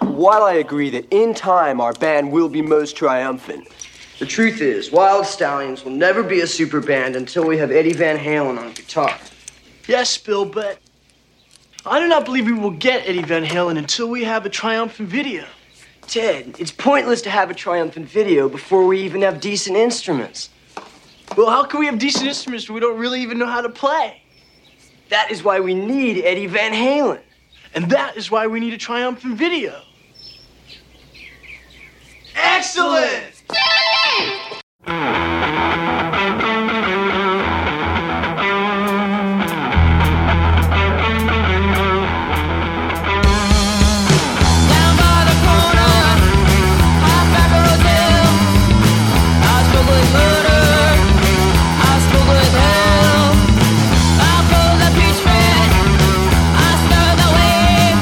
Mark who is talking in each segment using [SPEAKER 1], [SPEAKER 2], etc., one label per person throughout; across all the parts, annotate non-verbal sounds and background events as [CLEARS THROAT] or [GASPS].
[SPEAKER 1] while I agree that in time our band will be most triumphant,
[SPEAKER 2] The truth is, Wild Stallions will never be a super band until we have Eddie Van Halen on guitar.
[SPEAKER 3] Yes, Bill, but I do not believe we will get Eddie Van Halen until we have a triumphant video.
[SPEAKER 2] Ted, it's pointless to have a triumphant video before we even have decent instruments.
[SPEAKER 3] Well, how can we have decent instruments if we don't really even know how to play?
[SPEAKER 2] That is why we need Eddie Van Halen.
[SPEAKER 3] And that is why we need a triumphant video. Excellent!
[SPEAKER 4] Down by the corner, high back hotel. I spoke with murder. I spoke with hell. I pulled the peach red. I stirred the wave.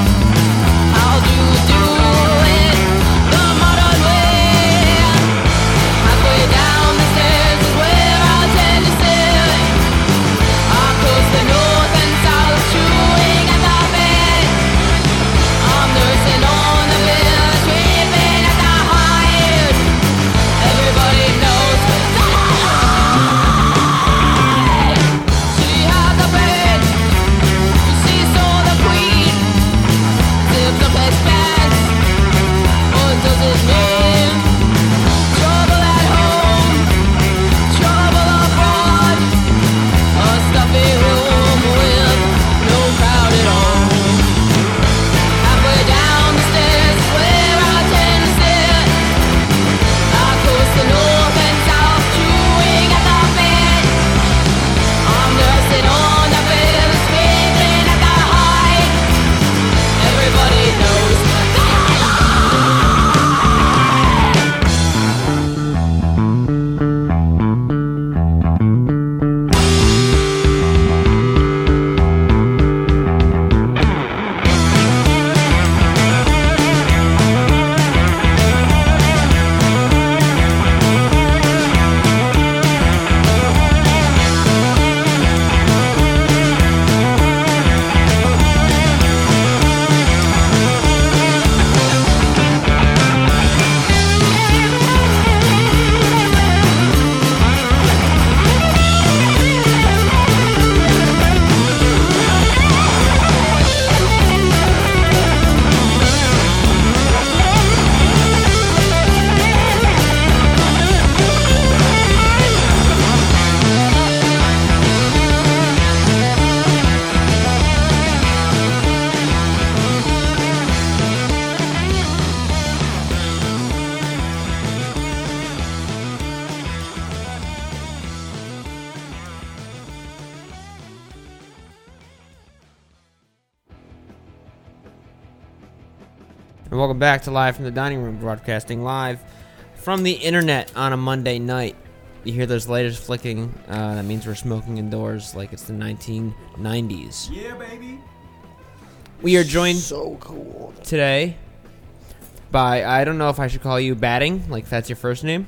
[SPEAKER 4] I'll do do it the modern way. Halfway down the stairs is where I tend to stay. I cross the north and south, chewing at the bed. I'm nursing on the bill, screaming at the height. Everybody knows it's a lie. She had the pain. She saw the queen. Zipped up his pants. What does it mean? Trouble at home. Trouble abroad. A stuffy room with no crowd at all. Halfway down the stairs where I tend to sit. I coast the north and south, chewing at the bit. I'm nursing on the bill, screaming at the height. Everybody knows that I
[SPEAKER 5] And welcome back to Live from the Dining Room, broadcasting live from the internet on a Monday night. You hear those lighters flicking, uh, that means we're smoking indoors like it's the 1990s. Yeah, baby! We are joined so cool. today by, I don't know if I should call you Batting, like that's your first [CLEARS THROAT] name,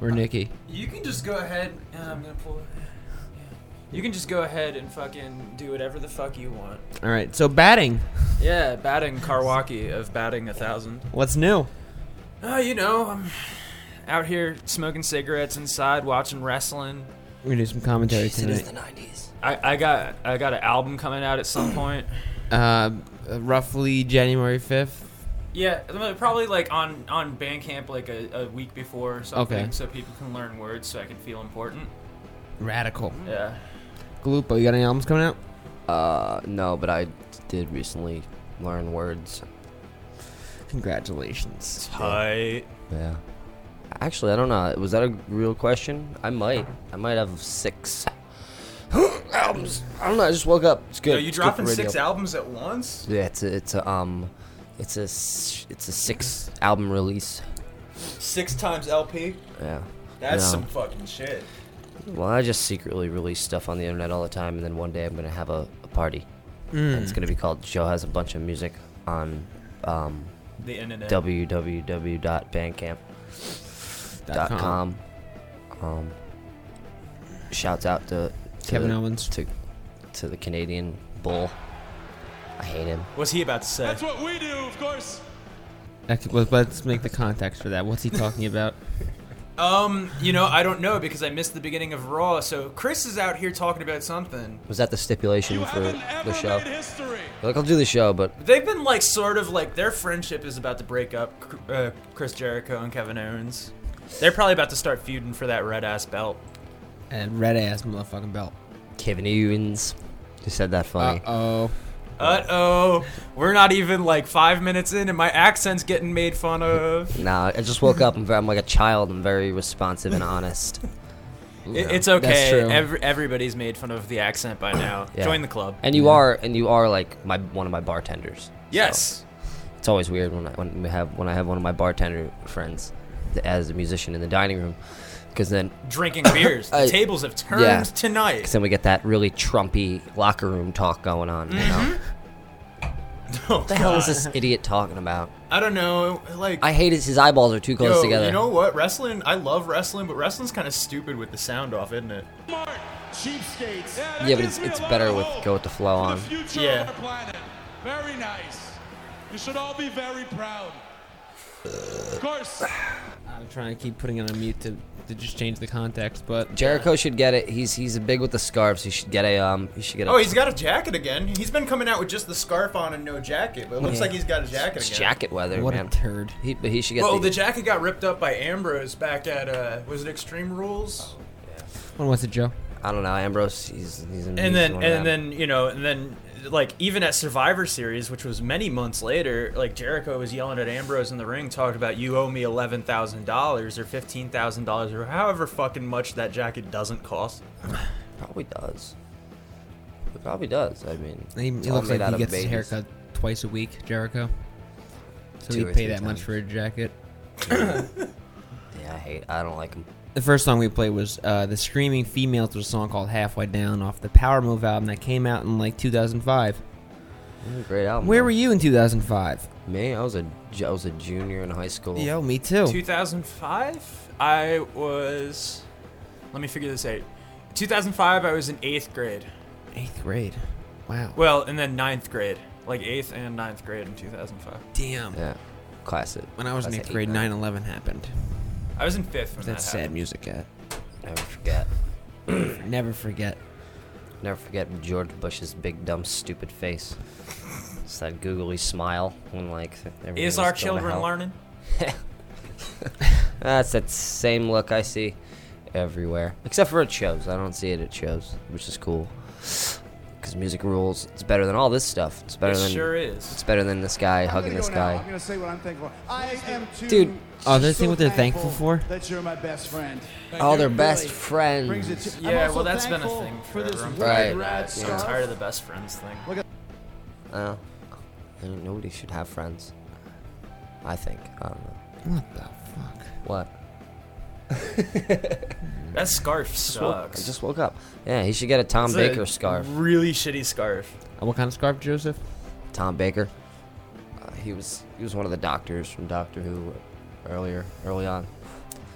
[SPEAKER 5] or Nikki.
[SPEAKER 6] You can just go ahead. uh, I'm gonna pull. You can just go ahead and fucking do whatever the fuck you want.
[SPEAKER 5] Alright, so Batting,
[SPEAKER 6] Yeah, batting Karwaki of batting a thousand.
[SPEAKER 5] what's new?
[SPEAKER 6] Oh, you know, I'm out here smoking cigarettes inside, watching wrestling.
[SPEAKER 5] We're gonna do some commentary
[SPEAKER 2] It's
[SPEAKER 5] tonight.
[SPEAKER 2] the 90s.
[SPEAKER 6] I, I got I got an album coming out at
[SPEAKER 2] [CLEARS THROAT]
[SPEAKER 6] some point.
[SPEAKER 5] Uh, roughly January 5th.
[SPEAKER 6] Yeah, probably like on on Bandcamp like a, a week before or something,
[SPEAKER 5] Okay.
[SPEAKER 6] so people can learn words so I can feel important.
[SPEAKER 2] Oh.
[SPEAKER 5] Radical.
[SPEAKER 6] Yeah.
[SPEAKER 5] Galupo, you got any albums coming out?
[SPEAKER 2] Uh, no, but I did recently learn words.
[SPEAKER 5] Congratulations.
[SPEAKER 6] Hi.
[SPEAKER 2] Yeah. Actually, I don't know. Was that a real question? I might. I might have six albums. I don't know. I just woke up. It's good.
[SPEAKER 6] Are you
[SPEAKER 2] It's good
[SPEAKER 6] dropping
[SPEAKER 2] for radio.
[SPEAKER 6] six albums at once?
[SPEAKER 2] Yeah, it's a, it's a um, it's a s- it's a six album release.
[SPEAKER 6] Six times LP?
[SPEAKER 2] Yeah.
[SPEAKER 6] That's
[SPEAKER 2] Yeah.
[SPEAKER 6] some fucking shit.
[SPEAKER 2] Well, I just secretly release stuff on the internet all the time, and then one day I'm gonna have a, a party.
[SPEAKER 5] Mm.
[SPEAKER 2] And it's gonna be called Joe has a bunch of music on um,
[SPEAKER 6] The internet.
[SPEAKER 2] www.bandcamp.com.
[SPEAKER 5] Dot com.
[SPEAKER 2] Um, shouts out to, to
[SPEAKER 5] Kevin
[SPEAKER 2] the,
[SPEAKER 5] Owens.
[SPEAKER 2] to to the Canadian bull. I hate him.
[SPEAKER 6] What's he about to say?
[SPEAKER 7] That's what we do, of course.
[SPEAKER 5] Ex- let- Let's make the context for that. What's he talking about? [LAUGHS]
[SPEAKER 6] Um, you know, I don't know because I missed the beginning of Raw. So Chris is out here talking about something.
[SPEAKER 2] Was that the stipulation for the show? Like, I'll do the show, but
[SPEAKER 6] They've been like sort of like their friendship is about to break up. Cr- Uh, Chris Jericho and Kevin Owens. They're probably about to start feuding for that red ass belt.
[SPEAKER 5] And red ass motherfucking belt.
[SPEAKER 2] Kevin Owens. You said that
[SPEAKER 5] Uh
[SPEAKER 2] funny.
[SPEAKER 5] oh.
[SPEAKER 6] Uh oh, we're not even like five minutes in, and my accent's getting made fun of.
[SPEAKER 2] Nah, I just woke up. I'm, very, I'm like a child. I'm very responsive and
[SPEAKER 5] [LAUGHS]
[SPEAKER 2] honest.
[SPEAKER 6] It- it's okay.
[SPEAKER 5] true.
[SPEAKER 6] Every, everybody's made fun of the accent by now.
[SPEAKER 2] Yeah.
[SPEAKER 6] Join the club.
[SPEAKER 2] And you are, and you are like my one of my bartenders.
[SPEAKER 6] yes.
[SPEAKER 2] It's always weird when I when we have when I have one of my bartender friends th- as a musician in the dining room, because then
[SPEAKER 6] Drinking
[SPEAKER 2] [LAUGHS]
[SPEAKER 6] beers. The
[SPEAKER 2] I-
[SPEAKER 6] tables have turned
[SPEAKER 2] yeah.
[SPEAKER 6] tonight.
[SPEAKER 2] 'cause then we get that really Trumpy locker room talk going on.
[SPEAKER 6] Mm.
[SPEAKER 2] You know, what
[SPEAKER 6] [LAUGHS] Oh,
[SPEAKER 2] the hell is this [LAUGHS] idiot talking about?
[SPEAKER 6] I don't know. Like
[SPEAKER 2] I hate it. His eyeballs are too close
[SPEAKER 6] Yo,
[SPEAKER 2] together.
[SPEAKER 6] You know what? Wrestling, I love wrestling, but wrestling's kind of stupid with the sound off, isn't it?
[SPEAKER 2] yeah, but it's, it's better with go with the flow on.
[SPEAKER 6] Yeah.
[SPEAKER 3] planet. Very nice. You should all be very proud. Of course.
[SPEAKER 5] I'm trying to keep putting it on mute to, to just change the context, but
[SPEAKER 2] Jericho should get it. He's he's big with the scarves. He should get a um. He should get a.
[SPEAKER 6] Oh, he's got a jacket again. He's been coming out with just the scarf on and no jacket, but it looks like he's got a jacket
[SPEAKER 2] it's
[SPEAKER 6] again.
[SPEAKER 2] jacket weather,
[SPEAKER 5] what
[SPEAKER 2] man.
[SPEAKER 5] a turd.
[SPEAKER 2] He, but he should get
[SPEAKER 6] Well,
[SPEAKER 2] the,
[SPEAKER 6] the jacket got ripped up by Ambrose back at uh, was it Extreme Rules?
[SPEAKER 5] What was it, Joe?
[SPEAKER 2] I don't know. Ambrose. He's he's in.
[SPEAKER 6] And then and then you know and then like even at Survivor Series, which was many months later, like Jericho was yelling at Ambrose in the ring, talking about you owe me eleven thousand dollars or fifteen thousand dollars or however fucking much that jacket doesn't cost.
[SPEAKER 5] [SIGHS]
[SPEAKER 2] probably does. He probably does. I mean,
[SPEAKER 5] He, he
[SPEAKER 2] it's all
[SPEAKER 5] looks
[SPEAKER 2] made out
[SPEAKER 5] like he
[SPEAKER 2] of
[SPEAKER 5] gets his
[SPEAKER 2] babies.
[SPEAKER 5] haircut twice a week, Jericho. So
[SPEAKER 2] Two
[SPEAKER 5] he
[SPEAKER 2] or
[SPEAKER 5] pay
[SPEAKER 2] three
[SPEAKER 5] that much
[SPEAKER 2] times.
[SPEAKER 5] for a jacket.
[SPEAKER 2] Yeah, I hate. I don't like him.
[SPEAKER 5] The first song we played was uh, the Screaming Females was a song called Halfway Down off the Power Move album that came out in like 2005.
[SPEAKER 2] Mm, Great album.
[SPEAKER 5] Where
[SPEAKER 2] though.
[SPEAKER 5] were you in 2005?
[SPEAKER 2] Me, I was a ju- I was a junior in high school.
[SPEAKER 5] Yo, me too.
[SPEAKER 6] 2005 i was let me figure this out 2005 i was in eighth grade
[SPEAKER 5] Eighth grade. Wow.
[SPEAKER 6] well and then ninth grade like eighth and ninth grade in 2005
[SPEAKER 5] Damn.
[SPEAKER 2] Yeah, classic.
[SPEAKER 5] When I was in
[SPEAKER 2] Classic
[SPEAKER 5] eighth grade,
[SPEAKER 2] eight, nine.
[SPEAKER 5] 9 11 happened.
[SPEAKER 6] i was in fifth when
[SPEAKER 5] That's
[SPEAKER 6] that
[SPEAKER 5] sad
[SPEAKER 6] happened.
[SPEAKER 5] music, at.
[SPEAKER 2] Never forget. [CLEARS THROAT]
[SPEAKER 5] Never forget.
[SPEAKER 2] Never forget George Bush's big dumb stupid face. It's that googly smile when like everything
[SPEAKER 6] is
[SPEAKER 2] was
[SPEAKER 6] our
[SPEAKER 2] going to hell.
[SPEAKER 6] children
[SPEAKER 2] [LAUGHS]
[SPEAKER 6] learning
[SPEAKER 2] That's that same look I see everywhere, except for at shows. I don't see it at shows, which is cool. Cause music rules. It's better than all this stuff. It's better
[SPEAKER 6] it
[SPEAKER 2] than
[SPEAKER 6] sure
[SPEAKER 2] it's
[SPEAKER 6] is
[SPEAKER 2] better than this guy hugging
[SPEAKER 4] gonna
[SPEAKER 2] this
[SPEAKER 4] go now.
[SPEAKER 2] guy.
[SPEAKER 4] I'm gonna say what I'm thankful. I am too.
[SPEAKER 2] Dude.
[SPEAKER 5] Oh, this thing what they're thankful for?
[SPEAKER 4] That you're my best friend.
[SPEAKER 2] Oh, they're best
[SPEAKER 4] Really
[SPEAKER 2] friends.
[SPEAKER 4] Brings it to, I'm
[SPEAKER 6] yeah
[SPEAKER 4] also
[SPEAKER 6] well that's been a
[SPEAKER 4] thankful
[SPEAKER 6] thing
[SPEAKER 4] for this.
[SPEAKER 6] forever.
[SPEAKER 2] Right.
[SPEAKER 4] wicked rad
[SPEAKER 2] Yeah.
[SPEAKER 6] i'm
[SPEAKER 4] scarf.
[SPEAKER 6] tired of the best friends thing
[SPEAKER 2] Uh, I mean, nobody should have friends. I think. I don't know.
[SPEAKER 5] What the fuck?
[SPEAKER 2] What?
[SPEAKER 6] that scarf
[SPEAKER 2] I
[SPEAKER 6] sucks
[SPEAKER 2] just woke up. Yeah, he should get a Tom
[SPEAKER 6] It's a
[SPEAKER 2] Baker scarf.
[SPEAKER 6] really shitty scarf
[SPEAKER 5] Uh, What kind of scarf, Joseph?
[SPEAKER 2] Tom Baker. Uh, he was he was one of the doctors from Doctor Who earlier early on.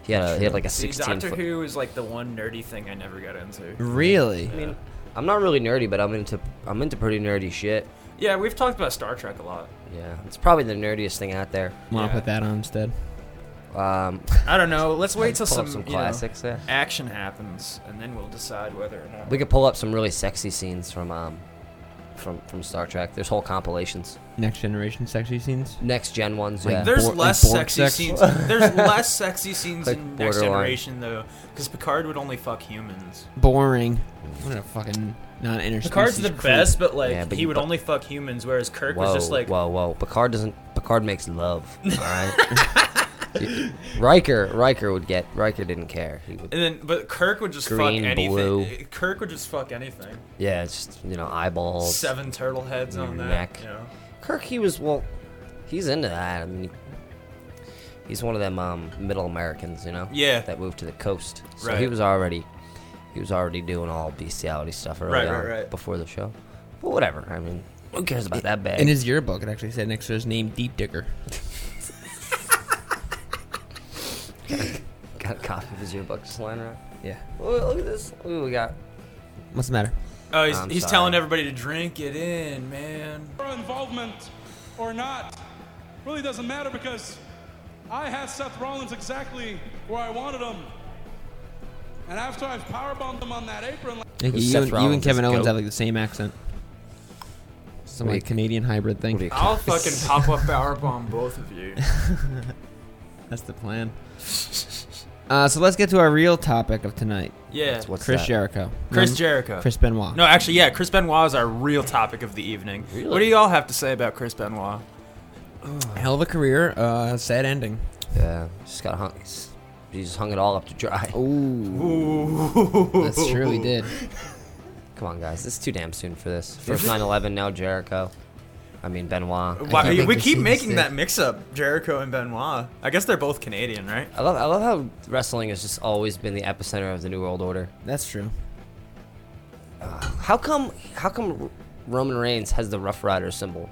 [SPEAKER 2] He had a, he had like a
[SPEAKER 6] See,
[SPEAKER 2] 16
[SPEAKER 6] doctor
[SPEAKER 2] foot.
[SPEAKER 6] who is like the one nerdy thing i never got into
[SPEAKER 5] Really?
[SPEAKER 2] I'm not really nerdy, but I'm into I'm into pretty nerdy shit.
[SPEAKER 6] yeah we've talked about star trek a lot
[SPEAKER 2] Yeah, it's probably the nerdiest thing out there.
[SPEAKER 5] Want
[SPEAKER 6] Yeah.
[SPEAKER 5] to put that on instead?
[SPEAKER 2] Um,
[SPEAKER 6] i don't know
[SPEAKER 2] [LAUGHS]
[SPEAKER 6] let's wait till
[SPEAKER 2] pull
[SPEAKER 6] some,
[SPEAKER 2] up some
[SPEAKER 6] you know,
[SPEAKER 2] classics there.
[SPEAKER 6] action happens, and then we'll decide whether or not.
[SPEAKER 2] We could pull up some really sexy scenes from um from from Star Trek. There's whole compilations,
[SPEAKER 5] Next generation sexy scenes?
[SPEAKER 2] next gen ones. Yeah.
[SPEAKER 5] they're-
[SPEAKER 6] There's
[SPEAKER 5] Bor- like
[SPEAKER 6] less
[SPEAKER 5] Borg
[SPEAKER 6] sexy
[SPEAKER 5] sex?
[SPEAKER 2] [LAUGHS]
[SPEAKER 6] scenes. There's less sexy scenes
[SPEAKER 2] Like
[SPEAKER 6] in Next
[SPEAKER 2] borderline.
[SPEAKER 6] Generation though, because Picard would only fuck humans.
[SPEAKER 5] Boring. What a fucking non interspecies.
[SPEAKER 6] Picard's the best, but like
[SPEAKER 2] Yeah, but
[SPEAKER 6] he
[SPEAKER 2] you-
[SPEAKER 6] would only fuck humans, whereas Kirk
[SPEAKER 2] whoa,
[SPEAKER 6] was just like,
[SPEAKER 2] whoa, whoa! Picard doesn't. Picard makes love. All right. [LAUGHS] Riker, Riker would get. Riker didn't care. He would,
[SPEAKER 6] and then but Kirk would just
[SPEAKER 2] Green,
[SPEAKER 6] fuck anything.
[SPEAKER 2] blue.
[SPEAKER 6] Kirk would just fuck anything.
[SPEAKER 2] yeah, it's just you know eyeballs.
[SPEAKER 6] Seven turtle heads on that.
[SPEAKER 2] Neck.
[SPEAKER 6] You know?
[SPEAKER 2] Kirk, he was well. He's into that. I mean, he's one of them um, middle Americans, you know.
[SPEAKER 6] Yeah.
[SPEAKER 2] That moved to the coast, so he
[SPEAKER 6] Right.
[SPEAKER 2] was already he was already doing all bestiality stuff early
[SPEAKER 6] Right,
[SPEAKER 2] on
[SPEAKER 6] right, right.
[SPEAKER 2] before the show. But whatever. I mean, who cares about that bag?
[SPEAKER 5] In his yearbook, it actually said next to his name, Deep Digger.
[SPEAKER 2] [LAUGHS] got a copy of his yearbook just lying around.
[SPEAKER 5] Yeah.
[SPEAKER 2] Look, look at this. Look what we got.
[SPEAKER 5] What's the matter?
[SPEAKER 6] Oh, he's,
[SPEAKER 2] I'm
[SPEAKER 6] he's
[SPEAKER 2] sorry.
[SPEAKER 6] telling everybody to drink it in, man.
[SPEAKER 3] Your involvement or not, really doesn't matter because I had Seth Rollins exactly where I wanted him. And after I've powerbombed him on that apron, like,
[SPEAKER 5] I think
[SPEAKER 2] Is
[SPEAKER 5] you,
[SPEAKER 2] Seth
[SPEAKER 5] and, you
[SPEAKER 2] Rollins
[SPEAKER 5] and Kevin
[SPEAKER 2] his
[SPEAKER 5] Owens
[SPEAKER 2] goat?
[SPEAKER 5] have like the same accent. Some
[SPEAKER 2] What do
[SPEAKER 5] like
[SPEAKER 2] you-
[SPEAKER 5] Canadian hybrid
[SPEAKER 2] do
[SPEAKER 5] thing.
[SPEAKER 2] you-
[SPEAKER 6] I'll fucking pop up power bomb both of you.
[SPEAKER 5] [LAUGHS] That's the plan. Uh, so let's get to our real topic of tonight:
[SPEAKER 6] Yeah.
[SPEAKER 2] What's
[SPEAKER 5] Chris
[SPEAKER 2] that?
[SPEAKER 5] Jericho.
[SPEAKER 6] Chris
[SPEAKER 5] Um,
[SPEAKER 6] Jericho.
[SPEAKER 5] Chris Benoit.
[SPEAKER 6] No, actually, yeah, Chris Benoit is our real topic of the evening. What do
[SPEAKER 2] Really?
[SPEAKER 6] y'all have to say about Chris Benoit?
[SPEAKER 5] Hell of a career. Uh, sad ending.
[SPEAKER 2] Yeah, just got hung. he's- He just hung it all up to dry.
[SPEAKER 5] Ooh, that's true. He did.
[SPEAKER 2] Come on, guys. It's too damn soon for this. First 9 11, now Jericho. I mean, Benoit.
[SPEAKER 6] Why,
[SPEAKER 5] think
[SPEAKER 6] we
[SPEAKER 5] the
[SPEAKER 6] keep
[SPEAKER 5] same
[SPEAKER 6] making
[SPEAKER 5] mistake.
[SPEAKER 6] that mix up, Jericho and Benoit. I guess they're both Canadian, right?
[SPEAKER 2] I love, I love how wrestling has just always been the epicenter of the New World Order.
[SPEAKER 5] That's true.
[SPEAKER 2] How come How come Roman Reigns has the Rough Rider symbol?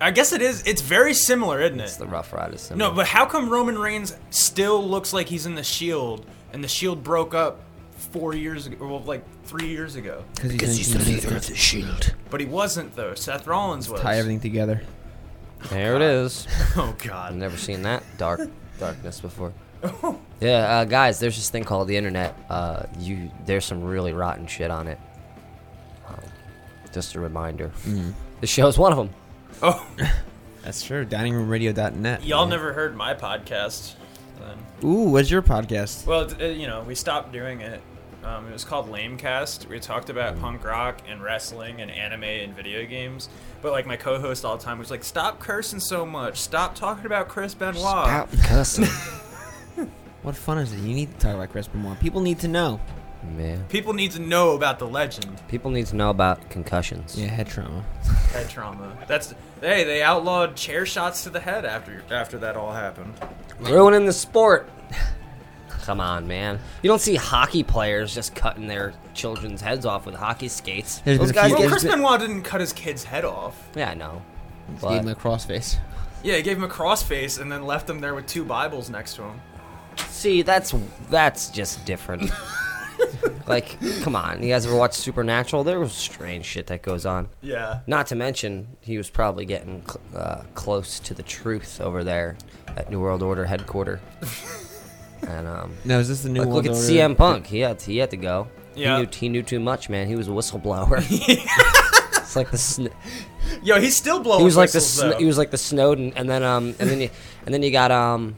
[SPEAKER 6] I guess it is. It's very similar, isn't
[SPEAKER 2] It's
[SPEAKER 6] it?
[SPEAKER 2] the Rough Rider symbol.
[SPEAKER 6] No, but how come Roman Reigns still looks like he's in the Shield, and the Shield broke up four years ago, well, like three years ago?
[SPEAKER 5] Because he's in Canadian.
[SPEAKER 2] the shield.
[SPEAKER 6] But he wasn't though. Seth Rollins was.
[SPEAKER 5] Tie everything together.
[SPEAKER 2] There it is.
[SPEAKER 6] [LAUGHS] Oh
[SPEAKER 2] I've
[SPEAKER 6] God. Oh.
[SPEAKER 2] never seen that
[SPEAKER 6] [LAUGHS]
[SPEAKER 2] dark darkness before. Yeah, uh, guys, there's this thing called the internet. Uh, you there's some really rotten shit on it. Um, just a reminder. The show's one of them.
[SPEAKER 6] Oh,
[SPEAKER 5] Mm. [LAUGHS] That's true. Diningroomradio.net.
[SPEAKER 6] y'all never heard my podcast. Then.
[SPEAKER 5] Ooh, what's your podcast?
[SPEAKER 6] Well, it- it- you know, we stopped doing it. Um, it was called Lamecast. We talked about punk rock and wrestling and anime and video games. But like my co-host all the time was like, "Stop cursing so much. Stop talking about Chris Benoit."
[SPEAKER 2] Out
[SPEAKER 5] [LAUGHS]
[SPEAKER 2] cussing.
[SPEAKER 5] What fun is it? You need to talk about Chris Benoit. People need to know.
[SPEAKER 2] Man,
[SPEAKER 6] People need to know about the legend.
[SPEAKER 2] people need to know about concussions.
[SPEAKER 5] Yeah, head trauma.
[SPEAKER 6] Head trauma. That's hey, they outlawed chair shots to the head after after that all happened.
[SPEAKER 2] Ruining the sport. Come on, man. You don't see hockey players just cutting their children's heads off with hockey skates.
[SPEAKER 5] There's
[SPEAKER 2] Those
[SPEAKER 5] been a
[SPEAKER 2] guys.
[SPEAKER 5] few-
[SPEAKER 6] Well,
[SPEAKER 5] there's
[SPEAKER 6] Chris
[SPEAKER 5] been-
[SPEAKER 6] Benoit didn't cut his kid's head off.
[SPEAKER 2] yeah, I know.
[SPEAKER 5] Gave him
[SPEAKER 2] But
[SPEAKER 5] a crossface.
[SPEAKER 6] Yeah, he gave him a crossface and then left him there with two Bibles next to him.
[SPEAKER 2] see, that's that's just
[SPEAKER 6] [LAUGHS]
[SPEAKER 2] different. like, come on. You guys ever watch Supernatural? There was strange shit that goes on.
[SPEAKER 6] Yeah.
[SPEAKER 2] Not to mention, he was probably getting cl- uh, close to the truth over there at New World
[SPEAKER 6] [LAUGHS]
[SPEAKER 2] Order headquarters. and um,
[SPEAKER 5] No, is this the new
[SPEAKER 2] Like,
[SPEAKER 5] World
[SPEAKER 2] look at
[SPEAKER 5] Order?
[SPEAKER 2] CM Punk. He had he had to go.
[SPEAKER 6] Yeah.
[SPEAKER 2] He knew, he knew too much, man. He was a
[SPEAKER 6] [LAUGHS]
[SPEAKER 2] whistleblower. it's like the sn-
[SPEAKER 6] Yo, he's still blowing.
[SPEAKER 2] he was like the
[SPEAKER 6] whistles,
[SPEAKER 2] sn-
[SPEAKER 6] though.
[SPEAKER 2] he was like the Snowden, and then um and then you and then you got um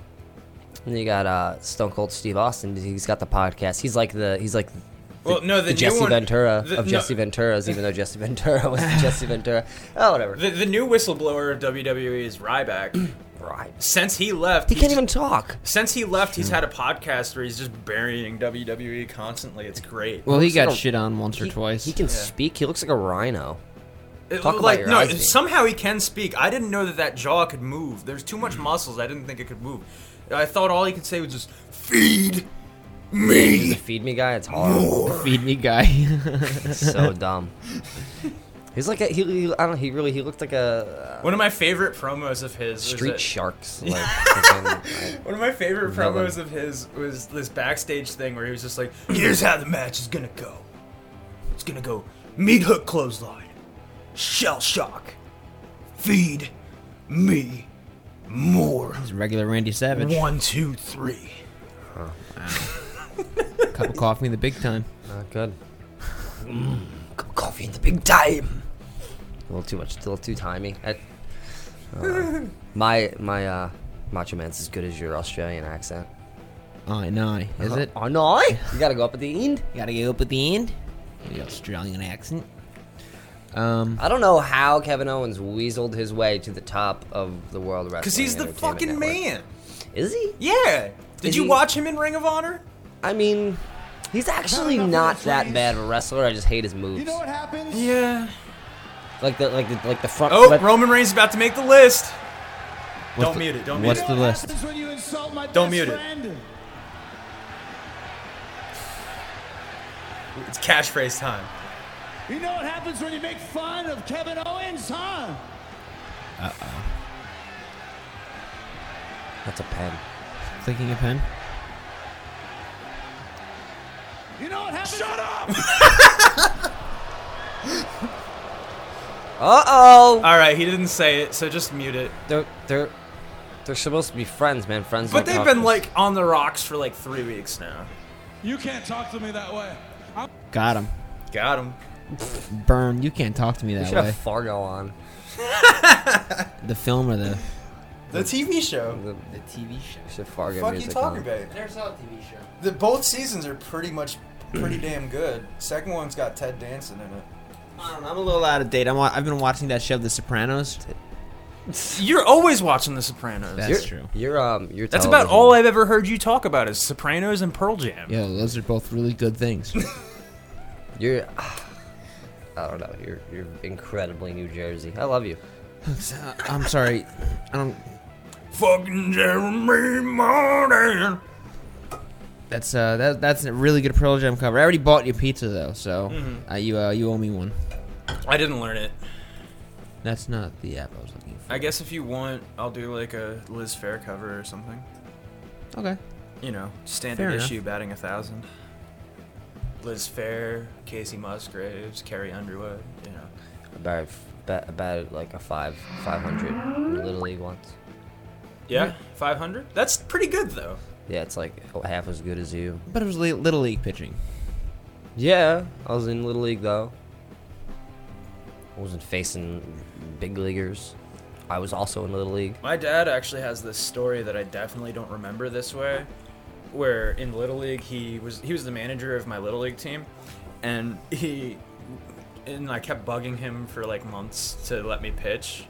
[SPEAKER 2] and then you got uh Stone Cold Steve Austin. He's got the podcast. He's like the he's like
[SPEAKER 6] Well, no, the,
[SPEAKER 2] the
[SPEAKER 6] new
[SPEAKER 2] Jesse
[SPEAKER 6] one-
[SPEAKER 2] Ventura
[SPEAKER 6] the-
[SPEAKER 2] of
[SPEAKER 6] no,
[SPEAKER 2] Jesse Ventura's, even though Jesse [LAUGHS] Ventura
[SPEAKER 6] [LAUGHS]
[SPEAKER 2] was the Jesse Ventura. Oh, whatever.
[SPEAKER 6] The, the new whistleblower of WWE is Ryback.
[SPEAKER 2] [CLEARS THROAT] right.
[SPEAKER 6] since he left,
[SPEAKER 2] He
[SPEAKER 6] he's
[SPEAKER 2] can't
[SPEAKER 6] ju-
[SPEAKER 2] even talk. Hmm.
[SPEAKER 6] Since he left, he's had a podcast where he's just burying WWE constantly. It's great.
[SPEAKER 5] Well, he got
[SPEAKER 2] like a-
[SPEAKER 5] shit on once or
[SPEAKER 2] He-
[SPEAKER 5] twice.
[SPEAKER 2] He can speak. He looks like a rhino.
[SPEAKER 6] It-
[SPEAKER 2] talk about
[SPEAKER 6] like
[SPEAKER 2] your
[SPEAKER 6] no,
[SPEAKER 2] eyes, dude.
[SPEAKER 6] somehow he can speak. I didn't know that that jaw could move. There's too
[SPEAKER 2] Mm-hmm.
[SPEAKER 6] much muscles. I didn't think it could move. I thought all he could say was just feed
[SPEAKER 2] The
[SPEAKER 6] me.
[SPEAKER 2] feed me guy. It's horrible.
[SPEAKER 5] feed me, guy.
[SPEAKER 2] [LAUGHS] so dumb. He's like a, he, he- I don't know, he really he looked like a
[SPEAKER 6] One of my favorite promos of his. was
[SPEAKER 2] uh, street
[SPEAKER 6] that- [LAUGHS]
[SPEAKER 2] sharks. Like, fucking, like,
[SPEAKER 6] One of my favorite
[SPEAKER 2] Villain.
[SPEAKER 6] promos of his was this backstage thing where he was just like, "Here's how the match is gonna go. It's gonna go meat hook clothesline, shell shock, feed me more.
[SPEAKER 5] He's regular Randy Savage.
[SPEAKER 6] One, two, three.
[SPEAKER 5] Cup of coffee in the big time.
[SPEAKER 2] not good. Mm, cup of coffee in the big time. A little too much. A little too timey. I, uh, my my uh, Macho Man's as good as your Australian accent.
[SPEAKER 5] I know. Is it?
[SPEAKER 2] Oh no! You gotta go up at the end.
[SPEAKER 5] Gotta get up at the end. The Australian accent. Um,
[SPEAKER 2] I don't know how Kevin Owens weaseled his way to the top of the world wrestling.
[SPEAKER 6] Cause he's the
[SPEAKER 2] Entertainment
[SPEAKER 6] fucking
[SPEAKER 2] Network.
[SPEAKER 6] man.
[SPEAKER 2] Is he?
[SPEAKER 6] Yeah. Did
[SPEAKER 2] Is
[SPEAKER 6] you
[SPEAKER 2] he-
[SPEAKER 6] watch him in Ring of Honor?
[SPEAKER 2] I mean, he's actually
[SPEAKER 4] enough of
[SPEAKER 2] not
[SPEAKER 4] those
[SPEAKER 2] that
[SPEAKER 4] rings.
[SPEAKER 2] bad of a wrestler. I just hate his moves.
[SPEAKER 4] You know what happens?
[SPEAKER 6] Yeah.
[SPEAKER 2] like the like the like the front
[SPEAKER 6] Oh,
[SPEAKER 2] flip.
[SPEAKER 6] Roman Reigns is about to make the list. Don't
[SPEAKER 5] the-
[SPEAKER 6] mute it. Don't mute
[SPEAKER 5] what's
[SPEAKER 6] it.
[SPEAKER 4] You
[SPEAKER 5] the
[SPEAKER 4] know what
[SPEAKER 5] list?
[SPEAKER 4] happens when you insult my
[SPEAKER 6] Don't
[SPEAKER 4] best
[SPEAKER 6] mute it.
[SPEAKER 4] friend?
[SPEAKER 6] It's catchphrase time.
[SPEAKER 4] You know what happens when you make fun of Kevin Owens, huh?
[SPEAKER 2] That's a pen.
[SPEAKER 5] clicking a pen.
[SPEAKER 4] [LAUGHS] You know what happens? Shut up!
[SPEAKER 2] Uh oh.
[SPEAKER 6] All right, he didn't say it, so just mute it.
[SPEAKER 2] They're they're they're supposed to be friends, man. Friends.
[SPEAKER 6] But
[SPEAKER 2] don't
[SPEAKER 6] they've
[SPEAKER 2] talk
[SPEAKER 6] been
[SPEAKER 2] this-
[SPEAKER 6] like on the rocks for like three weeks now.
[SPEAKER 8] You can't talk to me that way. I'm
[SPEAKER 5] Got him.
[SPEAKER 6] Got him.
[SPEAKER 5] Burn. You can't talk to me
[SPEAKER 2] We
[SPEAKER 5] that
[SPEAKER 2] should
[SPEAKER 5] way.
[SPEAKER 2] have Fargo on
[SPEAKER 5] the film or the
[SPEAKER 9] The TV show.
[SPEAKER 2] the,
[SPEAKER 10] The TV show.
[SPEAKER 2] we should have Fargo
[SPEAKER 9] Fuck you
[SPEAKER 2] music
[SPEAKER 9] talking
[SPEAKER 2] on.
[SPEAKER 9] about?
[SPEAKER 10] Never saw a TV show.
[SPEAKER 9] The both seasons are pretty much pretty [CLEARS THROAT] damn good. Second one's got Ted Danson in it.
[SPEAKER 5] I don't know, I'm a little out of date. I'm, wa- I've been watching that show, The Sopranos.
[SPEAKER 6] [LAUGHS] You're always watching The Sopranos.
[SPEAKER 5] That's
[SPEAKER 6] You're-
[SPEAKER 5] true.
[SPEAKER 2] You're um you're.
[SPEAKER 6] that's about all I've ever heard you talk about is Sopranos and Pearl Jam.
[SPEAKER 5] Yeah, those are both really good things. [LAUGHS]
[SPEAKER 2] You're. [SIGHS] I don't know. You're you're incredibly New Jersey. I love you.
[SPEAKER 5] So, I'm sorry. I don't.
[SPEAKER 6] Fucking Jeremy Martin.
[SPEAKER 5] That's uh, that, that's a really good Pearl Jam cover. I already bought you pizza though, so
[SPEAKER 6] Mm-hmm.
[SPEAKER 5] uh, you uh, you owe me one.
[SPEAKER 6] I didn't learn it.
[SPEAKER 5] That's not the app I was looking for.
[SPEAKER 6] I guess if you want, I'll do like a Liz Fair cover or something.
[SPEAKER 5] Okay.
[SPEAKER 6] You know,
[SPEAKER 5] Fair
[SPEAKER 6] standard
[SPEAKER 5] enough.
[SPEAKER 6] issue batting a thousand. Liz Fair, Casey Musgraves, Carrie Underwood. You know,
[SPEAKER 2] About f- about, about like a five five hundred little league once.
[SPEAKER 6] yeah, five hundred. That's pretty good though.
[SPEAKER 2] Yeah, it's like half as good as you.
[SPEAKER 5] But it was li- little league pitching.
[SPEAKER 2] Yeah, I was in little league though. I wasn't facing big leaguers. I was also in
[SPEAKER 6] [LAUGHS]
[SPEAKER 2] little league.
[SPEAKER 6] My dad actually has this story that I definitely don't remember this way, where in little league he was he was the manager of my little league team, and he and I kept bugging him for like months to let me pitch,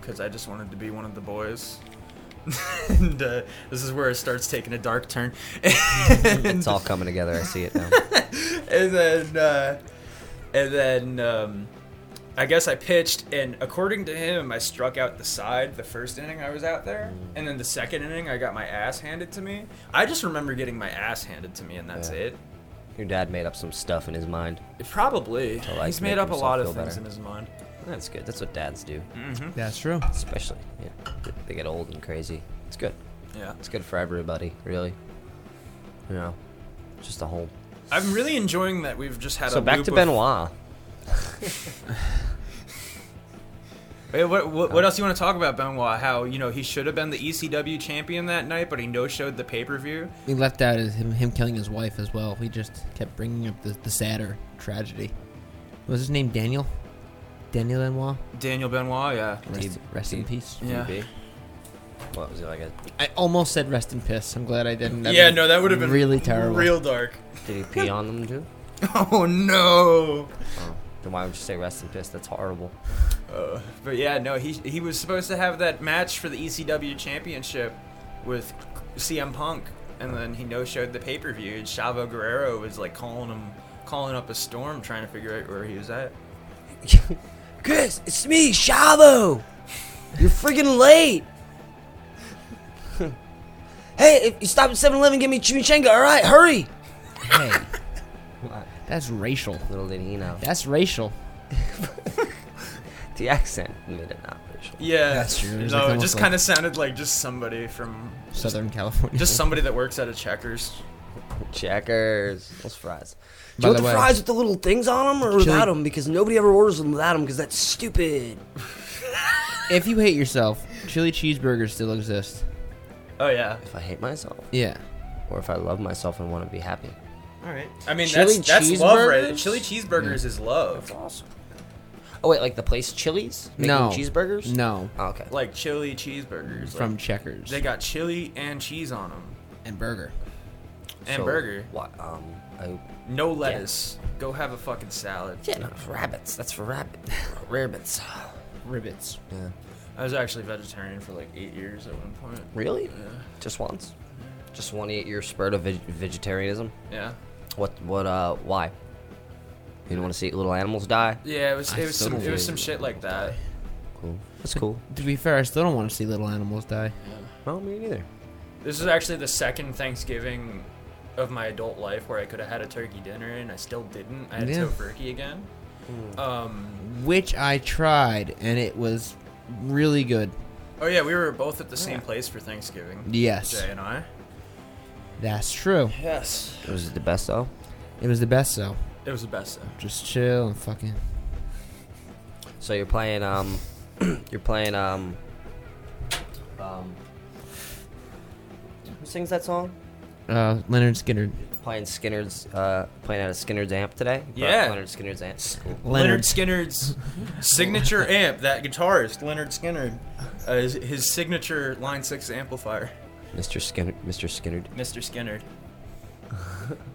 [SPEAKER 6] because I just wanted to be one of the boys. [LAUGHS] and uh, this is where it starts taking a dark turn.
[SPEAKER 2] It's all coming together. I see it
[SPEAKER 6] [LAUGHS]
[SPEAKER 2] now.
[SPEAKER 6] and then uh, and then um, I guess I pitched, and according to him, I struck out the side the first inning I was out there, and then the second inning I got my ass handed to me. I just remember getting my ass handed to me, and that's
[SPEAKER 2] Yeah.
[SPEAKER 6] it.
[SPEAKER 2] Your dad made up some stuff in his mind.
[SPEAKER 6] Probably
[SPEAKER 2] like,
[SPEAKER 6] he's
[SPEAKER 2] make
[SPEAKER 6] made up a
[SPEAKER 2] himself
[SPEAKER 6] lot of
[SPEAKER 2] feel
[SPEAKER 6] things
[SPEAKER 2] better.
[SPEAKER 6] in his mind. Mm-hmm.
[SPEAKER 2] That's good. That's what dads do,
[SPEAKER 5] That's true.
[SPEAKER 2] especially. Yeah, They- they get old and crazy. It's good.
[SPEAKER 6] Yeah,
[SPEAKER 2] It's good for everybody, really. You know, just a whole.
[SPEAKER 6] I'm really enjoying that we've just had.
[SPEAKER 2] So
[SPEAKER 6] a
[SPEAKER 2] back
[SPEAKER 6] loop
[SPEAKER 2] to
[SPEAKER 6] of-
[SPEAKER 2] Benoit.
[SPEAKER 6] [LAUGHS] Wait, what, what, what else you want to talk about, Benoit? How you know he should have been the ECW champion that night, but he no showed the pay per view.
[SPEAKER 5] We left out is him him killing his wife as well. We just kept bringing up the, the sadder tragedy. Was his name Daniel? Daniel Lenoir.
[SPEAKER 6] Daniel Benoit, yeah.
[SPEAKER 5] Rest,
[SPEAKER 2] T-
[SPEAKER 5] rest in
[SPEAKER 2] T-
[SPEAKER 5] peace.
[SPEAKER 6] Yeah.
[SPEAKER 2] TB. What was it like? A,
[SPEAKER 5] I almost said rest in piss. I'm glad I didn't. That'd
[SPEAKER 6] yeah,
[SPEAKER 5] be
[SPEAKER 6] no, that would have been [LAUGHS]
[SPEAKER 5] really terrible.
[SPEAKER 6] real dark.
[SPEAKER 2] did he pee on them too?
[SPEAKER 6] Oh no!
[SPEAKER 2] Oh, then why would you say rest in piss? That's horrible.
[SPEAKER 6] But yeah, no, he he was supposed to have that match for the ECW championship with CM Punk, and then he no showed the pay per view. And Chavo Guerrero was like calling him, calling up a storm, trying to figure out where he was at.
[SPEAKER 2] Chris, it's me, Shavo. You're freaking late. hey, if you stop at 7-Eleven, give me chimichanga. All right, hurry.
[SPEAKER 5] Hey, that's racial.
[SPEAKER 2] Little did he know.
[SPEAKER 5] That's racial.
[SPEAKER 2] [LAUGHS] The accent made it not racial.
[SPEAKER 6] Yeah,
[SPEAKER 5] That's true. It was, like,
[SPEAKER 6] No, it
[SPEAKER 5] almost
[SPEAKER 6] just
[SPEAKER 5] like-
[SPEAKER 6] kind of sounded like just somebody from,
[SPEAKER 5] Southern California.
[SPEAKER 6] just somebody that works at a Checkers.
[SPEAKER 2] Checkers. Those fries.
[SPEAKER 5] By
[SPEAKER 2] Do you want
[SPEAKER 5] the
[SPEAKER 2] the
[SPEAKER 5] way-
[SPEAKER 2] fries with the little things on them or
[SPEAKER 5] Chili-
[SPEAKER 2] without them? Because nobody ever orders them without them because that's stupid.
[SPEAKER 5] if you hate yourself, chili cheeseburgers still exist.
[SPEAKER 6] Oh yeah.
[SPEAKER 2] If I hate myself
[SPEAKER 5] Yeah.
[SPEAKER 2] or if I love myself and want to be happy.
[SPEAKER 6] All right. I mean,
[SPEAKER 2] Chili
[SPEAKER 6] that's that's love. Right?
[SPEAKER 2] cheeseburgers?
[SPEAKER 6] Chili cheeseburgers is love.
[SPEAKER 2] Awesome. Oh, wait, like the place Chili's? Making
[SPEAKER 5] no.
[SPEAKER 2] Cheeseburgers?
[SPEAKER 5] No.
[SPEAKER 2] Oh, okay.
[SPEAKER 6] Like chili cheeseburgers.
[SPEAKER 5] From
[SPEAKER 6] like,
[SPEAKER 5] Checkers
[SPEAKER 6] they got chili and cheese on them
[SPEAKER 5] and burger.
[SPEAKER 6] and
[SPEAKER 2] So,
[SPEAKER 6] burger.
[SPEAKER 2] What? Um, I
[SPEAKER 6] No lettuce. Go have a fucking salad.
[SPEAKER 2] Yeah, no, for rabbits. That's for rabbit. [SIGHS] rabbits.
[SPEAKER 5] Ribbits.
[SPEAKER 6] I was actually vegetarian for like eight years at one point.
[SPEAKER 2] Really? Just once? Just one eight-year spurt of veg- vegetarianism?
[SPEAKER 6] Yeah.
[SPEAKER 2] What? What? Uh, why? You didn't want to see little animals die?
[SPEAKER 6] Yeah, it was
[SPEAKER 5] I
[SPEAKER 6] it was
[SPEAKER 5] still
[SPEAKER 6] some
[SPEAKER 5] don't
[SPEAKER 6] it was some
[SPEAKER 5] really
[SPEAKER 6] shit like that.
[SPEAKER 2] Cool. That's cool.
[SPEAKER 5] To be fair, I still don't want to see little animals die.
[SPEAKER 2] No, me neither.
[SPEAKER 6] This is actually the second Thanksgiving of my adult life where I could have had a turkey dinner and I still didn't. I had
[SPEAKER 5] Yeah.
[SPEAKER 6] tofurkey again. Um,
[SPEAKER 5] Which I tried, and it was really good.
[SPEAKER 6] oh yeah, we were both at the same place for Thanksgiving.
[SPEAKER 5] Yes.
[SPEAKER 6] Jay and I.
[SPEAKER 5] That's true.
[SPEAKER 6] Yes.
[SPEAKER 2] Was it the best though?
[SPEAKER 5] It was the best, though.
[SPEAKER 6] It was the best though.
[SPEAKER 5] Just chill and fucking.
[SPEAKER 2] So you're playing um, [CLEARS THROAT] you're playing um, um, who sings that song?
[SPEAKER 5] Uh, Leonard Skinner.
[SPEAKER 2] Playing Skinner's uh, playing out of Skinner's amp today. You brought
[SPEAKER 6] Yeah.
[SPEAKER 2] Leonard Skinner's amp.
[SPEAKER 6] Leonard,
[SPEAKER 2] Cool.
[SPEAKER 5] Leonard. [LAUGHS]
[SPEAKER 6] Skinner's signature amp, that guitarist, Leonard Skinner, uh, his, his signature Line 6 amplifier,
[SPEAKER 2] Mr. Skinner, Mr. Skinner.
[SPEAKER 6] Mr. Skinner.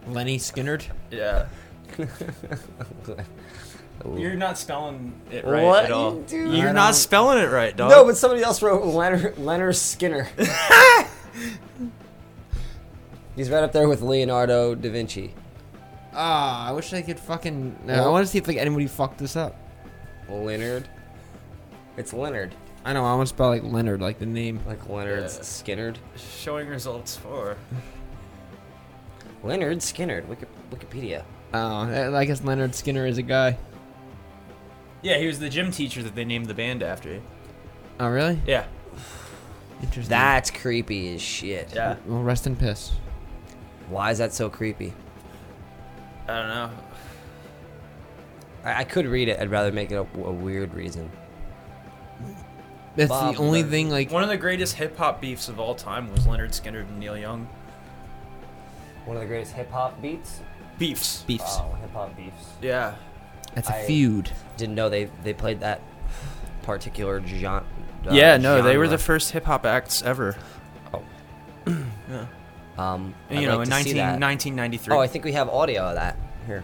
[SPEAKER 5] Lenny Skinner.
[SPEAKER 2] [LAUGHS]
[SPEAKER 6] Yeah. You're not spelling it right
[SPEAKER 2] What
[SPEAKER 6] at all.
[SPEAKER 2] you do?
[SPEAKER 6] You're not spelling it right, dog.
[SPEAKER 2] No, but somebody else wrote Leonard,
[SPEAKER 6] [LAUGHS]
[SPEAKER 2] Leonard Skinner. He's right up there with Leonardo da Vinci.
[SPEAKER 5] Ah, I wish I could fucking. No, I
[SPEAKER 2] Well-
[SPEAKER 5] want to see if like anybody fucked this up.
[SPEAKER 2] Leonard. It's Leonard,
[SPEAKER 5] I know. I want to spell like Leonard, like the name.
[SPEAKER 2] like Leonard
[SPEAKER 6] Yeah.
[SPEAKER 2] Skinner.
[SPEAKER 6] Showing results for.
[SPEAKER 2] Leonard Skinner. Wiki- Wikipedia.
[SPEAKER 5] Oh, I guess Leonard Skinner is a guy.
[SPEAKER 6] Yeah, he was the gym teacher that they named the band after.
[SPEAKER 5] Oh, really?
[SPEAKER 6] Yeah.
[SPEAKER 5] Interesting.
[SPEAKER 2] That's creepy as shit.
[SPEAKER 6] Yeah.
[SPEAKER 5] Well, rest in piss.
[SPEAKER 2] Why is that so creepy?
[SPEAKER 6] I don't know.
[SPEAKER 2] I, I could read it. I'd rather make it a, a weird reason.
[SPEAKER 5] That's
[SPEAKER 2] Bob
[SPEAKER 5] the only
[SPEAKER 2] Leonard.
[SPEAKER 5] thing. Like,
[SPEAKER 6] One of the greatest hip hop beefs of all time was Leonard Skinner and Neil Young.
[SPEAKER 2] One of the greatest hip hop beats.
[SPEAKER 6] Beefs.
[SPEAKER 5] beefs.
[SPEAKER 2] hip hop beefs.
[SPEAKER 6] Yeah.
[SPEAKER 5] That's a
[SPEAKER 2] I-
[SPEAKER 5] feud.
[SPEAKER 2] Didn't know they they played that particular genre. uh,
[SPEAKER 6] yeah, no, they were the
[SPEAKER 2] genre. Oh,
[SPEAKER 6] first hip hop acts ever.
[SPEAKER 2] Um,
[SPEAKER 6] You
[SPEAKER 2] I'd
[SPEAKER 6] know,
[SPEAKER 2] like
[SPEAKER 6] in
[SPEAKER 2] to see
[SPEAKER 6] 19,
[SPEAKER 2] that.
[SPEAKER 6] 1993.
[SPEAKER 2] Oh, I think we have audio of that here.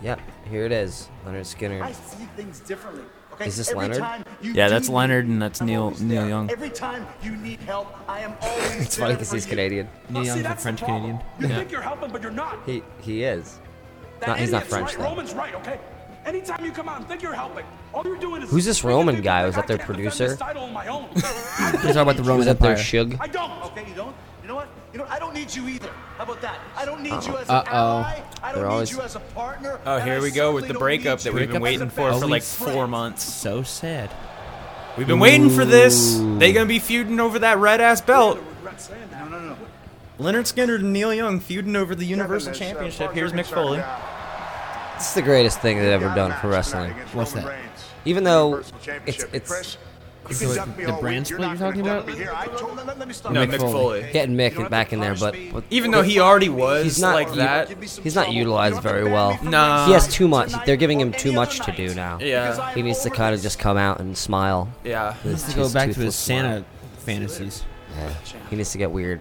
[SPEAKER 2] Yep, here it is. Leonard Skinner.
[SPEAKER 4] I see things differently. Okay?
[SPEAKER 2] Is this
[SPEAKER 4] Every
[SPEAKER 2] Leonard?
[SPEAKER 4] Time you
[SPEAKER 6] Yeah,
[SPEAKER 4] do
[SPEAKER 6] that's
[SPEAKER 4] need
[SPEAKER 6] Leonard
[SPEAKER 4] me,
[SPEAKER 6] and that's
[SPEAKER 4] I'm
[SPEAKER 6] Neil-
[SPEAKER 4] always
[SPEAKER 6] Neil
[SPEAKER 4] there.
[SPEAKER 6] Young.
[SPEAKER 4] Every time you need help, I am always
[SPEAKER 2] It's funny because he's Canadian.
[SPEAKER 5] Neil Young
[SPEAKER 3] Oh, See,
[SPEAKER 5] for
[SPEAKER 3] that's the
[SPEAKER 5] French
[SPEAKER 3] problem.
[SPEAKER 5] Canadian.
[SPEAKER 3] You think you're helping, but you're not.
[SPEAKER 2] He he is.
[SPEAKER 3] That
[SPEAKER 2] not- he's not
[SPEAKER 3] idiot's
[SPEAKER 2] French,
[SPEAKER 3] right.
[SPEAKER 2] though.
[SPEAKER 3] Roman's right, okay? Anytime you come out and think you're helping, all you're doing is.
[SPEAKER 2] Who's this
[SPEAKER 3] making
[SPEAKER 2] Roman
[SPEAKER 3] people
[SPEAKER 2] guy?
[SPEAKER 3] think
[SPEAKER 2] Was
[SPEAKER 3] I
[SPEAKER 2] that their
[SPEAKER 3] can't defend
[SPEAKER 2] producer?
[SPEAKER 3] this title on my own.
[SPEAKER 5] We're talking about the Roman
[SPEAKER 2] Was up there,
[SPEAKER 5] Empire.
[SPEAKER 2] Shug?
[SPEAKER 3] I don't.
[SPEAKER 4] Okay, you don't. You know what? You know I don't need you either. How about that? I don't need you as an
[SPEAKER 5] Uh-oh.
[SPEAKER 4] ally. I don't
[SPEAKER 2] They're
[SPEAKER 4] need
[SPEAKER 2] always-
[SPEAKER 4] you as a partner.
[SPEAKER 6] Oh,
[SPEAKER 4] and
[SPEAKER 6] here
[SPEAKER 4] I
[SPEAKER 6] we go with
[SPEAKER 4] certainly
[SPEAKER 6] the
[SPEAKER 4] don't
[SPEAKER 6] breakup
[SPEAKER 4] need
[SPEAKER 6] that
[SPEAKER 4] you
[SPEAKER 6] we've been
[SPEAKER 4] as
[SPEAKER 6] waiting
[SPEAKER 4] a
[SPEAKER 6] for for
[SPEAKER 4] best
[SPEAKER 6] like
[SPEAKER 4] friend.
[SPEAKER 6] four months.
[SPEAKER 5] So sad.
[SPEAKER 6] We've been waiting for this. They gonna be feuding over that red ass belt.
[SPEAKER 4] No, no, no.
[SPEAKER 6] Leonard Skinner and Neil Young feuding over the Universal Championship. Here's Mick Foley.
[SPEAKER 2] It's the greatest thing they've ever done for wrestling.
[SPEAKER 5] What's that?
[SPEAKER 2] Even though it's it's
[SPEAKER 5] the brand split you're talking about?
[SPEAKER 6] No,
[SPEAKER 5] Mick
[SPEAKER 6] Mick
[SPEAKER 5] Foley.
[SPEAKER 6] Foley.
[SPEAKER 2] getting Mick back in there, but, but
[SPEAKER 6] Even though he already was
[SPEAKER 2] He's not
[SPEAKER 6] like
[SPEAKER 2] even-
[SPEAKER 6] that.
[SPEAKER 2] he's not utilized very well.
[SPEAKER 6] Nah.
[SPEAKER 2] he has too much. They're giving him too much to do now.
[SPEAKER 6] Yeah.
[SPEAKER 2] He needs to kind of just come out and smile.
[SPEAKER 6] Yeah.
[SPEAKER 2] with
[SPEAKER 5] Let's
[SPEAKER 2] his
[SPEAKER 5] go back to
[SPEAKER 2] toothless
[SPEAKER 5] his
[SPEAKER 2] smile.
[SPEAKER 5] Santa fantasies.
[SPEAKER 2] He needs to get weird.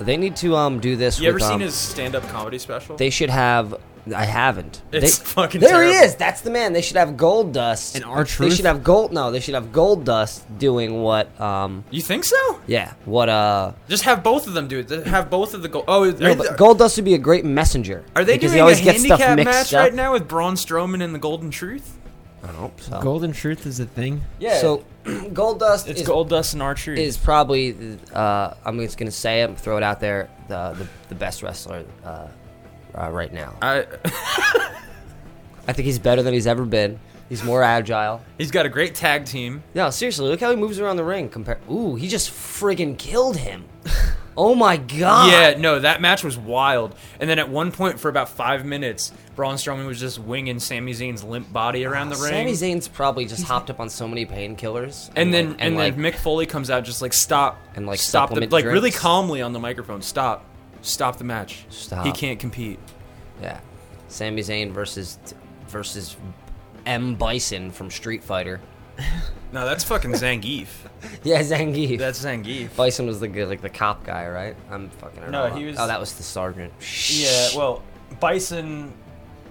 [SPEAKER 2] They need to um do this.
[SPEAKER 6] You ever
[SPEAKER 2] with, um,
[SPEAKER 6] seen his stand up comedy special?
[SPEAKER 2] They should have. I haven't.
[SPEAKER 6] It's
[SPEAKER 2] they,
[SPEAKER 6] fucking
[SPEAKER 2] There he
[SPEAKER 6] terrible.
[SPEAKER 2] is. That's the man. They should have Gold Dust.
[SPEAKER 5] And R-Truth?
[SPEAKER 2] They should have Gold. No, they should have Gold Dust doing what? Um.
[SPEAKER 6] You think so?
[SPEAKER 2] Yeah. What? Uh.
[SPEAKER 6] Just have both of them do it. Just Have both of the gold. Oh,
[SPEAKER 2] No,
[SPEAKER 6] are,
[SPEAKER 2] but Gold Dust would be a great messenger.
[SPEAKER 6] are they
[SPEAKER 2] because
[SPEAKER 6] doing
[SPEAKER 2] he always
[SPEAKER 6] a
[SPEAKER 2] gets stuff
[SPEAKER 6] handicap
[SPEAKER 2] mixed
[SPEAKER 6] match
[SPEAKER 2] up.
[SPEAKER 6] right now with Braun Strowman and the Golden Truth?
[SPEAKER 2] I hope so.
[SPEAKER 5] Golden Truth is a thing.
[SPEAKER 6] Yeah.
[SPEAKER 2] So, [CLEARS THROAT] Gold Dust
[SPEAKER 6] It's
[SPEAKER 2] is
[SPEAKER 6] Gold Dust and R Truth.
[SPEAKER 2] is probably uh, I'm just gonna say it, throw it out there, the the, the best wrestler uh, uh, right now.
[SPEAKER 6] I,
[SPEAKER 2] [LAUGHS] I think he's better than he's ever been. He's more agile.
[SPEAKER 6] he's got a great tag team.
[SPEAKER 2] No, seriously, look how he moves around the ring. Compare. Ooh, he just friggin' killed him. [LAUGHS] Oh my god.
[SPEAKER 6] Yeah, no, that match was wild. And then at one point, for about five minutes, Braun Strowman was just winging Sami Zayn's limp body around the ring.
[SPEAKER 2] Ah, Sami Zayn's probably just hopped up on so many painkillers.
[SPEAKER 6] and then
[SPEAKER 2] like-
[SPEAKER 6] and,
[SPEAKER 2] like,
[SPEAKER 6] then Mick Foley comes out just like stop
[SPEAKER 2] And, like,
[SPEAKER 6] stop the,
[SPEAKER 2] supplement
[SPEAKER 6] like really
[SPEAKER 2] drinks.
[SPEAKER 6] calmly on the microphone stop stop the match
[SPEAKER 2] Stop.
[SPEAKER 6] he can't compete
[SPEAKER 2] yeah, Sami Zayn versus versus M Bison from Street Fighter.
[SPEAKER 6] [LAUGHS] no that's fucking Zangief
[SPEAKER 2] [LAUGHS] Yeah, Zangief.
[SPEAKER 6] that's Zangief
[SPEAKER 2] Bison was the good, like the cop guy, right? I'm fucking. it
[SPEAKER 6] No,
[SPEAKER 2] all
[SPEAKER 6] he
[SPEAKER 2] up.
[SPEAKER 6] was-
[SPEAKER 2] Oh, that was the sergeant.
[SPEAKER 6] yeah well Bison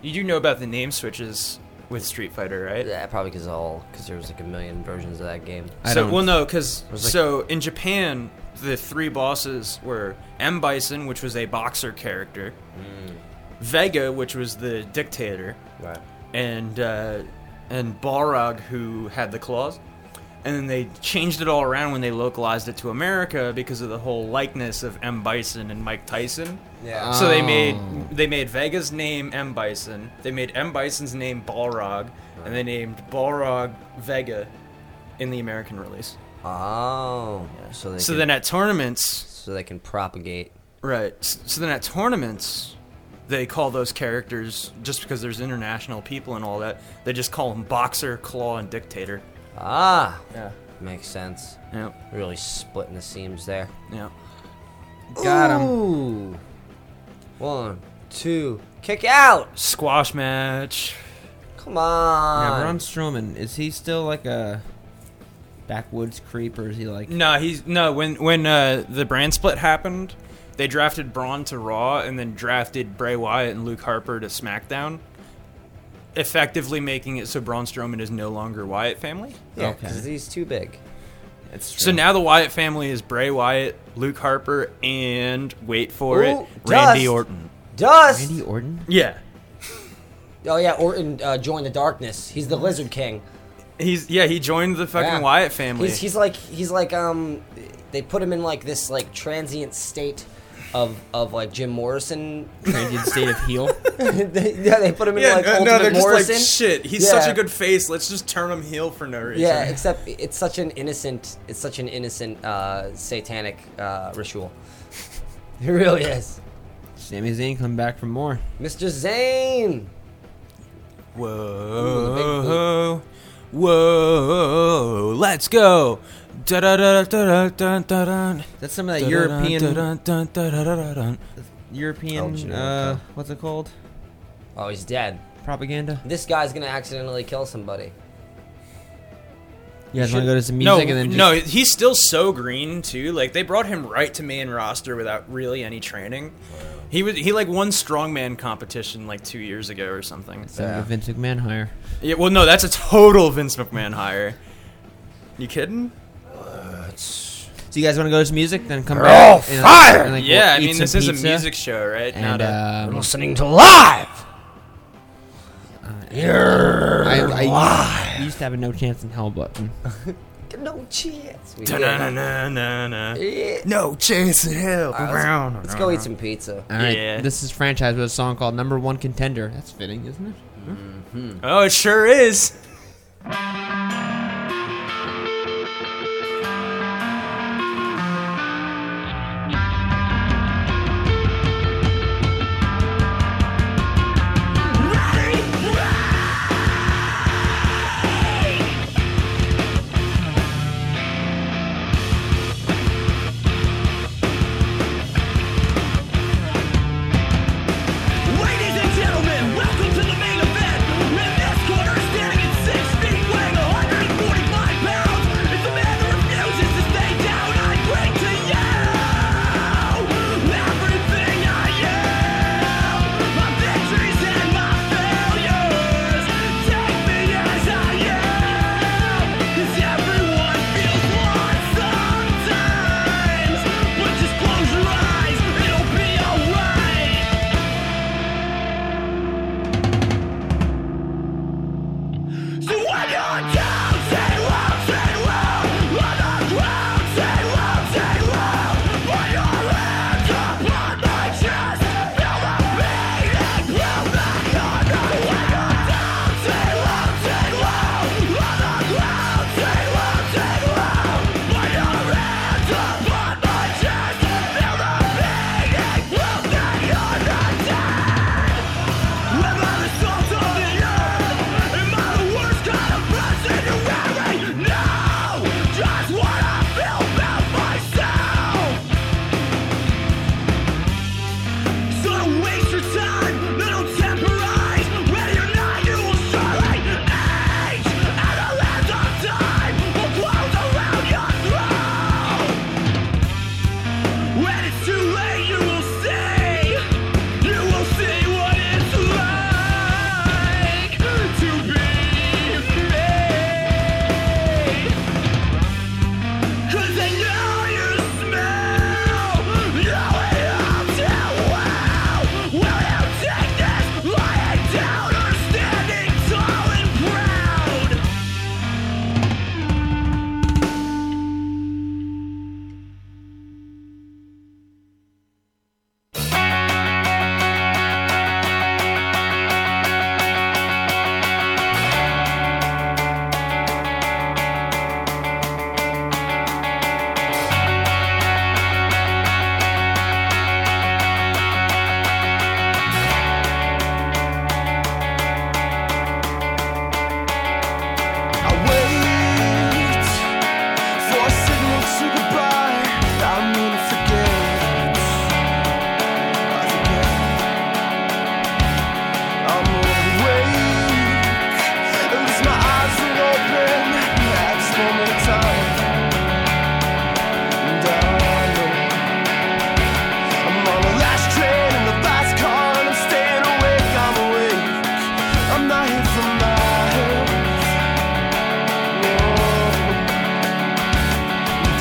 [SPEAKER 6] you do know about the name switches with Street Fighter right
[SPEAKER 2] Yeah, probably because all because there was like a million versions of that game.
[SPEAKER 5] I
[SPEAKER 6] so
[SPEAKER 5] don't-
[SPEAKER 6] well no because
[SPEAKER 2] was like-
[SPEAKER 6] so in Japan the three bosses were M Bison which was a boxer character
[SPEAKER 5] Hmm.
[SPEAKER 6] Vega which was the dictator
[SPEAKER 2] Right.
[SPEAKER 6] and uh, and Balrog who had the claws. And then they changed it all around when they localized it to America because of the whole likeness of M Bison and Mike Tyson.
[SPEAKER 2] Yeah.
[SPEAKER 6] So they made
[SPEAKER 5] Oh.
[SPEAKER 6] they made Vega's name M Bison. They made M Bison's name Balrog, and they named Balrog Vega in the American release.
[SPEAKER 2] Oh. So they.
[SPEAKER 6] So
[SPEAKER 2] can,
[SPEAKER 6] then at tournaments,
[SPEAKER 2] So they can propagate.
[SPEAKER 6] Right. S- So then at tournaments, they call those characters just because there's international people and all that. They just call them Boxer, Claw, and Dictator.
[SPEAKER 2] Ah,
[SPEAKER 6] Yeah.
[SPEAKER 2] makes sense.
[SPEAKER 6] Yeah.
[SPEAKER 2] Really splitting the seams there.
[SPEAKER 6] Yeah.
[SPEAKER 5] Got him.
[SPEAKER 2] Ooh. One, two, kick out.
[SPEAKER 6] Squash match.
[SPEAKER 2] Come on.
[SPEAKER 5] Now, Braun Strowman, is he still like a backwoods creep, or is he like
[SPEAKER 6] No, he's no. When when uh, the brand split happened, they drafted Braun to Raw and then drafted Bray Wyatt and Luke Harper to SmackDown, effectively making it so Braun Strowman is no longer Wyatt family.
[SPEAKER 2] yeah,
[SPEAKER 5] Okay.
[SPEAKER 2] because he's too big.
[SPEAKER 5] It's
[SPEAKER 6] So
[SPEAKER 5] true.
[SPEAKER 6] now the Wyatt family is Bray Wyatt, Luke Harper, and wait for
[SPEAKER 2] Ooh,
[SPEAKER 6] it, Randy
[SPEAKER 2] Dust.
[SPEAKER 6] Orton.
[SPEAKER 2] Dust.
[SPEAKER 5] Randy Orton?
[SPEAKER 6] Yeah,
[SPEAKER 2] [LAUGHS] Oh yeah, Orton uh, joined the darkness. He's the Lizard King.
[SPEAKER 6] he's yeah he joined the fucking
[SPEAKER 2] Yeah.
[SPEAKER 6] Wyatt family.
[SPEAKER 2] He's, he's like he's like um, they put him in like this like transient state of of like Jim Morrison. [LAUGHS]
[SPEAKER 5] Transient state of [LAUGHS] heel.
[SPEAKER 2] They- yeah, they put him in
[SPEAKER 6] yeah,
[SPEAKER 2] like
[SPEAKER 6] no,
[SPEAKER 2] Ultimate
[SPEAKER 6] no, they're just
[SPEAKER 2] Morrison.
[SPEAKER 6] like shit. He's
[SPEAKER 2] Yeah.
[SPEAKER 6] such a good face. Let's just turn him heel for no reason.
[SPEAKER 2] Yeah, except it's such an innocent, it's such an innocent uh, satanic uh, ritual. It really is.
[SPEAKER 5] Sami Zayn come back for more.
[SPEAKER 2] Mr. Zane. the big
[SPEAKER 5] Uh-huh.
[SPEAKER 6] Whoa, whoa, let's go. Da da da da da da da da.
[SPEAKER 5] That's some of that European,
[SPEAKER 6] European.
[SPEAKER 5] European,
[SPEAKER 2] Gino,
[SPEAKER 5] uh,
[SPEAKER 2] okay.
[SPEAKER 5] what's it called?
[SPEAKER 2] Oh, he's dead.
[SPEAKER 5] Propaganda.
[SPEAKER 2] This guy's gonna accidentally kill somebody.
[SPEAKER 5] You guys want to go to some
[SPEAKER 6] No,
[SPEAKER 5] music and then just
[SPEAKER 6] no, he's still so green too. Like they brought him right to main roster without really any training. He was he like won strongman competition like two years ago or something.
[SPEAKER 5] Send him to uh, Vince McMahon hire?
[SPEAKER 6] Yeah, well, no, that's a total Vince McMahon hire. You kidding?
[SPEAKER 5] So you guys want to go to some music, then come back. and, fire! And, like,
[SPEAKER 6] yeah, I
[SPEAKER 5] we'll eat
[SPEAKER 6] mean
[SPEAKER 5] some
[SPEAKER 6] this is
[SPEAKER 5] pizza
[SPEAKER 6] a music show, right?
[SPEAKER 5] And
[SPEAKER 6] Not a-
[SPEAKER 5] um,
[SPEAKER 2] Listening to live.
[SPEAKER 5] Uh, I, I used to have a no chance in hell [LAUGHS] button.
[SPEAKER 2] No chance. We did.
[SPEAKER 6] Da-na-na-na-na.
[SPEAKER 2] Yeah.
[SPEAKER 6] No chance in hell.
[SPEAKER 2] Let's go eat some pizza.
[SPEAKER 5] All right,
[SPEAKER 6] Yeah.
[SPEAKER 5] this is franchise with a song called "Number One Contender." That's fitting, isn't it?
[SPEAKER 2] Mm-hmm.
[SPEAKER 6] Oh, it sure is.
[SPEAKER 11] Ladies and gentlemen, welcome to the main event. In this corner, standing at six feet, weighing 160
[SPEAKER 4] oh,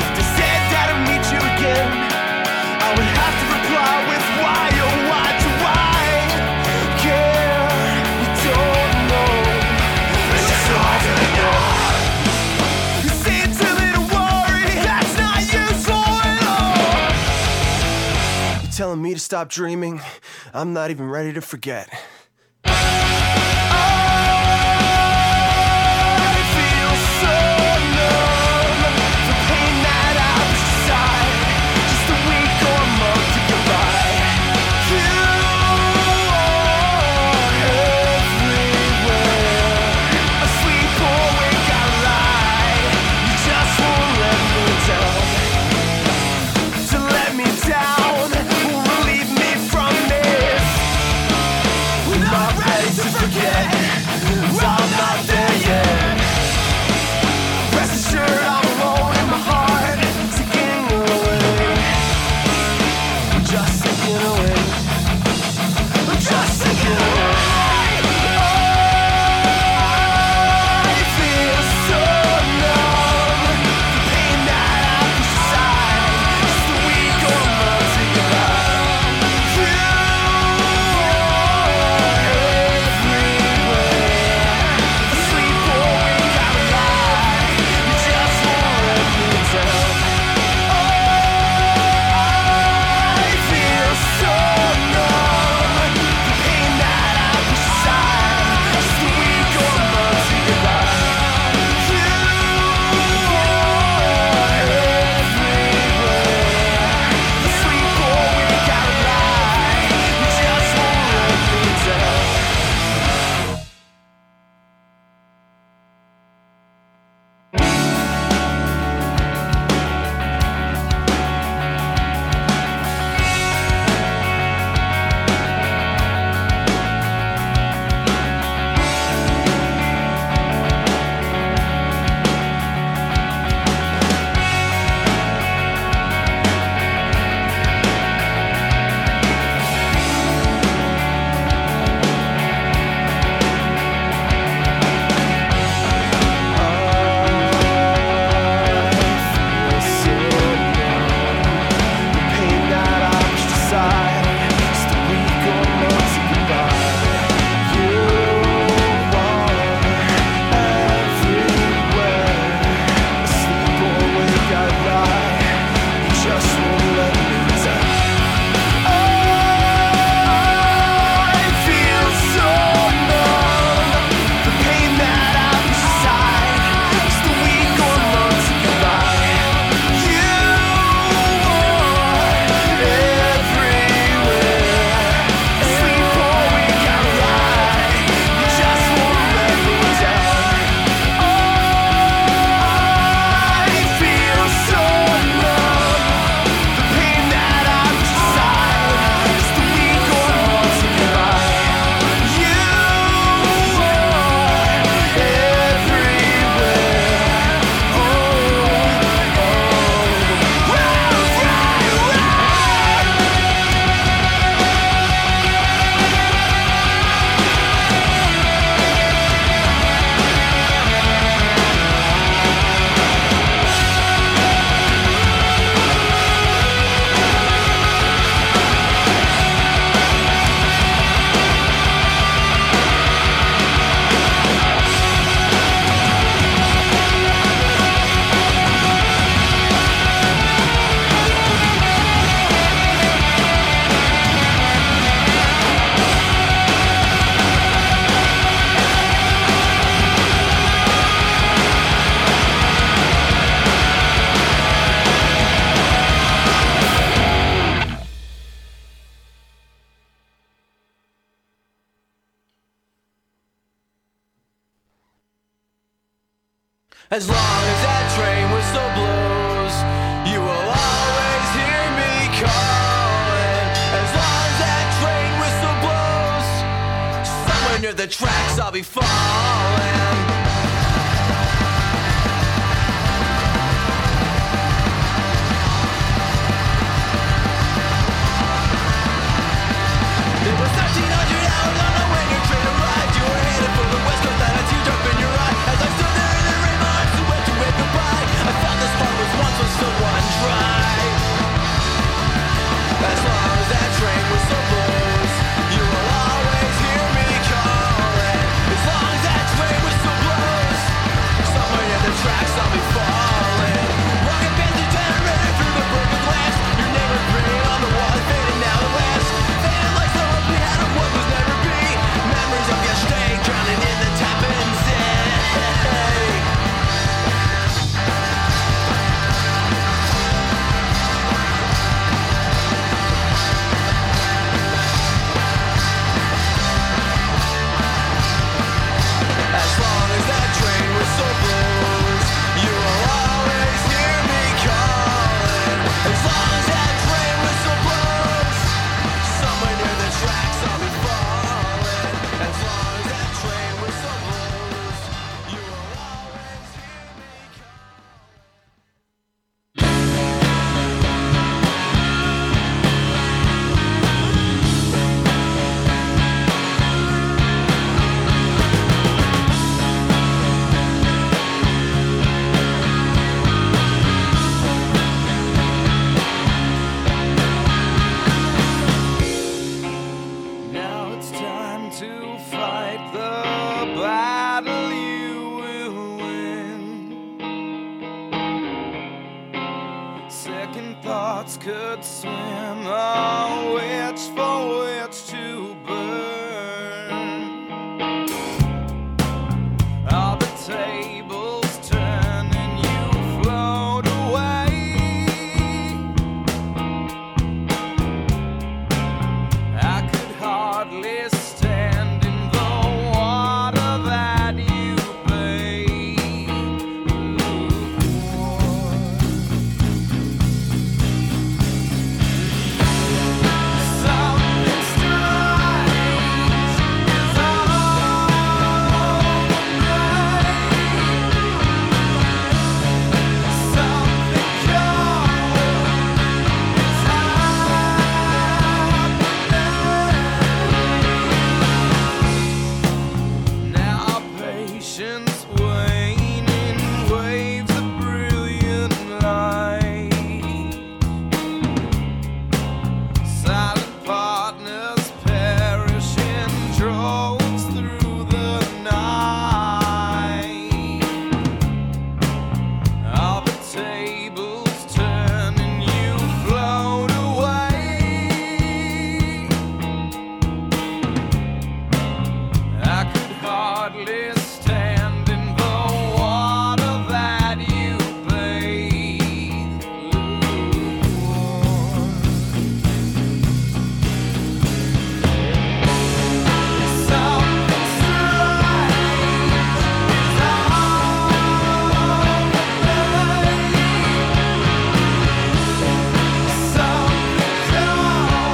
[SPEAKER 4] telling me to stop dreaming. I'm not even ready to forget. I'm not there yet. Rest assured, I'm alone in my heart, ticking away. I'm just ticking away. I'm just ticking away. I feel Oh, so numb. The pain that I preside is the weak or melting love. You are everywhere. Asleep or wake, I'm alive. You just won't let me down. I feel so numb. The pain that I preside is the weak or melting love. You are everywhere. Asleep or wake, I'm alive. You just won't let me down. Just won't let me down. Oh, I feel so numb. The pain that I preside is the weak or multiplied. You are everywhere. Asleep or wake, I'm alive. You just won't let me down. I feel so numb. The pain that I preside is the weak or multiplied. You are everywhere. As long as that train whistle blows, you will always hear me calling. As long as that train whistle blows, somewhere near the tracks I'll be falling. It was 1300 hours on the way your train arrived. You were headed for the west coast, and as you jump in your eye, as I stood there in the rain, my arms were wet to wave goodbye. I thought this part was once was so undry. As long as that train whistle blows, you will always hear me calling. As long as that train whistle blows. second thoughts could swim. Oh, which for which to burn? All the tables turn and you float away. I could hardly stand in the water that you bathe. Now our patience wane in waves of brilliant light. Silent partners perish in droves through the night. All the tables turn and you float away. I could hardly stand in the water that you bathe. Something strange is on the way. Something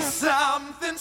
[SPEAKER 4] Something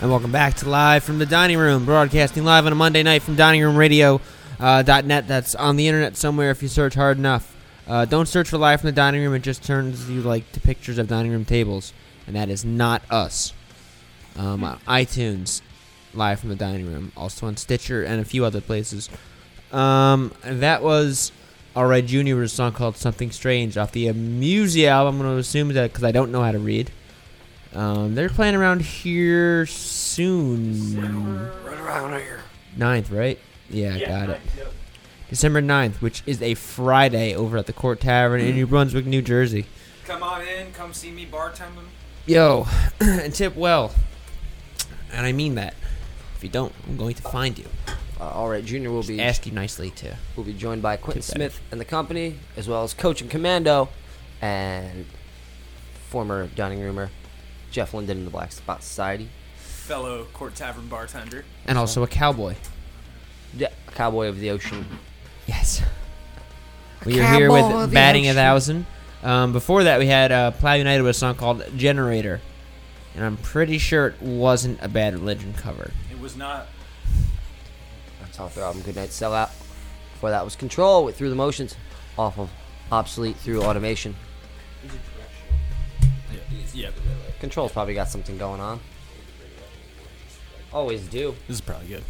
[SPEAKER 5] And welcome back to Live from the Dining Room, broadcasting live on a Monday night from diningroomradio.net. That's on the internet somewhere if you search hard enough. Uh, don't search for Live from the Dining Room, it just turns you like to pictures of dining room tables. And that is not us. Um, on iTunes, Live from the Dining Room, also on Stitcher and a few other places. Um, that was R.I. Junior's song called Something Strange off the Amuse album. I'm going to assume that because I don't know how to read. Um, they're playing around here soon.
[SPEAKER 12] Right around here.
[SPEAKER 5] 9th, right? Yeah,
[SPEAKER 12] Yeah,
[SPEAKER 5] got it.
[SPEAKER 12] ninth, yep.
[SPEAKER 5] December 9th, which is a Friday over at the Court Tavern in New
[SPEAKER 2] Mm.
[SPEAKER 5] Brunswick, New Jersey.
[SPEAKER 13] Come on in, come see me bartending.
[SPEAKER 5] Yo, [CLEARS THROAT] and tip well. And I mean that. If you don't, I'm going to find you.
[SPEAKER 2] Uh, all right, Junior will be
[SPEAKER 5] ask you nicely to.
[SPEAKER 2] We'll be joined by Quentin
[SPEAKER 5] Too bad.
[SPEAKER 2] Smith and the company, as well as Coach and Commando, and former dining roomer Jeff Linden in the Black Spot Society,
[SPEAKER 6] Fellow Court Tavern bartender.
[SPEAKER 5] And also a cowboy.
[SPEAKER 2] yeah, Cowboy of the Ocean.
[SPEAKER 5] Yes. We are here with batting a thousand. Um, before that, we had uh, Plow United with a song called Generator, and I'm pretty sure it wasn't a Bad Religion cover.
[SPEAKER 6] It was not.
[SPEAKER 2] That's off their album Good Night Sellout. Before that was Control with Through the Motions, off of Obsolete Through Automation.
[SPEAKER 6] Yeah.
[SPEAKER 2] Control's probably got something going on. Always do.
[SPEAKER 6] This is probably good.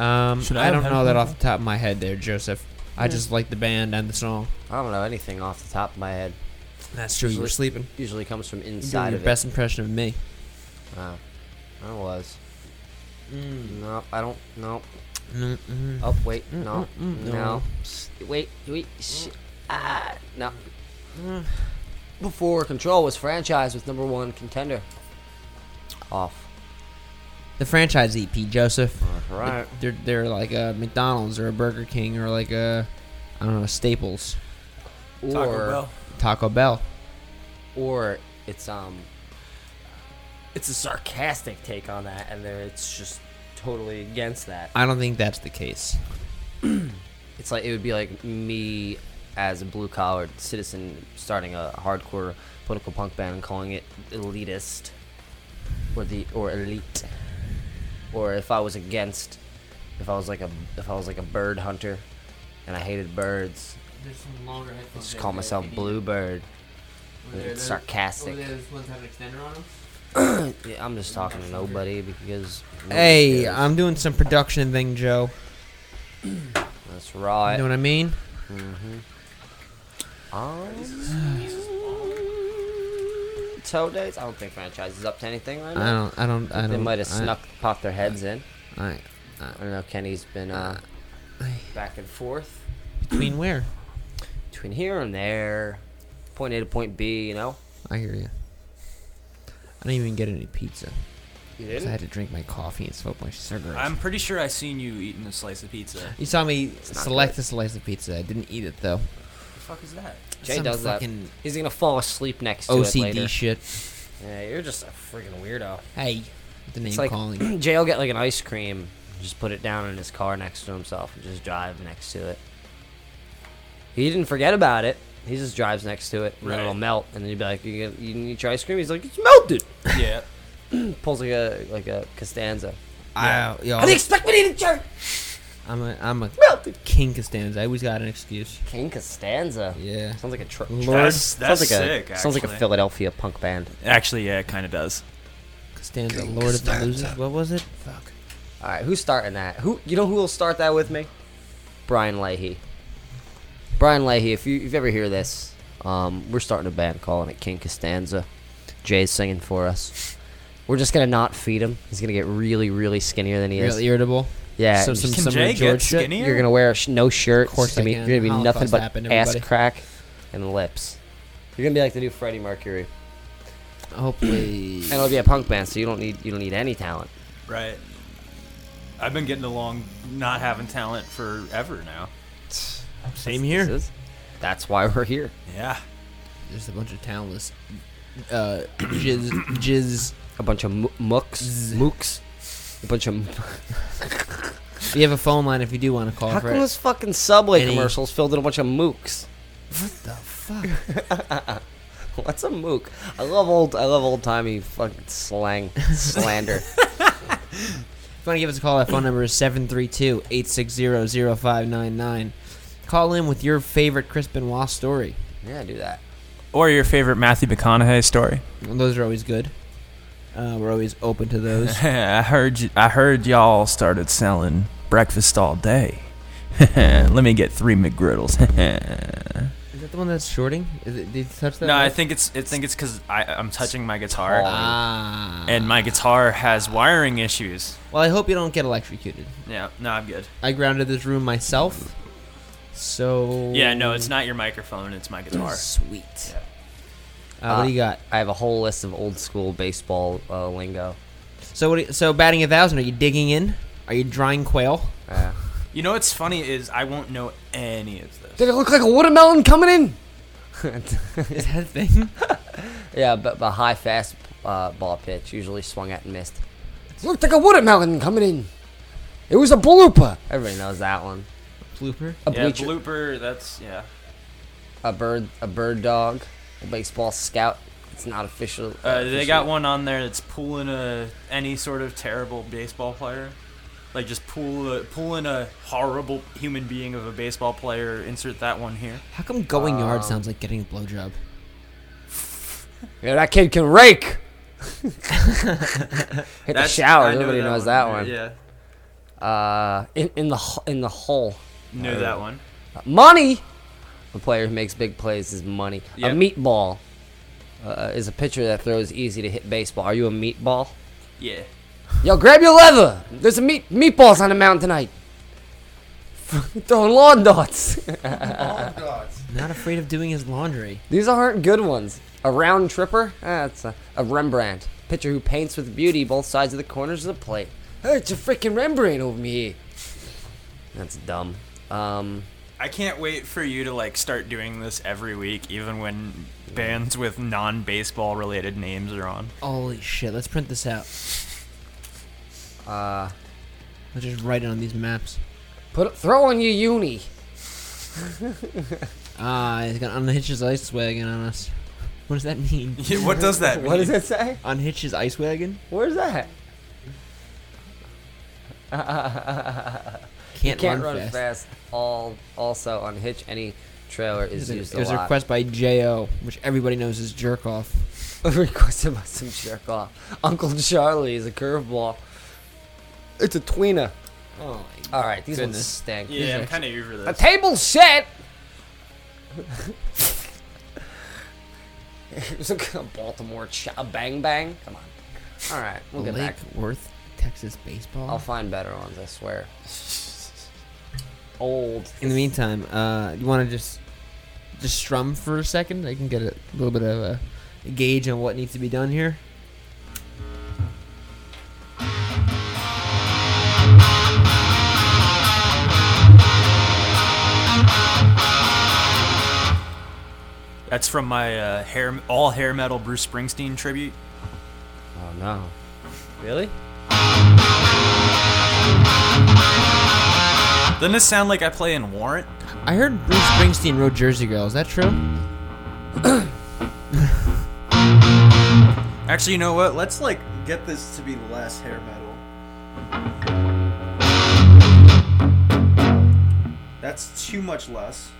[SPEAKER 5] Um,
[SPEAKER 2] Should I
[SPEAKER 5] I,
[SPEAKER 2] have
[SPEAKER 5] don't know
[SPEAKER 2] had
[SPEAKER 5] that
[SPEAKER 2] one?
[SPEAKER 5] off the top of my head there, Joseph. I
[SPEAKER 2] Yeah.
[SPEAKER 5] just like the band and the song.
[SPEAKER 2] I don't know anything off the top of my head.
[SPEAKER 5] That's true, you were sleeping.
[SPEAKER 2] Usually comes from
[SPEAKER 5] You're doing
[SPEAKER 2] inside
[SPEAKER 5] your
[SPEAKER 2] of
[SPEAKER 5] best
[SPEAKER 2] it.
[SPEAKER 5] impression of me.
[SPEAKER 2] Wow. Ah, I was. No, I don't. No.
[SPEAKER 5] Mm, mm.
[SPEAKER 2] Oh wait,
[SPEAKER 5] Mm,
[SPEAKER 2] no,
[SPEAKER 5] mm, mm,
[SPEAKER 2] no.
[SPEAKER 5] no.
[SPEAKER 2] Psst, Wait, wait. sh- Ah, no. Mm. Before Control was franchised with number one contender. Off.
[SPEAKER 5] The franchise EP, Joseph.
[SPEAKER 2] right.
[SPEAKER 5] They're they're like a McDonald's or a Burger King or like a I don't know Staples
[SPEAKER 2] Taco Or- Bell.
[SPEAKER 5] Taco Bell.
[SPEAKER 2] Or it's um. It's a sarcastic take on that, and there it's just totally against that.
[SPEAKER 5] I don't think that's the case.
[SPEAKER 2] It's like it would be like me as a blue collar citizen starting a hardcore political punk band and calling it elitist or the or elite. Or if I was against if I was like a if I was like a bird hunter and I hated birds,
[SPEAKER 5] There's some longer
[SPEAKER 2] I'd
[SPEAKER 5] headphones. E
[SPEAKER 2] just call myself bluebird. It's sarcastic. [COUGHS] yeah, I'm just talking to nobody because
[SPEAKER 5] Hey, I'm doing some production thing, Joe.
[SPEAKER 2] that's right.
[SPEAKER 5] You know what I mean?
[SPEAKER 2] Mm-hmm. Um, Toe days? I don't think franchise is up to anything right
[SPEAKER 5] I
[SPEAKER 2] now.
[SPEAKER 5] don't- I don't- I
[SPEAKER 2] They
[SPEAKER 5] don't-
[SPEAKER 2] might have
[SPEAKER 5] I- Uh,
[SPEAKER 2] snuck, popped their heads in.
[SPEAKER 5] I,
[SPEAKER 2] I don't know. Kenny's been uh, back and forth
[SPEAKER 5] Between where?
[SPEAKER 2] between here and there, point A to point B. You know.
[SPEAKER 5] I hear you. I didn't even get any pizza.
[SPEAKER 2] You
[SPEAKER 5] 'Cause
[SPEAKER 2] didn't?
[SPEAKER 5] I had to drink my coffee and smoke my cigarette.
[SPEAKER 6] I'm pretty sure I seen you eating a slice of pizza.
[SPEAKER 5] you saw me
[SPEAKER 6] not
[SPEAKER 5] select a slice of pizza. I didn't eat it though.
[SPEAKER 6] What the fuck is that?
[SPEAKER 2] Jay
[SPEAKER 5] Some
[SPEAKER 2] does that.
[SPEAKER 5] fucking
[SPEAKER 2] He's gonna fall asleep next to it
[SPEAKER 5] OCD
[SPEAKER 2] later.
[SPEAKER 5] shit.
[SPEAKER 2] Yeah, you're just a freaking weirdo.
[SPEAKER 5] Hey, the name
[SPEAKER 2] it's like, [CLEARS THROAT]
[SPEAKER 5] calling.
[SPEAKER 2] Jay will get like an ice cream, just put it down in his car next to himself, and just drive next to it. He didn't forget about it. He just drives next to it, and then it'll melt, and then you'd be like, "You, get, you need your ice cream?" He's like, "It's melted."
[SPEAKER 6] Yeah.
[SPEAKER 2] [CLEARS THROAT] Pulls like a like a Costanza.
[SPEAKER 5] I, yo,
[SPEAKER 2] I didn't expect me to eat a jerk.
[SPEAKER 5] I'm a I'm a King Costanza. I always got an excuse.
[SPEAKER 2] King Costanza.
[SPEAKER 5] Yeah.
[SPEAKER 2] Sounds like a tr-
[SPEAKER 5] Lord
[SPEAKER 6] That's- that's
[SPEAKER 2] sounds like
[SPEAKER 6] sick,
[SPEAKER 2] a sounds like a
[SPEAKER 6] actually.
[SPEAKER 2] Philadelphia punk band.
[SPEAKER 6] Actually, yeah, it kind of does.
[SPEAKER 5] Costanza, Lord of the Losers. What was it? Fuck.
[SPEAKER 2] All right, who's starting that? Who you know who will start that with me? Brian Leahy. Brian Leahy. If you if you ever hear this, um, we're starting a band calling it King Costanza. Jay's singing for us. We're just gonna not feed him. He's gonna get really really skinnier than he
[SPEAKER 5] Real
[SPEAKER 2] is.
[SPEAKER 5] irritable.
[SPEAKER 2] Yeah.
[SPEAKER 5] So
[SPEAKER 2] and
[SPEAKER 5] some
[SPEAKER 2] just-
[SPEAKER 5] some Jay George shit.
[SPEAKER 2] You're gonna wear a sh- no shirt. Of
[SPEAKER 5] course
[SPEAKER 2] gonna
[SPEAKER 5] I
[SPEAKER 2] be,
[SPEAKER 5] can.
[SPEAKER 2] You're gonna be nothing
[SPEAKER 5] Holocaust
[SPEAKER 2] but
[SPEAKER 5] happened,
[SPEAKER 2] ass
[SPEAKER 5] everybody.
[SPEAKER 2] crack and lips. You're gonna be like the new Freddie Mercury,
[SPEAKER 5] Hopefully.
[SPEAKER 2] and it'll be a punk band. So you don't need you don't need any talent.
[SPEAKER 6] Right. I've been getting along not having talent forever now.
[SPEAKER 5] Same here.
[SPEAKER 2] That's why we're here.
[SPEAKER 6] Yeah.
[SPEAKER 5] There's a bunch of talentless. Uh,
[SPEAKER 2] [COUGHS]
[SPEAKER 5] jizz, jizz.
[SPEAKER 2] a bunch of m- mooks, mooks, a bunch of.
[SPEAKER 5] We have a phone line if you do want to call
[SPEAKER 2] How
[SPEAKER 5] for
[SPEAKER 2] come
[SPEAKER 5] it.
[SPEAKER 2] this fucking Subway
[SPEAKER 5] Any-
[SPEAKER 2] commercials filled in a bunch of mooks?
[SPEAKER 5] Fuck.
[SPEAKER 2] [LAUGHS] What's a mook? I love old. I love old timey fucking slang [LAUGHS] slander. Uh,
[SPEAKER 5] If you want to give us a call, that phone number is 732 860 0599. Call in with your favorite Chris Benoit story.
[SPEAKER 2] yeah, do that.
[SPEAKER 6] Or your favorite Matthew McConaughey story.
[SPEAKER 5] And those are always good. Uh, we're always open to
[SPEAKER 2] [LAUGHS]
[SPEAKER 6] [LAUGHS]
[SPEAKER 5] those.
[SPEAKER 6] I heard y- I heard y'all started selling breakfast all day. [LAUGHS] Let me get three McGriddles. [LAUGHS]
[SPEAKER 5] Is that the one that's shorting? Is it, did you touch that?
[SPEAKER 6] no, I
[SPEAKER 5] one?
[SPEAKER 6] think it's I think it's because I'm touching my guitar,
[SPEAKER 5] Ah.
[SPEAKER 6] and my guitar has wiring issues.
[SPEAKER 5] Well, I hope you don't get electrocuted.
[SPEAKER 6] Yeah, no, I'm good.
[SPEAKER 5] I grounded this room myself. So.
[SPEAKER 6] Yeah, no, it's not your microphone; it's my guitar.
[SPEAKER 5] Sweet. Uh, what do you got?
[SPEAKER 2] I have a whole list of old school baseball uh, lingo.
[SPEAKER 5] So, what do you, so batting a thousand, are you digging in? Are you drying quail?
[SPEAKER 2] Uh, [LAUGHS]
[SPEAKER 6] You know what's funny is I won't know any of this.
[SPEAKER 2] Did it look like a watermelon [LAUGHS] coming in?
[SPEAKER 5] Is that a thing?
[SPEAKER 2] yeah, but but high fast uh, ball pitch usually swung at and missed. It looked like a watermelon coming in. It was a blooper. Everybody knows that one.
[SPEAKER 5] Blooper?
[SPEAKER 2] A
[SPEAKER 6] yeah,
[SPEAKER 2] bleacher.
[SPEAKER 6] blooper. That's yeah.
[SPEAKER 2] a bird a bird dog, a baseball scout. It's not official.
[SPEAKER 6] Uh, they got
[SPEAKER 2] official.
[SPEAKER 6] one on there that's pulling a any sort of terrible baseball player, like just pull a, pulling a horrible human being of a baseball player. Insert that one here.
[SPEAKER 5] How come going yard
[SPEAKER 2] Ah.
[SPEAKER 6] Um,
[SPEAKER 5] sounds like getting a
[SPEAKER 2] [LAUGHS]
[SPEAKER 5] blowjob?
[SPEAKER 2] Yeah, that kid
[SPEAKER 6] [LAUGHS]
[SPEAKER 2] can rake. Hit the
[SPEAKER 6] That's-
[SPEAKER 2] shower.
[SPEAKER 6] I know
[SPEAKER 2] Everybody
[SPEAKER 6] that
[SPEAKER 2] knows
[SPEAKER 6] one.
[SPEAKER 2] that one.
[SPEAKER 6] Yeah.
[SPEAKER 2] Uh, in, in the hu- in the hole.
[SPEAKER 6] Knew that one.
[SPEAKER 2] Uh, money. The player who makes big plays is money.
[SPEAKER 6] Yep.
[SPEAKER 2] A meatball uh, is a pitcher that throws easy to hit baseball. Are you a meatball?
[SPEAKER 6] Yeah.
[SPEAKER 2] Yo, grab your leather. There's a meat meatballs on the mound tonight. [LAUGHS] Throwing lawn darts. [LAUGHS]
[SPEAKER 5] Not afraid of doing his laundry.
[SPEAKER 2] These aren't good ones. A round tripper? Ah, That's a, a Rembrandt. Pitcher who paints with beauty both sides of the corners of the plate. Hey, it's a freaking Rembrandt over me. That's dumb. [LAUGHS] Um,
[SPEAKER 6] I can't wait for you to like start doing this every week, even when bands with non-baseball related names are on.
[SPEAKER 5] Holy shit! Let's print this out.
[SPEAKER 2] Uh,
[SPEAKER 5] let's just write it on these maps.
[SPEAKER 2] Put throw on your uni.
[SPEAKER 5] [LAUGHS] Ah, he's gonna unhitch his ice wagon on us. What does that mean?
[SPEAKER 2] [LAUGHS] Yeah, what does that What does mean? it say?
[SPEAKER 5] Unhitch his ice wagon.
[SPEAKER 2] Where's that?
[SPEAKER 5] Can't
[SPEAKER 2] you can't
[SPEAKER 5] run
[SPEAKER 2] run, fast. All also unhitch any trailer is
[SPEAKER 5] There's a,
[SPEAKER 2] used
[SPEAKER 5] there's
[SPEAKER 2] a
[SPEAKER 5] a
[SPEAKER 2] lot.
[SPEAKER 5] request by Jo, which everybody knows is jerk off.
[SPEAKER 2] [LAUGHS] requested by some jerk off. Uncle Charlie is a curveball. It's a tweener.
[SPEAKER 5] Oh,
[SPEAKER 2] all right, these
[SPEAKER 5] goodness.
[SPEAKER 2] ones stank.
[SPEAKER 5] Yeah, I'm
[SPEAKER 6] kinda over
[SPEAKER 2] The
[SPEAKER 6] this.
[SPEAKER 2] table's set. [LAUGHS] It's a kind of Baltimore ch- a bang bang. Come on. All right, we'll get back.
[SPEAKER 5] Lake Worth, Texas baseball.
[SPEAKER 2] I'll find better ones. I swear. Old.
[SPEAKER 5] In the meantime, uh, you want to just just strum for a second? I can get a little bit of a, gauge on what needs to be done here.
[SPEAKER 6] That's from my uh, hair, all hair metal Bruce Springsteen tribute.
[SPEAKER 2] Oh no. Really?
[SPEAKER 6] Doesn't this sound like I play in Warrant?
[SPEAKER 5] I heard Bruce Springsteen wrote Jersey Girl. Is that true?
[SPEAKER 6] Actually, you know what? Let's like.
[SPEAKER 4] Get this to be the last hair metal. That's too much less.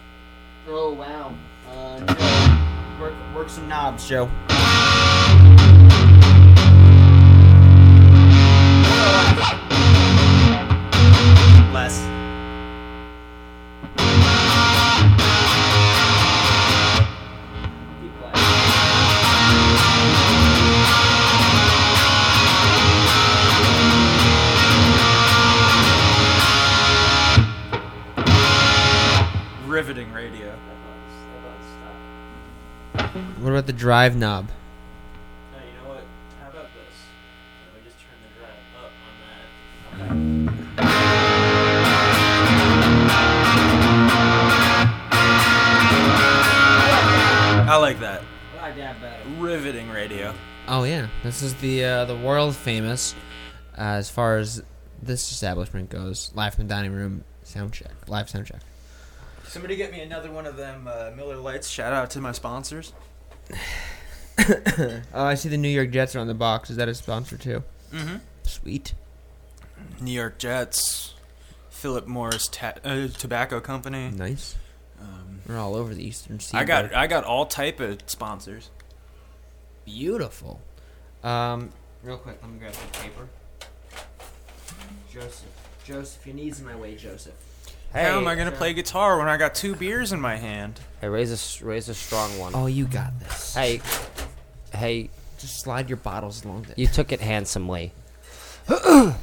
[SPEAKER 5] Oh wow. Uh, work, work some knobs, Joe.
[SPEAKER 4] Less.
[SPEAKER 6] Riveting radio.
[SPEAKER 5] What about the drive knob?
[SPEAKER 6] I like that.
[SPEAKER 5] I like that better.
[SPEAKER 6] Riveting radio.
[SPEAKER 5] Oh yeah, this is the uh, the world famous uh, as far as this establishment goes. Live from the dining room sound check, live sound check.
[SPEAKER 4] Somebody get me another one of them uh, Miller Lights. Shout out to my sponsors.
[SPEAKER 5] Oh, I see the New York Jets are on the box. Is that a sponsor too? Mm-hmm. Sweet.
[SPEAKER 6] New York Jets. Philip Morris ta- uh, Tobacco Company.
[SPEAKER 5] Nice.
[SPEAKER 6] Um,
[SPEAKER 5] We're all over the Eastern Sea.
[SPEAKER 6] I got
[SPEAKER 5] bud.
[SPEAKER 6] I got all type of sponsors.
[SPEAKER 5] beautiful. Um, real quick, let me grab some paper. Joseph, Joseph, your knees in my way, Joseph.
[SPEAKER 6] How am I gonna play guitar when I got two beers in my hand?
[SPEAKER 2] Hey, raise a s- raise a strong one.
[SPEAKER 5] Oh, you got this.
[SPEAKER 2] Hey, hey.
[SPEAKER 5] Just slide your bottles along. The-
[SPEAKER 2] You took it handsomely.
[SPEAKER 5] [CLEARS THROAT]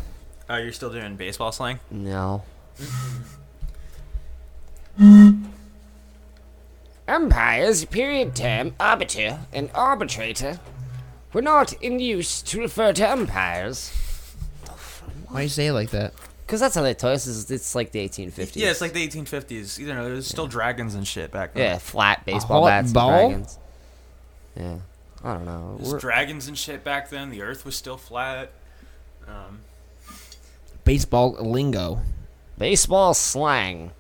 [SPEAKER 6] Oh, you're still doing baseball slang?
[SPEAKER 2] No.
[SPEAKER 14] Umpires, period term, arbiter, and arbitrator were not in use to refer to umpires.
[SPEAKER 5] Why you say it like that?
[SPEAKER 2] Cause that's how they taught us. Is it's like the 1850s.
[SPEAKER 6] Yeah, it's like the 1850s. You know, there's still dragons and shit back then.
[SPEAKER 2] Yeah, flat baseball
[SPEAKER 5] hot
[SPEAKER 2] bats, and
[SPEAKER 5] ball?
[SPEAKER 2] dragons. Yeah, I don't know.
[SPEAKER 6] There's
[SPEAKER 2] We're-
[SPEAKER 6] dragons and shit back then. The earth was still flat. Um,
[SPEAKER 5] Baseball lingo.
[SPEAKER 2] Baseball slang.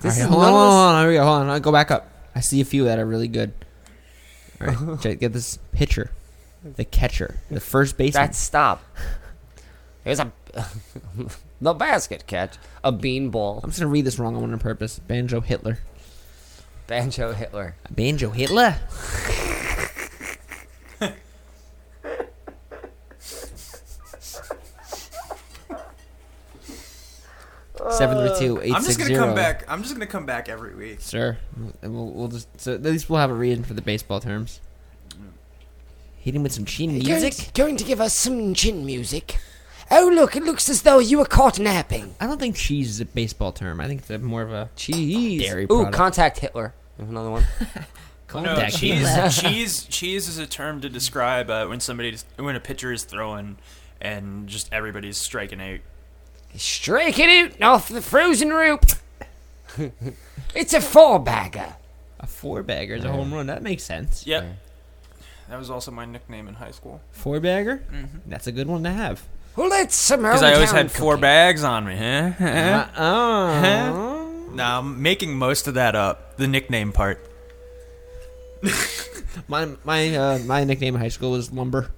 [SPEAKER 5] This
[SPEAKER 2] is
[SPEAKER 5] hold on,
[SPEAKER 2] none of
[SPEAKER 5] hold on,
[SPEAKER 2] this-
[SPEAKER 5] hold on. Here we go. Hold on. I'll go back up. I see a few that are really good. All [LAUGHS] right, check, get this pitcher, the catcher, the first baseman.
[SPEAKER 2] That's stop.
[SPEAKER 15] Here's
[SPEAKER 2] [LAUGHS]
[SPEAKER 15] a the basket catch, a bean ball.
[SPEAKER 5] I'm just gonna read this wrong on purpose. Banjo Hitler.
[SPEAKER 2] Banjo Hitler.
[SPEAKER 5] Banjo Hitler. Seven three two
[SPEAKER 6] Uh,
[SPEAKER 5] eight
[SPEAKER 16] I'm
[SPEAKER 5] six
[SPEAKER 16] just gonna
[SPEAKER 5] zero.
[SPEAKER 16] come back. I'm just gonna come back every week.
[SPEAKER 5] Sure. And we'll, we'll just so at least we'll have a reading for the baseball terms. Hit him with some chin
[SPEAKER 15] Going,
[SPEAKER 5] music.
[SPEAKER 15] going to give us some chin music. Oh look, it looks as though you were caught napping.
[SPEAKER 5] I don't think cheese is a baseball term. I think it's a more of a cheese dairy
[SPEAKER 2] Ooh,
[SPEAKER 5] product.
[SPEAKER 2] contact Hitler. There's another one. [LAUGHS]
[SPEAKER 5] Contact
[SPEAKER 2] Contact
[SPEAKER 5] Hitler.
[SPEAKER 2] Hitler.
[SPEAKER 5] Back [LAUGHS]
[SPEAKER 2] Hitler.
[SPEAKER 6] cheese, cheese, cheese is a term to describe uh, when somebody, when a pitcher is throwing, and just everybody's striking out.
[SPEAKER 15] Strike it out off the frozen rope. it's a four bagger.
[SPEAKER 5] A four bagger is a home run. That makes sense.
[SPEAKER 6] Yep. That was also my nickname in high school.
[SPEAKER 5] Four bagger.
[SPEAKER 6] Mhm.
[SPEAKER 5] That's a good one to have.
[SPEAKER 15] Well, let's somehow.
[SPEAKER 6] Because I always had four bags on me, huh?
[SPEAKER 5] Uh-uh.
[SPEAKER 6] [LAUGHS] Nah, I'm making most of that up. The nickname part.
[SPEAKER 5] [LAUGHS] My my uh, my nickname in high school was lumber.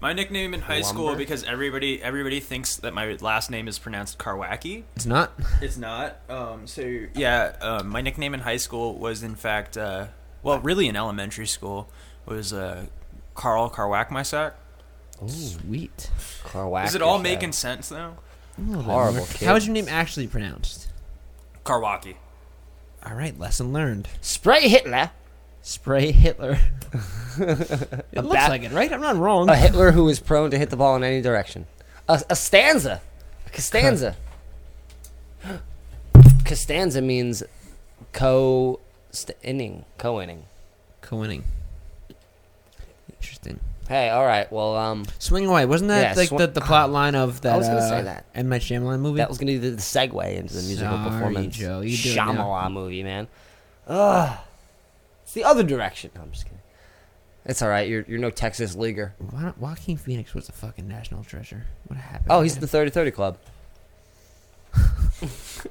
[SPEAKER 6] My nickname in high school
[SPEAKER 5] Lumber?
[SPEAKER 6] because everybody everybody thinks that my last name is pronounced Karwacki.
[SPEAKER 5] It's not. [LAUGHS]
[SPEAKER 6] It's not. Um, so yeah, um, my nickname in high school was in fact, uh, well, really in elementary school was uh, Carl Karwack my sack.
[SPEAKER 5] Oh, Sweet.
[SPEAKER 6] Is it all making sense though?
[SPEAKER 5] Horrible. How is your name actually pronounced?
[SPEAKER 6] Karwacki.
[SPEAKER 5] All right, lesson learned.
[SPEAKER 15] Spray Hitler.
[SPEAKER 5] Spray Hitler.
[SPEAKER 2] A
[SPEAKER 5] it looks
[SPEAKER 2] bat-
[SPEAKER 5] like it, right? I'm not wrong.
[SPEAKER 2] A Hitler who is prone to hit the ball in any direction. A, a stanza. Costanza. Costanza means co st- inning. Co inning.
[SPEAKER 5] Co-winning. Interesting.
[SPEAKER 2] Hey, all right. Well, um,
[SPEAKER 5] Swing away. Wasn't that
[SPEAKER 2] Yeah,
[SPEAKER 5] like
[SPEAKER 2] swi-
[SPEAKER 5] the, the plot line of that?
[SPEAKER 2] I was gonna
[SPEAKER 5] uh,
[SPEAKER 2] say that.
[SPEAKER 5] M. Night Shyamalan movie.
[SPEAKER 2] that was going to be the segue into the musical
[SPEAKER 5] Sorry,
[SPEAKER 2] performance.
[SPEAKER 5] Joe, you do it now.
[SPEAKER 2] Shyamalan movie, man. Ugh. It's the other direction. No, I'm just kidding. It's all right. You're, you're no Texas leaguer.
[SPEAKER 5] Why not, Joaquin Phoenix was a fucking national treasure. What happened?
[SPEAKER 2] Oh,
[SPEAKER 5] to
[SPEAKER 2] he's in
[SPEAKER 5] him?
[SPEAKER 2] the 30 30
[SPEAKER 5] [LAUGHS]
[SPEAKER 2] club. [LAUGHS]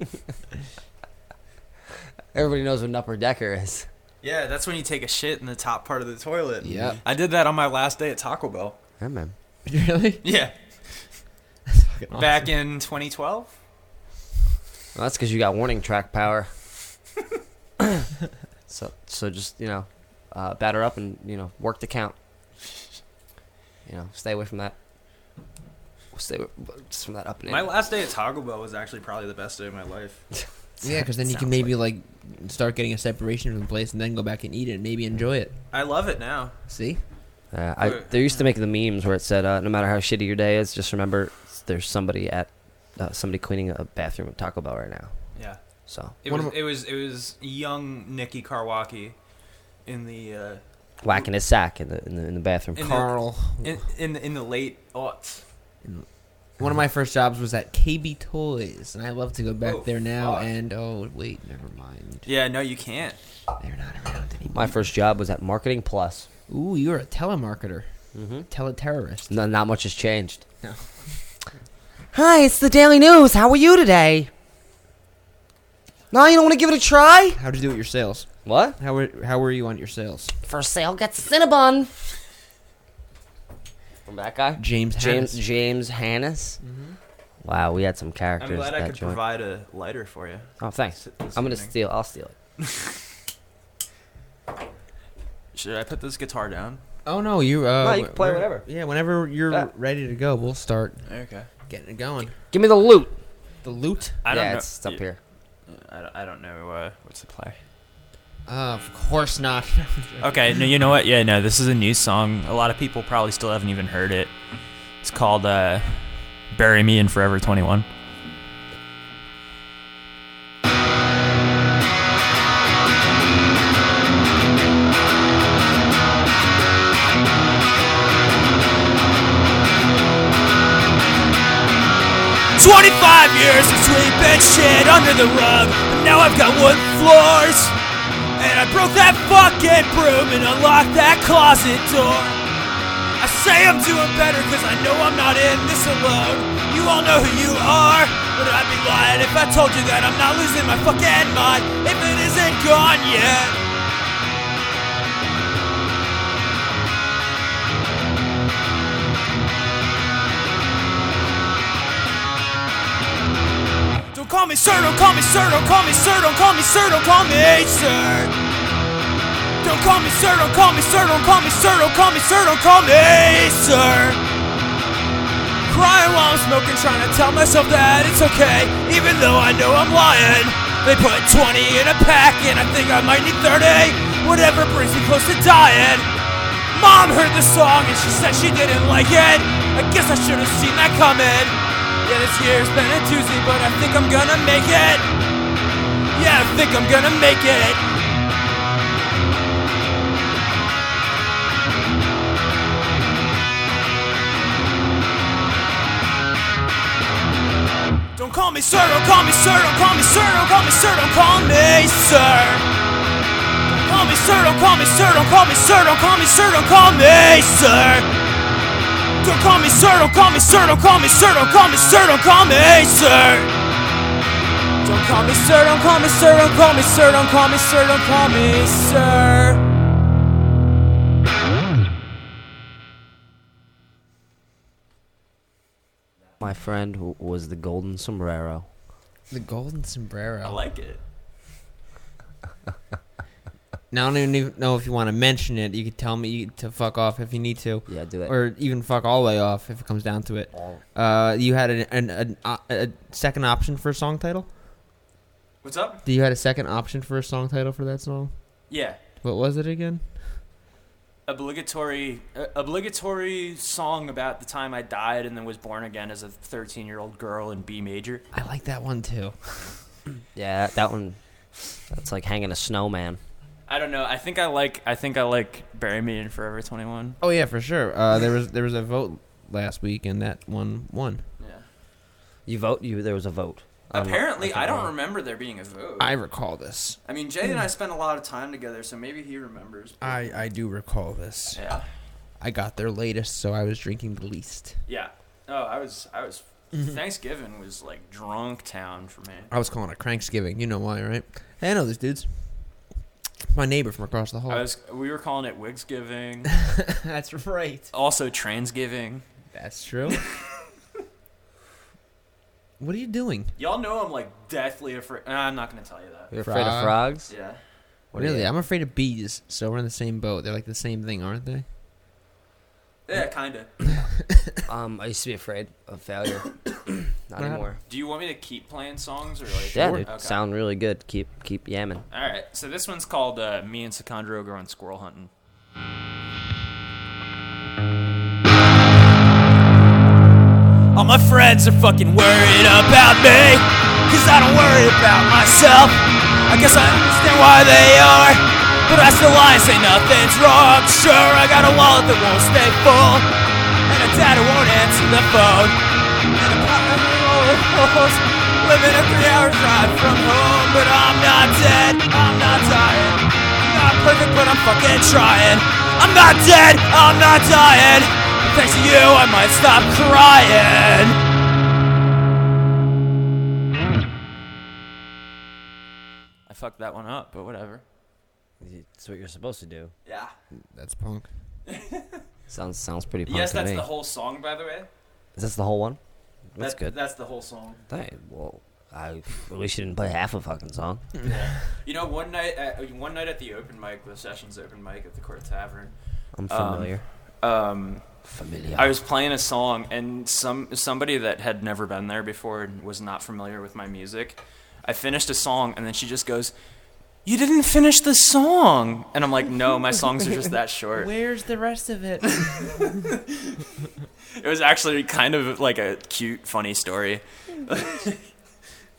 [SPEAKER 2] Everybody knows what an upper decker is.
[SPEAKER 6] Yeah, that's when you take a shit in the top part of the toilet.
[SPEAKER 2] Yep.
[SPEAKER 6] I did that on my last day at Taco
[SPEAKER 5] [LAUGHS]
[SPEAKER 6] Bell.
[SPEAKER 2] Yeah, man.
[SPEAKER 5] Really?
[SPEAKER 6] Yeah. Back in 2012.
[SPEAKER 2] Well, that's because you got warning track power. [COUGHS] so, so just you know, uh, batter up and you know work the count. You know, stay away from that. Stay away, just from that up and in.
[SPEAKER 6] My last day at Taco Bell was actually probably the best day of my life.
[SPEAKER 5] [LAUGHS]
[SPEAKER 6] [LAUGHS]
[SPEAKER 5] Yeah, because then you can maybe like start getting a separation from the place, and then go back and eat it, and maybe enjoy it.
[SPEAKER 6] I love it now.
[SPEAKER 5] See?
[SPEAKER 2] Uh, I, they used to make the memes where it said, uh, "No matter how shitty your day is, just remember there's somebody at uh, somebody cleaning a bathroom at Taco Bell right now."
[SPEAKER 6] Yeah.
[SPEAKER 2] So
[SPEAKER 6] It was, it was it was young Nikki Karwaki in the uh,
[SPEAKER 2] whacking his sack in the in the, in the bathroom.
[SPEAKER 6] in the, in, in in the late aughts.
[SPEAKER 5] One of my first jobs was at KB Toys, and I love to go back
[SPEAKER 6] Oh,
[SPEAKER 5] there now.
[SPEAKER 6] fuck.
[SPEAKER 5] And oh wait, never mind.
[SPEAKER 6] Yeah, no, you can't.
[SPEAKER 2] My first job was at Marketing Plus.
[SPEAKER 5] Ooh, you're a telemarketer, mm-hmm. teleterrorist.
[SPEAKER 2] No, not much has changed.
[SPEAKER 5] No.
[SPEAKER 4] Hi, it's the Daily News. How are you today? No, you don't want to give it a try?
[SPEAKER 5] How'd you do with your sales?
[SPEAKER 2] What?
[SPEAKER 5] How were how were you on your sales?
[SPEAKER 4] For sale, get Cinnabon.
[SPEAKER 2] From that guy,
[SPEAKER 5] James
[SPEAKER 2] James Mm-hmm.
[SPEAKER 5] Hannes.
[SPEAKER 2] James Hannes. Wow, we had some characters.
[SPEAKER 6] I'm glad
[SPEAKER 2] at
[SPEAKER 6] I
[SPEAKER 2] that
[SPEAKER 6] could
[SPEAKER 2] joint.
[SPEAKER 6] provide a lighter for you.
[SPEAKER 2] Oh, thanks.
[SPEAKER 6] Sit this
[SPEAKER 2] I'm gonna
[SPEAKER 6] evening.
[SPEAKER 2] steal. I'll steal it.
[SPEAKER 6] Should I put this guitar down?
[SPEAKER 5] Oh no, you. Uh,
[SPEAKER 6] No, you can play
[SPEAKER 5] we're-
[SPEAKER 6] whatever.
[SPEAKER 5] Yeah, whenever you're
[SPEAKER 6] Yeah.
[SPEAKER 5] ready to go, we'll start
[SPEAKER 6] Okay.
[SPEAKER 5] getting it going.
[SPEAKER 2] Give me the loot.
[SPEAKER 5] The loot.
[SPEAKER 6] I don't know.
[SPEAKER 2] up here.
[SPEAKER 6] I don't, I don't know uh, what to play.
[SPEAKER 5] Uh, of course not. [LAUGHS]
[SPEAKER 6] Okay, no, you know what? Yeah, no, this is a new song. A lot of people probably still haven't even heard it. It's called uh, "Bury Me in Forever 21."
[SPEAKER 3] Twenty-five years of sweet bitch shit under the rug, but now I've got wood floors, and I broke that fucking broom and unlocked that closet door. I say I'm doing better because I know I'm not in this alone. You all know who you are, but I'd be lying if I told you that I'm not losing my fucking mind if it isn't gone yet. Don't call me sir, don't call me sir, don't call me sir, don't call me sir, don't call me sir. Don't call me sir, don't call me sir, don't call me sir, don't call me sir, don't call me sir. Crying while I'm smoking, trying to tell myself that it's okay, even though I know I'm lying. They put 20 in a pack, and I think I might need 30. Whatever brings me close to dying. Mom heard the song, and she said she didn't like it. I guess I should have seen that coming. Yeah, this year's been a doozy, but I think I'm gonna make it. Yeah, I think I'm gonna make it. Don't call me sir, don't call me sir, don't call me sir, don't call me sir, don't call me sir. Don't call me sir, don't call me sir, don't call me sir, don't call me sir, don't call me sir. Don't call me sir, don't call me sir, don't call me sir, don't call me sir, don't call me sir. Don't call me sir, don't call me sir, don't call me sir, don't call me sir, don't call me sir.
[SPEAKER 2] My friend w- was the golden sombrero.
[SPEAKER 5] The golden sombrero.
[SPEAKER 6] I like it.
[SPEAKER 5] Now I don't even know if you want to mention it. You could tell me to fuck off if you need to.
[SPEAKER 2] Yeah, do it.
[SPEAKER 5] Or even fuck all the way off if it comes down to it. Uh, you had an, an, an, uh, a second option for a song title.
[SPEAKER 6] What's up?
[SPEAKER 5] Do you had a second option for a song title for that song?
[SPEAKER 6] Yeah.
[SPEAKER 5] What was it again?
[SPEAKER 6] Obligatory, uh, obligatory song about the time I died and then was born again as a 13 year old girl in B major.
[SPEAKER 5] I like that one too.
[SPEAKER 2] Yeah, that, that one. That's like hanging a [COUGHS] snowman.
[SPEAKER 6] I don't know. I think I like. I think I like "Bury Me in Forever 21."
[SPEAKER 5] Oh yeah, for sure. Uh, there was there was a vote last week and that one won.
[SPEAKER 2] You vote. You there was a vote. I'm not-
[SPEAKER 6] Apparently,
[SPEAKER 2] can't
[SPEAKER 6] I don't
[SPEAKER 2] remember.
[SPEAKER 6] remember there being a vote.
[SPEAKER 5] I recall this.
[SPEAKER 6] I mean, Jay and I spent a lot of time together, so maybe he remembers.
[SPEAKER 5] I I do recall this.
[SPEAKER 6] Yeah.
[SPEAKER 5] I got their latest, so I was drinking the least.
[SPEAKER 6] Yeah. Oh, I was. I was.
[SPEAKER 5] Mhm.
[SPEAKER 6] Thanksgiving was like drunk town for me.
[SPEAKER 5] I was calling it Cranksgiving. You know why, right? Hey, I know these dudes. My neighbor from across the hall.
[SPEAKER 6] I was. We were calling it
[SPEAKER 2] [LAUGHS]
[SPEAKER 6] Wigsgiving.
[SPEAKER 5] That's right.
[SPEAKER 6] Also Transgiving. [LAUGHS]
[SPEAKER 5] That's true. what are you doing?
[SPEAKER 6] Y'all know I'm like deathly afraid. Nah, I'm not gonna tell you that.
[SPEAKER 5] You're afraid of Frogs? frogs?
[SPEAKER 6] Yeah.
[SPEAKER 2] What are
[SPEAKER 5] really,
[SPEAKER 2] you-
[SPEAKER 5] I'm afraid of bees, so we're in the same boat. They're like the same thing, aren't they?
[SPEAKER 6] Yeah, kinda.
[SPEAKER 2] [LAUGHS] um, I used to be afraid of failure. [COUGHS] Not
[SPEAKER 5] Wow.
[SPEAKER 2] anymore.
[SPEAKER 6] Do you want me to keep playing songs or like?
[SPEAKER 2] Yeah, dude,
[SPEAKER 6] Okay.
[SPEAKER 2] sound really good. Keep keep yamming.
[SPEAKER 6] All right. So this one's called uh, "Me and Sikandro Going Squirrel Hunting."
[SPEAKER 3] All my friends are fucking worried about me. Cause I don't worry about myself. I guess I understand why they are. But I still lie and say nothing's wrong. Sure, I got a wallet that won't stay full. And a dad who won't answer the phone. And a partner who always calls. Living a three hour drive from home. But I'm not dead. I'm not dying. I'm not perfect, but I'm fucking trying. I'm not dead. I'm not dying. Thanks to you, I might stop crying.
[SPEAKER 6] I fucked that one up, but whatever.
[SPEAKER 2] That's what you're supposed to do.
[SPEAKER 6] Yeah.
[SPEAKER 5] That's punk.
[SPEAKER 2] [LAUGHS] Sounds sounds pretty punk
[SPEAKER 6] yes,
[SPEAKER 2] to
[SPEAKER 6] that's
[SPEAKER 2] me.
[SPEAKER 6] the whole song, by the way.
[SPEAKER 2] Is this the whole one? That's
[SPEAKER 6] That-
[SPEAKER 2] good.
[SPEAKER 6] That's the whole song.
[SPEAKER 2] Dang, well, I at least you didn't play half a fucking song.
[SPEAKER 6] [LAUGHS] You know, one night, at, one night at the open mic, the sessions open mic at the Court Tavern.
[SPEAKER 2] I'm
[SPEAKER 6] um,
[SPEAKER 2] familiar.
[SPEAKER 6] um,
[SPEAKER 2] familiar.
[SPEAKER 6] I was playing a song, and some somebody that had never been there before and was not familiar with my music. I finished a song, and then she just goes, "You didn't finish the song," and I'm like, "No, my songs are
[SPEAKER 5] [LAUGHS]
[SPEAKER 6] just that short."
[SPEAKER 5] Where's the rest
[SPEAKER 6] [LAUGHS]
[SPEAKER 5] of it?
[SPEAKER 6] It was actually kind of like a cute, funny story. [LAUGHS]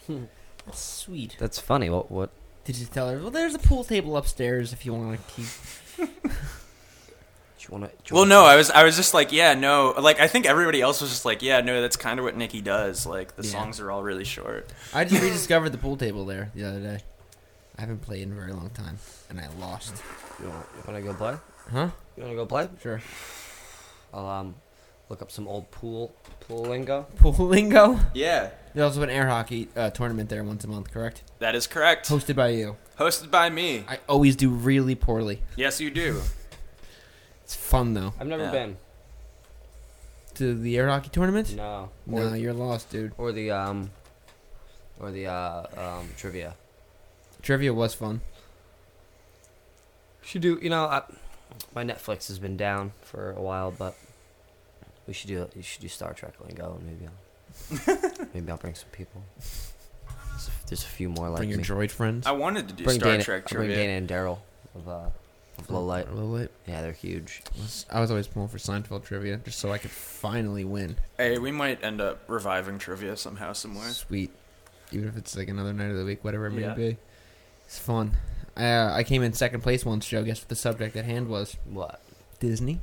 [SPEAKER 2] Hmm.
[SPEAKER 5] Sweet.
[SPEAKER 2] That's funny. What what?
[SPEAKER 5] Did you tell her? Well, there's a pool table upstairs if you want to keep.
[SPEAKER 2] Do you want to?
[SPEAKER 6] Well, no, I was I was just like, yeah, no, like I think everybody else was just like, yeah, no, that's kind of what Nikki does. Like the
[SPEAKER 5] Yeah.
[SPEAKER 6] songs are all really short.
[SPEAKER 5] I just rediscovered the pool table there the other day. I haven't played in a very long time, and I lost.
[SPEAKER 2] You want, you want to go play?
[SPEAKER 5] Huh?
[SPEAKER 2] You want to go play?
[SPEAKER 5] Sure.
[SPEAKER 2] I'll um, look up some old pool pool lingo.
[SPEAKER 5] Pool lingo?
[SPEAKER 6] Yeah.
[SPEAKER 5] There's also an air hockey uh, tournament there once a month, correct?
[SPEAKER 6] [LAUGHS] That is correct.
[SPEAKER 5] Hosted by you.
[SPEAKER 6] Hosted by me.
[SPEAKER 5] I always do really poorly.
[SPEAKER 6] Yes, you do.
[SPEAKER 5] It's fun though.
[SPEAKER 2] I've never
[SPEAKER 6] Yeah.
[SPEAKER 2] been.
[SPEAKER 5] To the air hockey tournament?
[SPEAKER 2] No.
[SPEAKER 5] No, you're lost, dude.
[SPEAKER 2] Or the um, or the uh, um, trivia.
[SPEAKER 5] Trivia was fun.
[SPEAKER 2] Should do. You know, I, my Netflix has been down for a while, but we should do. You should do Star Trek lingo, and maybe
[SPEAKER 6] [LAUGHS]
[SPEAKER 2] I'll maybe I'll bring some people. There's a, there's a few more like
[SPEAKER 5] Bring your
[SPEAKER 2] me.
[SPEAKER 5] droid friends.
[SPEAKER 6] I wanted to do
[SPEAKER 2] Bring
[SPEAKER 6] Star
[SPEAKER 2] Dana-
[SPEAKER 6] Trek
[SPEAKER 2] I'll Bring
[SPEAKER 6] trivia.
[SPEAKER 2] Dana and Daryl of uh, of Low Light. Yeah, they're huge.
[SPEAKER 5] I was always pulling for Seinfeld trivia just so I could finally win.
[SPEAKER 6] Hey, we might end up reviving trivia somehow, somewhere.
[SPEAKER 5] Sweet. Even if it's like another night of the week, whatever it may
[SPEAKER 6] Yeah.
[SPEAKER 5] be. It's fun. Uh, I came in second place once, Joe. Guess what the subject at hand was?
[SPEAKER 2] What?
[SPEAKER 5] Disney.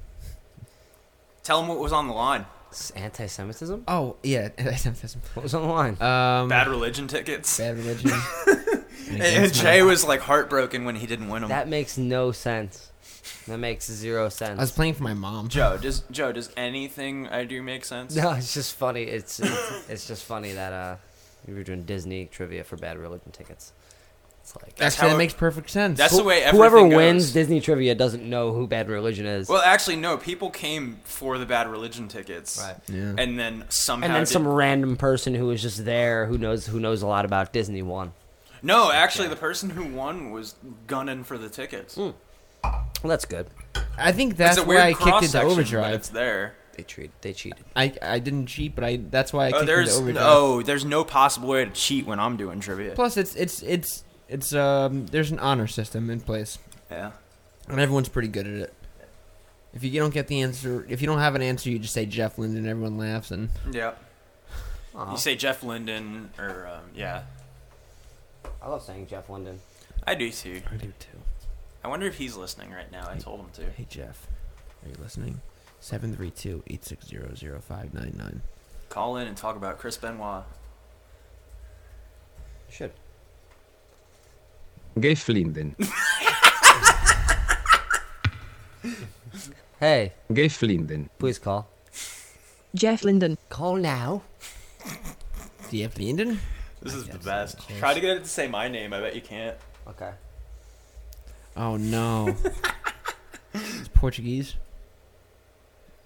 [SPEAKER 6] Tell them what was on the line.
[SPEAKER 2] Anti-Semitism?
[SPEAKER 5] Oh, yeah. [LAUGHS] anti-Semitism.
[SPEAKER 2] What was on the line?
[SPEAKER 5] Um,
[SPEAKER 6] Bad religion tickets. [LAUGHS]
[SPEAKER 5] Bad religion.
[SPEAKER 6] and and Jay was like heartbroken when he didn't win them.
[SPEAKER 2] That makes no sense. That makes zero sense.
[SPEAKER 5] I was playing for my mom.
[SPEAKER 6] Joe, does Joe does anything I do make sense?
[SPEAKER 2] No, it's just funny. It's it's, it's just funny that uh, we were doing Disney trivia for Bad Religion tickets. It's like
[SPEAKER 5] That's Actually, how that it- makes perfect sense. that's the way
[SPEAKER 2] whoever
[SPEAKER 6] everything
[SPEAKER 2] wins
[SPEAKER 6] goes.
[SPEAKER 2] Disney trivia doesn't know who Bad Religion is.
[SPEAKER 6] Well, actually, no. People came for the bad religion tickets, right?
[SPEAKER 2] Yeah.
[SPEAKER 6] And then somehow,
[SPEAKER 2] and then
[SPEAKER 6] did-
[SPEAKER 2] some random person who was just there who knows who knows a lot about Disney won.
[SPEAKER 6] No, actually, the person who won was gunning for the tickets.
[SPEAKER 2] Well, that's good.
[SPEAKER 5] I think that's
[SPEAKER 6] it's a
[SPEAKER 5] why
[SPEAKER 6] weird
[SPEAKER 5] I kicked into
[SPEAKER 6] cross-section, but
[SPEAKER 5] overdrive.
[SPEAKER 6] It's there.
[SPEAKER 2] They cheated. They cheated.
[SPEAKER 5] I, I didn't cheat, but I that's why I
[SPEAKER 6] oh,
[SPEAKER 5] kicked into
[SPEAKER 6] there's
[SPEAKER 5] overdrive.
[SPEAKER 6] oh, there's no possible way to cheat when I'm doing trivia.
[SPEAKER 5] Plus, it's it's it's it's um. There's an honor system in place.
[SPEAKER 6] Yeah.
[SPEAKER 5] and everyone's pretty good at it. If you don't get the answer, if you don't have an answer, you just say Jeff Linden, and everyone laughs. And
[SPEAKER 6] yeah.
[SPEAKER 2] Aw.
[SPEAKER 6] You say Jeff Linden or um, yeah,
[SPEAKER 2] I love saying Jeff London.
[SPEAKER 6] I do too.
[SPEAKER 5] I do too.
[SPEAKER 6] I wonder if he's listening right now. I told him to.
[SPEAKER 5] hey, Jeff, are you listening? 732-860-0599.
[SPEAKER 6] Call in and talk about Chris Benoit.
[SPEAKER 2] Should.
[SPEAKER 17] Jeff Linden.
[SPEAKER 2] [LAUGHS] hey.
[SPEAKER 17] Jeff Linden.
[SPEAKER 2] Please call.
[SPEAKER 18] Jeff Linden.
[SPEAKER 2] Call now.
[SPEAKER 5] Jeff Linden.
[SPEAKER 6] This is the best. Try to get it to say my name. I bet you can't.
[SPEAKER 2] Okay.
[SPEAKER 5] Oh no, [LAUGHS] it's Portuguese.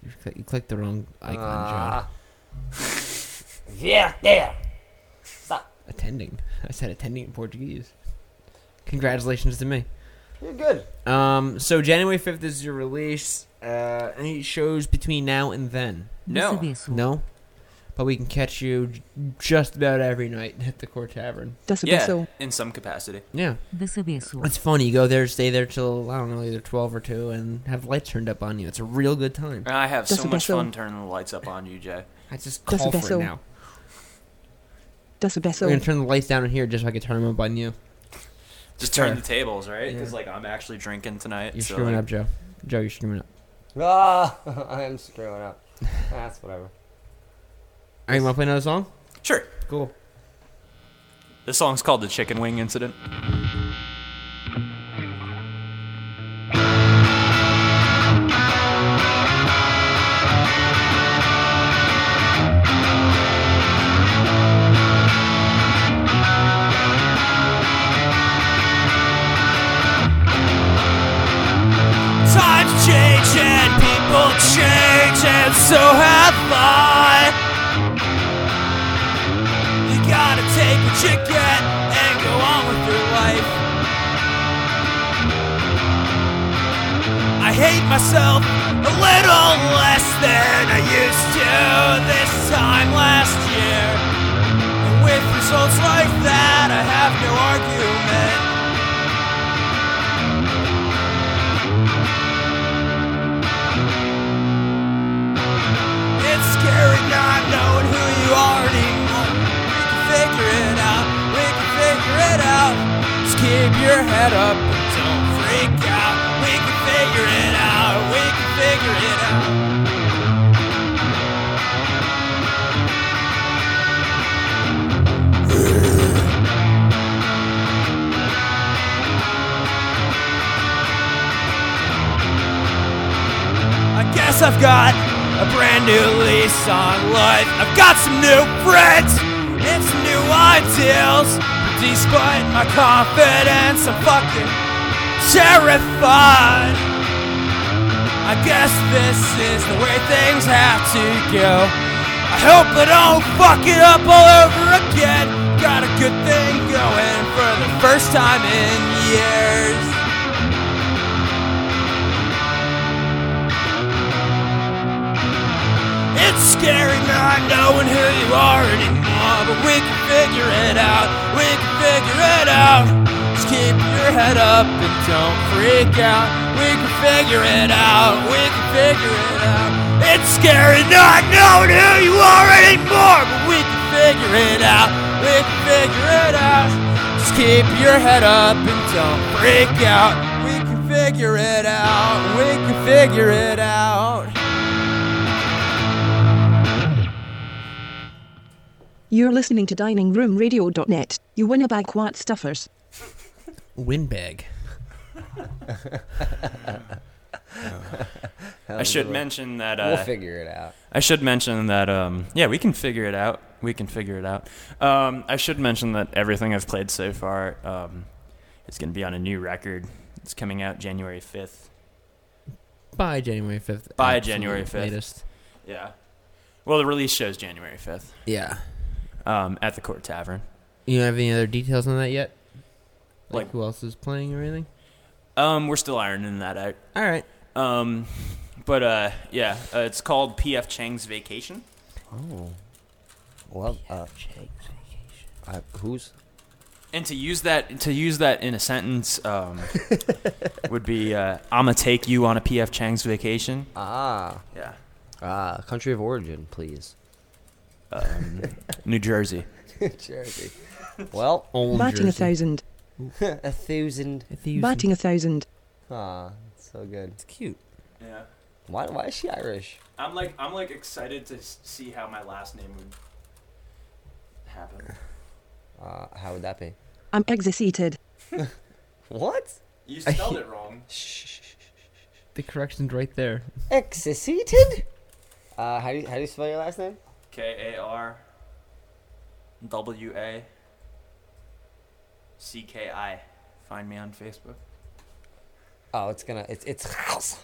[SPEAKER 5] You, cl- you clicked the wrong icon,
[SPEAKER 4] Ah.
[SPEAKER 5] John.
[SPEAKER 2] Yeah, there. Stop.
[SPEAKER 5] Attending. [LAUGHS] I said attending in Portuguese. Congratulations to me.
[SPEAKER 2] You're good.
[SPEAKER 5] Um, so January fifth is your release. Uh, any shows between now and then?
[SPEAKER 6] No.
[SPEAKER 5] no. But we can catch you j- just about every night at the Core Tavern.
[SPEAKER 6] Yeah, in some capacity.
[SPEAKER 5] Yeah. It's funny. You go there, stay there till I don't know, either twelve or two, and have lights turned up on you. It's a real good time.
[SPEAKER 6] I have so
[SPEAKER 5] Doesn't
[SPEAKER 6] much
[SPEAKER 5] that
[SPEAKER 6] fun turning the lights up on you, Jay.
[SPEAKER 5] I just
[SPEAKER 6] Doesn't that
[SPEAKER 5] call for it
[SPEAKER 6] so-
[SPEAKER 5] now.
[SPEAKER 18] That's the best.
[SPEAKER 5] We're gonna turn the lights down in here just so I can turn them up on you.
[SPEAKER 6] Just turn
[SPEAKER 5] Sure.
[SPEAKER 6] the tables, right? Because like I'm actually drinking tonight.
[SPEAKER 5] You're
[SPEAKER 6] so,
[SPEAKER 5] screwing
[SPEAKER 6] like-
[SPEAKER 5] up, Joe. Joe, you're screwing up.
[SPEAKER 2] [LAUGHS] Ah, I'm screwing up.
[SPEAKER 5] [LAUGHS]
[SPEAKER 2] That's whatever.
[SPEAKER 5] All right, you want to play another song?
[SPEAKER 6] Sure.
[SPEAKER 5] Cool.
[SPEAKER 6] This song's called "The Chicken Wing Incident."
[SPEAKER 3] Times change and people change, and so have I. You gotta take what you get and go on with your life. I hate myself a little less than I used to this time last year. And with results like that, I have no argument. It's scary not knowing who you are anymore. We can figure it out. We can figure it out. Just keep your head up. and Don't freak out. We can figure it out. We can figure it out. I guess I've got a brand new lease on life. I've got some new friends and some new ideals. But despite my confidence, I'm fucking terrified. I guess this is the way things have to go. I hope I don't fuck it up all over again. Got a good thing going for the first time in years. It's scary not knowing who you are anymore, but we can figure it out. We can figure it out. Just keep your head up and don't freak out. We can figure it out. We can figure it out. It's scary not knowing who you are anymore, but we can figure it out. We can figure it out. Just keep your head up and don't freak out. We can figure it out. We can figure it out. [LAUGHS]
[SPEAKER 19] You're listening to diningroomradio.net. You win a bag quat stuffers.
[SPEAKER 18] [LAUGHS]
[SPEAKER 5] Windbag.
[SPEAKER 2] That
[SPEAKER 6] I
[SPEAKER 2] was
[SPEAKER 6] should
[SPEAKER 2] a-
[SPEAKER 6] mention that,
[SPEAKER 2] we'll
[SPEAKER 6] uh,
[SPEAKER 2] figure it out.
[SPEAKER 6] I should mention that, um, yeah, we can figure it out. We can figure it out. Um, I should mention that everything I've played so far um, is going to be on a new record. It's coming out January 5th.
[SPEAKER 5] By January 5th.
[SPEAKER 6] By
[SPEAKER 5] absolute
[SPEAKER 6] January 5th.
[SPEAKER 5] Latest.
[SPEAKER 6] Yeah. Well, the release show's January 5th.
[SPEAKER 5] Yeah.
[SPEAKER 6] Um, at the Court Tavern.
[SPEAKER 5] You don't have any other details on that yet? Like,
[SPEAKER 6] Like-
[SPEAKER 5] who else is playing or anything?
[SPEAKER 6] Um, we're still ironing that out.
[SPEAKER 5] All right.
[SPEAKER 6] Um, but uh, yeah, uh, it's called P.F. Chang's Vacation.
[SPEAKER 2] Oh. Love uh, I, who's
[SPEAKER 6] And to use that to use that in a sentence
[SPEAKER 5] [LAUGHS]
[SPEAKER 6] um, would be uh, "I'ma take you on a P.F. Chang's vacation."
[SPEAKER 2] ah?
[SPEAKER 6] Yeah.
[SPEAKER 2] Ah, country of origin, please. [LAUGHS]
[SPEAKER 6] Um, New Jersey.
[SPEAKER 2] Cherokee.
[SPEAKER 6] [LAUGHS]
[SPEAKER 2] Well,
[SPEAKER 19] Batting a thousand.
[SPEAKER 2] a thousand.
[SPEAKER 19] Batting a thousand.
[SPEAKER 2] Ah, it's so good. It's
[SPEAKER 5] cute.
[SPEAKER 6] Yeah.
[SPEAKER 2] Why? Why is she Irish?
[SPEAKER 6] I'm like I'm like excited to s- see how my last name would happen.
[SPEAKER 2] Uh, how would that be?
[SPEAKER 19] I'm
[SPEAKER 5] [LAUGHS]
[SPEAKER 19] excited.
[SPEAKER 2] What?
[SPEAKER 6] You
[SPEAKER 2] [LAUGHS]
[SPEAKER 6] spelled it wrong.
[SPEAKER 5] The correction's right there.
[SPEAKER 2] Excited? Uh, how do you, how do you spell your last name?
[SPEAKER 6] K A R W A C K I. Find me on Facebook.
[SPEAKER 2] Oh, it's gonna it's it's house.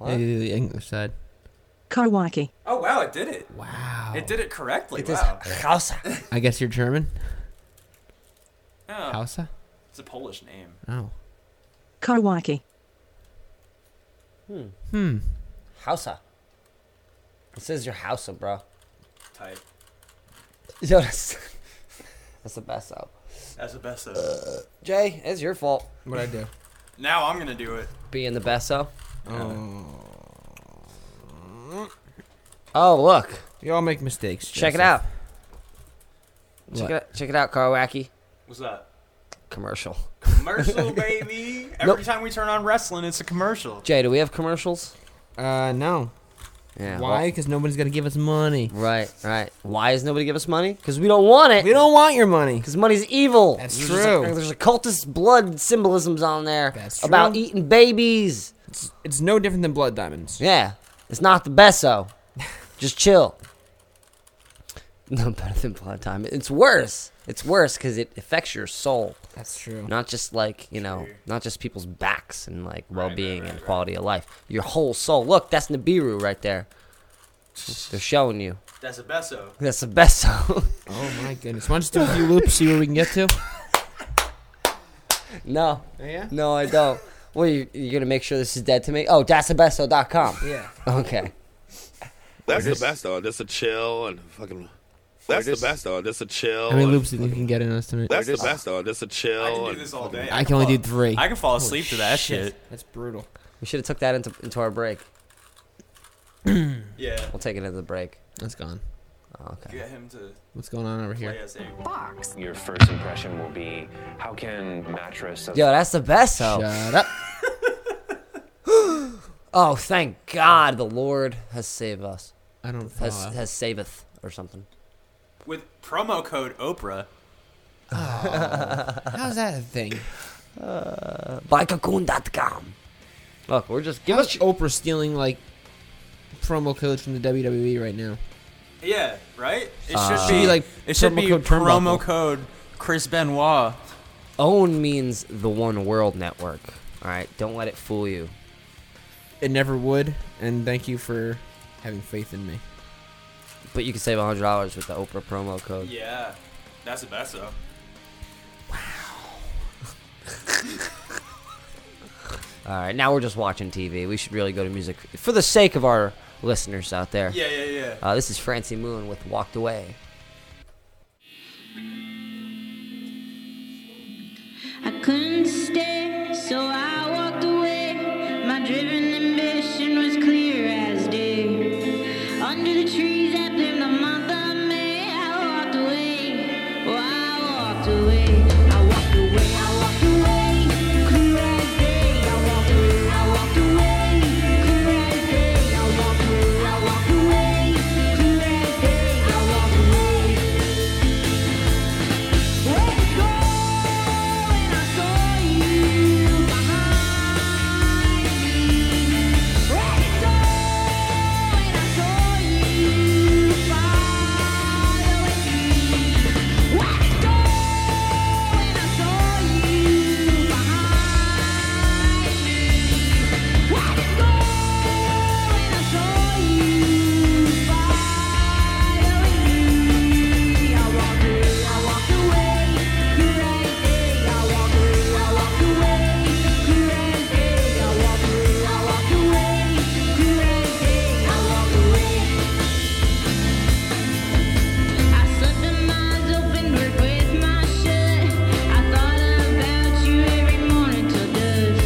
[SPEAKER 5] Yeah, you do the English side.
[SPEAKER 19] Kawaki.
[SPEAKER 6] Oh wow, it did it. Wow. It did it correctly.
[SPEAKER 2] It is
[SPEAKER 6] wow. [LAUGHS]
[SPEAKER 2] Hausa.
[SPEAKER 5] I guess you're German?
[SPEAKER 6] Oh,
[SPEAKER 5] Hausa?
[SPEAKER 6] It's a Polish name.
[SPEAKER 5] Oh.
[SPEAKER 19] Kawaki.
[SPEAKER 2] Hmm.
[SPEAKER 5] Hmm.
[SPEAKER 2] Hausa. It says your Hausa, bro.
[SPEAKER 6] Type.
[SPEAKER 2] Yo, that's, [LAUGHS] that's the best though.
[SPEAKER 6] That's the best of
[SPEAKER 2] Jay, it's your fault.
[SPEAKER 5] What I do?
[SPEAKER 6] Now I'm gonna do it.
[SPEAKER 2] Being the best though.
[SPEAKER 5] Oh.
[SPEAKER 2] Oh look.
[SPEAKER 5] You all make mistakes.
[SPEAKER 2] Check it out.
[SPEAKER 5] Joseph.
[SPEAKER 2] Check
[SPEAKER 5] What?
[SPEAKER 2] it out. Check it out, Karwaki.
[SPEAKER 6] What's that?
[SPEAKER 2] Commercial. [LAUGHS]
[SPEAKER 6] Commercial, baby. Every
[SPEAKER 2] Nope.
[SPEAKER 6] time we turn on wrestling, it's a commercial.
[SPEAKER 2] Jay, do we have commercials?
[SPEAKER 5] Uh, no.
[SPEAKER 2] Yeah.
[SPEAKER 5] Why? Because nobody's gonna give us money.
[SPEAKER 2] well- right, right. Why does nobody give us money? Because we don't want it.
[SPEAKER 5] We don't want your money.
[SPEAKER 2] Because money's evil.
[SPEAKER 5] That's
[SPEAKER 2] There's
[SPEAKER 5] true.
[SPEAKER 2] A, there's a cultist blood symbolisms on there
[SPEAKER 5] That's
[SPEAKER 2] about
[SPEAKER 5] true.
[SPEAKER 2] eating babies.
[SPEAKER 5] It's, it's no different than blood diamonds.
[SPEAKER 2] Yeah, it's not the best though. Just chill. [LAUGHS] No better than blood time. It's worse. It's worse because it affects your soul.
[SPEAKER 5] That's true.
[SPEAKER 2] Not just like you know, not just people's backs and like well-being and quality of life. Your whole soul. Look, that's Nibiru right there. They're showing you.
[SPEAKER 6] That's a beso.
[SPEAKER 2] That's the best song.
[SPEAKER 5] Oh my goodness. Why don't you do a few loops, see where we can
[SPEAKER 2] [LAUGHS]
[SPEAKER 5] get to?
[SPEAKER 2] no.
[SPEAKER 5] Yeah?
[SPEAKER 2] No, I don't. Well, you, you're gonna make sure this is dead to me. Oh, dasabesto.com.
[SPEAKER 5] Yeah.
[SPEAKER 2] Okay.
[SPEAKER 20] That's the best though. Just a chill and fucking. That's the best though. Just a chill.
[SPEAKER 5] How many
[SPEAKER 20] and
[SPEAKER 5] loops do you think you can get in us tonight?
[SPEAKER 20] That's the best though. Just a chill. I can do
[SPEAKER 6] this all day.
[SPEAKER 5] I can only do three.
[SPEAKER 6] I can fall
[SPEAKER 5] Holy
[SPEAKER 6] asleep to that shit.
[SPEAKER 5] That's brutal.
[SPEAKER 2] We should have took that into into our break.
[SPEAKER 6] [CLEARS THROAT] Yeah.
[SPEAKER 2] We'll take it into the break. Oh,
[SPEAKER 5] That's gone.
[SPEAKER 2] Okay.
[SPEAKER 6] Get him to
[SPEAKER 5] What's going on over here?
[SPEAKER 6] play us a
[SPEAKER 21] box. Your first impression will be how can mattress.
[SPEAKER 2] Yo, that's the best though.
[SPEAKER 5] Shut up.
[SPEAKER 2] [GASPS] oh, thank God, the Lord has saved us.
[SPEAKER 5] I don't
[SPEAKER 2] has
[SPEAKER 5] follow.
[SPEAKER 2] has saveth or something.
[SPEAKER 6] with promo code Oprah.
[SPEAKER 5] How's that a thing?
[SPEAKER 2] Uh, By cocoon.com. Look, we're just give
[SPEAKER 5] us Oprah stealing like promo codes from the WWE right now.
[SPEAKER 6] Yeah, right. It should
[SPEAKER 2] Uh,
[SPEAKER 6] be
[SPEAKER 2] Should be like
[SPEAKER 6] like it should
[SPEAKER 2] promo
[SPEAKER 6] be
[SPEAKER 2] code
[SPEAKER 6] promo
[SPEAKER 2] turnbuckle.
[SPEAKER 6] code Chris Benoit.
[SPEAKER 2] Own means the One World Network. All right, don't let it fool you.
[SPEAKER 5] It never would, and thank you for having faith in me.
[SPEAKER 2] But you can save hundred dollars with the Oprah promo code.
[SPEAKER 4] Yeah, that's the best though.
[SPEAKER 2] All right, now we're just watching TV. We should really go to music for the sake of our listeners out there.
[SPEAKER 4] Yeah, yeah, yeah.
[SPEAKER 2] Uh, this is Francie Moon with "Walked Away."
[SPEAKER 22] I couldn't stay, so I walked away. My driven ambition was clear as day. Under the trees, I blamed the month of May. I walked away. Oh, I walked away. I walked away. I walked away. Clear as day. I walked away. I walked away. Clear as day. I walked away. I walked away. Clear as day. I walked away. Wake up. I slept in my open work with my shut. I thought about you every morning till dusk.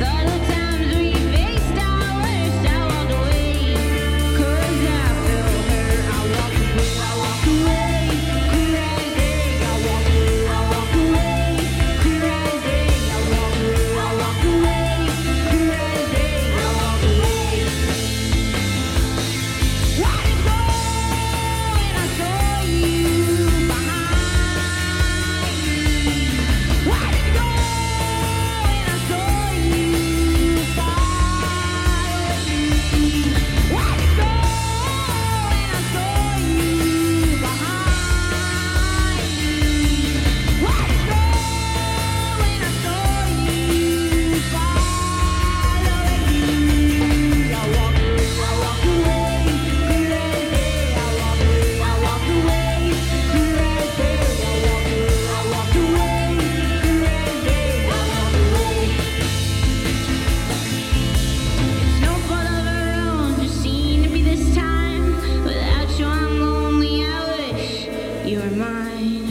[SPEAKER 22] The other times we faced our worst, I walked away. 'Cause I felt hurt. I walked away, I walked away. Clear as day, I walked away, I walked away. Clear as day, I walked away, I walked away. Clear as day, I walked away. Why did I saw you behind me. Why did you go when I saw you follow me? Why did you go when I saw you behind me? Why did you go when I saw you follow me? I walked away, I walked away, clear as day. I walked away, I walked away, clear as day. I walked away, I walked away, clear as day. I walked away. Snowfall of our own just seemed to be this time. Without you, I'm lonely. I wish you were mine.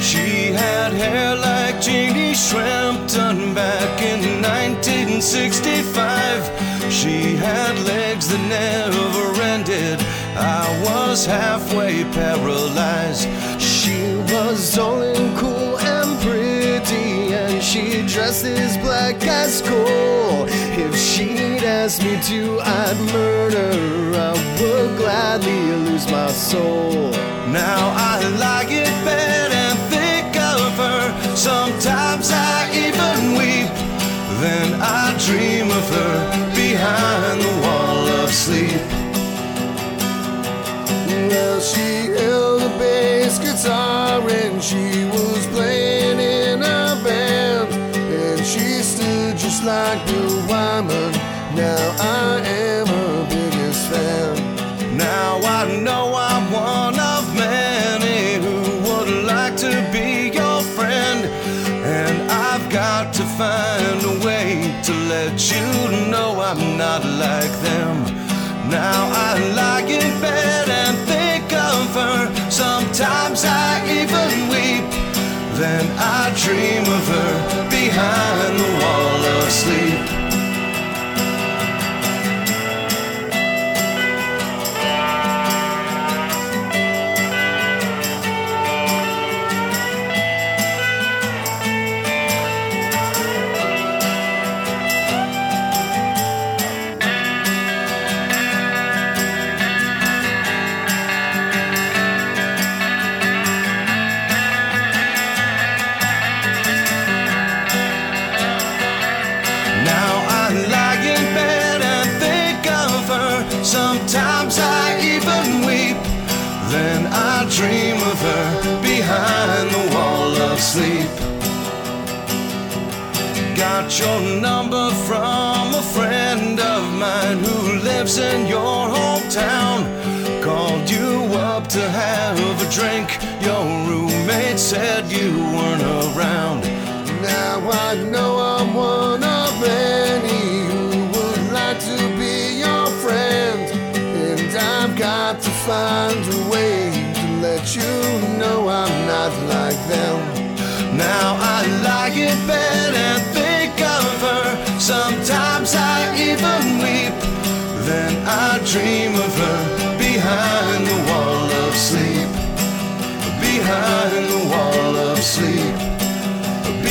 [SPEAKER 23] She had hair like Jeannie Shrimp done back in 1965. She had legs that never ended. I was halfway paralyzed.
[SPEAKER 24] She was all in cool and pretty, and she dresses black as coal. If she'd asked me to, I'd murder her. I would gladly lose my soul.
[SPEAKER 23] Now I lie in bed and think of her. Sometimes I even weep. Then I dream of her behind the wall of sleep.
[SPEAKER 24] Well, she held a bass guitar and she was playing in a band. And she stood just like the woman. Now I am her to let you know I'm not like them. Now I lie in bed and think of her. Sometimes I even weep. Then I dream of her behind the wall of sleep. Now I lie in bed and think of her. Sometimes I even weep. Then I dream of her behind the wall of sleep. Got your number from a friend of mine who lives in your hometown. Called you up to have a drink. Your roommate said you weren't around. Now I know I'm one of many who would like to be your friend. And I've got to find a way to let you know I'm not like them. Now I like it better and think of her. Sometimes I even weep. Then I dream of her behind the wall of sleep. Behind the wall of sleep.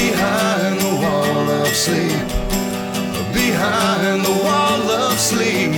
[SPEAKER 24] Behind the wall of sleep. Behind the wall of sleep.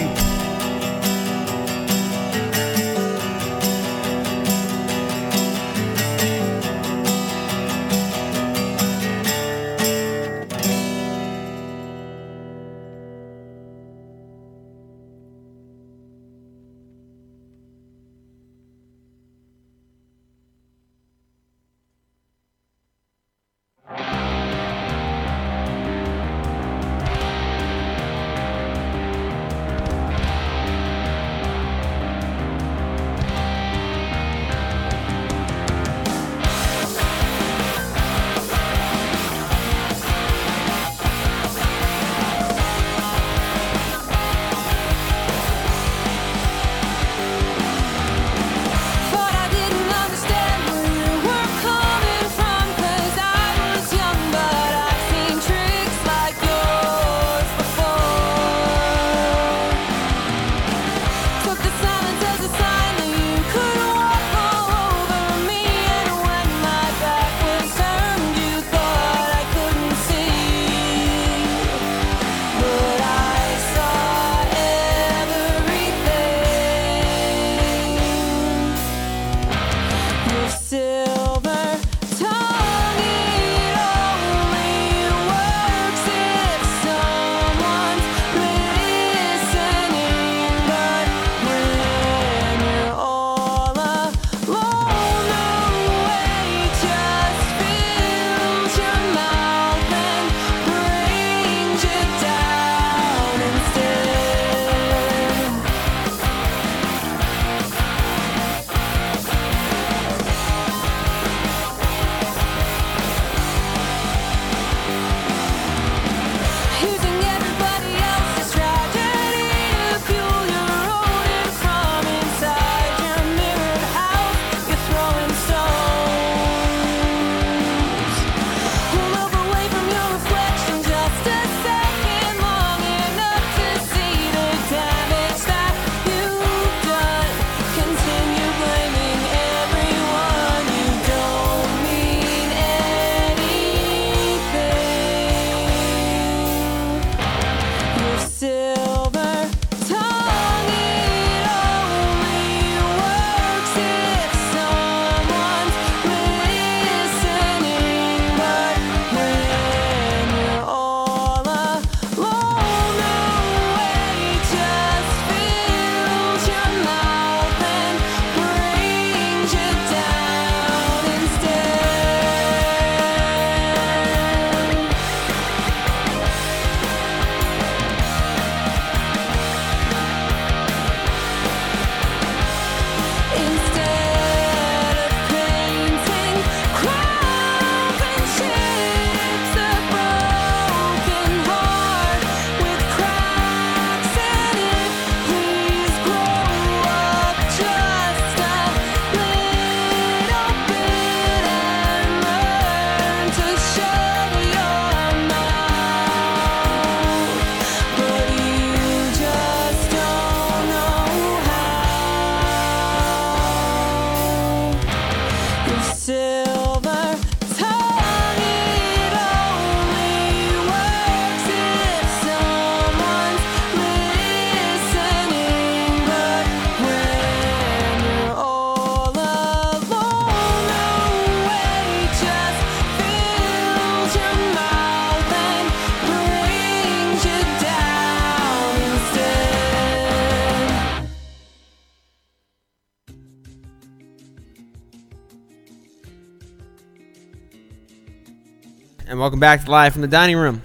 [SPEAKER 5] welcome back to Live from the Dining Room.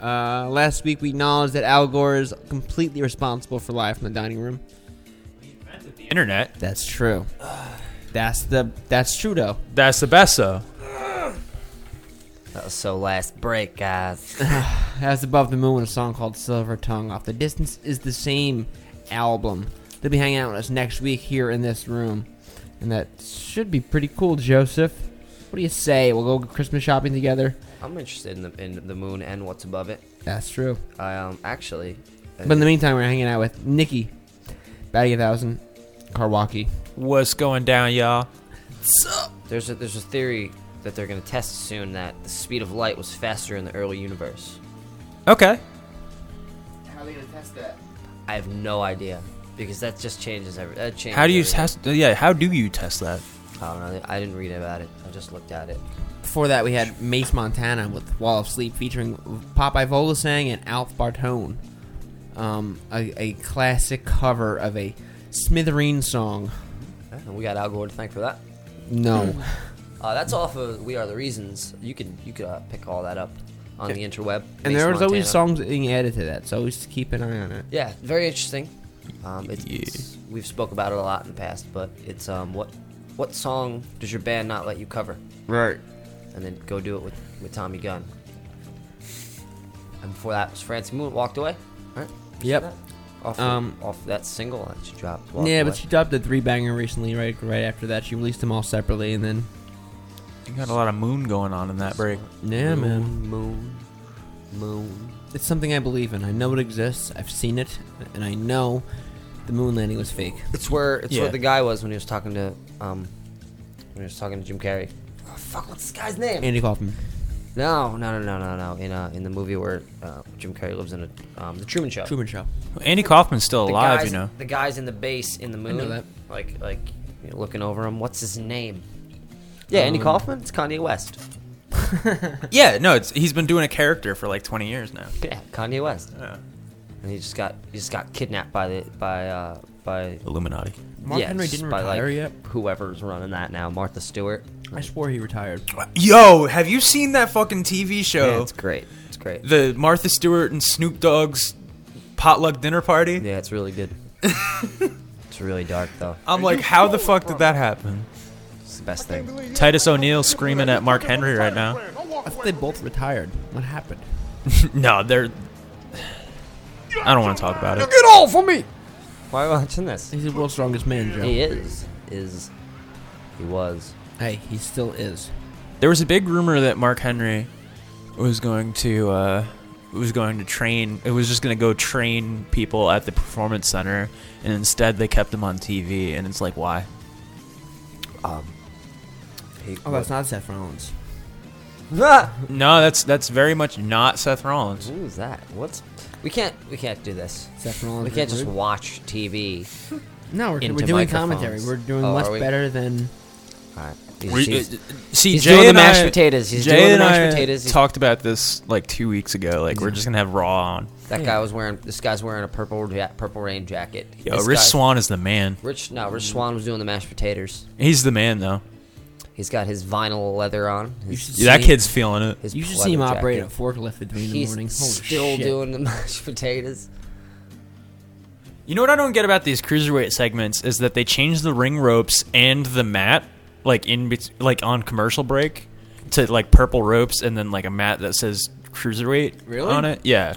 [SPEAKER 5] Uh, last week we acknowledged that Al Gore is completely responsible for Live from the Dining Room.
[SPEAKER 6] The internet.
[SPEAKER 5] That's true. That's the that's true though.
[SPEAKER 6] That's the best though.
[SPEAKER 2] That was so last
[SPEAKER 5] [SIGHS]
[SPEAKER 2] break, guys.
[SPEAKER 5] As above the moon, a song called Silver Tongue off the Distance is the same album. They'll be hanging out with us next week here in this room. And that should be pretty cool, Joseph. What do you say? We'll go Christmas shopping together.
[SPEAKER 2] [LAUGHS] I'm interested in the, in the moon and what's above it.
[SPEAKER 5] That's true.
[SPEAKER 2] I um actually.
[SPEAKER 5] But in the meantime, we're hanging out with Nikki, Batty 1000, Karwaki.
[SPEAKER 6] What's going down, y'all?
[SPEAKER 2] There's a, there's a theory that they're going to test soon that the speed of light was faster in the early universe.
[SPEAKER 6] Okay.
[SPEAKER 25] How are they gonna test that?
[SPEAKER 2] I have no idea because that just changes every. That changes
[SPEAKER 6] How do you
[SPEAKER 2] everything.
[SPEAKER 6] test? Yeah, how do you test that?
[SPEAKER 2] I don't know. I didn't read about it. I just looked at it.
[SPEAKER 5] Before that, we had Mace Montana with Wall of Sleep featuring Popeye Volosang and Alf Bartone. Um, a, a classic cover of a Smithereen song.
[SPEAKER 2] Yeah, and we got Al Gore to thank for that.
[SPEAKER 5] No.
[SPEAKER 2] [CLEARS THROAT] Uh, that's off of We Are the Reasons. You can you could uh, pick all that up on the interweb.
[SPEAKER 5] And
[SPEAKER 2] Mace
[SPEAKER 5] there was
[SPEAKER 2] Montana.
[SPEAKER 5] always songs being added to that, so always keep an eye on it.
[SPEAKER 2] Yeah, very interesting. Um, it's, it's- we've spoke about it a lot in the past, but it's um, what what song does your band not let you cover?
[SPEAKER 5] Right.
[SPEAKER 2] And then go do it with, with Tommy Gunn. And before that was Francie Moon walked away. Right.
[SPEAKER 5] Yep.
[SPEAKER 2] Off,
[SPEAKER 5] Um,
[SPEAKER 2] off that single that she dropped. Walked
[SPEAKER 5] Yeah,
[SPEAKER 2] Away.
[SPEAKER 5] but she dropped a three banger recently. Right, right after that, she released them all separately, and then
[SPEAKER 6] You got a lot of moon going on in that break.
[SPEAKER 5] yeah, man,
[SPEAKER 2] moon, moon.
[SPEAKER 5] It's something I believe in. I know it exists. I've seen it, and I know the moon landing was fake.
[SPEAKER 2] It's where it's
[SPEAKER 5] Yeah.
[SPEAKER 2] where the guy was when he was talking to um when he was talking to Jim Carrey. Oh, fuck, what's this guy's name?
[SPEAKER 5] Andy Kaufman.
[SPEAKER 2] No, no, no, no, no, no. In uh, in the movie where uh, Jim Carrey lives in a um, the Truman Show.
[SPEAKER 5] Truman Show.
[SPEAKER 6] Andy Kaufman's still
[SPEAKER 2] The
[SPEAKER 6] alive,
[SPEAKER 2] guys-
[SPEAKER 6] you know.
[SPEAKER 2] The guys in the base in the moon,
[SPEAKER 5] know that.
[SPEAKER 2] like like you know, looking over him. What's his name? Yeah, Andy
[SPEAKER 6] Um,
[SPEAKER 2] Kaufman. It's Kanye [LAUGHS] West.
[SPEAKER 6] Yeah, no, it's he's been doing a character for like 20 years now.
[SPEAKER 2] Yeah, Kanye West. And he just got he just got kidnapped by the by uh by
[SPEAKER 6] Illuminati.
[SPEAKER 5] Mark Henry didn't retire yet?
[SPEAKER 2] Whoever's running that now, Martha Stewart.
[SPEAKER 5] I swore he retired.
[SPEAKER 6] Yo, have you seen that fucking TV show?
[SPEAKER 2] Yeah, it's great. It's great.
[SPEAKER 6] The Martha Stewart and Snoop Dogg's potluck dinner party.
[SPEAKER 2] Yeah, it's really good. it's really dark though.
[SPEAKER 6] [LAUGHS] I'm like, how the fuck did that happen?
[SPEAKER 2] It's the best thing.
[SPEAKER 6] Titus O'Neil screaming at Mark Henry right now.
[SPEAKER 5] I thought they both retired. What happened?
[SPEAKER 6] [LAUGHS] no, they're. [SIGHS] I don't want to talk about it.
[SPEAKER 2] off of me! Why are we watching this?
[SPEAKER 5] He's the world's strongest man, Joe.
[SPEAKER 2] He is. Is he was.
[SPEAKER 5] Hey, he still is.
[SPEAKER 6] There was a big rumor that Mark Henry was going to uh, was going to train. It was just going to go train people at the performance center, and instead they kept him on TV. And it's like, why?
[SPEAKER 2] Um. He
[SPEAKER 5] Oh,
[SPEAKER 2] [LAUGHS]
[SPEAKER 5] that's not Seth Rollins.
[SPEAKER 6] No, that's that's very much not Seth Rollins.
[SPEAKER 2] Who's that? What's we can't we can't do this.
[SPEAKER 5] Seth Rollins
[SPEAKER 2] We can't
[SPEAKER 5] is
[SPEAKER 2] just
[SPEAKER 5] rude.
[SPEAKER 2] watch TV.
[SPEAKER 5] [LAUGHS] No, we're,
[SPEAKER 2] into
[SPEAKER 5] we're doing
[SPEAKER 2] microphones.
[SPEAKER 5] commentary. We're doing
[SPEAKER 2] Oh,
[SPEAKER 5] much
[SPEAKER 2] are we?
[SPEAKER 5] better than.
[SPEAKER 2] All right.
[SPEAKER 6] We-
[SPEAKER 2] He's, he's,
[SPEAKER 6] uh, see,
[SPEAKER 2] he's
[SPEAKER 6] Jay
[SPEAKER 2] doing the
[SPEAKER 6] and
[SPEAKER 2] mashed
[SPEAKER 6] I-
[SPEAKER 2] potatoes. He's
[SPEAKER 6] Jay
[SPEAKER 2] doing the
[SPEAKER 6] and
[SPEAKER 2] mashed
[SPEAKER 6] I
[SPEAKER 2] potatoes. He's-
[SPEAKER 6] talked about this like two weeks ago. Like we're just gonna have Raw on.
[SPEAKER 2] that guy was wearing. This guy's wearing a purple ja- purple rain jacket.
[SPEAKER 6] Yo,
[SPEAKER 2] This
[SPEAKER 6] Rich
[SPEAKER 2] guy-
[SPEAKER 6] Swan is the man.
[SPEAKER 2] Rich no, Rich Swan was doing the mashed potatoes.
[SPEAKER 6] He's the man though.
[SPEAKER 2] He's got his vinyl leather on. His,
[SPEAKER 6] Yeah, that kid's feeling it.
[SPEAKER 2] his
[SPEAKER 5] You should
[SPEAKER 2] leather
[SPEAKER 5] see him operate a
[SPEAKER 2] jacket.
[SPEAKER 5] forklift at three in the
[SPEAKER 2] He's
[SPEAKER 5] morning. Holy
[SPEAKER 2] still
[SPEAKER 5] shit.
[SPEAKER 2] doing the [LAUGHS] mashed potatoes.
[SPEAKER 6] You know what I don't get about these cruiserweight segments is that they change the ring ropes and the mat like in bet- like on commercial break to like purple ropes and then like a mat that says cruiserweight
[SPEAKER 5] Really?
[SPEAKER 6] on it. Yeah.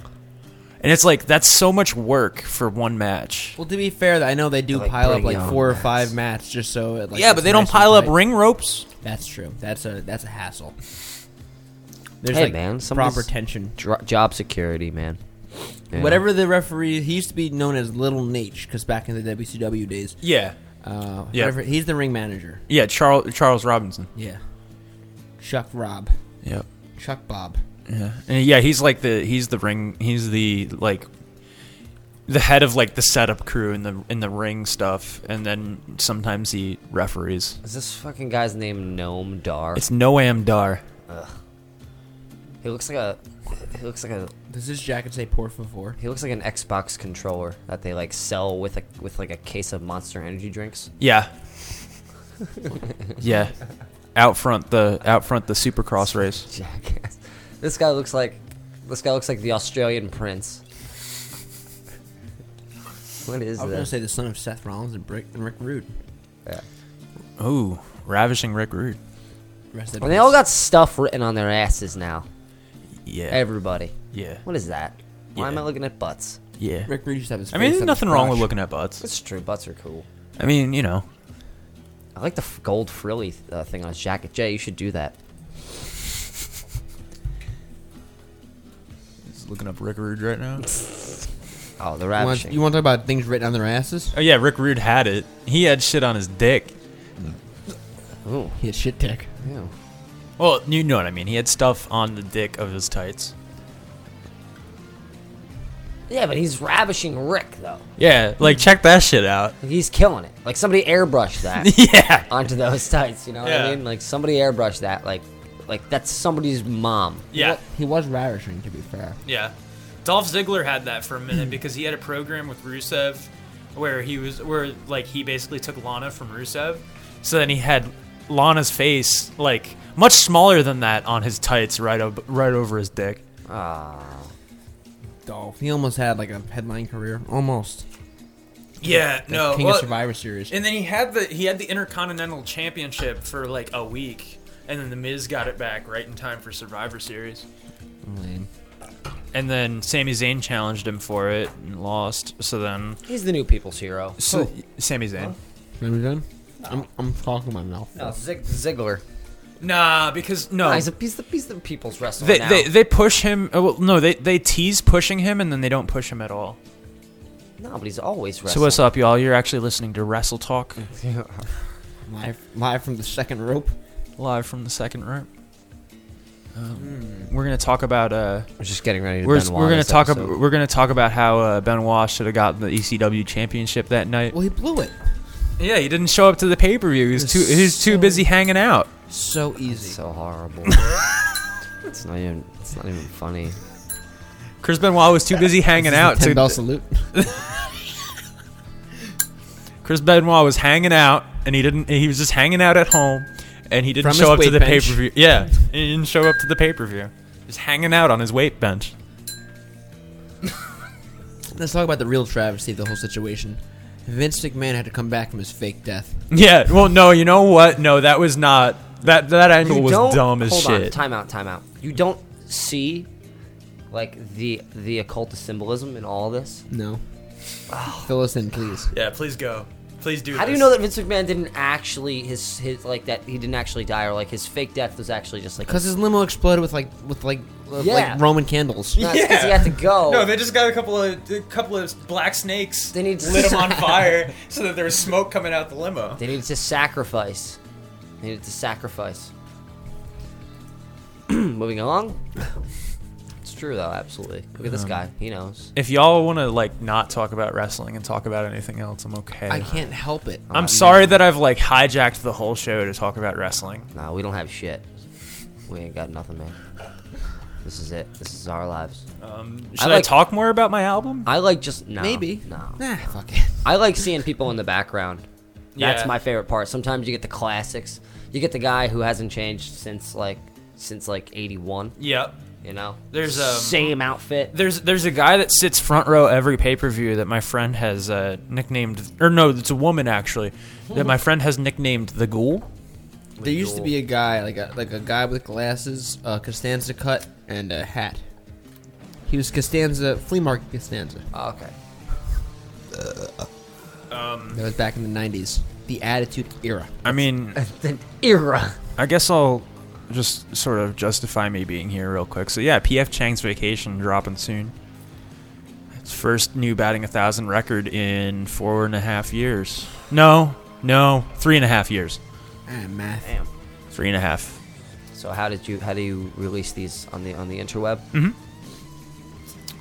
[SPEAKER 6] And it's like that's so much work for one match.
[SPEAKER 5] Well, to be fair, I know they do
[SPEAKER 6] Like,
[SPEAKER 5] pile up
[SPEAKER 6] bring
[SPEAKER 5] like
[SPEAKER 6] on
[SPEAKER 5] four or five mats just so. Oh, It, like,
[SPEAKER 6] yeah,
[SPEAKER 5] it's
[SPEAKER 6] but they
[SPEAKER 5] nice
[SPEAKER 6] don't
[SPEAKER 5] and
[SPEAKER 6] pile up
[SPEAKER 5] tight.
[SPEAKER 6] ring ropes.
[SPEAKER 5] That's true. That's a that's a hassle. There's
[SPEAKER 2] hey
[SPEAKER 5] like
[SPEAKER 2] man,
[SPEAKER 5] proper
[SPEAKER 2] somebody's-
[SPEAKER 5] tension.
[SPEAKER 2] Dro- job security, man. Yeah.
[SPEAKER 5] Whatever the referee, he used to be known as Little Nate because back in the WCW days.
[SPEAKER 6] Yeah.
[SPEAKER 5] Uh,
[SPEAKER 6] Yeah.
[SPEAKER 5] whatever- he's the ring manager.
[SPEAKER 6] Yeah, Charles Charles Robinson.
[SPEAKER 5] Yeah. Chuck Rob.
[SPEAKER 6] Yep.
[SPEAKER 2] [LAUGHS]
[SPEAKER 5] Chuck Bob.
[SPEAKER 6] Yeah. And yeah, he's like the he's the ring he's the like the head of like the setup crew in the in the ring stuff and then sometimes he referees.
[SPEAKER 2] Is this fucking guy's name Gnome Dar?
[SPEAKER 6] It's Noam Dar.
[SPEAKER 2] Ugh. He looks like a. He looks like a.
[SPEAKER 5] Does his jacket say "Por favor"?
[SPEAKER 2] He looks like an Xbox controller that they like sell with a with like a case of Monster
[SPEAKER 6] [LAUGHS]
[SPEAKER 2] Energy drinks.
[SPEAKER 6] Yeah. yeah. Out front the out front the Supercross race.
[SPEAKER 5] [LAUGHS]
[SPEAKER 2] Jackass. This guy looks like this guy looks like the Australian prince. What is
[SPEAKER 5] I was
[SPEAKER 2] that?
[SPEAKER 5] gonna say the son of Seth Rollins and Rick, and Rick Rude.
[SPEAKER 2] Yeah.
[SPEAKER 6] Ooh, ravishing Rick Rude.
[SPEAKER 5] Rest in
[SPEAKER 2] And they all got stuff written on their asses now.
[SPEAKER 6] Yeah.
[SPEAKER 2] Everybody.
[SPEAKER 6] Yeah.
[SPEAKER 2] What is that? Why am I looking at butts?
[SPEAKER 6] Yeah.
[SPEAKER 5] Rick Rude used to have his
[SPEAKER 6] I mean,
[SPEAKER 5] face
[SPEAKER 6] there's
[SPEAKER 5] on
[SPEAKER 6] nothing
[SPEAKER 5] his
[SPEAKER 6] wrong with
[SPEAKER 5] crotch.
[SPEAKER 6] looking at butts.
[SPEAKER 2] It's true. Butts are cool.
[SPEAKER 6] I mean, you know.
[SPEAKER 2] I like the f- gold frilly uh, thing on his jacket. Jay, you should do that.
[SPEAKER 6] Just looking up Rick Rude right
[SPEAKER 5] [LAUGHS]
[SPEAKER 6] now.
[SPEAKER 2] oh, the
[SPEAKER 5] You want,
[SPEAKER 6] ravishing.
[SPEAKER 5] you want to talk about things written on their asses?
[SPEAKER 6] Oh yeah, Rick Rude had it. He had shit on his dick.
[SPEAKER 2] Ooh.
[SPEAKER 5] He had shit dick.
[SPEAKER 2] Yeah.
[SPEAKER 6] Well, you know what I mean. He had stuff on the dick of his tights.
[SPEAKER 2] Yeah, but he's ravishing Rick though.
[SPEAKER 6] Yeah, like check that shit out.
[SPEAKER 2] He's killing it. Like somebody airbrushed
[SPEAKER 5] [LAUGHS]
[SPEAKER 2] that.
[SPEAKER 6] yeah.
[SPEAKER 2] Onto those tights. You know what
[SPEAKER 5] Yeah.
[SPEAKER 2] I mean? Like somebody airbrushed that. Like, like that's somebody's mom.
[SPEAKER 12] Yeah.
[SPEAKER 5] He was ravishing, to be fair.
[SPEAKER 12] Yeah, Dolph Ziggler had that for a
[SPEAKER 2] [CLEARS THROAT]
[SPEAKER 12] minute because he had a program with Rusev, where he was where like he basically took Lana from Rusev.
[SPEAKER 6] So then he had Lana's face, like much smaller than that, on his tights, right up, right over his dick.
[SPEAKER 2] Ah.
[SPEAKER 5] Dolph. He almost had like a headline career. Almost.
[SPEAKER 12] Yeah,
[SPEAKER 5] The
[SPEAKER 12] no.
[SPEAKER 5] King
[SPEAKER 12] well-
[SPEAKER 5] of Survivor Series.
[SPEAKER 12] And then he had the he had the Intercontinental Championship for like a week, and then the Miz got it back right in time for Survivor Series.
[SPEAKER 2] Oh,
[SPEAKER 5] Lame.
[SPEAKER 6] And then Sami Zayn challenged him for it and lost. So then
[SPEAKER 2] He's the new people's hero.
[SPEAKER 6] So, Sami Zayn.
[SPEAKER 5] Remember then? I'm, I'm talking my mouth.
[SPEAKER 2] No, Zig- Ziggler.
[SPEAKER 12] Nah, because no,
[SPEAKER 2] Nah, he's, a, he's, the, he's the people's wrestler
[SPEAKER 6] They,
[SPEAKER 2] now.
[SPEAKER 6] they they push him. oh, Well, no, they they tease pushing him, and then they don't push him at all.
[SPEAKER 2] no, but he's always
[SPEAKER 6] So
[SPEAKER 2] wrestling.
[SPEAKER 6] what's up, y'all? You're actually listening to Wrestle Talk.
[SPEAKER 5] [LAUGHS] Live, live from the second rope.
[SPEAKER 6] Live from the second rope. Um,
[SPEAKER 5] Hmm.
[SPEAKER 6] We're gonna talk about. Uh,
[SPEAKER 2] we're just getting ready. To
[SPEAKER 6] we're,
[SPEAKER 2] Benoit
[SPEAKER 6] we're gonna
[SPEAKER 2] this
[SPEAKER 6] talk. Ab-
[SPEAKER 2] episode.
[SPEAKER 6] we're gonna talk about how uh, Benoit should have got the ECW championship that night.
[SPEAKER 5] Well, he blew it.
[SPEAKER 6] Yeah, he didn't show up to the pay per view. He's too. He's too busy hanging out.
[SPEAKER 5] So easy.
[SPEAKER 2] So
[SPEAKER 5] [LAUGHS]
[SPEAKER 2] horrible. it's not even. It's not even funny.
[SPEAKER 6] Chris Benoit was too busy hanging
[SPEAKER 5] [LAUGHS] This is
[SPEAKER 6] out to.
[SPEAKER 5] the ten
[SPEAKER 12] [LAUGHS]
[SPEAKER 5] dollar salute. [LAUGHS]
[SPEAKER 6] Chris Benoit was hanging out, and he didn't. He was just hanging out at home, and he didn't
[SPEAKER 5] From his
[SPEAKER 6] show up to
[SPEAKER 5] weight
[SPEAKER 6] the pay
[SPEAKER 5] bench.
[SPEAKER 6] per view. Yeah, and he didn't show up to the pay per view. Just hanging out on his weight bench.
[SPEAKER 5] Let's talk about the real travesty of the whole situation. Vince McMahon had to come back from his fake death.
[SPEAKER 6] Yeah. Well, no. You know what? No, that was not. That that angle
[SPEAKER 2] You
[SPEAKER 6] was
[SPEAKER 2] don't-
[SPEAKER 6] dumb as
[SPEAKER 2] hold
[SPEAKER 6] shit.
[SPEAKER 2] On, time out, time out. You don't see like the the occultist symbolism in all this.
[SPEAKER 5] No.
[SPEAKER 2] [SIGHS]
[SPEAKER 5] Fill us in, please.
[SPEAKER 12] Yeah, please go, please do.
[SPEAKER 2] How do you
[SPEAKER 12] this.
[SPEAKER 2] know that Vince McMahon didn't actually his his like that he didn't actually die or like his fake death was actually just like
[SPEAKER 5] Because his limo exploded with like with like with,
[SPEAKER 2] Yeah.
[SPEAKER 5] like Roman candles.
[SPEAKER 2] No, it's 'cause he had to go.
[SPEAKER 12] No, they just got a couple of a couple of black snakes. They
[SPEAKER 2] need
[SPEAKER 12] lit him
[SPEAKER 2] [LAUGHS]
[SPEAKER 12] on fire so that there was smoke coming out the limo.
[SPEAKER 2] They needed to sacrifice. They needed to sacrifice. [CLEARS THROAT] Moving along. [LAUGHS] It's true though, absolutely. Look at this
[SPEAKER 6] Um,
[SPEAKER 2] guy. He knows.
[SPEAKER 6] If y'all want to like not talk about wrestling and talk about anything else, I'm okay.
[SPEAKER 5] I can't help it.
[SPEAKER 2] Uh,
[SPEAKER 6] I'm sorry that I've like hijacked the whole show to talk about wrestling.
[SPEAKER 2] Nah, we don't have shit. We ain't got nothing, man. This is it. This is our lives.
[SPEAKER 6] Um, should I talk more about my album?
[SPEAKER 2] I like just no,
[SPEAKER 5] Maybe.
[SPEAKER 2] no.
[SPEAKER 5] Nah, fuck it.
[SPEAKER 2] I like seeing people in the background. That's
[SPEAKER 5] Yeah.
[SPEAKER 2] my favorite part. Sometimes you get the classics. You get the guy who hasn't changed since like since like '81.
[SPEAKER 12] Yep.
[SPEAKER 2] You know,
[SPEAKER 12] There's, um,
[SPEAKER 2] same outfit.
[SPEAKER 6] There's there's a guy that sits front row every pay per view that my friend has uh, nicknamed, or no, it's a woman actually that my friend has nicknamed the Ghoul.
[SPEAKER 5] There used to be a guy like a like a guy with glasses, a Costanza cut, and a hat. He was Costanza flea market Costanza.
[SPEAKER 2] Oh, okay.
[SPEAKER 12] Um,
[SPEAKER 5] That was back in the '90s, the Attitude Era.
[SPEAKER 6] I mean,
[SPEAKER 2] era.
[SPEAKER 6] I guess I'll just sort of justify me being here real quick. So yeah, PF Chang's Vacation dropping soon. Its first new batting a thousand record in four and a half years. No, no, three and a half years.
[SPEAKER 5] Ah, math.
[SPEAKER 2] Damn.
[SPEAKER 6] Three and a half.
[SPEAKER 2] So how did you how do you release these on the on the interweb?
[SPEAKER 6] Mhm.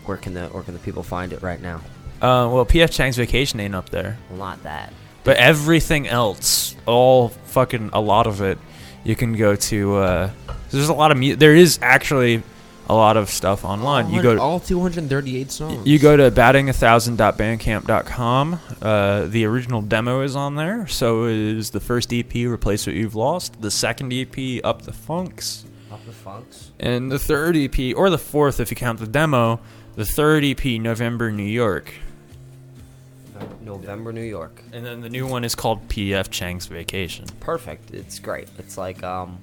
[SPEAKER 2] Where can the where can the people find it right now?
[SPEAKER 6] Uh, well, PF Chang's Vacation ain't up there.
[SPEAKER 2] Well, not that.
[SPEAKER 6] But everything else, all fucking a lot of it, you can go to. Uh, there's a lot of mu- there is actually a lot of stuff online. You go to,
[SPEAKER 5] all 238 songs.
[SPEAKER 6] you go to batting1000.bandcamp.com. Uh, the original demo is on E there. So is E the first EP, Replace What You've Lost. The second EP, Up the Funks.
[SPEAKER 2] Of the Funks?
[SPEAKER 6] And the third EP, or the fourth if you count the demo, the third EP, November New York.
[SPEAKER 2] November, New York.
[SPEAKER 6] And then the new one is called PF Chang's Vacation.
[SPEAKER 2] Perfect. It's great. It's like um,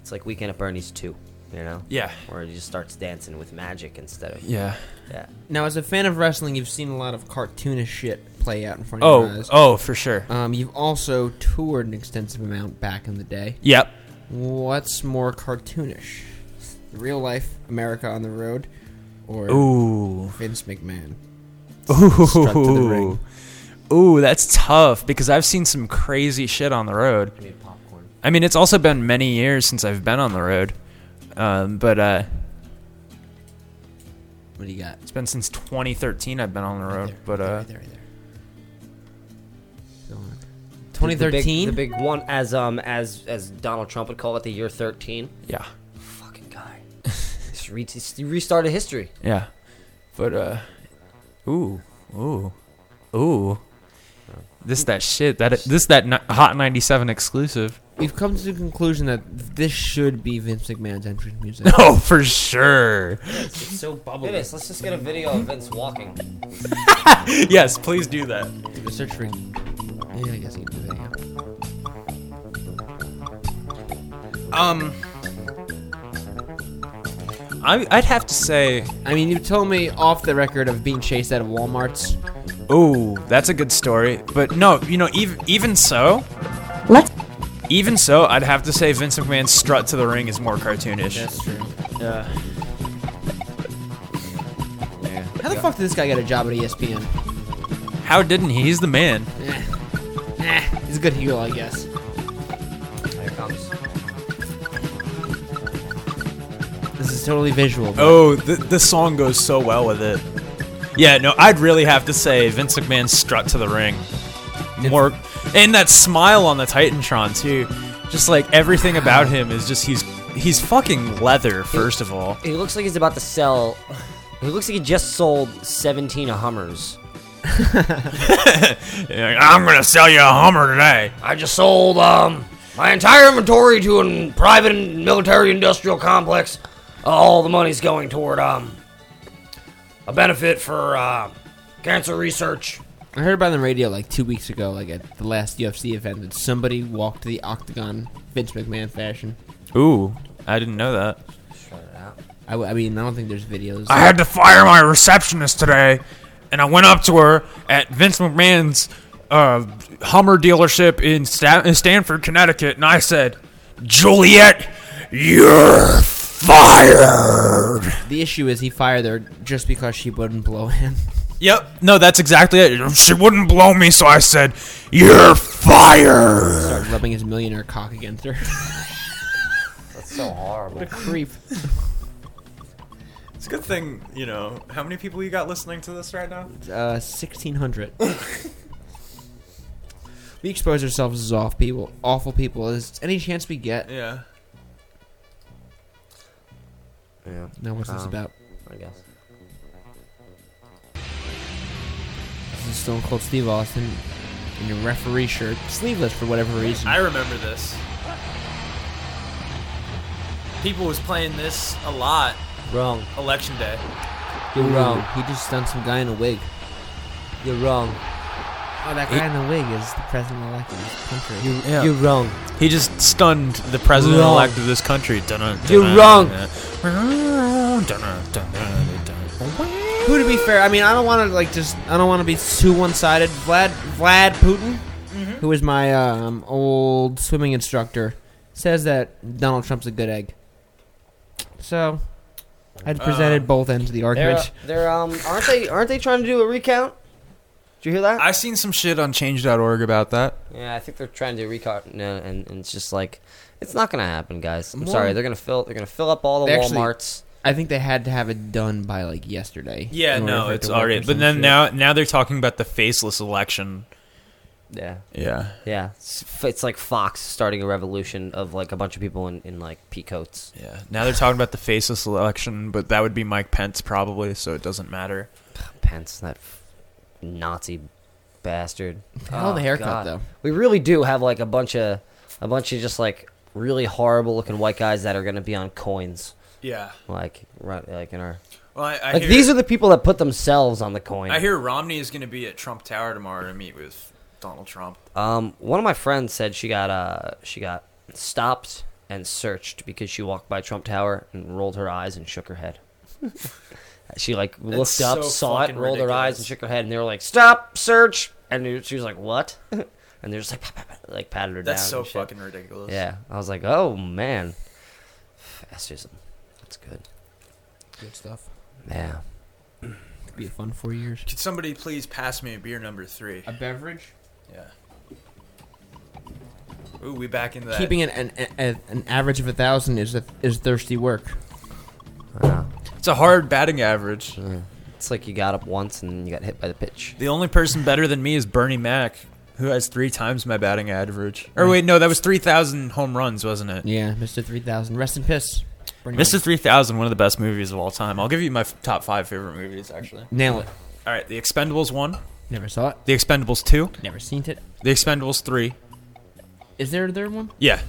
[SPEAKER 2] it's like Weekend at Bernie's two. You know?
[SPEAKER 6] Yeah.
[SPEAKER 2] Where he just starts dancing with magic instead of
[SPEAKER 6] Yeah.
[SPEAKER 2] yeah.
[SPEAKER 5] Now, as a fan of wrestling, you've seen a lot of cartoonish shit play out in front
[SPEAKER 6] Oh,
[SPEAKER 5] of your eyes.
[SPEAKER 6] oh, for sure.
[SPEAKER 5] Um, you've also toured an extensive amount back in the day.
[SPEAKER 6] Yep.
[SPEAKER 5] What's more cartoonish, real life America on the road, or
[SPEAKER 6] Ooh.
[SPEAKER 5] Vince McMahon? Struck
[SPEAKER 6] [LAUGHS]
[SPEAKER 5] to the
[SPEAKER 6] Ooh.
[SPEAKER 5] ring.
[SPEAKER 6] Ooh, that's tough because I've seen some crazy shit on the road. I mean, popcorn. I mean, it's also been many years since I've been on the road. Um, but uh,
[SPEAKER 5] what do you got?
[SPEAKER 6] It's been since 2013 I've been on the road. but uh,
[SPEAKER 5] 2013?
[SPEAKER 2] The big, the big one, as um as as Donald Trump would call it, the year thirteen.
[SPEAKER 6] Yeah.
[SPEAKER 2] Fucking guy. [LAUGHS] Just re- just restarted history.
[SPEAKER 6] Yeah. But uh ooh, ooh. Ooh. This that shit. That this that ni- hot 97 exclusive.
[SPEAKER 5] We've come to the conclusion that this should be Vince McMahon's entrance music.
[SPEAKER 6] [LAUGHS] No, for sure.
[SPEAKER 2] It's so bubbly. It is. Let's just get a video of Vince walking.
[SPEAKER 6] [LAUGHS] yes, please do that.
[SPEAKER 5] Do a search for. Yeah, I guess you can do that. yeah.
[SPEAKER 6] Um I I'd have to say
[SPEAKER 5] I mean, you told me off the record of being chased out of Walmart's.
[SPEAKER 6] Ooh, that's a good story. But no, you know, even even so,
[SPEAKER 19] Let's.
[SPEAKER 6] even so, I'd have to say Vince McMahon's strut to the ring is more cartoonish.
[SPEAKER 5] That's true.
[SPEAKER 6] Yeah.
[SPEAKER 5] How the fuck did this guy get a job at E ESPN?
[SPEAKER 6] How didn't he? He's the man.
[SPEAKER 5] Eh. Eh, he's a good heel, I guess.
[SPEAKER 2] There it comes.
[SPEAKER 5] This is totally visual.
[SPEAKER 6] Oh, th- this song goes so well with it. Yeah, no, I'd really have to say Vince McMahon's strut to the ring. More, and that smile on the Titantron too. Just like everything about him is just he's he's fucking leather. First of all,
[SPEAKER 2] He looks like he's about to sell. He looks like he just sold seventeen Hummers.
[SPEAKER 6] I'm gonna sell you a Hummer today.
[SPEAKER 2] I just sold um my entire inventory to a private and military industrial complex. Uh, All the money's going toward um a benefit for uh, cancer research.
[SPEAKER 5] I heard about it on the radio like two weeks ago, like at the last UFC event, that somebody walked the octagon Vince McMahon fashion.
[SPEAKER 6] Ooh, I didn't know that.
[SPEAKER 5] I, w- I mean, I don't think there's videos.
[SPEAKER 6] I had to fire my receptionist today, and I went up to her at Vince McMahon's uh, Hummer dealership in, Sta- in Stanford, Connecticut, and I said, Juliet, you're fired.
[SPEAKER 5] The issue is he fired her just because she wouldn't blow him.
[SPEAKER 6] Yep, no, that's exactly it. She wouldn't blow me, so I said, You're fired.
[SPEAKER 5] Started rubbing his millionaire cock against her.
[SPEAKER 2] That's so horrible.
[SPEAKER 5] What a creep.
[SPEAKER 12] It's a good thing, you know, how many people you got listening to this right now?
[SPEAKER 5] Uh, 1600. we expose ourselves as awful people. Awful people. Is any chance we get?
[SPEAKER 12] Yeah.
[SPEAKER 2] Yeah.
[SPEAKER 5] Now, what's this
[SPEAKER 2] Um,
[SPEAKER 5] about?
[SPEAKER 2] I guess.
[SPEAKER 5] This is Stone Cold Steve Austin in a referee shirt, sleeveless for whatever reason.
[SPEAKER 12] I remember this. People was playing this a lot.
[SPEAKER 2] Wrong.
[SPEAKER 12] Election day.
[SPEAKER 5] You're
[SPEAKER 12] Ooh.
[SPEAKER 5] wrong. He just done some guy in a wig.
[SPEAKER 2] You're wrong.
[SPEAKER 5] Oh, that guy in the wig is the president elect of this country.
[SPEAKER 2] You're wrong.
[SPEAKER 6] He just stunned the president elect of this country. Dunno,
[SPEAKER 5] You're
[SPEAKER 6] dunno,
[SPEAKER 5] wrong.
[SPEAKER 6] dunno, dunno, dunno, dunno.
[SPEAKER 5] Who, to be fair, I mean, I don't want to like just, I don't want to be too one-sided. Vlad, Vlad Putin,
[SPEAKER 2] Mm-hmm.
[SPEAKER 5] who is my um, old swimming instructor, says that Donald Trump's a good egg. So, I presented
[SPEAKER 12] Uh,
[SPEAKER 5] both ends of the argument.
[SPEAKER 2] They're um aren't they aren't they trying to do a recount? Did you hear that?
[SPEAKER 6] I've seen some shit on change.org about that.
[SPEAKER 2] Yeah, I think they're trying to recount, no, and, and it's just like it's not gonna happen, guys. I'm
[SPEAKER 5] More-
[SPEAKER 2] sorry. They're gonna fill they're gonna fill up all the
[SPEAKER 5] They actually-
[SPEAKER 2] WalMarts.
[SPEAKER 5] I think they had to have it done by like yesterday.
[SPEAKER 6] Yeah,
[SPEAKER 5] in order
[SPEAKER 6] no,
[SPEAKER 5] for it
[SPEAKER 6] it's
[SPEAKER 5] to work or
[SPEAKER 6] already.
[SPEAKER 5] some
[SPEAKER 6] But then
[SPEAKER 5] shit.
[SPEAKER 6] now, now they're talking about the faceless election.
[SPEAKER 2] Yeah.
[SPEAKER 6] Yeah.
[SPEAKER 2] Yeah, it's, f- it's like Fox starting a revolution of like a bunch of people in, in like pea coats.
[SPEAKER 6] Yeah. Now they're talking about the faceless election, but that would be Mike Pence probably, so it doesn't matter.
[SPEAKER 2] [SIGHS] Pence, that f- Nazi bastard. Oh,
[SPEAKER 5] Hell of a haircut, though.
[SPEAKER 2] We really do have like a bunch of a bunch of just like really horrible looking white guys that are going to be on coins.
[SPEAKER 12] Yeah.
[SPEAKER 2] Like right, like in our.
[SPEAKER 12] Well, I- I
[SPEAKER 2] like
[SPEAKER 12] hear-
[SPEAKER 2] these are the people that put themselves on the coin.
[SPEAKER 12] I hear Romney is going to be at Trump Tower tomorrow to meet with Donald Trump.
[SPEAKER 2] Um, one of my friends said she got uh she got stopped and searched because she walked by Trump Tower and rolled her eyes and shook
[SPEAKER 12] [LAUGHS]
[SPEAKER 2] her head. she like
[SPEAKER 12] That's
[SPEAKER 2] looked up,
[SPEAKER 12] so
[SPEAKER 2] saw it,
[SPEAKER 12] fucking
[SPEAKER 2] rolled her eyes
[SPEAKER 12] ridiculous.
[SPEAKER 2] and shook her head, and they were like, "Stop, [LAUGHS] search!" And she was like, "What?" and they're just like, "Pat, pat, pat," like patted her
[SPEAKER 12] That's
[SPEAKER 2] down.
[SPEAKER 12] so
[SPEAKER 2] and shit.
[SPEAKER 12] fucking ridiculous.
[SPEAKER 2] Yeah, I was like, "Oh man, fascism, that's good."
[SPEAKER 5] [LAUGHS] Good stuff.
[SPEAKER 2] Yeah.
[SPEAKER 5] Could be a fun four years.
[SPEAKER 12] Could somebody please pass me a beer number three? A
[SPEAKER 5] beverage?
[SPEAKER 12] Yeah. Ooh, we back into that.
[SPEAKER 5] Keeping an an, an an average of a thousand is a, is thirsty work.
[SPEAKER 6] It's a hard batting average.
[SPEAKER 2] It's like you got up once and you got hit by the pitch.
[SPEAKER 6] The only person better than me is Bernie Mac, who has three times my batting average. Or wait, no, that was 3,000 home runs, wasn't it?
[SPEAKER 5] Yeah, Mr. 3000. Rest in piss. Bernie
[SPEAKER 6] Mr. 3000, one of the best movies of all time. I'll give you my f- top five favorite movies, actually.
[SPEAKER 5] Nail it.
[SPEAKER 6] All right, The Expendables 1.
[SPEAKER 5] Never saw it.
[SPEAKER 6] The Expendables 2.
[SPEAKER 5] Never seen it.
[SPEAKER 6] The Expendables 3.
[SPEAKER 5] Is there a third one?
[SPEAKER 6] Yeah,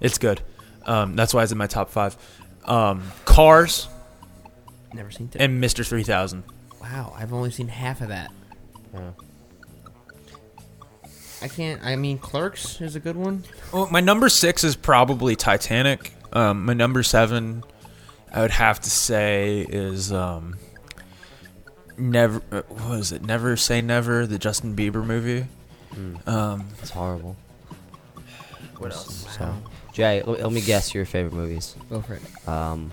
[SPEAKER 6] it's good. Um, that's why it's in my top five. Um, Cars
[SPEAKER 5] Never seen it.
[SPEAKER 6] and Mr. 3000.
[SPEAKER 5] Wow, I've only seen half of that. I can't. I mean, Clerks is a good one.
[SPEAKER 6] Well, my number six is probably Titanic. Um, my number seven, I would have to say, is um, never. uh, What was it? Never say never. The Justin Bieber movie. Um,
[SPEAKER 2] it's Hmm. horrible.
[SPEAKER 12] What else?
[SPEAKER 2] So, Jay, let, let me guess your favorite movies.
[SPEAKER 5] Go for
[SPEAKER 2] it. Um,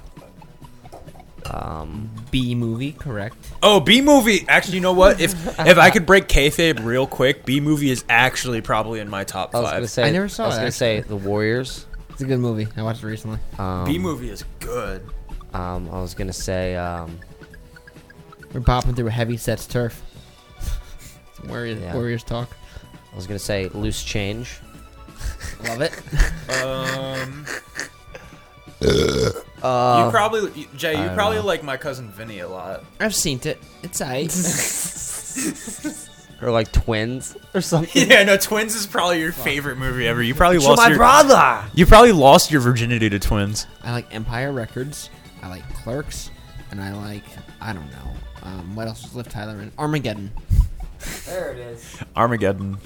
[SPEAKER 2] um,
[SPEAKER 5] B movie, correct?
[SPEAKER 6] Oh, B movie. Actually, you know what? If [LAUGHS] if I could break kayfabe real quick, B movie is actually probably in my top
[SPEAKER 2] I
[SPEAKER 6] five.
[SPEAKER 2] was gonna say. I was gonna say The Warriors.
[SPEAKER 5] It's a good movie. I watched it recently.
[SPEAKER 2] Um,
[SPEAKER 6] B movie is good.
[SPEAKER 2] Um, I was gonna say. Um,
[SPEAKER 5] We're bopping through a heavy sets turf. Warriors,
[SPEAKER 2] Yeah.
[SPEAKER 5] Warriors talk.
[SPEAKER 2] I was gonna say Loose Change.
[SPEAKER 5] Love it.
[SPEAKER 2] [LAUGHS]
[SPEAKER 12] Um,
[SPEAKER 6] Oh.
[SPEAKER 2] Uh,
[SPEAKER 12] you probably, you- Jay,
[SPEAKER 2] I
[SPEAKER 12] you
[SPEAKER 2] don't
[SPEAKER 12] probably
[SPEAKER 2] know.
[SPEAKER 12] like my cousin Vinny a lot.
[SPEAKER 5] I've seen it.
[SPEAKER 12] [LAUGHS]
[SPEAKER 5] It's aight.
[SPEAKER 2] Or like twins
[SPEAKER 6] [LAUGHS]
[SPEAKER 2] or something.
[SPEAKER 12] yeah, no, Twins is probably your favorite movie ever.
[SPEAKER 6] You probably
[SPEAKER 5] So
[SPEAKER 6] lost
[SPEAKER 5] my
[SPEAKER 6] your,
[SPEAKER 12] Ah.
[SPEAKER 5] brother!
[SPEAKER 6] You probably lost your virginity to twins.
[SPEAKER 5] I like Empire Records. I like Clerks, and I like I don't know um, what else was left Tyler in Armageddon.
[SPEAKER 2] There it is.
[SPEAKER 6] Armageddon.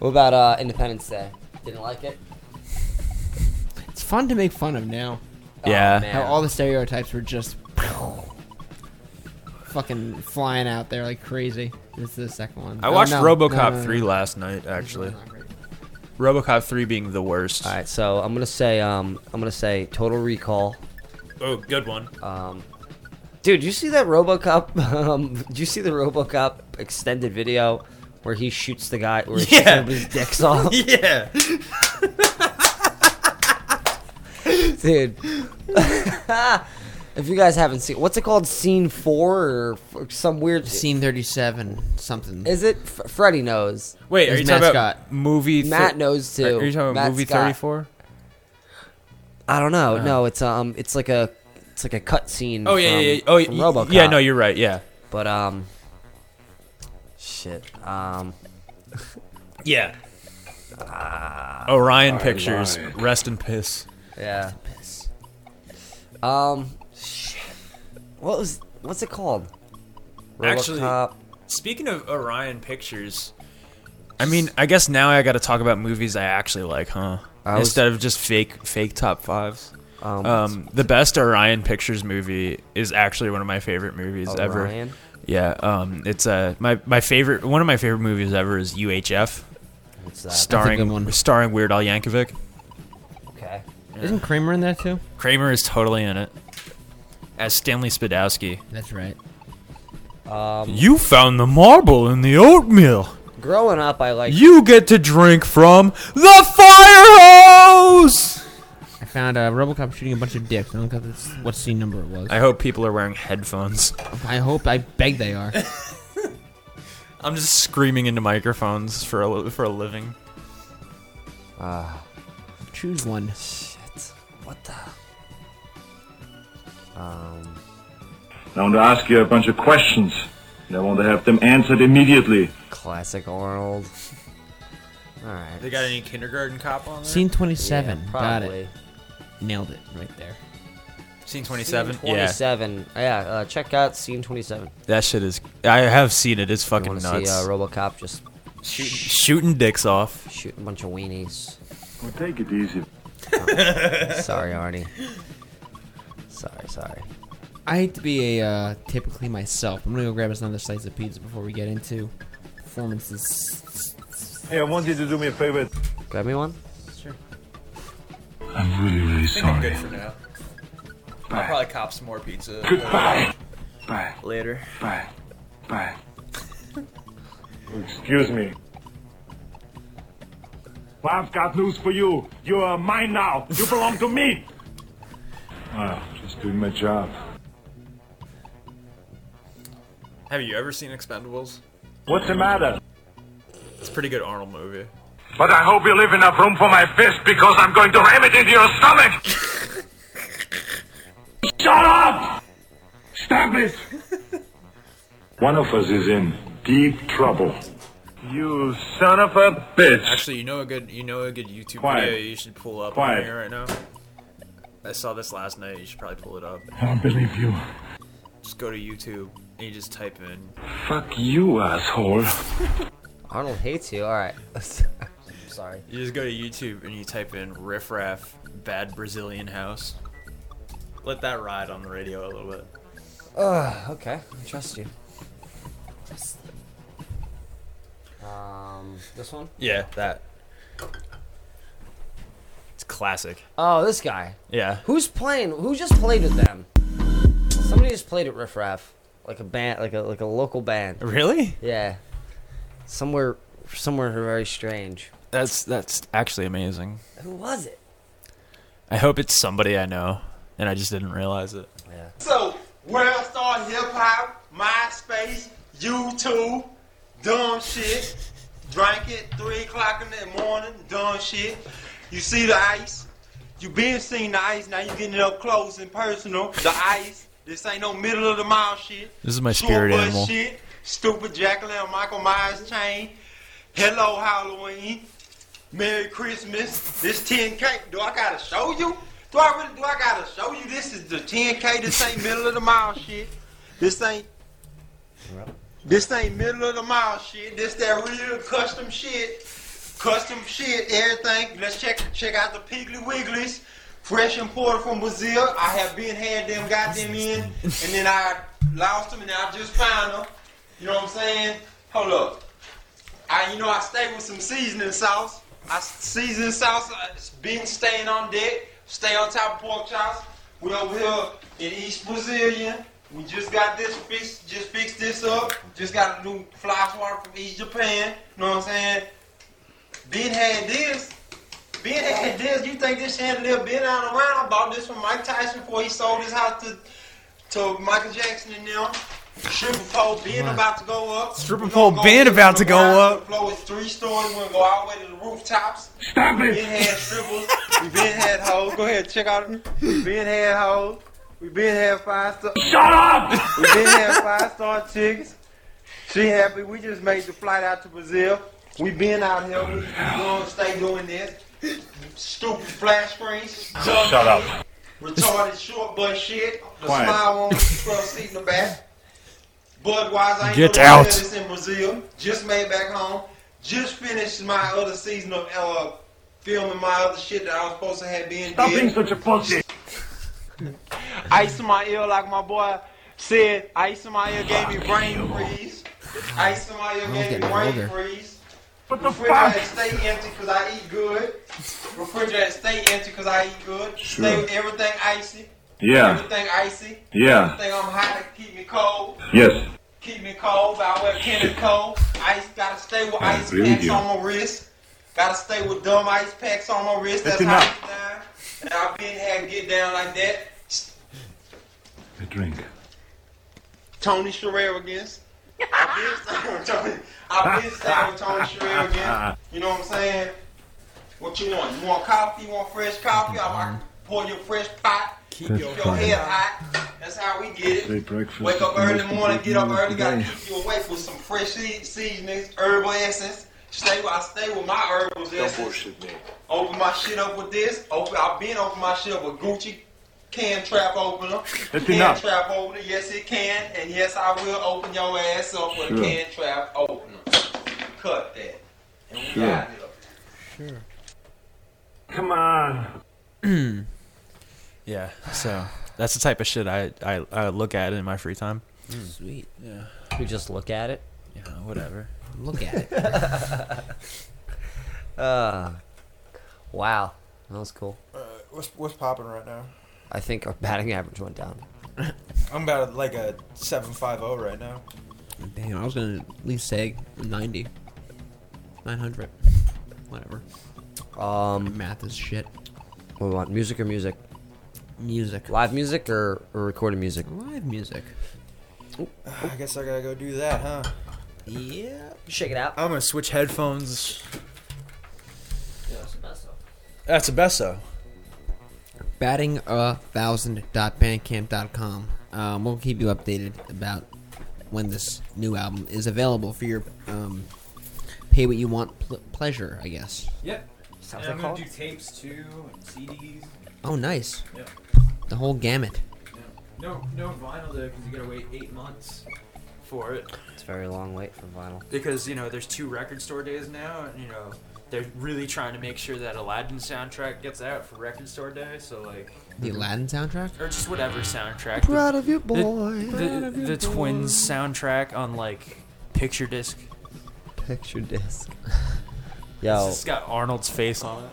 [SPEAKER 2] What about uh, Independence Day? Didn't like it.
[SPEAKER 5] It's fun to make fun of now.
[SPEAKER 6] Oh, Yeah. man.
[SPEAKER 5] how all the stereotypes were just fucking flying out there like crazy. This is the second one.
[SPEAKER 6] I
[SPEAKER 5] Oh,
[SPEAKER 6] watched
[SPEAKER 5] no,
[SPEAKER 6] RoboCop
[SPEAKER 5] no, no, no.
[SPEAKER 6] three last night, actually. RoboCop three being the worst. All
[SPEAKER 2] right, so I'm gonna say um, I'm gonna say Total Recall.
[SPEAKER 6] Oh, good one.
[SPEAKER 2] Um, dude, you see that RoboCop? [LAUGHS] Um, do you see the RoboCop extended video where he shoots the guy where he shoots
[SPEAKER 12] Yeah.
[SPEAKER 2] everybody's dicks
[SPEAKER 6] [LAUGHS]
[SPEAKER 12] [LAUGHS]
[SPEAKER 2] off?
[SPEAKER 12] yeah.
[SPEAKER 2] dude. [LAUGHS] if you guys haven't seen, what's it called? Scene four or f- some weird
[SPEAKER 5] scene thirty-seven something.
[SPEAKER 2] Is it? F- Freddy knows.
[SPEAKER 6] Wait, are
[SPEAKER 5] There's
[SPEAKER 6] you talking
[SPEAKER 5] Matt
[SPEAKER 6] about
[SPEAKER 5] Scott.
[SPEAKER 6] movie? thir-
[SPEAKER 2] Matt knows too.
[SPEAKER 6] Are you talking about
[SPEAKER 2] Matt
[SPEAKER 6] movie
[SPEAKER 2] Scott.
[SPEAKER 6] thirty four?
[SPEAKER 2] I don't know.
[SPEAKER 6] Oh.
[SPEAKER 2] No, it's um, it's like a, it's like a cut scene.
[SPEAKER 6] Oh, yeah,
[SPEAKER 2] from,
[SPEAKER 6] yeah, yeah. Oh,
[SPEAKER 2] from
[SPEAKER 6] y-
[SPEAKER 2] RoboCop.
[SPEAKER 6] yeah, no, you're right, yeah.
[SPEAKER 2] But um, shit. Um,
[SPEAKER 6] Yeah.
[SPEAKER 5] Ah,
[SPEAKER 6] Orion
[SPEAKER 2] Orion.
[SPEAKER 6] Pictures. Rest in piss.
[SPEAKER 2] yeah. Um, shit. What was what's it called?
[SPEAKER 12] Actually,
[SPEAKER 2] RoboCop.
[SPEAKER 12] speaking of Orion Pictures,
[SPEAKER 6] I mean, I guess now I got to talk about movies I actually like, huh?
[SPEAKER 12] I was-
[SPEAKER 6] Instead of just fake fake top fives.
[SPEAKER 2] Um,
[SPEAKER 6] Um, the best Orion Pictures movie is actually one of my favorite movies
[SPEAKER 2] Orion?
[SPEAKER 6] ever. Yeah, um, it's uh, my my favorite one of my favorite movies ever is UHF,
[SPEAKER 2] What's that? That's a
[SPEAKER 6] starring
[SPEAKER 5] good one.
[SPEAKER 6] starring Weird Al Yankovic.
[SPEAKER 2] okay.
[SPEAKER 5] Isn't Kramer in that too?
[SPEAKER 6] Kramer is totally in it as Stanley Spadowski.
[SPEAKER 5] That's right.
[SPEAKER 2] Um,
[SPEAKER 6] You found the marble in the oatmeal.
[SPEAKER 2] growing up, I like
[SPEAKER 6] You get to drink from the fire hose.
[SPEAKER 5] I found uh, RoboCop shooting a bunch of dicks. I don't know if that's what scene number it was.
[SPEAKER 6] I hope people are wearing headphones.
[SPEAKER 5] I hope. I beg they are.
[SPEAKER 6] I'm just screaming into microphones for a li- for a living.
[SPEAKER 2] Ah,
[SPEAKER 5] Choose one.
[SPEAKER 2] Shit. What the? Um.
[SPEAKER 1] I want to ask you a bunch of questions, and I want to have them answered immediately.
[SPEAKER 2] Classic Arnold. [LAUGHS] All right.
[SPEAKER 12] They got any kindergarten cop on there?
[SPEAKER 5] Scene 27.
[SPEAKER 2] Yeah,
[SPEAKER 5] Got
[SPEAKER 2] probably.
[SPEAKER 5] it. Nailed it right there.
[SPEAKER 12] Scene
[SPEAKER 2] Scene 27. Yeah. uh, check out scene 27.
[SPEAKER 6] That shit is. I have seen it. It's
[SPEAKER 2] You
[SPEAKER 6] fucking
[SPEAKER 2] want to see
[SPEAKER 6] nuts.
[SPEAKER 2] uh, RoboCop just
[SPEAKER 6] shooting dicks off.
[SPEAKER 2] shooting a bunch of weenies. Oh,
[SPEAKER 1] Well, take it easy.
[SPEAKER 12] [LAUGHS]
[SPEAKER 2] sorry, Arnie. Sorry, sorry.
[SPEAKER 5] I hate to be a uh, typically myself. I'm gonna go grab us another slice of pizza before we get into performances.
[SPEAKER 1] Hey, I want you to do me a favor.
[SPEAKER 2] Grab me one.
[SPEAKER 1] I'm really, really
[SPEAKER 12] I think I'm
[SPEAKER 1] sorry.
[SPEAKER 12] good for now. I'll probably cop some more pizza. uh,
[SPEAKER 1] Goodbye. Bye.
[SPEAKER 12] Later.
[SPEAKER 1] Bye. Bye. [LAUGHS] Excuse me. Well, I've got news for you. You are mine now. You belong to me. Ah, just doing my job.
[SPEAKER 12] Have you ever seen Expendables?
[SPEAKER 1] What's the matter?
[SPEAKER 12] It's a pretty good Arnold movie.
[SPEAKER 1] But I hope you leave enough room for my fist because I'm going to ram it into your stomach. Shut up! Stop it! One of us is in deep trouble. You son of a bitch.
[SPEAKER 12] Actually, you know a good you know a good YouTube
[SPEAKER 1] Quiet.
[SPEAKER 12] video you should pull up
[SPEAKER 1] Quiet.
[SPEAKER 12] on here right now. I saw this last night. You should probably pull it up.
[SPEAKER 1] I don't believe you.
[SPEAKER 12] Just go to YouTube and you just type in.
[SPEAKER 1] Fuck you, asshole.
[SPEAKER 2] Arnold hates you. All right. [LAUGHS] sorry.
[SPEAKER 12] You just go to YouTube and you type in riff raff bad Brazilian house. Let that ride on the radio a little bit.
[SPEAKER 2] Uh, okay. I trust you. Um, this one?
[SPEAKER 12] Yeah, that. It's classic.
[SPEAKER 2] Oh, this guy.
[SPEAKER 12] Yeah.
[SPEAKER 2] Who's playing? Who just played with them? Somebody just played at Riff Raff, like a band, like a like a local band.
[SPEAKER 6] Really?
[SPEAKER 2] Yeah. Somewhere, somewhere very strange.
[SPEAKER 6] That's that's actually amazing.
[SPEAKER 2] Who was it?
[SPEAKER 6] I hope it's somebody I know, and I just didn't realize it.
[SPEAKER 2] Yeah.
[SPEAKER 23] So, World Star Hip Hop, MySpace, YouTube, dumb shit. Drank it three o'clock in the morning, dumb shit. You see the ice. You been seeing the ice. Now you getting it up close and personal. The ice. This ain't no middle of the mile shit.
[SPEAKER 6] This is my
[SPEAKER 23] Short
[SPEAKER 6] spirit
[SPEAKER 23] bus
[SPEAKER 6] animal.
[SPEAKER 23] Shit. Stupid Jacqueline and Michael Myers chain. Hello Halloween. Merry Christmas. This 10K. Do I gotta show you? Do I really? Do I gotta show you? This is the 10K. This ain't middle of the mile shit. This ain't. This ain't middle of the mile shit. This that real custom shit. Custom shit. Everything. Let's check check out the Piggly Wigglies. Fresh imported from Brazil. I have been had them, got them in, and then I lost them, and I just found them. You know what I'm saying? Hold up. I, you know, I stay with some seasoning sauce. I seasoning sauce. uh, It's been staying on deck. Stay on top of pork chops. We over here in East Brazilian. We just got this fixed. Just fixed this up. Just got a new fly swatter from East Japan. You know what I'm saying? Ben had this. Ben had this. You think this chandelier been out around? I bought this from Mike Tyson before he sold his house to to Michael Jackson and them. Triple pole Ben
[SPEAKER 12] Wow.
[SPEAKER 23] about to go up.
[SPEAKER 12] Stripper
[SPEAKER 23] We
[SPEAKER 12] pole
[SPEAKER 23] gonna go
[SPEAKER 12] Ben
[SPEAKER 23] in
[SPEAKER 12] about
[SPEAKER 23] from
[SPEAKER 12] to go
[SPEAKER 23] the ground
[SPEAKER 12] up.
[SPEAKER 23] The floor is three stories. We're gonna go all the way to the rooftops.
[SPEAKER 1] Stop
[SPEAKER 23] we
[SPEAKER 1] it.
[SPEAKER 23] been had stripples. we been had hoes. Go ahead, check out. We been had hoes. We been had five star.
[SPEAKER 1] Shut up.
[SPEAKER 23] We been had five star chicks. She happy. We just made the flight out to Brazil. We been out here. We gonna stay doing this. Stupid flash screens. Dumb
[SPEAKER 1] Shut up.
[SPEAKER 23] Retarded short butt shit. The
[SPEAKER 1] Quiet.
[SPEAKER 23] smile on the front seat in the back. Budweiser ain't
[SPEAKER 1] Get
[SPEAKER 23] the
[SPEAKER 1] out.
[SPEAKER 23] realest in Brazil. Just made back home. Just finished my other season of uh, filming my other shit that I was supposed to have been.
[SPEAKER 1] Stop
[SPEAKER 23] did.
[SPEAKER 1] being such a pussy.
[SPEAKER 23] Ice in my ear, like my boy said. Ice in my ear gave me brain freeze. Ice in my ear
[SPEAKER 1] I'm
[SPEAKER 23] gave me
[SPEAKER 1] getting
[SPEAKER 23] brain
[SPEAKER 1] older.
[SPEAKER 23] freeze.
[SPEAKER 1] What
[SPEAKER 23] the Refrigerator stay empty because I eat good. Refrigerator stay empty because I eat good.
[SPEAKER 1] Sure.
[SPEAKER 23] Stay with everything icy.
[SPEAKER 1] Yeah.
[SPEAKER 23] Everything icy.
[SPEAKER 1] Yeah.
[SPEAKER 23] Everything I'm hot to keep me cold.
[SPEAKER 1] Yes.
[SPEAKER 23] Keep me cold. I wear Kenny cold. Ice gotta stay with
[SPEAKER 1] I
[SPEAKER 23] ice
[SPEAKER 1] agree with
[SPEAKER 23] packs
[SPEAKER 1] you.
[SPEAKER 23] on my wrist. Gotta stay with dumb ice packs on my wrist.
[SPEAKER 1] That's
[SPEAKER 23] That's,
[SPEAKER 1] enough.
[SPEAKER 23] how I get down. And I've been had to get down like that.
[SPEAKER 1] A drink.
[SPEAKER 23] Tony Sherrigans.
[SPEAKER 1] [LAUGHS]
[SPEAKER 23] I've been staying with Tony Sherrigans. You know what I'm saying? What you want? You want coffee? You want fresh coffee? I can pour you a fresh pot. Keep
[SPEAKER 1] That's
[SPEAKER 23] your
[SPEAKER 1] fine.
[SPEAKER 23] head hot. That's how we get it.
[SPEAKER 1] Say breakfast.
[SPEAKER 23] Wake up
[SPEAKER 1] is the
[SPEAKER 23] early in
[SPEAKER 1] most
[SPEAKER 23] the morning, get up
[SPEAKER 1] important meal
[SPEAKER 23] early,
[SPEAKER 1] of
[SPEAKER 23] gotta
[SPEAKER 1] the day.
[SPEAKER 23] keep you awake with some fresh sea- seasonings, herbal essence. Stay with, I stay with my herbal essence.
[SPEAKER 1] bullshit me.
[SPEAKER 23] Open my shit up with this. Open, I've been open my shit up with Gucci can trap opener.
[SPEAKER 1] That's
[SPEAKER 23] can
[SPEAKER 1] enough.
[SPEAKER 23] trap opener. Yes, it can, and yes, I will open your ass up with
[SPEAKER 1] Sure.
[SPEAKER 23] a can trap opener. Cut that. And we
[SPEAKER 1] Sure.
[SPEAKER 23] got it.
[SPEAKER 5] Sure.
[SPEAKER 1] Come on.
[SPEAKER 6] [CLEARS THROAT] Yeah. So that's the type of shit I, I, I look at in my free time.
[SPEAKER 5] Sweet.
[SPEAKER 6] Yeah.
[SPEAKER 2] We just look at it.
[SPEAKER 6] Yeah. Whatever.
[SPEAKER 5] Look at it. [LAUGHS]
[SPEAKER 2] Uh, wow, that was cool.
[SPEAKER 13] Uh, what's what's popping right now?
[SPEAKER 2] I think our batting average went down.
[SPEAKER 13] I'm about like a seven five zero right now.
[SPEAKER 5] Damn, I was gonna at least say 90. 900. Whatever.
[SPEAKER 2] Um,
[SPEAKER 5] Math is shit.
[SPEAKER 2] What do we want? Music or music?
[SPEAKER 5] Music.
[SPEAKER 2] Live music or, or recorded music?
[SPEAKER 5] Live music.
[SPEAKER 13] [SIGHS] I guess I gotta go do that, huh?
[SPEAKER 2] Yeah. Shake it out.
[SPEAKER 13] I'm gonna switch headphones.
[SPEAKER 6] That's a besso.
[SPEAKER 5] Batting a thousand dot bandcamp dot com. Um, we'll keep you updated about when this new album is available for your um, pay what you want pl- pleasure, I guess.
[SPEAKER 6] Yep.
[SPEAKER 2] Sounds
[SPEAKER 6] and
[SPEAKER 2] like
[SPEAKER 6] I'm gonna
[SPEAKER 2] Colin.
[SPEAKER 6] do tapes too and CDs.
[SPEAKER 5] Oh, nice.
[SPEAKER 6] Yeah.
[SPEAKER 5] The whole gamut.
[SPEAKER 6] No, no vinyl though, because you gotta wait eight months for it.
[SPEAKER 2] It's a very long wait for vinyl.
[SPEAKER 6] Because you know, there's two record store days now, and you know, they're really trying to make sure that Aladdin soundtrack gets out for record store day. So like,
[SPEAKER 5] The Aladdin soundtrack?
[SPEAKER 6] or just whatever soundtrack.
[SPEAKER 5] Proud of you,
[SPEAKER 6] The-
[SPEAKER 5] boy.
[SPEAKER 6] The,
[SPEAKER 5] Proud of you,
[SPEAKER 6] the
[SPEAKER 5] boy.
[SPEAKER 6] Twins soundtrack on like picture disc.
[SPEAKER 2] Picture disc.
[SPEAKER 6] It's just got Arnold's face on it.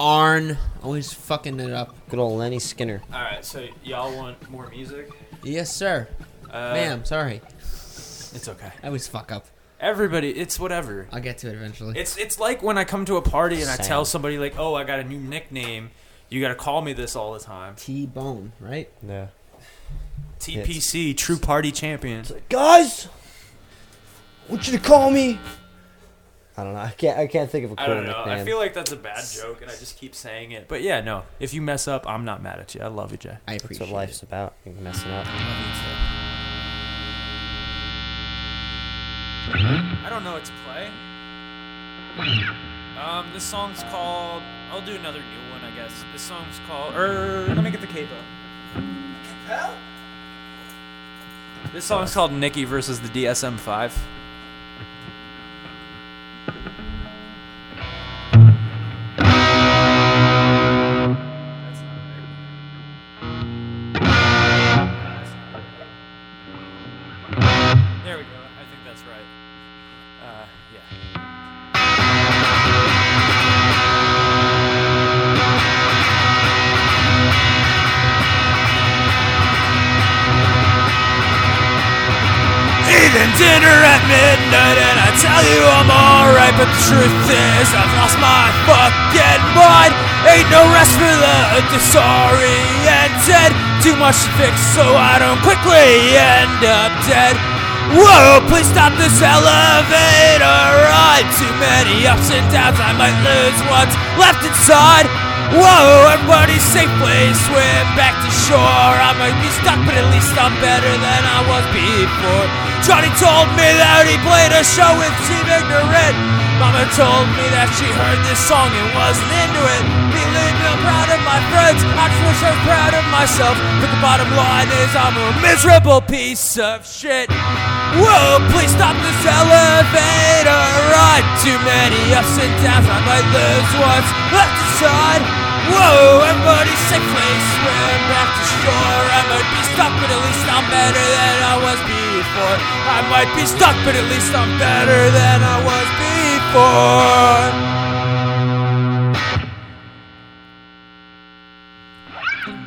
[SPEAKER 5] Arn. Always fucking it up.
[SPEAKER 2] Good old Lenny Skinner.
[SPEAKER 6] All right, so y'all want more music?
[SPEAKER 5] Yes, sir.
[SPEAKER 6] Uh,
[SPEAKER 5] Ma'am, sorry.
[SPEAKER 6] It's okay.
[SPEAKER 5] I always fuck up.
[SPEAKER 6] Everybody, it's whatever.
[SPEAKER 5] I'll get to it eventually.
[SPEAKER 6] It's it's like when I come to a party and I
[SPEAKER 5] Sam.
[SPEAKER 6] tell somebody like, "Oh, I got a new nickname. You got to call me this all the time."
[SPEAKER 5] T Bone, right?
[SPEAKER 2] Yeah.
[SPEAKER 6] TPC, True Party Champion.
[SPEAKER 2] Guys, want you to call me? I don't know. I can't. I can't think of a cool
[SPEAKER 6] I don't know.
[SPEAKER 2] nickname.
[SPEAKER 6] I feel like that's a bad joke, and I just keep saying it. But yeah, no. If you mess up, I'm not mad at you. I love you, Jay.
[SPEAKER 5] I
[SPEAKER 2] That's what life's about. You're messing up.
[SPEAKER 6] I don't know what to play. Um, this song's called. I'll do another new one, I guess. This song's called. Er, let me get the capo. This song's called Nikki versus the DSM-5. There we go. I think that's right. Uh, yeah.
[SPEAKER 3] Even dinner at midnight, and I tell you I'm alright, but the truth is I've lost my fucking mind. Ain't no rest for the disoriented. Too much to fix, so I don't quickly end up dead. Whoa, please stop this elevator ride. Too many ups and downs, I might lose what's left inside. Whoa, everybody safe, please swim back to shore. I might be stuck, but at least I'm better than I was before. Johnny told me that he played a show with Team Ignorant. Mama told me that she heard this song and wasn't into it. Believe me, I'm proud of my friends. I just wish I was proud of myself. But the bottom line is I'm a miserable piece of shit. Whoa, please stop this elevator ride. Too many ups and downs, I might lose what's left inside. Whoa, everybody safe, please swim back to shore. I might be stuck, but at least I'm better than I was before. I might be stuck, but at least I'm better than I was before.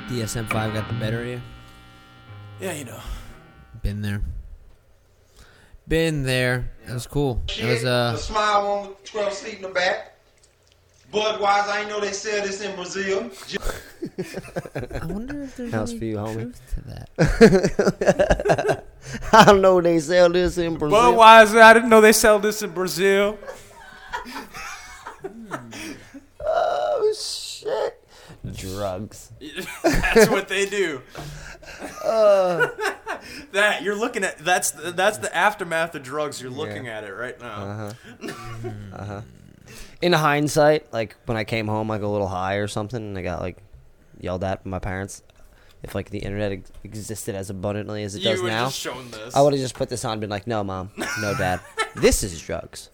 [SPEAKER 5] DSM five got the better of you.
[SPEAKER 6] Yeah, you know.
[SPEAKER 5] Been there. Been there. That was cool. It was
[SPEAKER 23] the
[SPEAKER 5] uh
[SPEAKER 23] smile one with 12 seat in the back. Budweiser, I know they sell this in Brazil.
[SPEAKER 1] [LAUGHS]
[SPEAKER 23] Ju-
[SPEAKER 5] I wonder if
[SPEAKER 2] [LAUGHS]
[SPEAKER 5] there's
[SPEAKER 2] How's
[SPEAKER 5] any
[SPEAKER 2] for you, homie?
[SPEAKER 5] truth to that.
[SPEAKER 2] [LAUGHS]
[SPEAKER 26] I don't know they sell this in Brazil.
[SPEAKER 6] Budweiser. I didn't know they sell this in
[SPEAKER 2] [LAUGHS]
[SPEAKER 6] Brazil. [LAUGHS]
[SPEAKER 2] Hmm.
[SPEAKER 26] Oh shit!
[SPEAKER 2] Drugs.
[SPEAKER 6] [LAUGHS] [LAUGHS] That's what they do.
[SPEAKER 26] Uh,
[SPEAKER 27] that you're looking at that's that's the aftermath of drugs. You're looking at it right now. [LAUGHS]
[SPEAKER 2] Uh-huh. uh-huh. In hindsight, like when I came home like a little high or something and I got like yelled at by my parents, if like the internet ex- existed as abundantly as it
[SPEAKER 27] You
[SPEAKER 2] does
[SPEAKER 27] would've
[SPEAKER 2] now,
[SPEAKER 27] just shown this.
[SPEAKER 2] I would have just put this on and been like, "No, mom. No,
[SPEAKER 27] [LAUGHS]
[SPEAKER 2] dad. this is drugs."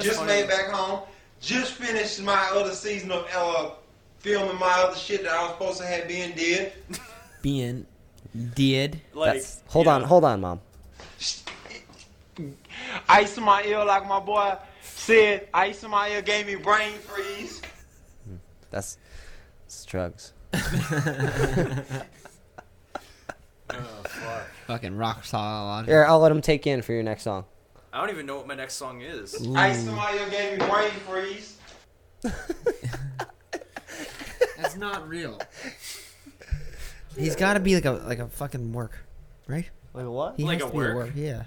[SPEAKER 23] just made back home. Just finished my other season of uh, filming my other shit that I was supposed to have been did.
[SPEAKER 5] Being did.
[SPEAKER 23] Like,
[SPEAKER 2] That's- hold on, hold on, mom.
[SPEAKER 23] Ice in my ear, like my boy said. Ice in my ear gave me brain freeze.
[SPEAKER 2] That's, it's [LAUGHS] drugs. Oh,
[SPEAKER 5] Fucking rock solid.
[SPEAKER 2] Here, I'll let him take you in for your next song.
[SPEAKER 27] I don't even know what my next song is.
[SPEAKER 2] Ooh.
[SPEAKER 23] Ice in my ear gave me brain freeze.
[SPEAKER 5] That's not real. He's got to be like a like a fucking work, right?
[SPEAKER 2] Like a what?
[SPEAKER 5] He
[SPEAKER 27] Like
[SPEAKER 5] has
[SPEAKER 27] a
[SPEAKER 5] to be
[SPEAKER 27] work?
[SPEAKER 5] Yeah.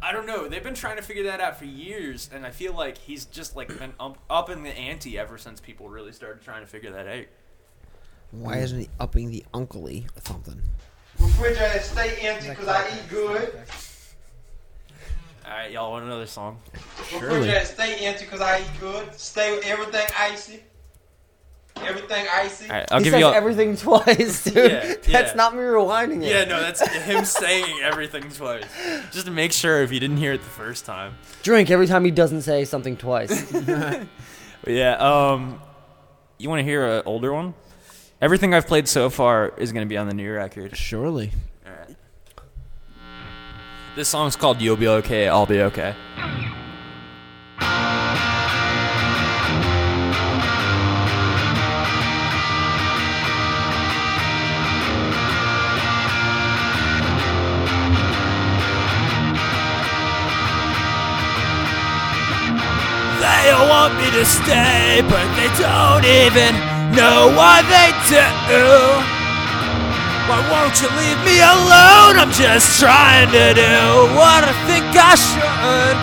[SPEAKER 6] I don't know. They've been trying to figure that out for years, and I feel like he's just like been up, upping the ante ever since people really started trying to figure that out.
[SPEAKER 5] Why isn't he upping the uncley or something?
[SPEAKER 23] Refrigerator stay empty because I eat good.
[SPEAKER 6] All right, y'all want another song?
[SPEAKER 23] Refrigerator stay empty because I eat good. Stay everything icy. Everything icy.
[SPEAKER 6] All right, I'll
[SPEAKER 2] he
[SPEAKER 6] give
[SPEAKER 2] says
[SPEAKER 6] you all-
[SPEAKER 2] everything twice, [LAUGHS] dude.
[SPEAKER 6] Yeah,
[SPEAKER 2] That's
[SPEAKER 6] yeah.
[SPEAKER 2] not me rewinding it.
[SPEAKER 6] Yeah, no, that's him saying everything twice, just to make sure if you didn't hear it the first time.
[SPEAKER 2] Drink every time he doesn't say something
[SPEAKER 5] [LAUGHS]
[SPEAKER 2] twice.
[SPEAKER 6] But yeah, um, you want to hear an older one? Everything I've played so far is going to be on the new record.
[SPEAKER 5] Surely.
[SPEAKER 6] All right. This song's called "You'll Be Okay, I'll Be Okay."
[SPEAKER 3] They all want me to stay, but they don't even know why they do. Why won't you leave me alone? I'm just trying to do what I think I should.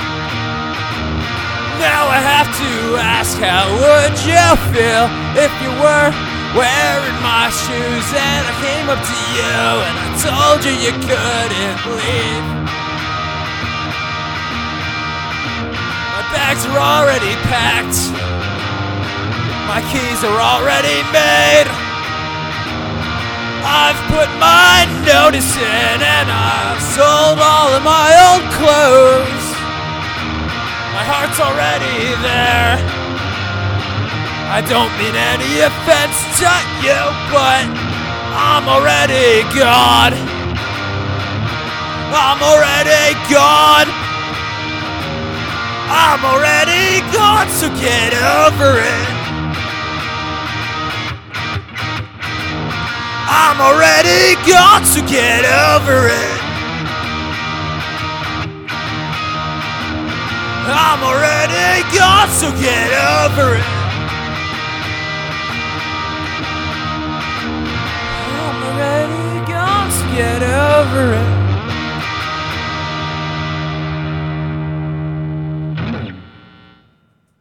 [SPEAKER 3] Now I have to ask, how would you feel if you were wearing my shoes? And I came up to you and I told you you couldn't leave. My bags are already packed. My keys are already made. I've put my notice in and I've sold all of my old clothes. My heart's already there. I don't mean any offense to you, but I'm already gone. I'm already gone. I'm already gone, so get over it. I'm already gone, so get over it. I'm already gone, so get over it. I'm already gone, so get over it.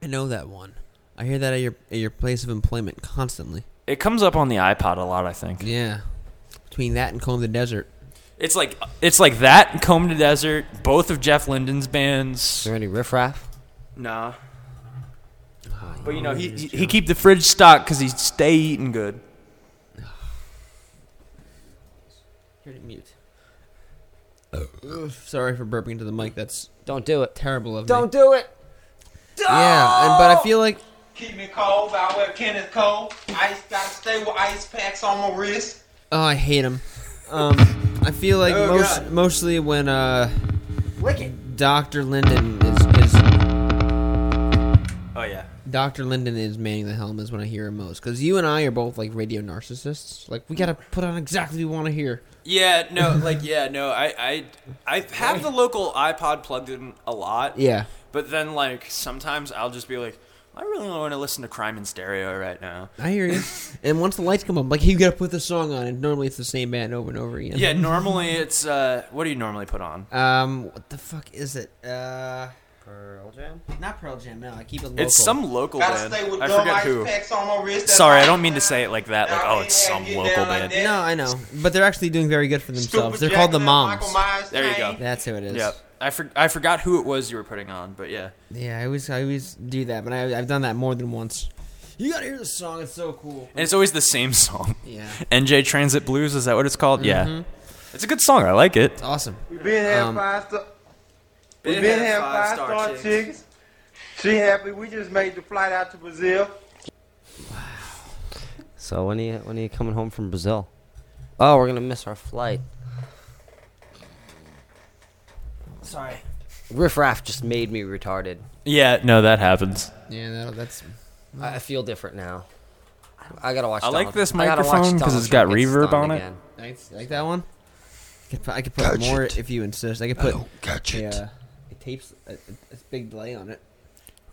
[SPEAKER 5] I know that one. I hear that at your at your place of employment constantly.
[SPEAKER 6] It comes up on the iPod a lot, I think.
[SPEAKER 5] Yeah. Between that and Comb the Desert.
[SPEAKER 6] It's like it's like that, Comb to Desert, both of Jeff Lynden's bands. Is
[SPEAKER 2] there any riffraff?
[SPEAKER 6] Nah. But you know he he, he keep the fridge stocked because he stay eating good.
[SPEAKER 5] You're to mute. Oof, sorry for burping into the mic. That's
[SPEAKER 2] don't do it.
[SPEAKER 5] Terrible of me.
[SPEAKER 2] Don't do it.
[SPEAKER 5] Yeah, and, but I feel like
[SPEAKER 23] Keep me cold, but I wear Kenneth Cole. Ice gotta stay with ice packs on my wrist.
[SPEAKER 5] oh, I hate him. Um, I feel like
[SPEAKER 23] Oh,
[SPEAKER 5] most
[SPEAKER 23] God.
[SPEAKER 5] mostly when uh,
[SPEAKER 2] Lick it.
[SPEAKER 5] Doctor Linden is, is
[SPEAKER 6] Oh yeah.
[SPEAKER 5] Doctor Linden is manning the helm is when I hear him most because you and I are both like radio narcissists. Like we gotta put on exactly what we want to hear.
[SPEAKER 6] Yeah,
[SPEAKER 5] [LAUGHS]
[SPEAKER 6] no, like yeah, no. I I I have the local iPod plugged in a lot.
[SPEAKER 5] Yeah.
[SPEAKER 6] But then like sometimes I'll just be like, I really want to listen to Crime in Stereo right now.
[SPEAKER 5] I hear you. [LAUGHS] and once the lights come up, like you gotta put the song on, and normally it's the same band over and over again.
[SPEAKER 6] Yeah,
[SPEAKER 5] [LAUGHS]
[SPEAKER 6] normally it's uh what do you normally put on?
[SPEAKER 5] Um, what the fuck is it? Uh,
[SPEAKER 2] Pearl Jam?
[SPEAKER 5] Not Pearl Jam, no. I keep it local.
[SPEAKER 3] It's some local
[SPEAKER 5] Gotta
[SPEAKER 3] band.
[SPEAKER 5] stay with
[SPEAKER 3] I
[SPEAKER 5] dumb
[SPEAKER 3] forget
[SPEAKER 5] ice packs on my
[SPEAKER 3] who.
[SPEAKER 5] wrist,
[SPEAKER 3] Sorry, I don't mean to say it like that. Like, oh, it's some local band.
[SPEAKER 5] No, I know. But they're actually doing very good for themselves. They're called the Moms.
[SPEAKER 3] There you go.
[SPEAKER 5] That's who it is.
[SPEAKER 3] Yep. I, for- I forgot who it was you were putting on, but yeah.
[SPEAKER 5] Yeah, I always, I always do that, but I, I've done that more than once. You gotta hear this song. It's so cool.
[SPEAKER 3] And it's always the same [LAUGHS] song.
[SPEAKER 5] Yeah.
[SPEAKER 3] NJ Transit Blues, is that what it's called? Yeah.
[SPEAKER 5] Mhm.
[SPEAKER 3] It's a good song. I like it.
[SPEAKER 5] awesome.
[SPEAKER 23] We've been had
[SPEAKER 3] Um,
[SPEAKER 23] five star.
[SPEAKER 24] been
[SPEAKER 23] We've been,
[SPEAKER 24] had
[SPEAKER 23] had five
[SPEAKER 24] five-star
[SPEAKER 23] star
[SPEAKER 24] chicks.
[SPEAKER 23] chicks. She happy. We just made the flight out to Brazil.
[SPEAKER 2] So when are you when are you coming home from Brazil? Oh, we're gonna miss our flight.
[SPEAKER 5] Sorry.
[SPEAKER 2] Riff Raff just made me retarded.
[SPEAKER 3] Yeah, no, that happens.
[SPEAKER 5] Yeah, that'll, that's.
[SPEAKER 2] I, I feel different now. I gotta watch.
[SPEAKER 3] I like
[SPEAKER 2] Donald-
[SPEAKER 3] this
[SPEAKER 2] gotta watch
[SPEAKER 3] microphone 'cause
[SPEAKER 2] Donald
[SPEAKER 3] it's got
[SPEAKER 2] Trump get
[SPEAKER 3] reverb
[SPEAKER 2] stunned
[SPEAKER 3] on it.
[SPEAKER 2] again.
[SPEAKER 5] Nice. Like that one? I could put, I could put more if you insist. I could put. catch it. Uh, it tapes a, a, a big delay on it.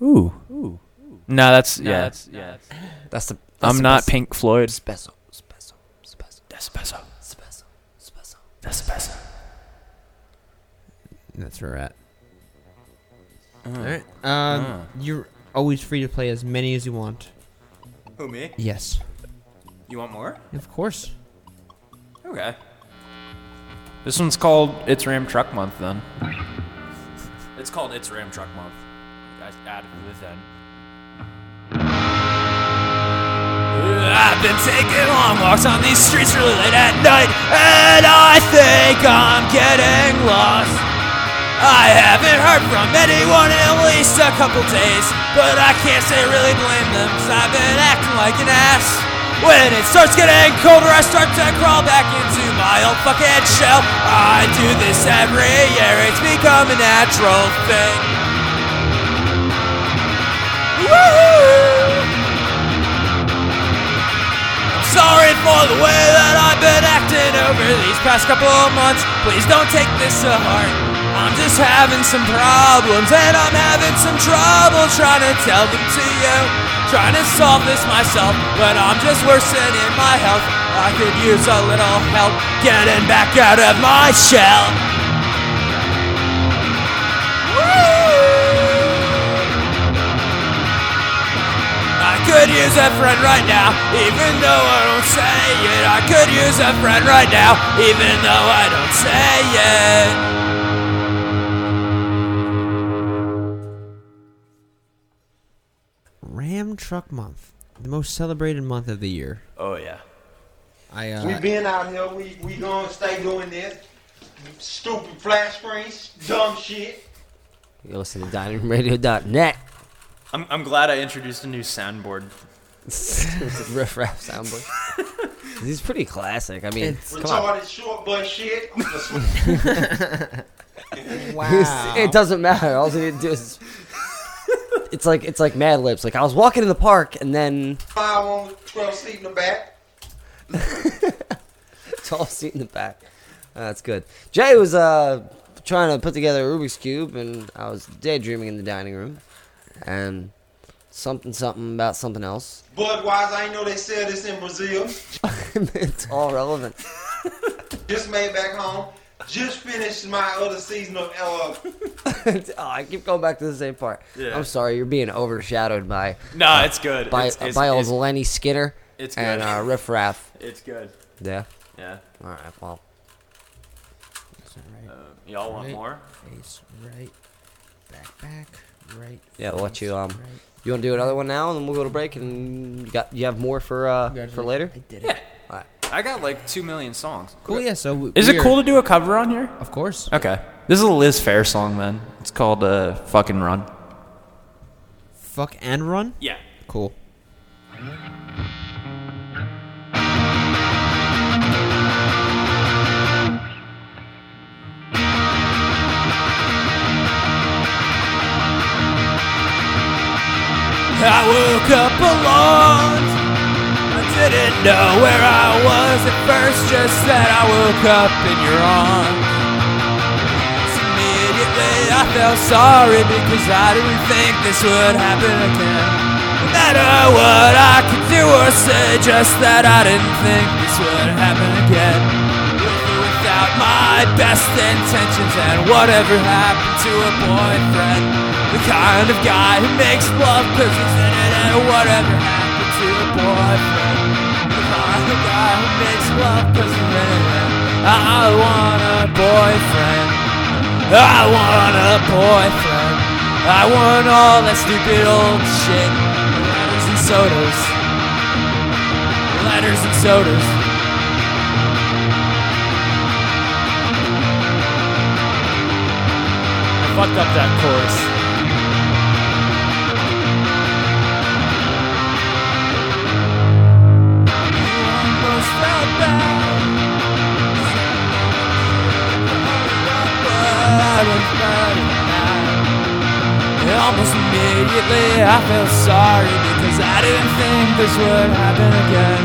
[SPEAKER 3] Ooh. Ooh. No, that's
[SPEAKER 5] No,
[SPEAKER 3] yeah.
[SPEAKER 5] that's- yeah, that's-
[SPEAKER 2] That's the.
[SPEAKER 3] I'm not Pink Floyd.
[SPEAKER 2] Spesso, spesso, spesso,
[SPEAKER 3] spesso,
[SPEAKER 2] spesso, spesso,
[SPEAKER 3] spesso.
[SPEAKER 5] That's where we're at.
[SPEAKER 3] Mm.
[SPEAKER 5] All right. Um,
[SPEAKER 3] Oh.
[SPEAKER 5] You're always free to play as many as you want.
[SPEAKER 3] Who me?
[SPEAKER 5] Yes.
[SPEAKER 3] You want more?
[SPEAKER 5] Of course.
[SPEAKER 3] Okay. This one's called It's Ram Truck Month then. It's called It's Ram Truck Month. I added the then. I've been taking long walks on these streets really late at night, and I think I'm getting lost. I haven't heard from anyone in at least a couple days, but I can't say I really blame them, cause I've been acting like an ass. When it starts getting colder, I start to crawl back into my old fucking shell. I do this every year, it's become a natural thing. Woohoo! I'm sorry for the way that I've been acting over these past couple of months. Please don't take this to heart. I'm just having some problems, and I'm having some trouble trying to tell them to you. Trying to solve this myself, but I'm just worsening my health. I could use a little help getting back out of my shell. I could use a friend right now, even though I don't say it. I could use a friend right now, even though I don't say it.
[SPEAKER 5] Ram Truck Month, the most celebrated month of the year.
[SPEAKER 3] Oh yeah.
[SPEAKER 5] I uh,
[SPEAKER 23] we been out here. We we gonna stay doing this. Stupid flash screens, dumb shit.
[SPEAKER 2] You listen to
[SPEAKER 5] [LAUGHS]
[SPEAKER 2] diningroomradio.net.
[SPEAKER 3] I'm, I'm glad I introduced a new soundboard.
[SPEAKER 2] Riff Raff soundboard. He's pretty classic. I mean, come on.
[SPEAKER 23] Retarded short butt
[SPEAKER 2] [LAUGHS]
[SPEAKER 23] shit.
[SPEAKER 2] It's- It doesn't matter. All you need to do is. [LAUGHS] It's like it's like Mad Libs. Like I was walking in the park and then [LAUGHS]
[SPEAKER 23] Five on twelve seat in the back.
[SPEAKER 2] tall seat in the back. Uh, that's good. Jay was uh trying to put together a Rubik's cube and I was daydreaming in the dining room, and something something about something else. [LAUGHS]
[SPEAKER 23] Budweiser. I ain't know they sell this in Brazil.
[SPEAKER 2] it's all relevant.
[SPEAKER 23] Just made back home. Just finished my other season of uh,
[SPEAKER 2] [LAUGHS] oh, I keep going back to the same part.
[SPEAKER 23] Yeah.
[SPEAKER 2] I'm sorry, you're being overshadowed by. uh,
[SPEAKER 3] No, it's good.
[SPEAKER 2] By
[SPEAKER 3] It's- it's-
[SPEAKER 2] by old
[SPEAKER 3] it's-
[SPEAKER 2] Lenny Skinner.
[SPEAKER 3] it's
[SPEAKER 2] and
[SPEAKER 3] good.
[SPEAKER 2] uh, Riff Raff.
[SPEAKER 3] [LAUGHS] It's good.
[SPEAKER 2] Yeah.
[SPEAKER 3] Yeah.
[SPEAKER 2] All right. Well.
[SPEAKER 3] Uh, y'all want
[SPEAKER 5] Right.
[SPEAKER 3] more?
[SPEAKER 5] Face right, back, back, right.
[SPEAKER 2] Yeah, we'll let you um you wanna do another one now and then we'll go to break and you got you have more for uh for later? I
[SPEAKER 5] did
[SPEAKER 3] Yeah.
[SPEAKER 2] All right.
[SPEAKER 3] I got like two million songs.
[SPEAKER 5] Cool. Yeah. So we-
[SPEAKER 3] Is it
[SPEAKER 5] we are-
[SPEAKER 3] cool to do a cover on here?
[SPEAKER 5] Of course.
[SPEAKER 3] Okay. This is a Liz Fair song, then. It's called uh, Fucking Run.
[SPEAKER 5] Fuck and run.
[SPEAKER 3] Yeah.
[SPEAKER 5] Cool.
[SPEAKER 3] I woke up alone. I didn't know where I was at first, just that I woke up in your arms. Immediately I felt sorry because I didn't think this would happen again. No matter what I could do or say, just that I didn't think this would happen again. With or without my my best intentions and whatever happened to a boyfriend? The kind of guy who makes love cause he's in it and whatever happened to a boyfriend? The kind of guy who makes love cause he's in it and I want a boyfriend. I want a boyfriend. I want all that stupid old shit. Letters and sodas. Letters and sodas. I fucked up that chorus. Almost felt bad. But I was burning out. And Almost immediately I felt sorry because I didn't think this would happen again.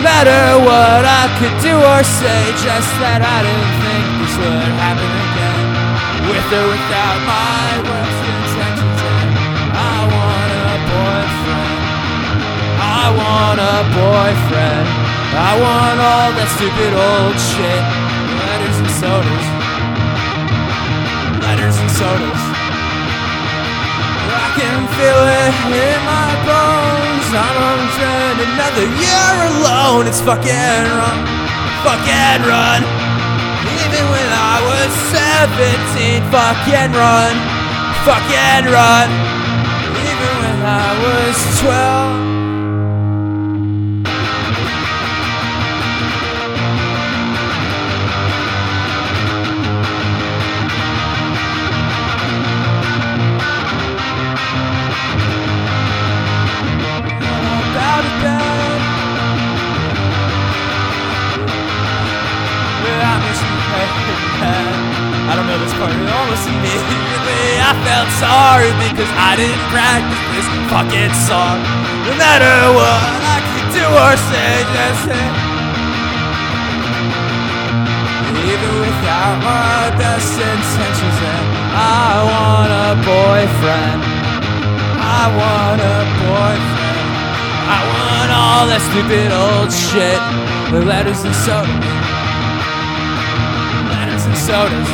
[SPEAKER 3] No matter what I could do or say, just that I didn't think this would happen again. With or without my worst intentions, and I want a boyfriend. I want a boyfriend. I want all that stupid old shit. Letters and sodas. Letters and sodas. I can feel it in my bones. I'm on trend another year alone. It's fucking run, fucking run. Even when I was 17, fucking run, fucking run. Even when I was 12. about it bad. Well, I miss you bad. I don't know this part. It almost immediately [LAUGHS] I felt sorry because I didn't practice this fucking song. No matter what I could do or say, just say. Even without my best intentions, and I want a boyfriend. I want a boyfriend. I want all that stupid old shit. The letters and sodas. Letters and sodas.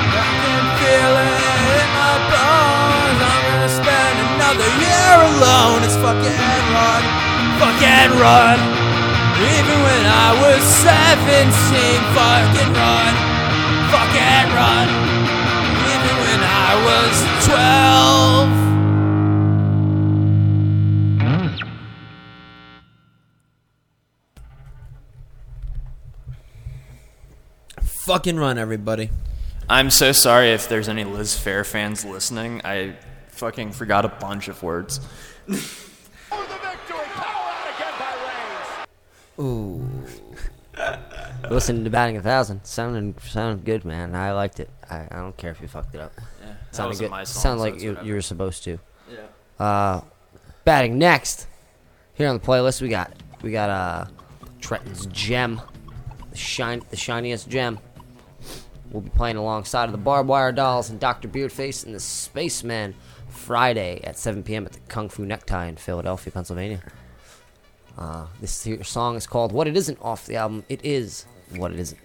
[SPEAKER 3] I can feel it in my bones. I'm gonna spend another year alone. It's fucking run. Fucking run. Even when I was 17, fucking run. Fucking run. Even when I was 12.
[SPEAKER 5] Fucking run, everybody.
[SPEAKER 6] I'm so sorry if there's any Liz Fair fans listening. I fucking forgot a bunch
[SPEAKER 3] [LAUGHS]
[SPEAKER 6] of words.
[SPEAKER 2] Ooh. [LAUGHS] Listen to batting a thousand. Sounded sounded good, man. I liked it. I, I don't care if you fucked it up.
[SPEAKER 6] Yeah, that
[SPEAKER 2] sounded
[SPEAKER 6] wasn't
[SPEAKER 2] good.
[SPEAKER 6] my song,
[SPEAKER 2] sounded
[SPEAKER 6] so
[SPEAKER 2] like
[SPEAKER 6] it's
[SPEAKER 2] you,
[SPEAKER 6] whatever.
[SPEAKER 2] you were supposed to.
[SPEAKER 6] Yeah.
[SPEAKER 2] Uh, batting next. Here on the playlist, we got we got uh Trenton's gem, the shine the shiniest gem. We'll be playing alongside of the Barbed Wire Dolls and Dr. Beardface and the Spaceman Friday at 7 p.m. at the Kung Fu Necktie in Philadelphia, Pennsylvania. Uh, this here song is called What It Isn't off the album It Is What It Isn't.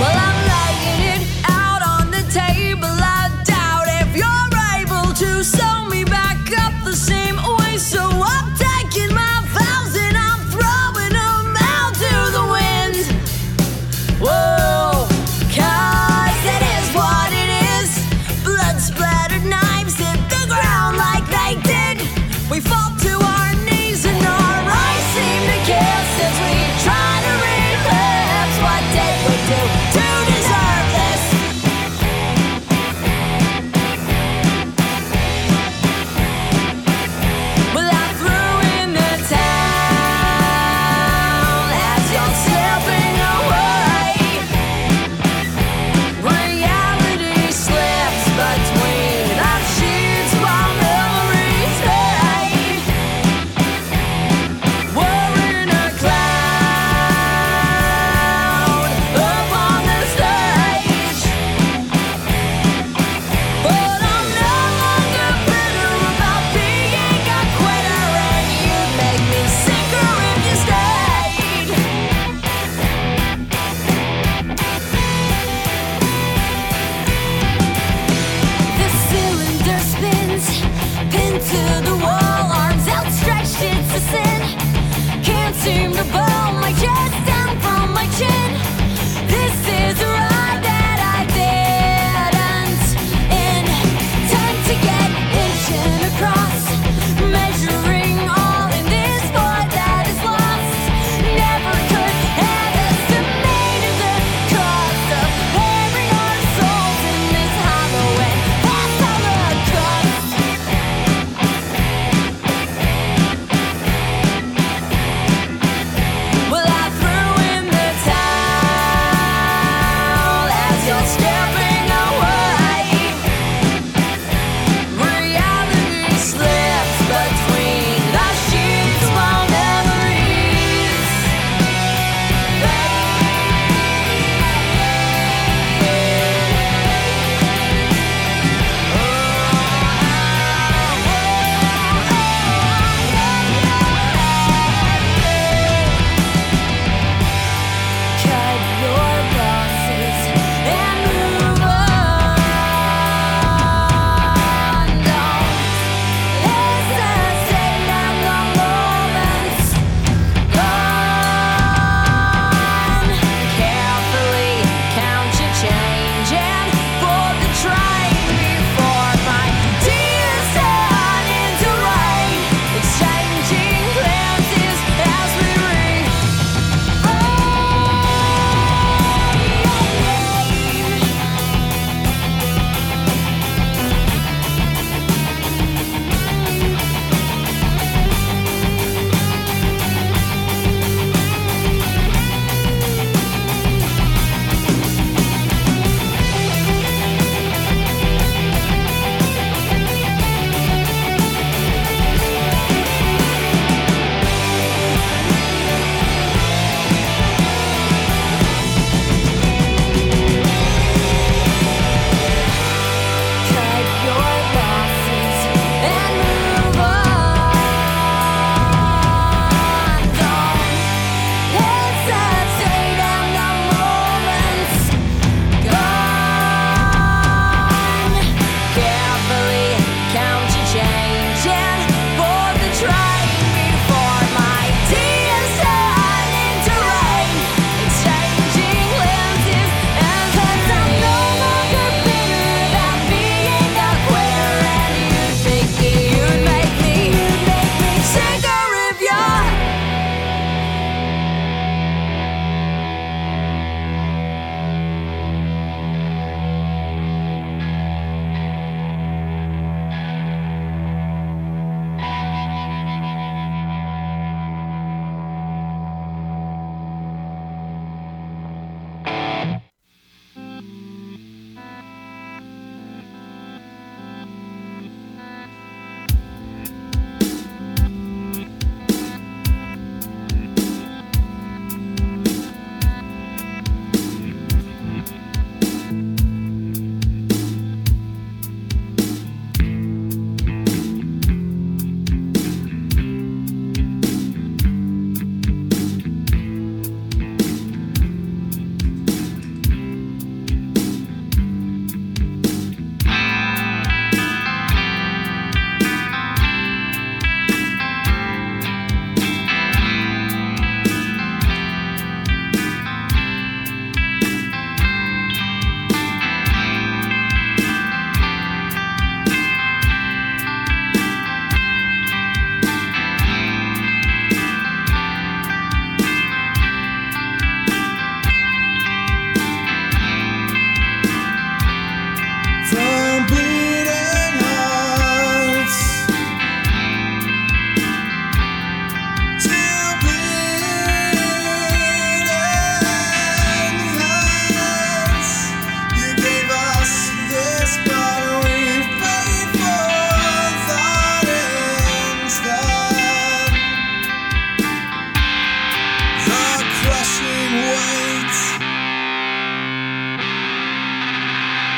[SPEAKER 4] Well, I'm laying it out on the table. I doubt if you're able to sew me back up the same way. So I'm taking my vows and I'm throwing them out to the wind. Whoa, cow.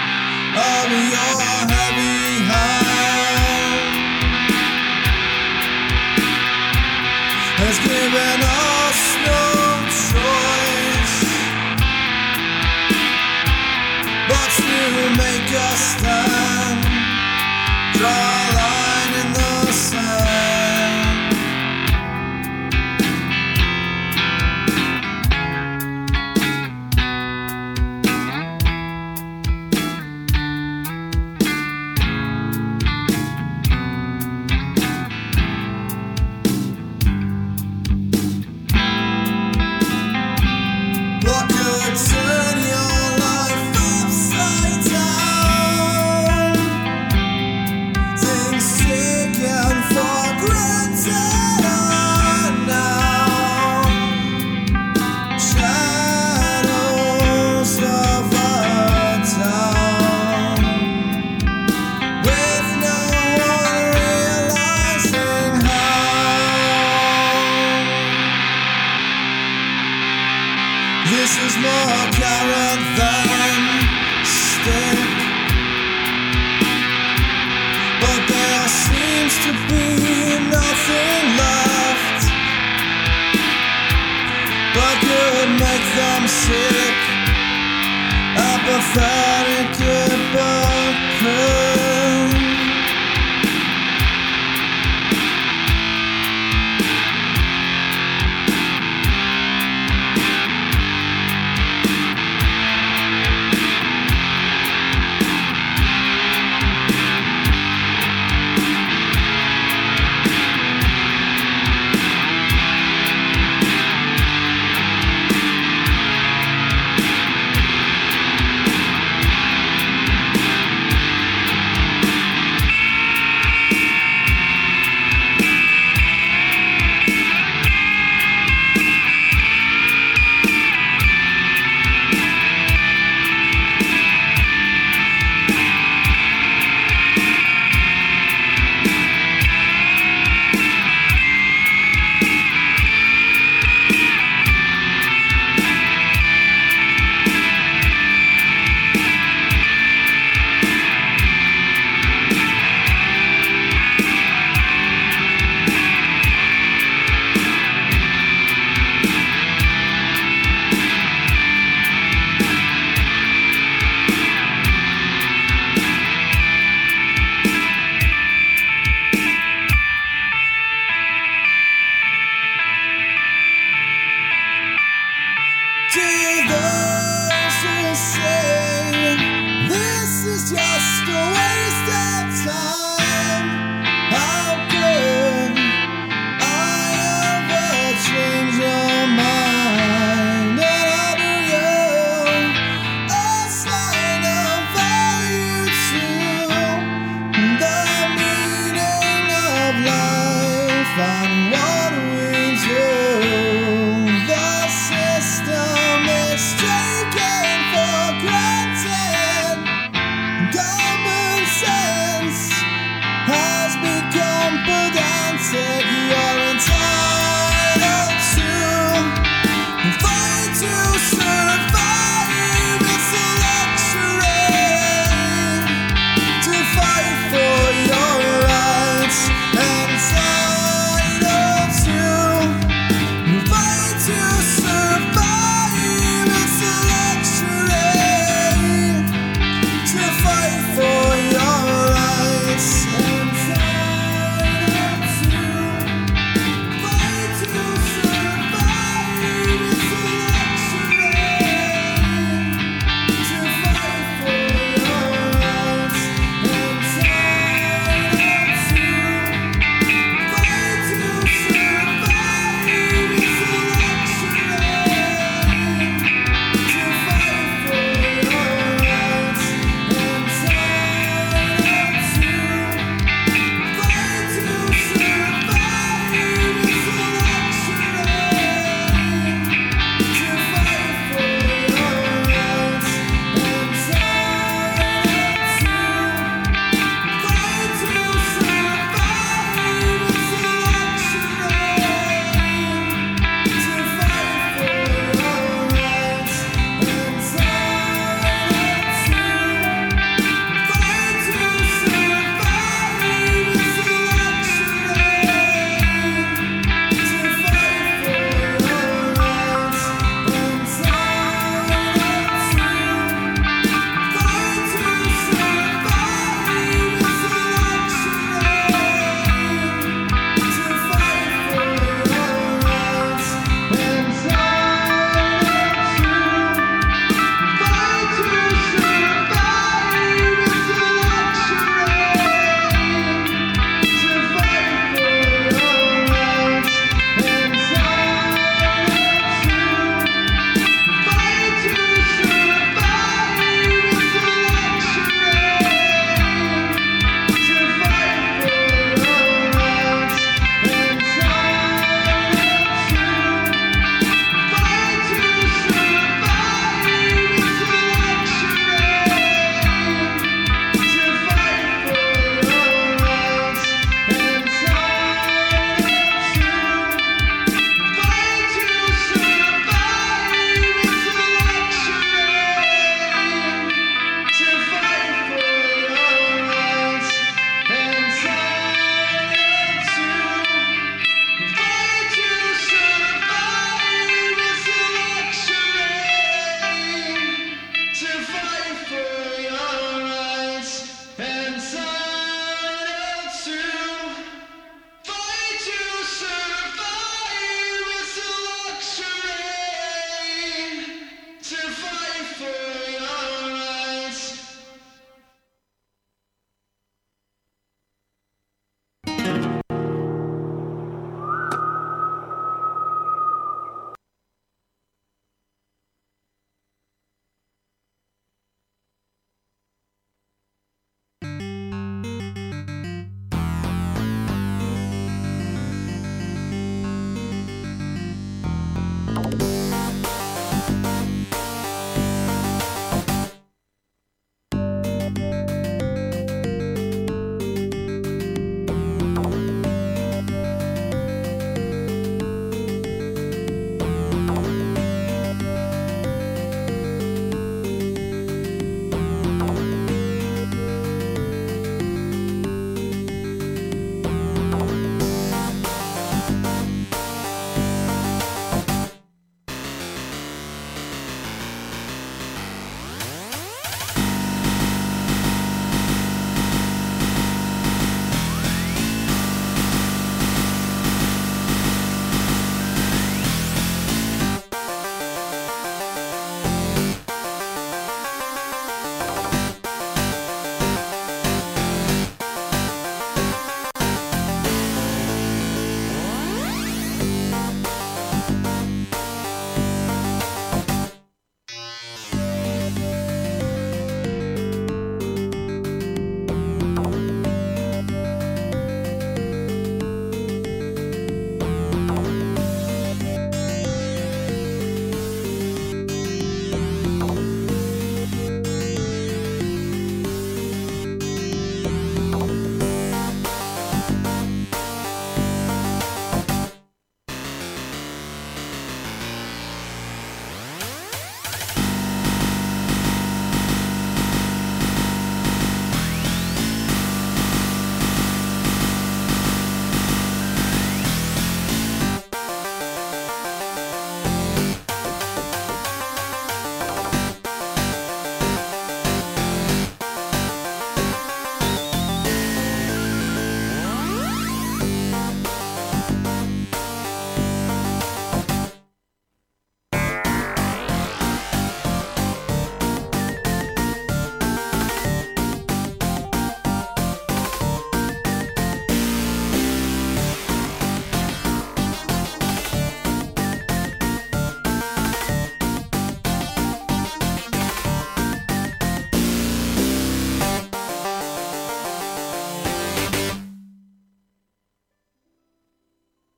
[SPEAKER 4] your happy high has given us no choice but to make us stand, draw a line in the sand. What could turn your life upside down? Things taken for granted are now shadows of our town. With no one realizing how. This is more carrot than stick. But there seems to be nothing left. But could make them sick. I prefer it could burn.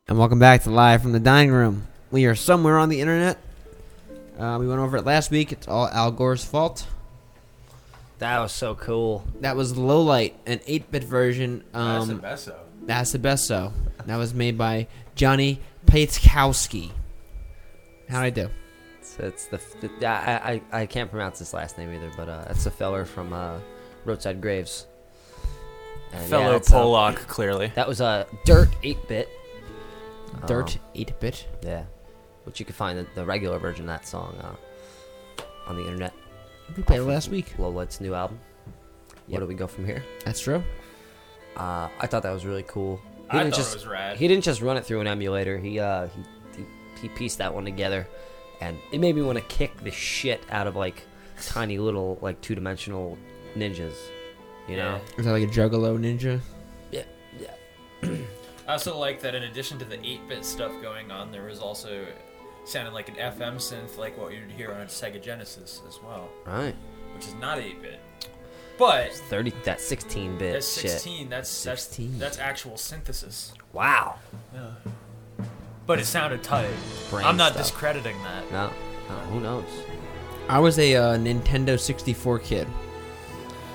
[SPEAKER 5] And welcome back to Live from the Dining Room. We are somewhere on the internet. Uh, we went over it last week. It's all Al Gore's fault.
[SPEAKER 2] That was so cool.
[SPEAKER 5] That was Lowlight, an 8 bit version. Um,
[SPEAKER 28] That's the best,
[SPEAKER 5] That's the best, so. That was made by Johnny Paitkowski. How'd I do?
[SPEAKER 2] It's, it's the, the I, I I can't pronounce his last name either, but uh, it's a feller from uh, Roadside Graves. And
[SPEAKER 29] Fellow
[SPEAKER 2] that's, uh,
[SPEAKER 29] Pollock, clearly.
[SPEAKER 2] That was a uh, Dirt Eight Bit. Um,
[SPEAKER 5] Dirt 8-bit?
[SPEAKER 2] Yeah, which you can find the, the regular version of that song uh, on the internet.
[SPEAKER 5] We played it last week.
[SPEAKER 2] Lowlight's new album. Where do we go from here?
[SPEAKER 5] That's true.
[SPEAKER 2] Uh, I thought that was really cool.
[SPEAKER 29] I
[SPEAKER 2] didn't
[SPEAKER 29] thought it
[SPEAKER 2] just,
[SPEAKER 29] was rad.
[SPEAKER 2] He didn't just run it through an emulator. He uh, he, he, he pieced that one together, and it made me want to kick the shit out of like tiny little like two dimensional ninjas. You know?
[SPEAKER 5] Is that like a Juggalo ninja?
[SPEAKER 2] Yeah.
[SPEAKER 6] [CLEARS THROAT] I also like that in addition to the 8 bit stuff going on, there was also sounded like an FM synth, like what you'd hear on a Sega Genesis as well.
[SPEAKER 2] Right.
[SPEAKER 6] Which is not 8 bit. But
[SPEAKER 2] Thirty that sixteen bit
[SPEAKER 6] that's
[SPEAKER 2] shit.
[SPEAKER 6] 16, that's, that's
[SPEAKER 2] 16.
[SPEAKER 6] that's actual synthesis.
[SPEAKER 2] Wow.
[SPEAKER 6] Yeah. But it sounded tight.
[SPEAKER 2] Brain
[SPEAKER 6] I'm not
[SPEAKER 2] stuff.
[SPEAKER 6] discrediting that.
[SPEAKER 2] No, no, who knows?
[SPEAKER 5] I was a uh, Nintendo 64 kid,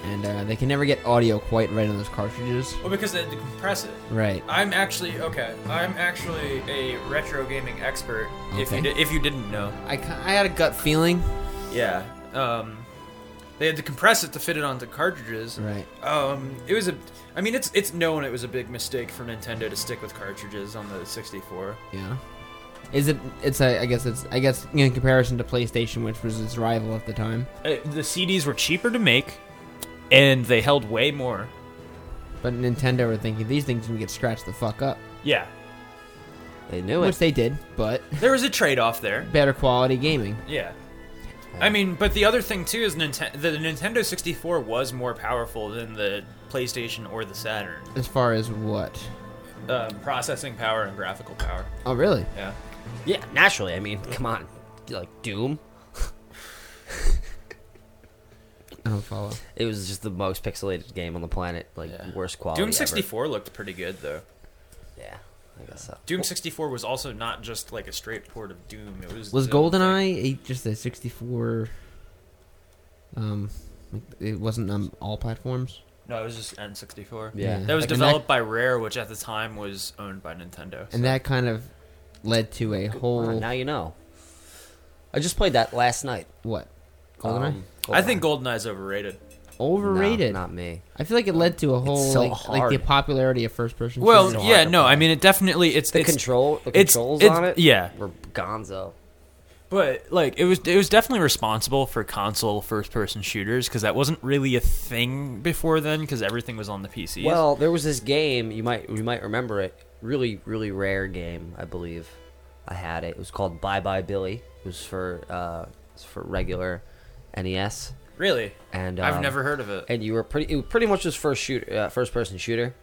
[SPEAKER 5] and uh, they can never get audio quite right on those cartridges.
[SPEAKER 6] Well, because they had to compress it.
[SPEAKER 5] Right.
[SPEAKER 6] I'm actually okay. I'm actually a retro gaming expert. If you
[SPEAKER 5] Okay.
[SPEAKER 6] di- if you didn't know,
[SPEAKER 5] I, ki- I had a gut feeling.
[SPEAKER 6] Yeah. Um, they had to compress it to fit it onto cartridges.
[SPEAKER 5] Right.
[SPEAKER 6] Um, it was a. I mean, it's it's known it was a big mistake for Nintendo to stick with cartridges on the 64.
[SPEAKER 5] Yeah. Is it? It's a. I guess it's. I guess in comparison to PlayStation, which was its rival at the time.
[SPEAKER 29] Uh, the CDs were cheaper to make, and they held way more.
[SPEAKER 5] But Nintendo were thinking these things can get scratched the fuck up,
[SPEAKER 29] Yeah.
[SPEAKER 2] They knew
[SPEAKER 5] which they did. But
[SPEAKER 6] There was a trade off there.
[SPEAKER 5] better quality gaming.
[SPEAKER 6] Yeah. I mean, but the other thing too is Nintendo. The Nintendo 64 was more powerful than the PlayStation or the Saturn.
[SPEAKER 5] As far as what?
[SPEAKER 6] Uh, processing power and graphical power.
[SPEAKER 5] Oh, really?
[SPEAKER 6] Yeah.
[SPEAKER 2] Yeah, naturally. I mean, come on, like Doom.
[SPEAKER 5] I don't follow.
[SPEAKER 2] It was just the most pixelated game on the planet, like worst quality.
[SPEAKER 6] Doom
[SPEAKER 2] ever.
[SPEAKER 6] 64 looked pretty good though.
[SPEAKER 2] Yeah, I guess so.
[SPEAKER 6] Doom 64 was also not just like a straight port of Doom. It was
[SPEAKER 5] Was
[SPEAKER 6] the-
[SPEAKER 5] GoldenEye a, just a 64? Um, it wasn't on all platforms.
[SPEAKER 6] No, it was just N64.
[SPEAKER 5] Yeah.
[SPEAKER 6] that was
[SPEAKER 5] Like, and
[SPEAKER 6] developed by Rare, which at the time was owned by Nintendo.
[SPEAKER 5] And that kind of led to a whole.
[SPEAKER 2] Ah, now you know. I just played that last night. Um,
[SPEAKER 5] What? GoldenEye?
[SPEAKER 6] I think GoldenEye's overrated.
[SPEAKER 5] Overrated.
[SPEAKER 2] No, not me.
[SPEAKER 5] I feel like it led to a whole
[SPEAKER 2] so
[SPEAKER 5] like, like the
[SPEAKER 2] hard.
[SPEAKER 5] popularity of first person.
[SPEAKER 6] Well,
[SPEAKER 5] shooters.
[SPEAKER 6] yeah, no, I mean it definitely it's
[SPEAKER 2] The
[SPEAKER 6] it's-
[SPEAKER 2] control, the
[SPEAKER 6] it's-
[SPEAKER 2] controls
[SPEAKER 6] it's-
[SPEAKER 2] on it.
[SPEAKER 6] Yeah,
[SPEAKER 2] were Gonzo.
[SPEAKER 29] But like it was, it was definitely responsible for console first-person shooters because that wasn't really a thing before then because everything was on the PC.
[SPEAKER 2] Well, there was this game you might you might remember it. Really, really rare game, I believe. I had it. It was called Bye Bye Billy. It was for uh, it was for regular NES.
[SPEAKER 6] Really?
[SPEAKER 2] And
[SPEAKER 6] I've
[SPEAKER 2] um,
[SPEAKER 6] never heard of it.
[SPEAKER 2] And you were pretty. It pretty much was first shoot, uh, first person shooter.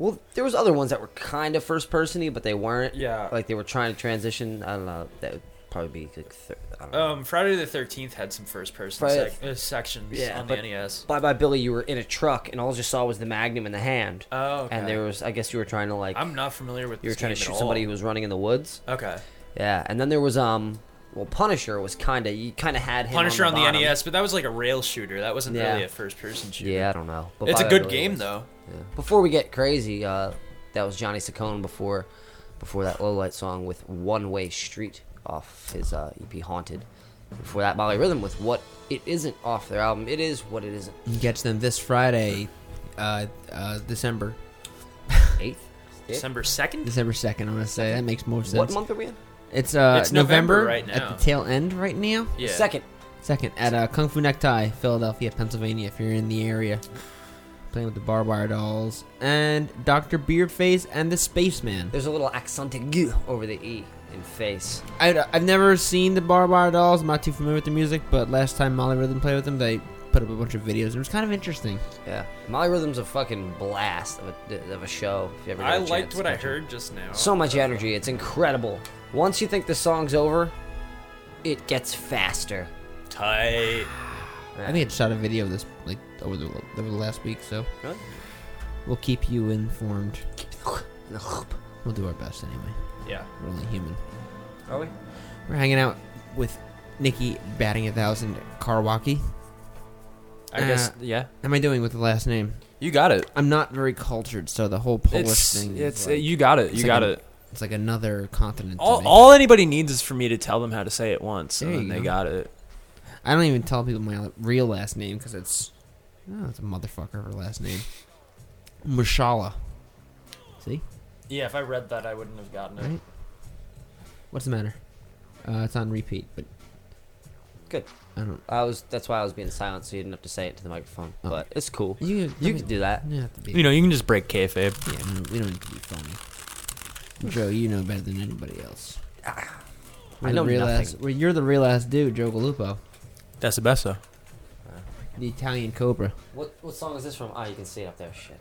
[SPEAKER 2] Well, there was other ones that were kind of first persony, but they weren't.
[SPEAKER 6] Yeah.
[SPEAKER 2] Like they were trying to transition. I don't know. That would probably be like. Thir- I don't know.
[SPEAKER 6] Um, Friday the Thirteenth had some first-person
[SPEAKER 2] Friday-
[SPEAKER 6] sec- uh, sections on the E
[SPEAKER 2] but
[SPEAKER 6] NES.
[SPEAKER 2] Bye bye Billy, you were in a truck and all you saw was the magnum in the hand.
[SPEAKER 6] Oh, okay.
[SPEAKER 2] And there was I guess you were trying to like
[SPEAKER 6] I'm not familiar with.
[SPEAKER 2] you were
[SPEAKER 6] this
[SPEAKER 2] trying to
[SPEAKER 6] game at
[SPEAKER 2] shoot somebody
[SPEAKER 6] all.
[SPEAKER 2] who was running in the woods.
[SPEAKER 6] Okay.
[SPEAKER 2] Yeah, and then there was um well Punisher was kinda you kinda had him.
[SPEAKER 6] Punisher on the, E
[SPEAKER 2] bottom.
[SPEAKER 6] NES, but that was like a rail shooter. That wasn't
[SPEAKER 2] Yeah.
[SPEAKER 6] really a first-person shooter.
[SPEAKER 2] Yeah, I don't know.
[SPEAKER 6] it's a
[SPEAKER 2] Bye Bye
[SPEAKER 6] good
[SPEAKER 2] Billy
[SPEAKER 6] game
[SPEAKER 2] was-
[SPEAKER 6] though.
[SPEAKER 2] Yeah. Before we get crazy, uh that was Johnny Saccone before before that low light song with One Way Street off his uh, EP Haunted. Before that Molly Rhythm with What It Isn't off their album. It is what it isn't.
[SPEAKER 5] You catch them this Friday, uh, uh, December
[SPEAKER 2] Eighth?
[SPEAKER 6] December second.
[SPEAKER 5] December second. I'm gonna say that makes more sense.
[SPEAKER 2] What month are we in?
[SPEAKER 5] It's uh
[SPEAKER 2] It's
[SPEAKER 5] November,
[SPEAKER 2] November right now.
[SPEAKER 5] at the tail end right now.
[SPEAKER 2] Yeah. Second.
[SPEAKER 5] Second at uh, Kung Fu Necktie, Philadelphia, Pennsylvania. If you're in the area, playing with the barbed wire dolls and Doctor Beardface and the Spaceman.
[SPEAKER 2] There's a little accented G over the E in face.
[SPEAKER 5] I, uh, I've never seen the barbed wire dolls. I'm not too familiar with the music, but last time Molly Rhythm played with them, they put up a bunch of videos. and It was kind of interesting.
[SPEAKER 2] Yeah. Molly Rhythm's a fucking blast of a, of a show. If you ever get
[SPEAKER 6] I
[SPEAKER 2] a chance
[SPEAKER 6] liked
[SPEAKER 2] to
[SPEAKER 6] what I
[SPEAKER 2] catch it.
[SPEAKER 6] heard just now.
[SPEAKER 2] So much energy. It's incredible. Once you think the song's over, it gets faster.
[SPEAKER 6] Tight.
[SPEAKER 5] I think I shot a video of this like over the over the last week, so
[SPEAKER 2] Really?
[SPEAKER 5] we'll keep you informed.
[SPEAKER 2] In the loop.
[SPEAKER 5] We'll do our best anyway.
[SPEAKER 12] Yeah.
[SPEAKER 5] We're only human.
[SPEAKER 2] Oh,
[SPEAKER 12] Are we?
[SPEAKER 5] We're hanging out with Nikki batting a thousand Karwaki.
[SPEAKER 22] I guess- yeah.
[SPEAKER 5] How am I doing with the last name?
[SPEAKER 22] You got it.
[SPEAKER 5] I'm not very cultured, so the whole Polish
[SPEAKER 22] It's-
[SPEAKER 5] thing.
[SPEAKER 22] it's-
[SPEAKER 5] is like-
[SPEAKER 22] you got it, you
[SPEAKER 5] it's like
[SPEAKER 22] got
[SPEAKER 5] a-
[SPEAKER 22] it.
[SPEAKER 5] It's like another continent. to
[SPEAKER 22] All,
[SPEAKER 5] me.
[SPEAKER 22] all anybody needs is for me to tell them how to say it once,
[SPEAKER 5] There
[SPEAKER 22] and then
[SPEAKER 5] you
[SPEAKER 22] they
[SPEAKER 5] go.
[SPEAKER 22] got it.
[SPEAKER 5] I don't even tell people my real last name because it's no, it's a motherfucker of a last name. Mushala. See
[SPEAKER 30] Yeah, if I read that, I wouldn't have gotten it.
[SPEAKER 5] Right. what's the matter? Uh, it's on repeat, but
[SPEAKER 2] Good.
[SPEAKER 5] I don't. Oh.
[SPEAKER 2] I was. That's why I was being silent, so you didn't have to say it to the microphone. But it's cool.
[SPEAKER 5] You
[SPEAKER 2] you
[SPEAKER 5] I
[SPEAKER 2] can
[SPEAKER 5] mean,
[SPEAKER 2] do that.
[SPEAKER 5] you don't have to be-
[SPEAKER 22] You know, you can just break kayfabe.
[SPEAKER 5] Yeah, we don't- we don't need to be phony. Joe, you know better than anybody else.
[SPEAKER 2] Ah. I know
[SPEAKER 5] the real
[SPEAKER 2] nothing.
[SPEAKER 5] ass. Well, you're the real ass dude, Joe Galupo,
[SPEAKER 22] That's the best though.
[SPEAKER 5] the Italian Cobra.
[SPEAKER 2] What what song is this from? Ah, you can see it up there. Shit.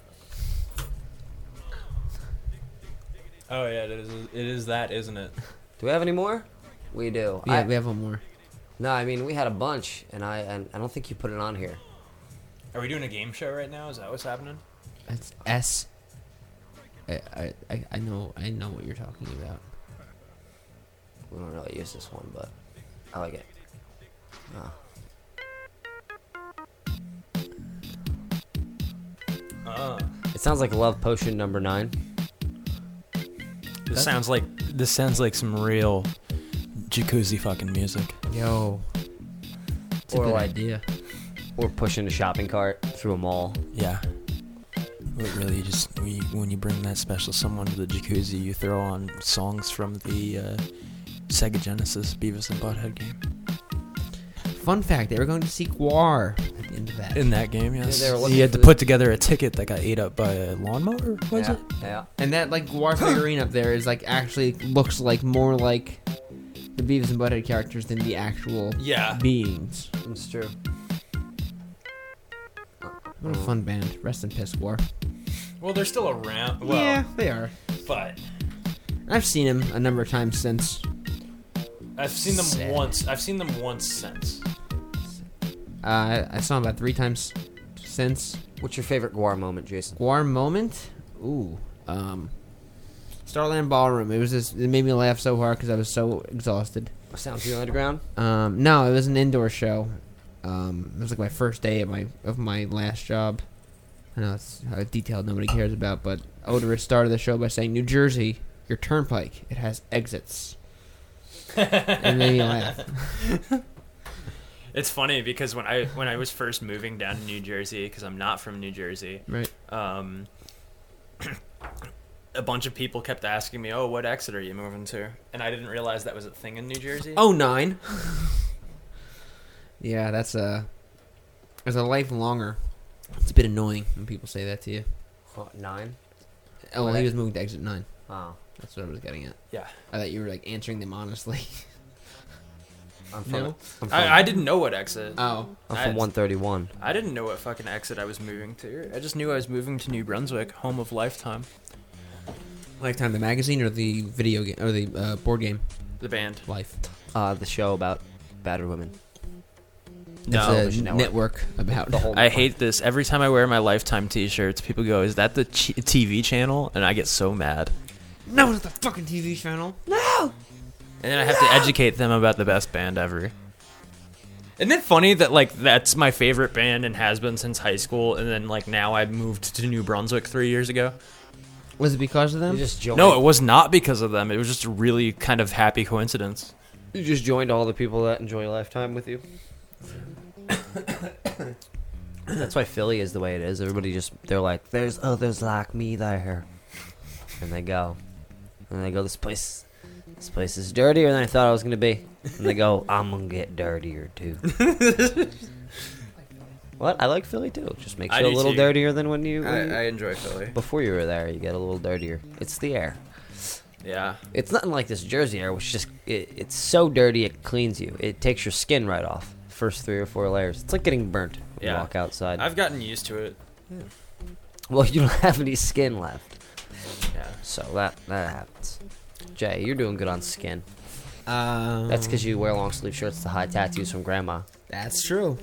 [SPEAKER 30] Oh yeah, it is. It is that, isn't it?
[SPEAKER 2] Do we have any more? We do.
[SPEAKER 5] Yeah,
[SPEAKER 2] I-
[SPEAKER 5] we have one more.
[SPEAKER 2] No, I mean we had a bunch, and I and I don't think you put it on here.
[SPEAKER 30] Are we doing a game show right now? Is that what's happening?
[SPEAKER 5] That's S. I, I- I, I know I know what you're talking about.
[SPEAKER 2] We don't really use this one, but I like it. Ah.
[SPEAKER 30] Uh,
[SPEAKER 2] It sounds like Love Potion number nine.
[SPEAKER 22] This sounds like this sounds like some real jacuzzi fucking music.
[SPEAKER 2] Oh.
[SPEAKER 5] Yo. It's a
[SPEAKER 2] or
[SPEAKER 5] good
[SPEAKER 2] like,
[SPEAKER 5] idea.
[SPEAKER 2] Or pushing a shopping cart through a mall.
[SPEAKER 22] Yeah. But really, just when you, when you bring that special someone to the jacuzzi, you throw on songs from the uh, Sega Genesis Beavis and Butthead game.
[SPEAKER 5] Fun fact: They were going to see Guar at the end of that.
[SPEAKER 22] In that game, yes,
[SPEAKER 5] they were looking
[SPEAKER 22] you had
[SPEAKER 5] for
[SPEAKER 22] to
[SPEAKER 5] the-
[SPEAKER 22] put together a ticket that got ate up by a lawnmower. Was
[SPEAKER 2] yeah.
[SPEAKER 22] it?
[SPEAKER 2] Yeah.
[SPEAKER 5] And that like Guar figurine up there is like actually looks like more like the Beavis and Butthead characters than the actual
[SPEAKER 30] Yeah.
[SPEAKER 5] beings.
[SPEAKER 2] It's true.
[SPEAKER 5] What a fun band. Rest in piss, Guar.
[SPEAKER 30] well, they're still around. Well,
[SPEAKER 5] Yeah, they are.
[SPEAKER 30] But
[SPEAKER 5] I've seen him a number of times since.
[SPEAKER 30] I've seen them
[SPEAKER 5] Sad.
[SPEAKER 30] once. I've seen them once since.
[SPEAKER 5] Uh, I saw him about three times since.
[SPEAKER 2] What's your favorite Guar moment, Jason?
[SPEAKER 5] Guar moment? Ooh. Um, Starland Ballroom. It was just, it made me laugh so hard because I was so exhausted.
[SPEAKER 2] Soundview Underground.
[SPEAKER 5] Um, no, it was an indoor show. Um, it was like my first day of my of my last job. I know it's a detail nobody cares about, but Odorous started the show by saying, "New Jersey, your turnpike. It has exits." and then you laugh.
[SPEAKER 6] [LAUGHS] It's funny because when I when I was first moving down to New Jersey because I'm not from New Jersey,
[SPEAKER 5] Right.
[SPEAKER 6] Um, [CLEARS THROAT] a bunch of people kept asking me, "Oh, what exit are you moving to?" And I didn't realize that was a thing in New Jersey.
[SPEAKER 5] oh nine. [LAUGHS] yeah, that's a. There's a life longer. It's a bit annoying when people say that to you.
[SPEAKER 2] Huh, Nine.
[SPEAKER 5] Oh, well,
[SPEAKER 2] Okay.
[SPEAKER 5] he was moving to exit nine.
[SPEAKER 2] Oh.
[SPEAKER 5] That's what I was getting at.
[SPEAKER 6] Yeah.
[SPEAKER 5] I thought you were like answering them honestly. [LAUGHS]
[SPEAKER 2] I'm from.
[SPEAKER 5] No?
[SPEAKER 2] I'm from,
[SPEAKER 6] I, I didn't know what exit.
[SPEAKER 5] Oh.
[SPEAKER 2] I'm
[SPEAKER 6] I-
[SPEAKER 2] from 131.
[SPEAKER 6] I didn't know what fucking exit I was moving to. I just knew I was moving to New Brunswick, home of Lifetime,
[SPEAKER 5] Lifetime, the magazine or the video game or the uh, board game
[SPEAKER 6] the band.
[SPEAKER 5] Life.
[SPEAKER 2] Uh, the show about battered women.
[SPEAKER 6] No.
[SPEAKER 5] it's a
[SPEAKER 6] Television
[SPEAKER 5] network, about
[SPEAKER 2] The
[SPEAKER 5] [LAUGHS]
[SPEAKER 6] [LAUGHS]
[SPEAKER 2] whole.
[SPEAKER 6] I hate this. Every time I wear my Lifetime T-shirts, people go, "Is that the ch- TV channel?" And I get so mad.
[SPEAKER 5] No, it's the fucking TV channel.
[SPEAKER 6] And then I have [LAUGHS] to educate them about the best band ever. Isn't it funny that like that's my favorite band and has been since high school, and then like now I moved to New Brunswick three years ago.
[SPEAKER 5] Was it because of them?
[SPEAKER 2] You just joined.
[SPEAKER 6] No, it was not because of them. It was just a really kind of happy coincidence.
[SPEAKER 2] You just joined all the people that enjoy Lifetime with you. [COUGHS] That's why Philly is the way it is. Everybody just they're like, "There's others like me there," and they go, and they go, "This place, this place is dirtier than I thought I was gonna be," and they go, "I'm gonna get dirtier too." what? I like Philly too. It Just makes
[SPEAKER 6] I
[SPEAKER 2] you a
[SPEAKER 6] do
[SPEAKER 2] little
[SPEAKER 6] too.
[SPEAKER 2] dirtier than when you. when you-
[SPEAKER 6] I, I enjoy Philly.
[SPEAKER 2] Before you were there, you get a little dirtier. It's the air.
[SPEAKER 6] Yeah.
[SPEAKER 2] It's nothing like this Jersey air, which just it, it's so dirty it cleans you. It takes your skin right off. First three or four layers. It's like getting burnt when you
[SPEAKER 6] Yeah.
[SPEAKER 2] walk outside.
[SPEAKER 6] I've gotten used to it.
[SPEAKER 2] well, [LAUGHS] you don't have any skin left.
[SPEAKER 6] Yeah.
[SPEAKER 2] So that that happens. Jay, you're doing good on skin.
[SPEAKER 5] Um,
[SPEAKER 2] That's because you wear long sleeve shirts to hide tattoos from grandma.
[SPEAKER 5] That's [LAUGHS] true.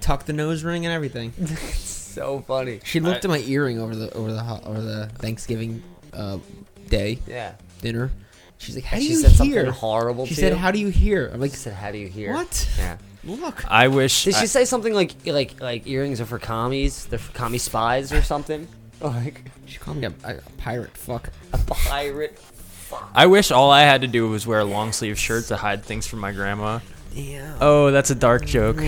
[SPEAKER 5] Tuck the nose ring and [LAUGHS] everything.
[SPEAKER 2] so funny.
[SPEAKER 5] She looked
[SPEAKER 2] I-
[SPEAKER 5] at my earing over the over the ho- over the Thanksgiving uh, day.
[SPEAKER 2] Yeah.
[SPEAKER 5] Dinner. She's like, how
[SPEAKER 2] And
[SPEAKER 5] do
[SPEAKER 2] she
[SPEAKER 5] you
[SPEAKER 2] said something
[SPEAKER 5] hear?
[SPEAKER 2] horrible
[SPEAKER 5] She
[SPEAKER 2] to
[SPEAKER 5] said,
[SPEAKER 2] you?
[SPEAKER 5] how do you hear? I'm like,
[SPEAKER 2] She said, how do you hear?
[SPEAKER 5] What?
[SPEAKER 2] Yeah.
[SPEAKER 5] Look.
[SPEAKER 6] I wish.
[SPEAKER 2] Did
[SPEAKER 6] I-
[SPEAKER 2] she say something like like like earrings are for commies? They're for commie spies or something? [LAUGHS] Like
[SPEAKER 5] she called me a, a pirate. Fuck.
[SPEAKER 2] A pirate.
[SPEAKER 6] I wish all I had to do was wear a long sleeve shirt to hide things from my grandma.
[SPEAKER 5] Yeah.
[SPEAKER 6] Oh, that's a dark joke.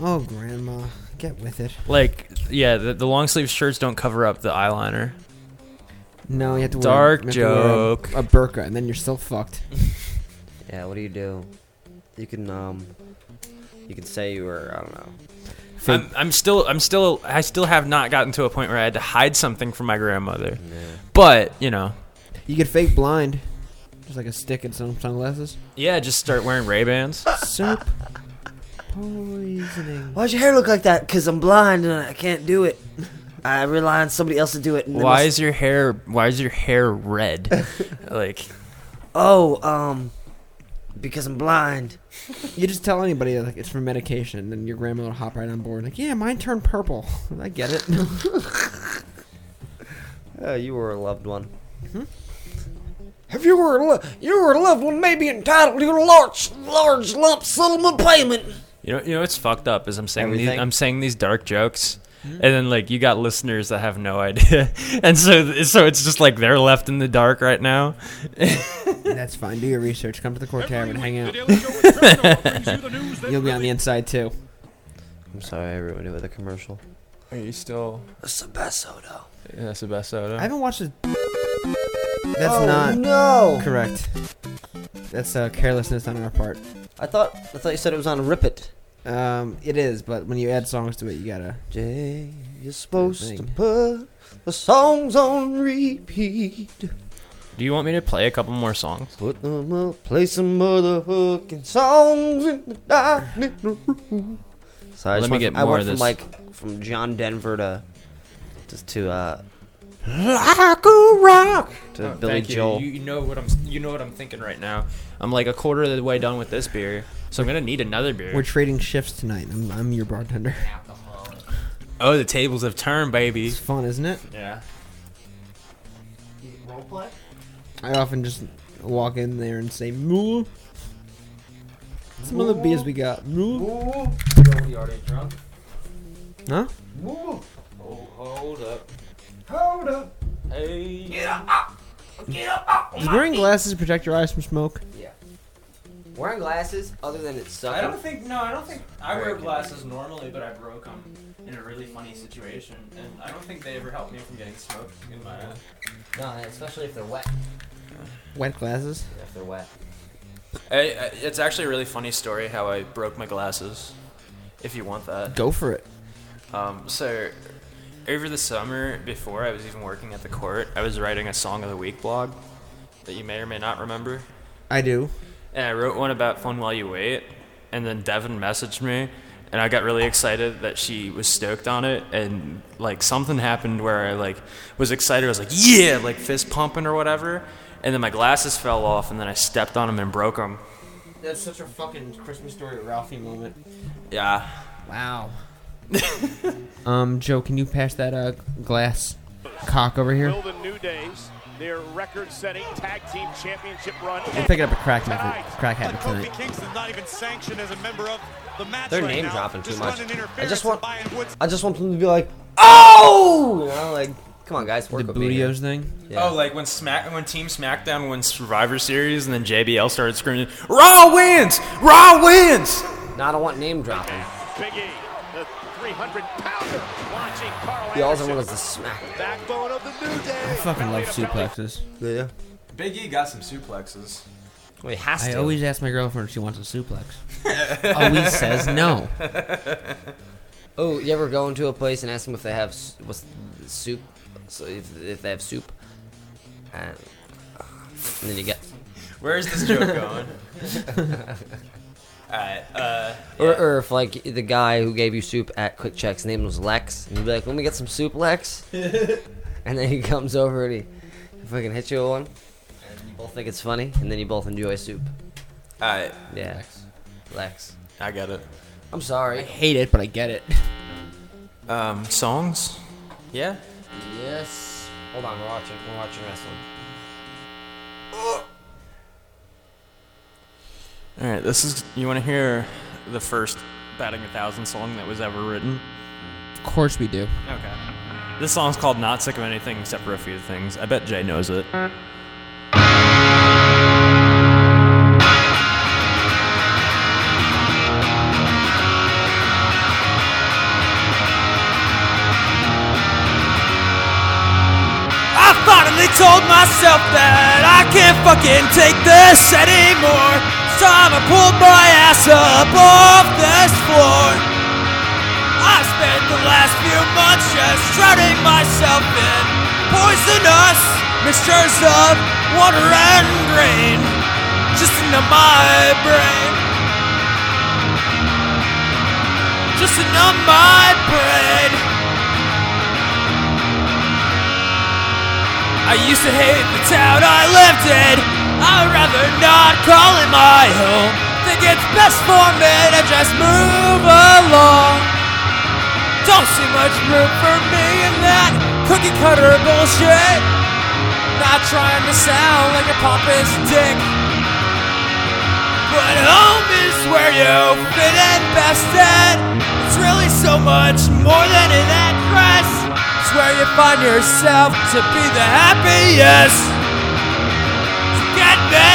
[SPEAKER 5] Oh, grandma, get with it.
[SPEAKER 6] Like, yeah, the, the long sleeve shirts don't cover up the eyeliner.
[SPEAKER 5] No, you have to wear-
[SPEAKER 6] dark
[SPEAKER 5] you have to wear a-
[SPEAKER 6] joke.
[SPEAKER 5] a burqa, and then you're still [LAUGHS] fucked.
[SPEAKER 2] Yeah. What do you do? You can um. You can say you were I don't know.
[SPEAKER 6] I'm, I'm still, I'm still, I still have not gotten to a point where I had to hide something from my grandmother. But you know,
[SPEAKER 5] You get fake blind, just like a stick and some sunglasses.
[SPEAKER 6] yeah, just start wearing Ray Bans.
[SPEAKER 5] [LAUGHS] Soup poisoning.
[SPEAKER 26] Why's your hair look like that? Because I'm blind and I can't do it. I rely on somebody else to do it. And they
[SPEAKER 6] Why
[SPEAKER 26] must-
[SPEAKER 6] is your hair? Why is your hair [LAUGHS] red? like,
[SPEAKER 26] Oh, um, because I'm blind.
[SPEAKER 5] You just tell anybody like it's for medication, and then your grandma will hop right on board. Like, yeah, mine turned purple. [LAUGHS] I get it. [LAUGHS]
[SPEAKER 2] Oh, you were a loved one.
[SPEAKER 26] If you were a lo- you were a loved one, may be entitled to a large large lump settlement payment.
[SPEAKER 6] you know, you know, it's fucked up. Is I'm saying these,
[SPEAKER 26] Everything.
[SPEAKER 6] I'm saying these dark jokes, and then like you got listeners that have no [LAUGHS] idea, and so so it's just like they're left in the dark right now. [LAUGHS]
[SPEAKER 5] That's fine. Do your research. Come to the court tavern. Hang out. You'll be on the inside too.
[SPEAKER 2] I'm sorry, I ruined it with a commercial.
[SPEAKER 6] Are you still?
[SPEAKER 26] That's the best soda.
[SPEAKER 6] Yeah, that's the best soda.
[SPEAKER 5] I haven't watched it. That's
[SPEAKER 26] Oh,
[SPEAKER 5] not
[SPEAKER 26] no.
[SPEAKER 5] correct. That's uh, carelessness on our part.
[SPEAKER 2] I thought I thought you said it was on Rip It.
[SPEAKER 5] Um, it is, but when you add songs to it, you gotta.
[SPEAKER 26] Jay, you're supposed to put the songs on repeat.
[SPEAKER 6] Do you want me to play a couple more songs?
[SPEAKER 26] Put them up, play some other hooking songs in the darkness.
[SPEAKER 2] So I
[SPEAKER 6] Let
[SPEAKER 2] just
[SPEAKER 6] me
[SPEAKER 2] went
[SPEAKER 6] get
[SPEAKER 2] from, I
[SPEAKER 6] more
[SPEAKER 2] went
[SPEAKER 6] of
[SPEAKER 2] from
[SPEAKER 6] this.
[SPEAKER 2] like from John Denver to just to uh
[SPEAKER 26] Like a rock.
[SPEAKER 2] to
[SPEAKER 6] Oh,
[SPEAKER 2] Billy
[SPEAKER 6] thank you.
[SPEAKER 2] Joel.
[SPEAKER 6] You, you know what I'm you know what I'm thinking right now. I'm like a quarter of the way done with this beer, so I'm gonna need another beer.
[SPEAKER 5] We're trading shifts tonight. I'm, I'm your bartender.
[SPEAKER 6] oh, the tables have turned, baby. It's
[SPEAKER 5] fun, isn't it?
[SPEAKER 6] Yeah.
[SPEAKER 5] I often just walk in there and say, "Moo." Some of the beers we got. Moo.
[SPEAKER 30] already drunk.
[SPEAKER 5] Huh?
[SPEAKER 30] Oh, hold up.
[SPEAKER 26] Hold up.
[SPEAKER 30] Hey.
[SPEAKER 26] Get up. Oh,
[SPEAKER 5] Does wearing glasses protect your eyes from smoke?
[SPEAKER 2] Wearing glasses, other than it's sucking.
[SPEAKER 12] I don't think no, I don't think I wear
[SPEAKER 2] Very
[SPEAKER 12] glasses normally, but I broke them in a really funny situation, and I don't think they ever helped me from getting smoke in my eye.
[SPEAKER 2] No, especially if they're wet.
[SPEAKER 5] Wet glasses.
[SPEAKER 2] If they're wet.
[SPEAKER 6] I, I, it's actually a really funny story how I broke my glasses. If you want that,
[SPEAKER 5] Go for it.
[SPEAKER 6] Um, so over the summer, before I was even working at the court, I was writing a song of the week blog that you may or may not remember.
[SPEAKER 5] I do.
[SPEAKER 6] and I wrote one about fun while you wait. And then Devin messaged me, and I got really excited that she was stoked on it. And like something happened where I like was excited. I was like, yeah, like fist pumping or whatever. And then my glasses fell off, and then I stepped on them and broke them.
[SPEAKER 5] That's such a fucking Christmas story Ralphie moment.
[SPEAKER 6] Yeah.
[SPEAKER 5] Wow. Um, Joe, can you pass that uh glass cock over here?
[SPEAKER 31] Will the New Days their record-setting tag team championship run?
[SPEAKER 5] I'm picking up a crack habit, crack habit tonight.
[SPEAKER 31] Kingston not even sanctioned as a member of the match.
[SPEAKER 2] They're
[SPEAKER 31] right
[SPEAKER 2] name
[SPEAKER 31] now.
[SPEAKER 2] dropping too
[SPEAKER 31] Just
[SPEAKER 2] much.
[SPEAKER 31] running
[SPEAKER 2] I
[SPEAKER 31] interference
[SPEAKER 2] just want
[SPEAKER 31] and Byron Woods-
[SPEAKER 2] I just want them to be like, oh, you know, like come on guys, work
[SPEAKER 5] The
[SPEAKER 2] with me here.
[SPEAKER 5] bootios thing.
[SPEAKER 2] Yeah.
[SPEAKER 6] Oh, like when Smack, when Team SmackDown won Survivor Series, and then JBL started screaming, "Raw wins! Raw wins!"
[SPEAKER 2] No, I don't want name dropping.
[SPEAKER 31] Big E, the 300-pounder, launching Carl
[SPEAKER 2] The alls I
[SPEAKER 31] Anderson.
[SPEAKER 2] want is the smack.
[SPEAKER 31] Backbone of the New Day.
[SPEAKER 5] I fucking love suplexes.
[SPEAKER 2] Yeah.
[SPEAKER 6] Big E got some suplexes.
[SPEAKER 2] Well, he has
[SPEAKER 5] I
[SPEAKER 2] to.
[SPEAKER 5] always ask my girlfriend if she wants a [LAUGHS] suplex. always says no.
[SPEAKER 2] Oh, you ever go into a place and ask them if they have s- what's soup? So if, if they have soup, and, and then you get.
[SPEAKER 6] Where is this
[SPEAKER 5] [LAUGHS]
[SPEAKER 2] [LAUGHS]
[SPEAKER 6] joke going? Alright, uh.
[SPEAKER 2] Or, or if like the guy who gave you soup at Quick Check's name was Lex, and you'd be like, "Let me get some
[SPEAKER 6] [LAUGHS]
[SPEAKER 2] soup, Lex," and then he comes over and he fucking hits you with one, and you both think it's funny, and then you both enjoy soup.
[SPEAKER 6] Alright.
[SPEAKER 2] Yeah. Lex. Lex.
[SPEAKER 6] I got it.
[SPEAKER 2] I'm sorry. I
[SPEAKER 5] hate it, but I get it.
[SPEAKER 6] Um, songs? Yeah.
[SPEAKER 2] Yes. Hold on, we're watching. We're watching wrestling.
[SPEAKER 6] All right, this is. You want to hear the first batting a thousand song that was ever written?
[SPEAKER 5] Of course we do.
[SPEAKER 6] Okay. This song's called "Not Sick of Anything Except for a Few Things." I bet Jay knows it.
[SPEAKER 3] I finally told myself that I can't fucking take this anymore. It's time I pulled my ass up off this floor. I spent the last few months just shrouding myself in poisonous mixtures of water and grain, just into my brain. Just into my brain. I used to hate the town I lived in. I'd rather not call it my home. Think it's best for me to just move along. Don't see much room for me in that cookie cutter bullshit. Not trying to sound like a pompous dick. But home is where you fit in best in. It's really so much more than an address. It's where you find yourself to be the happiest. So get me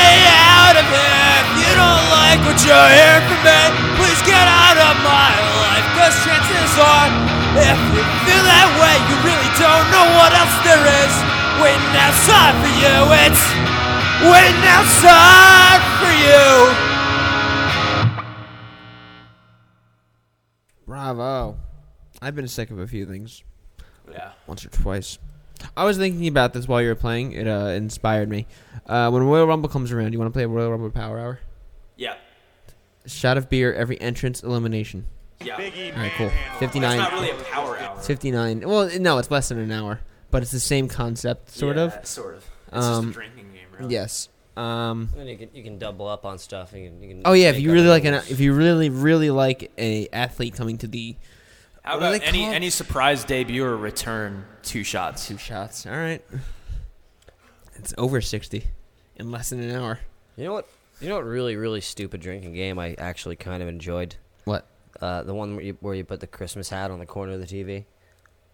[SPEAKER 3] out of here. If you don't like what you hear from me, please get out of my life. Cause chances are, if you feel that way, you really don't know what else there is. Waiting outside for you, it's waiting outside for you.
[SPEAKER 5] Bravo. I've been sick of a few things.
[SPEAKER 27] Yeah.
[SPEAKER 5] Once or twice. I was thinking about this while you were playing. It uh, inspired me. Uh, when Royal Rumble comes around, you want to play Royal Rumble Power Hour?
[SPEAKER 27] Yeah.
[SPEAKER 5] Shot of beer every entrance elimination.
[SPEAKER 27] Yeah. Biggie
[SPEAKER 5] All right, cool.
[SPEAKER 27] manhandle.
[SPEAKER 5] 59.
[SPEAKER 27] That's not really a power hour.
[SPEAKER 5] 59. Well, no, it's less than an hour, but it's the same concept, sort
[SPEAKER 2] Yeah,
[SPEAKER 5] of.
[SPEAKER 2] sort of.
[SPEAKER 5] Um,
[SPEAKER 2] It's just a drinking game, really.
[SPEAKER 5] Yes. Um,
[SPEAKER 2] And you can you can double up on stuff. And you can, you can
[SPEAKER 5] oh yeah, if
[SPEAKER 2] make
[SPEAKER 5] you
[SPEAKER 2] up
[SPEAKER 5] really like an
[SPEAKER 2] rules.
[SPEAKER 5] if you really really like a athlete coming to the
[SPEAKER 6] How
[SPEAKER 5] What are
[SPEAKER 6] about
[SPEAKER 5] they
[SPEAKER 6] any
[SPEAKER 5] called?
[SPEAKER 6] any surprise debut or return? Two shots. Two
[SPEAKER 5] shots. All right. It's over 60 in less than an hour.
[SPEAKER 2] You know what? You know what? Really, really stupid drinking game. I actually kind of enjoyed.
[SPEAKER 5] What?
[SPEAKER 2] Uh, the one where you, where you put the Christmas hat on the corner of the TV,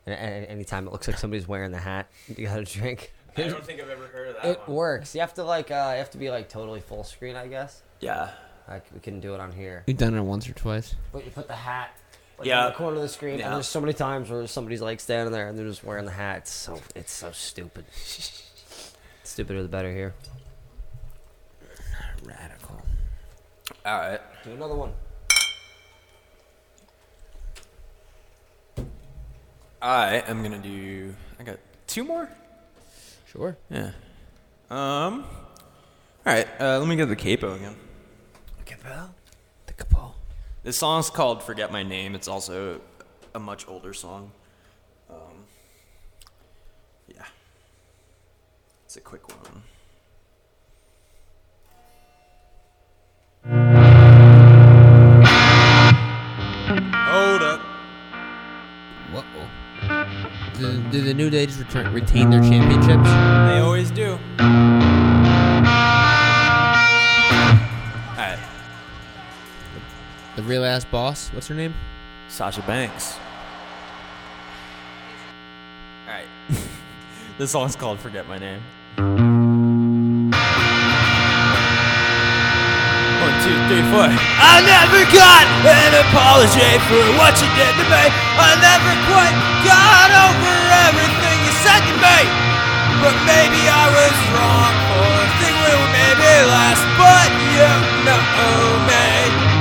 [SPEAKER 2] and, and anytime it looks like somebody's wearing the hat, you got to drink.
[SPEAKER 30] I don't think I've ever heard of that.
[SPEAKER 2] It works. You have to like uh, you have to be like totally full screen, I guess.
[SPEAKER 6] Yeah.
[SPEAKER 2] Like we can do it on here.
[SPEAKER 5] We've done it once or twice.
[SPEAKER 2] But you put the hat like,
[SPEAKER 6] Yeah.
[SPEAKER 2] in the corner of the screen,
[SPEAKER 6] Yeah.
[SPEAKER 2] and there's so many times where somebody's like standing there and they're just wearing the hat. It's so it's so stupid. Stupider the better here.
[SPEAKER 5] Radical.
[SPEAKER 2] All right. Do another one.
[SPEAKER 6] I am gonna do. I got two more.
[SPEAKER 5] Sure.
[SPEAKER 6] Yeah. Um. All right. Uh, let me get the capo again.
[SPEAKER 5] Capel?
[SPEAKER 6] This song's called "Forget My Name." It's also a much older song. Um, yeah. It's a quick one. Hold up.
[SPEAKER 5] Whoa. Do, do the New Days return, retain their championships?
[SPEAKER 6] They always do. Alright.
[SPEAKER 5] The real ass boss? What's her name?
[SPEAKER 6] Sasha Banks. Alright. this song's called Forget My Name. One, two, three, four.
[SPEAKER 3] I never got an apology for what you did to me. I never quite got over everything you said to me. But maybe I was wrong for thinking we were maybe last. But you know me.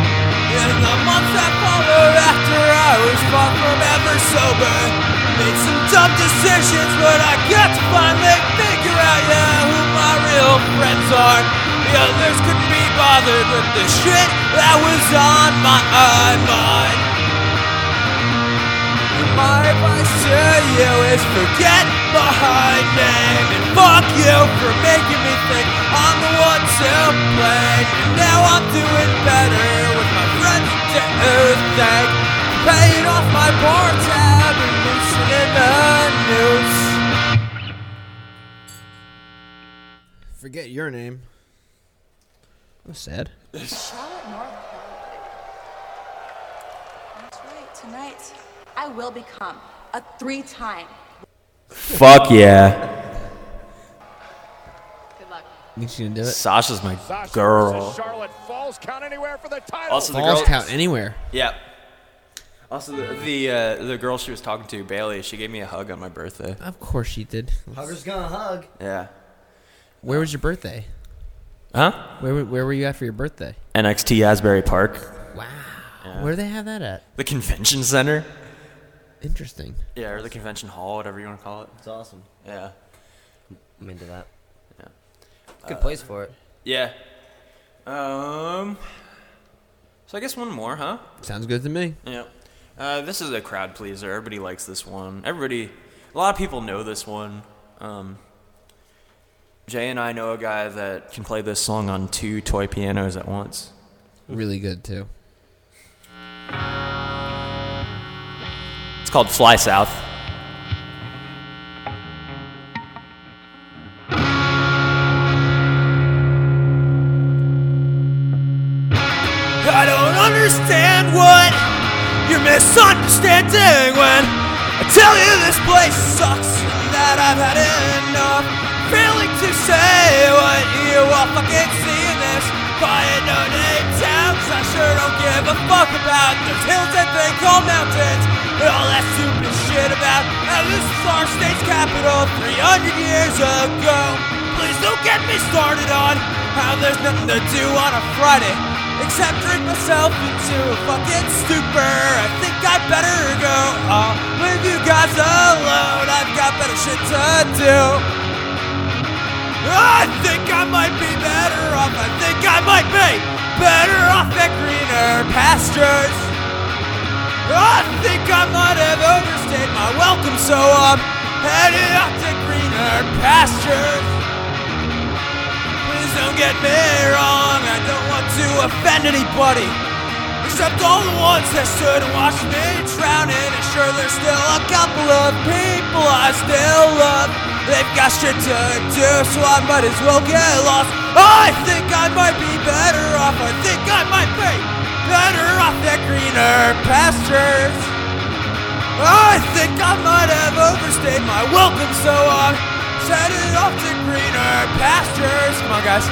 [SPEAKER 3] In the months that followed after I was far from ever sober, made some dumb decisions, but I got to finally figure out yeah, who my real friends are. The others couldn't be bothered with the shit that was on my mind. And My advice to you is forget my name and fuck you for making me think I'm the one to blame. And now I'm doing better with my friends to thank. Paying off my bar tab and loosening the noose.
[SPEAKER 5] forget your name. That
[SPEAKER 6] [LAUGHS]
[SPEAKER 5] was sad.
[SPEAKER 32] Charlotte North. That's right. Tonight, I will become a three-time.
[SPEAKER 6] Fuck yeah.
[SPEAKER 5] You think she can do it?
[SPEAKER 6] Sasha's my girl.
[SPEAKER 33] Charlotte Falls count anywhere for the title.
[SPEAKER 6] Also, the
[SPEAKER 5] Falls
[SPEAKER 6] girl-
[SPEAKER 5] count anywhere.
[SPEAKER 6] Yeah. Also, the the, uh, the girl she was talking to, Bailey, she gave me a hug on my birthday.
[SPEAKER 5] Of course she did.
[SPEAKER 34] Hugger's gonna hug.
[SPEAKER 6] Yeah.
[SPEAKER 5] Where was your birthday?
[SPEAKER 6] Huh?
[SPEAKER 5] Where were- Where were you at for your birthday?
[SPEAKER 6] NXT Asbury Park.
[SPEAKER 5] Wow. Where do they have that at?
[SPEAKER 6] The convention center.
[SPEAKER 5] Interesting.
[SPEAKER 6] Yeah, or the convention hall, whatever you want to call it. It's
[SPEAKER 2] awesome.
[SPEAKER 6] Yeah.
[SPEAKER 2] I'm into that.
[SPEAKER 6] Yeah.
[SPEAKER 2] Good
[SPEAKER 6] Uh,
[SPEAKER 2] place for it.
[SPEAKER 6] Yeah. Um. So I guess one more, huh?
[SPEAKER 5] Sounds good to me.
[SPEAKER 6] Yeah. Uh, this is a crowd pleaser. Everybody likes this one. Everybody, a lot of people know this one. Um, Jay and I know a guy that can play this song on two toy pianos at once.
[SPEAKER 5] Really good too.
[SPEAKER 6] It's called Fly South.
[SPEAKER 3] I don't understand what you're misunderstanding when I tell you this place sucks and that I've had enough. Failing to say what you all fucking see in this quiet no name towns. I sure don't give a fuck about those hills that they call mountains and all that stupid shit about how this is our state's capital 300 years ago. Please don't get me started on how there's nothing to do on a Friday. Except drink myself into a fucking stupor. I think I better go. I'll leave you guys alone. I've got better shit to do. I think I might be better off. I think I might be better off at greener pastures. I think I might have overstayed my welcome, so I'm headed out to greener pastures. Please don't get me wrong, I don't want to offend anybody. Except all the ones that stood and watched me drowning. And sure, there's still a couple of people I still love. They've got shit to do, so I might as well get lost. I think I might be better off. I think I might be better off at greener pastures. I think I might have overstayed my welcome, so I'm headed off to greener pastures. Come on, guys.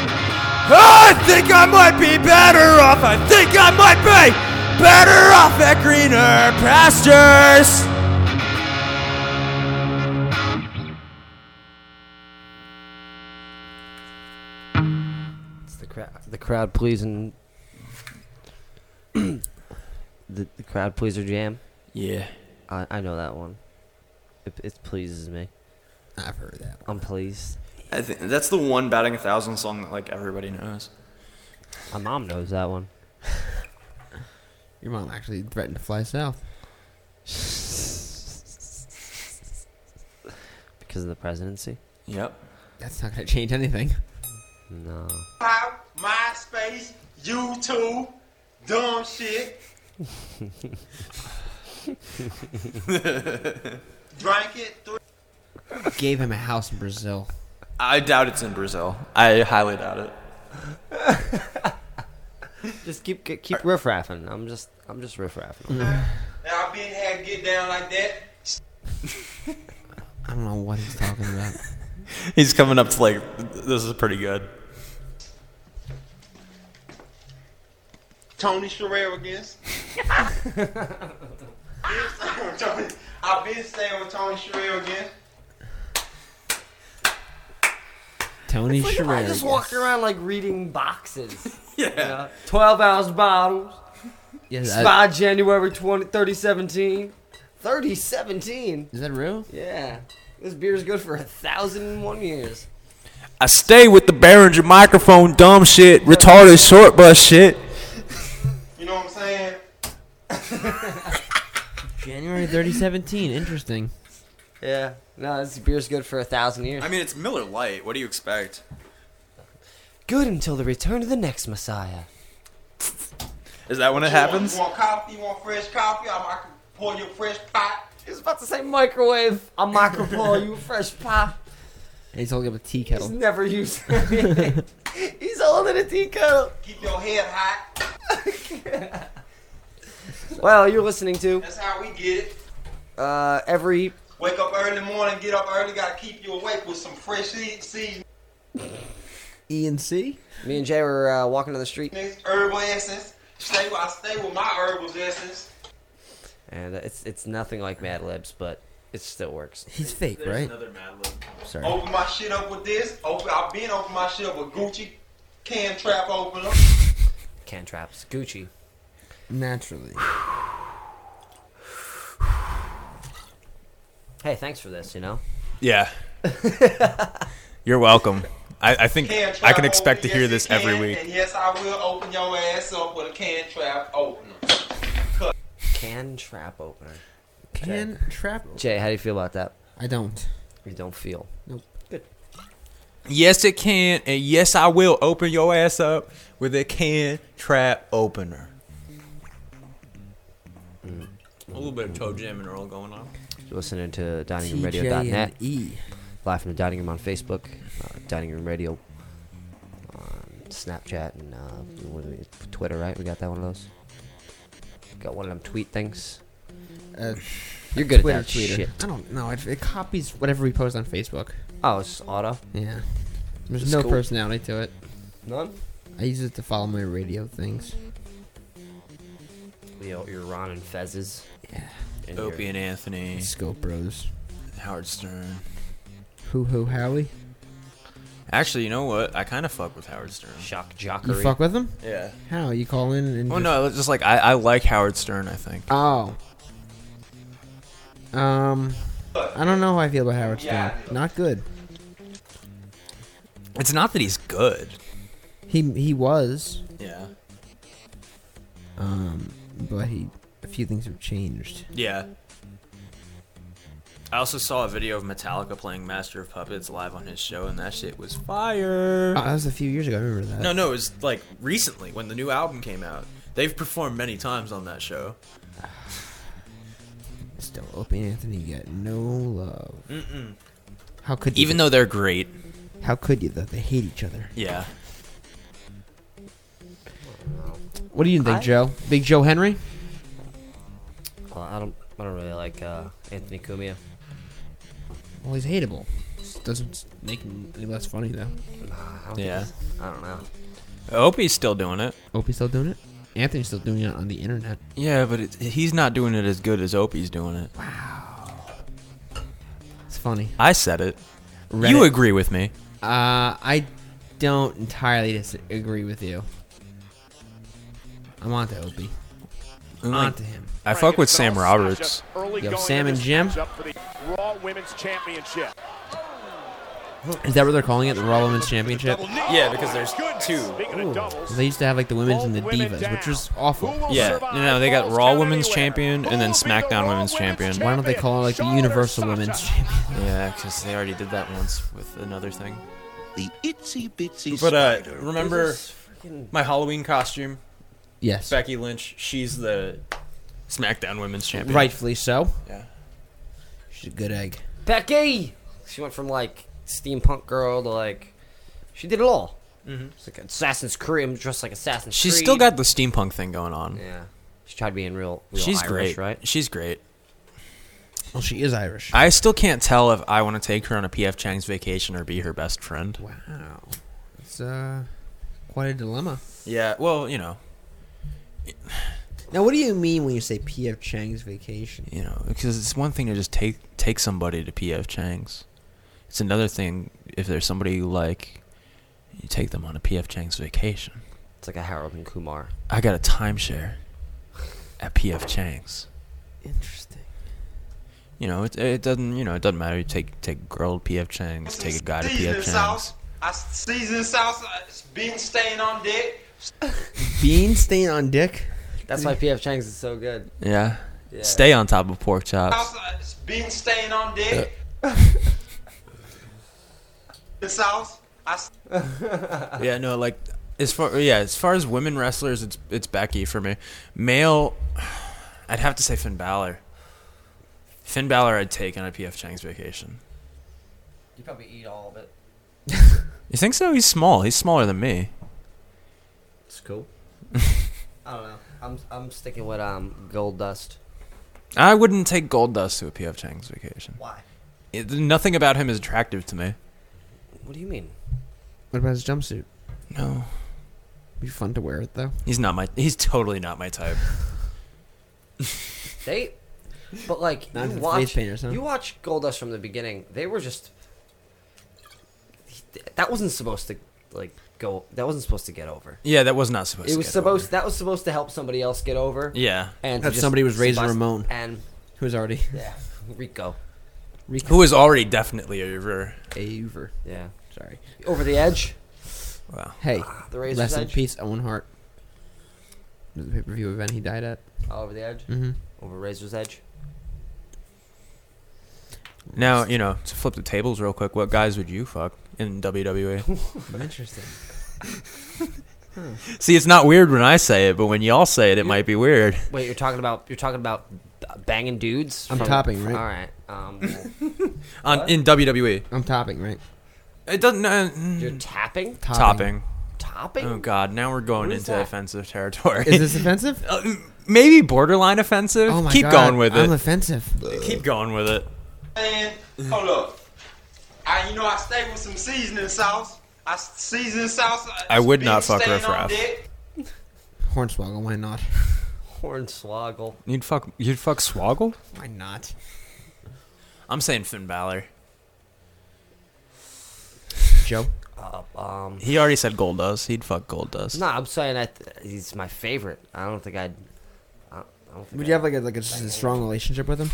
[SPEAKER 3] I think I might be better off. I think I might be better off at greener pastures.
[SPEAKER 2] It's the
[SPEAKER 3] [LAUGHS]
[SPEAKER 2] crowd. The crowd pleasing. [CLEARS THROAT] the, the crowd pleaser jam.
[SPEAKER 6] Yeah.
[SPEAKER 2] I, I know that one. It, it pleases me.
[SPEAKER 5] I've heard that.
[SPEAKER 2] I'm pleased.
[SPEAKER 6] I think that's the one batting a thousand song that like everybody knows.
[SPEAKER 2] My mom knows that one.
[SPEAKER 5] Your mom actually threatened to fly south.
[SPEAKER 2] Because of the presidency?
[SPEAKER 6] Yep.
[SPEAKER 5] That's not going to change anything.
[SPEAKER 2] No.
[SPEAKER 23] How MySpace, YouTube, dumb shit, drank it. Three.
[SPEAKER 5] [LAUGHS] Gave him a house in Brazil.
[SPEAKER 6] I doubt it's in Brazil. I highly doubt it.
[SPEAKER 2] [LAUGHS] Just keep keep, keep riffraffing. I'm just I'm just riffraffing.
[SPEAKER 23] Now I've been had get down like that.
[SPEAKER 5] I don't know what he's talking about.
[SPEAKER 6] [LAUGHS] He's coming up to like this is pretty good.
[SPEAKER 23] Tony Sherrill against. Tony- I've been staying with Tony Sherrill against.
[SPEAKER 5] Tony
[SPEAKER 2] It's like,
[SPEAKER 5] Sherrill.
[SPEAKER 2] I just walked around like reading
[SPEAKER 5] [LAUGHS]
[SPEAKER 2] boxes.
[SPEAKER 6] yeah.
[SPEAKER 2] Twelve ounce bottles.
[SPEAKER 5] Yes, I-
[SPEAKER 2] Spy January 20, 3017. 3017?
[SPEAKER 5] Is that real?
[SPEAKER 2] Yeah. This beer's good for a thousand and one years.
[SPEAKER 6] I stay with the Behringer microphone, dumb shit, retarded short bus shit.
[SPEAKER 23] You know what I'm saying?
[SPEAKER 5] January 3017. Interesting.
[SPEAKER 2] Yeah. No, this beer's good for a thousand years.
[SPEAKER 6] I mean, it's Miller Lite. What do you expect?
[SPEAKER 2] Good until the return of the next Messiah.
[SPEAKER 6] Is that when it
[SPEAKER 23] You want-
[SPEAKER 6] happens?
[SPEAKER 23] You want coffee? You want fresh coffee? I'm- I can pour you a fresh pot.
[SPEAKER 2] He's about to say microwave. I'll microwave you a fresh pop.
[SPEAKER 5] He's holding up a tea kettle.
[SPEAKER 35] He's never used
[SPEAKER 2] [LAUGHS]
[SPEAKER 5] [LAUGHS]
[SPEAKER 35] anything. He's holding a tea kettle.
[SPEAKER 23] Keep your head hot.
[SPEAKER 2] Well, you're listening to
[SPEAKER 23] That's how we get it.
[SPEAKER 2] uh, every
[SPEAKER 23] Wake up early morning, get up early, gotta keep you awake with some fresh seed, seed
[SPEAKER 5] E and C.
[SPEAKER 2] Me and Jay were uh, walking down the street,
[SPEAKER 23] mix, herbal essence. Stay, I stay with my herbal essence.
[SPEAKER 2] and uh, it's it's nothing like Mad Libs, but it still works.
[SPEAKER 5] He's fake,
[SPEAKER 23] There's right?
[SPEAKER 2] Another
[SPEAKER 23] Mad Oh,
[SPEAKER 2] Sorry.
[SPEAKER 23] Open my shit up with this. Open, I've been open my shit up with Gucci, can trap opener.
[SPEAKER 2] Can traps, Gucci.
[SPEAKER 5] Naturally.
[SPEAKER 2] [SIGHS] Hey, thanks for this. You know. [LAUGHS]
[SPEAKER 36] Yeah. You're welcome. I, I think
[SPEAKER 23] Can
[SPEAKER 36] I
[SPEAKER 23] trap
[SPEAKER 36] can expect to
[SPEAKER 23] opener,
[SPEAKER 36] hear
[SPEAKER 23] yes,
[SPEAKER 36] this
[SPEAKER 23] it can,
[SPEAKER 36] every week.
[SPEAKER 23] And yes, I will open your ass up with a can trap opener.
[SPEAKER 2] Can trap opener.
[SPEAKER 5] Can trap.
[SPEAKER 2] Jay, how do you feel about that?
[SPEAKER 5] I don't.
[SPEAKER 2] You don't feel.
[SPEAKER 5] Nope.
[SPEAKER 6] Yes, it can, and yes, I will open your ass up with a can trap opener. A little bit of toe jam and roll going on.
[SPEAKER 2] You're Mm. listening to
[SPEAKER 5] TJ and
[SPEAKER 2] diningroomradio.net.
[SPEAKER 5] E.
[SPEAKER 2] Live from the dining room on Facebook, uh, dining room radio on Snapchat and uh, what do we- Twitter. Right? We got that one of those. Got one of them tweet things.
[SPEAKER 5] Uh,
[SPEAKER 2] You're good
[SPEAKER 5] Twitter,
[SPEAKER 2] at that
[SPEAKER 5] Twitter.
[SPEAKER 2] shit.
[SPEAKER 5] I don't know. It, it copies whatever we post on Facebook.
[SPEAKER 2] Oh, it's auto.
[SPEAKER 5] Yeah. There's
[SPEAKER 2] It's
[SPEAKER 5] no
[SPEAKER 2] cool.
[SPEAKER 5] personality to it.
[SPEAKER 2] None.
[SPEAKER 5] I use it to follow my radio things.
[SPEAKER 2] Your, your Ron and Fez's. Yeah.
[SPEAKER 6] Opie and Anthony,
[SPEAKER 5] Scope Bros.
[SPEAKER 6] Howard Stern.
[SPEAKER 5] Hoo hoo Howie.
[SPEAKER 6] Actually, you know what? I kind of fuck with Howard Stern.
[SPEAKER 2] Shock
[SPEAKER 5] You
[SPEAKER 2] jockery.
[SPEAKER 5] fuck with Mm-hmm.
[SPEAKER 6] Yeah.
[SPEAKER 5] them? How you call in and?
[SPEAKER 6] Well,
[SPEAKER 5] just-
[SPEAKER 6] Oh, no, it's just like I, I like Howard Stern. I think.
[SPEAKER 5] Oh. Um, I don't know how I feel about Howard Stern. Not good.
[SPEAKER 6] It's not that he's good.
[SPEAKER 5] He he was,
[SPEAKER 6] Yeah.
[SPEAKER 5] um, but he a few things have changed.
[SPEAKER 6] Yeah. I also saw a video of Metallica playing Master of Puppets live on his show, and that shit was fire.
[SPEAKER 5] Oh, that was a few years ago. I remember that.
[SPEAKER 6] No, no, it was like recently when the new album came out. They've performed many times on that show.
[SPEAKER 5] Still, Opie and Anthony get no love.
[SPEAKER 6] Mm-mm.
[SPEAKER 5] How could you
[SPEAKER 6] Even though they're great.
[SPEAKER 5] How could you though? They hate each other.
[SPEAKER 6] Yeah.
[SPEAKER 5] What do you think,
[SPEAKER 2] I-
[SPEAKER 5] Joe? Big Joe Henry?
[SPEAKER 2] Well, I don't. I don't really like uh, Anthony Cumia.
[SPEAKER 5] Well, he's hateable. Just doesn't make him any less funny though.
[SPEAKER 2] I don't
[SPEAKER 6] Yeah.
[SPEAKER 2] Think, I don't know.
[SPEAKER 6] Opie's still doing it.
[SPEAKER 5] Opie's still doing it. Anthony's still doing it on the internet.
[SPEAKER 6] Yeah, but it, he's not doing it as good as Opie's doing it.
[SPEAKER 5] It's funny.
[SPEAKER 6] I said it. You
[SPEAKER 5] Reddit.
[SPEAKER 6] agree with me.
[SPEAKER 5] Uh, I don't entirely disagree with you. I'm on to Opie. I'm on to him.
[SPEAKER 36] I fuck with Sam Roberts.
[SPEAKER 5] Yo, Sam and Jim.
[SPEAKER 32] Up for the Raw Women's Championship.
[SPEAKER 5] Is that what they're calling it? The Raw Women's Championship?
[SPEAKER 6] Yeah, because there's two.
[SPEAKER 5] They used to have like the women's and the divas, which was awful.
[SPEAKER 6] Yeah, no, no, they got Raw Women's Champion and then SmackDown Women's Champion.
[SPEAKER 5] Why don't they call it like the Universal Women's Championship?
[SPEAKER 6] Yeah, because they already did that once with another thing.
[SPEAKER 37] The itsy bitsy
[SPEAKER 6] But uh,
[SPEAKER 37] spider
[SPEAKER 6] remember
[SPEAKER 37] is
[SPEAKER 6] my Halloween costume?
[SPEAKER 5] Yes.
[SPEAKER 6] Becky Lynch. She's the SmackDown Women's Champion.
[SPEAKER 5] Rightfully so.
[SPEAKER 6] Yeah.
[SPEAKER 5] She's a good egg.
[SPEAKER 2] Becky. She went from like steampunk girl to like. She did it all.
[SPEAKER 6] Mhm.
[SPEAKER 2] It's like Assassin's Creed. I'm dressed like Assassin's
[SPEAKER 6] She's
[SPEAKER 2] Creed.
[SPEAKER 6] still got the steampunk thing going on.
[SPEAKER 2] Yeah. She tried being real. real
[SPEAKER 6] She's
[SPEAKER 2] Irish,
[SPEAKER 6] great,
[SPEAKER 2] right?
[SPEAKER 6] She's great.
[SPEAKER 5] Well, she is Irish.
[SPEAKER 6] I still can't tell if I want to take her on a PF Chang's vacation or be her best friend.
[SPEAKER 5] Wow. It's uh, quite a dilemma.
[SPEAKER 6] Yeah, well, you know,
[SPEAKER 5] Now, what do you mean when you say P.F.
[SPEAKER 6] [LAUGHS]
[SPEAKER 5] Chang's vacation?
[SPEAKER 6] you know, because it's one thing to just take take somebody to PF Chang's. It's another thing if there's somebody you like, you take them on a PF Chang's vacation.
[SPEAKER 2] It's like a Harold and Kumar.
[SPEAKER 6] I got a timeshare at PF Chang's.
[SPEAKER 5] Interesting.
[SPEAKER 6] You know, it, it doesn't. You know, it doesn't matter. You take take a girl to PF Chang's, take a guy to PF
[SPEAKER 23] Seasoning
[SPEAKER 6] Chang's.
[SPEAKER 23] sauce. I season sauce. uh, It's been staying on deck.
[SPEAKER 5] Bean stain on dick.
[SPEAKER 2] That's why P.F. Chang's is so good.
[SPEAKER 6] Yeah.
[SPEAKER 2] Yeah.
[SPEAKER 6] Stay on top of pork chops.
[SPEAKER 23] Sauce. uh, It's been staying on deck. The sauce. I. s-
[SPEAKER 6] yeah, no, like as far yeah, as far as women wrestlers, it's it's Becky for me. Male, I'd have to say Finn Balor. Finn Balor, I'd take on a PF Chang's vacation.
[SPEAKER 2] You probably eat all of it.
[SPEAKER 6] You think so? He's small. He's smaller than me. [LAUGHS]
[SPEAKER 2] It's cool. I don't know. I'm I'm sticking with um gold dust.
[SPEAKER 6] I wouldn't take Gold Dust to a P.F. Chang's vacation.
[SPEAKER 2] Why?
[SPEAKER 6] It, nothing about him is attractive to me.
[SPEAKER 2] What do you mean?
[SPEAKER 5] What about his jumpsuit?
[SPEAKER 6] No.
[SPEAKER 5] Be fun to wear it though.
[SPEAKER 6] He's not my. He's totally not my type.
[SPEAKER 2] They, but like you
[SPEAKER 5] Not if it's face
[SPEAKER 2] watch
[SPEAKER 5] painters, huh?
[SPEAKER 2] you watch Goldust from the beginning. They were just that wasn't supposed to like go. That wasn't supposed to get over.
[SPEAKER 6] Yeah, that was not supposed.
[SPEAKER 2] it
[SPEAKER 6] to
[SPEAKER 2] was
[SPEAKER 6] get
[SPEAKER 2] supposed that was supposed to help somebody else get over.
[SPEAKER 6] Yeah.
[SPEAKER 2] and to
[SPEAKER 5] that
[SPEAKER 2] just
[SPEAKER 5] somebody was raising
[SPEAKER 2] bust-
[SPEAKER 5] Ramon,
[SPEAKER 2] and
[SPEAKER 5] who was already
[SPEAKER 2] [LAUGHS] yeah, Rico.
[SPEAKER 5] Rico.
[SPEAKER 6] Who is already definitely over.
[SPEAKER 5] Over.
[SPEAKER 2] Yeah.
[SPEAKER 5] Sorry.
[SPEAKER 2] Over the edge.
[SPEAKER 6] Wow.
[SPEAKER 5] Hey,
[SPEAKER 2] The razor's
[SPEAKER 5] rest in
[SPEAKER 2] edge?
[SPEAKER 5] peace, Owen Hart. The pay per view event he died at.
[SPEAKER 2] Oh, over the edge.
[SPEAKER 5] Mhm.
[SPEAKER 2] Over Razor's edge.
[SPEAKER 6] Now you know to flip the tables real quick. What guys would you fuck in E? WWE?
[SPEAKER 5] Interesting.
[SPEAKER 6] [LAUGHS] See, it's not weird when I say it, but when y'all say it, it might be weird.
[SPEAKER 2] Wait, you're talking about you're talking about b- banging dudes.
[SPEAKER 5] I'm topping, right?
[SPEAKER 2] All right. Um,
[SPEAKER 6] On in E. WWE,
[SPEAKER 5] I'm topping, right?
[SPEAKER 6] it doesn't. Uh,
[SPEAKER 2] you're tapping.
[SPEAKER 6] topping.
[SPEAKER 2] Topping.
[SPEAKER 6] Oh God! Now we're going
[SPEAKER 2] What is
[SPEAKER 6] into
[SPEAKER 2] that?
[SPEAKER 6] offensive territory.
[SPEAKER 5] Is this offensive?
[SPEAKER 6] [LAUGHS] Uh, m- maybe borderline offensive.
[SPEAKER 5] Oh my
[SPEAKER 6] Keep
[SPEAKER 5] God,
[SPEAKER 6] going with
[SPEAKER 5] I'm
[SPEAKER 6] it.
[SPEAKER 5] offensive.
[SPEAKER 6] Keep going with it.
[SPEAKER 23] Man, hold up. "Oh, I, you know, I stay with some seasoning sauce. I s- season sauce. uh,
[SPEAKER 6] I would not fuck
[SPEAKER 23] spinach staying
[SPEAKER 6] Riff
[SPEAKER 23] on
[SPEAKER 6] Raff.
[SPEAKER 23] deck.
[SPEAKER 5] Hornswoggle, why not?
[SPEAKER 2] Hornswoggle.
[SPEAKER 6] You'd fuck. You'd fuck Swoggle.
[SPEAKER 5] Why not?
[SPEAKER 6] I'm saying Finn Balor.
[SPEAKER 5] Joe.
[SPEAKER 2] Uh, um.
[SPEAKER 6] He already said Gold Dust. He'd fuck Gold Dust.
[SPEAKER 2] No, I'm saying that he's my favorite. I don't think I'd. I don't, I don't think
[SPEAKER 5] Would you have like a like a, s- a strong relationship with him?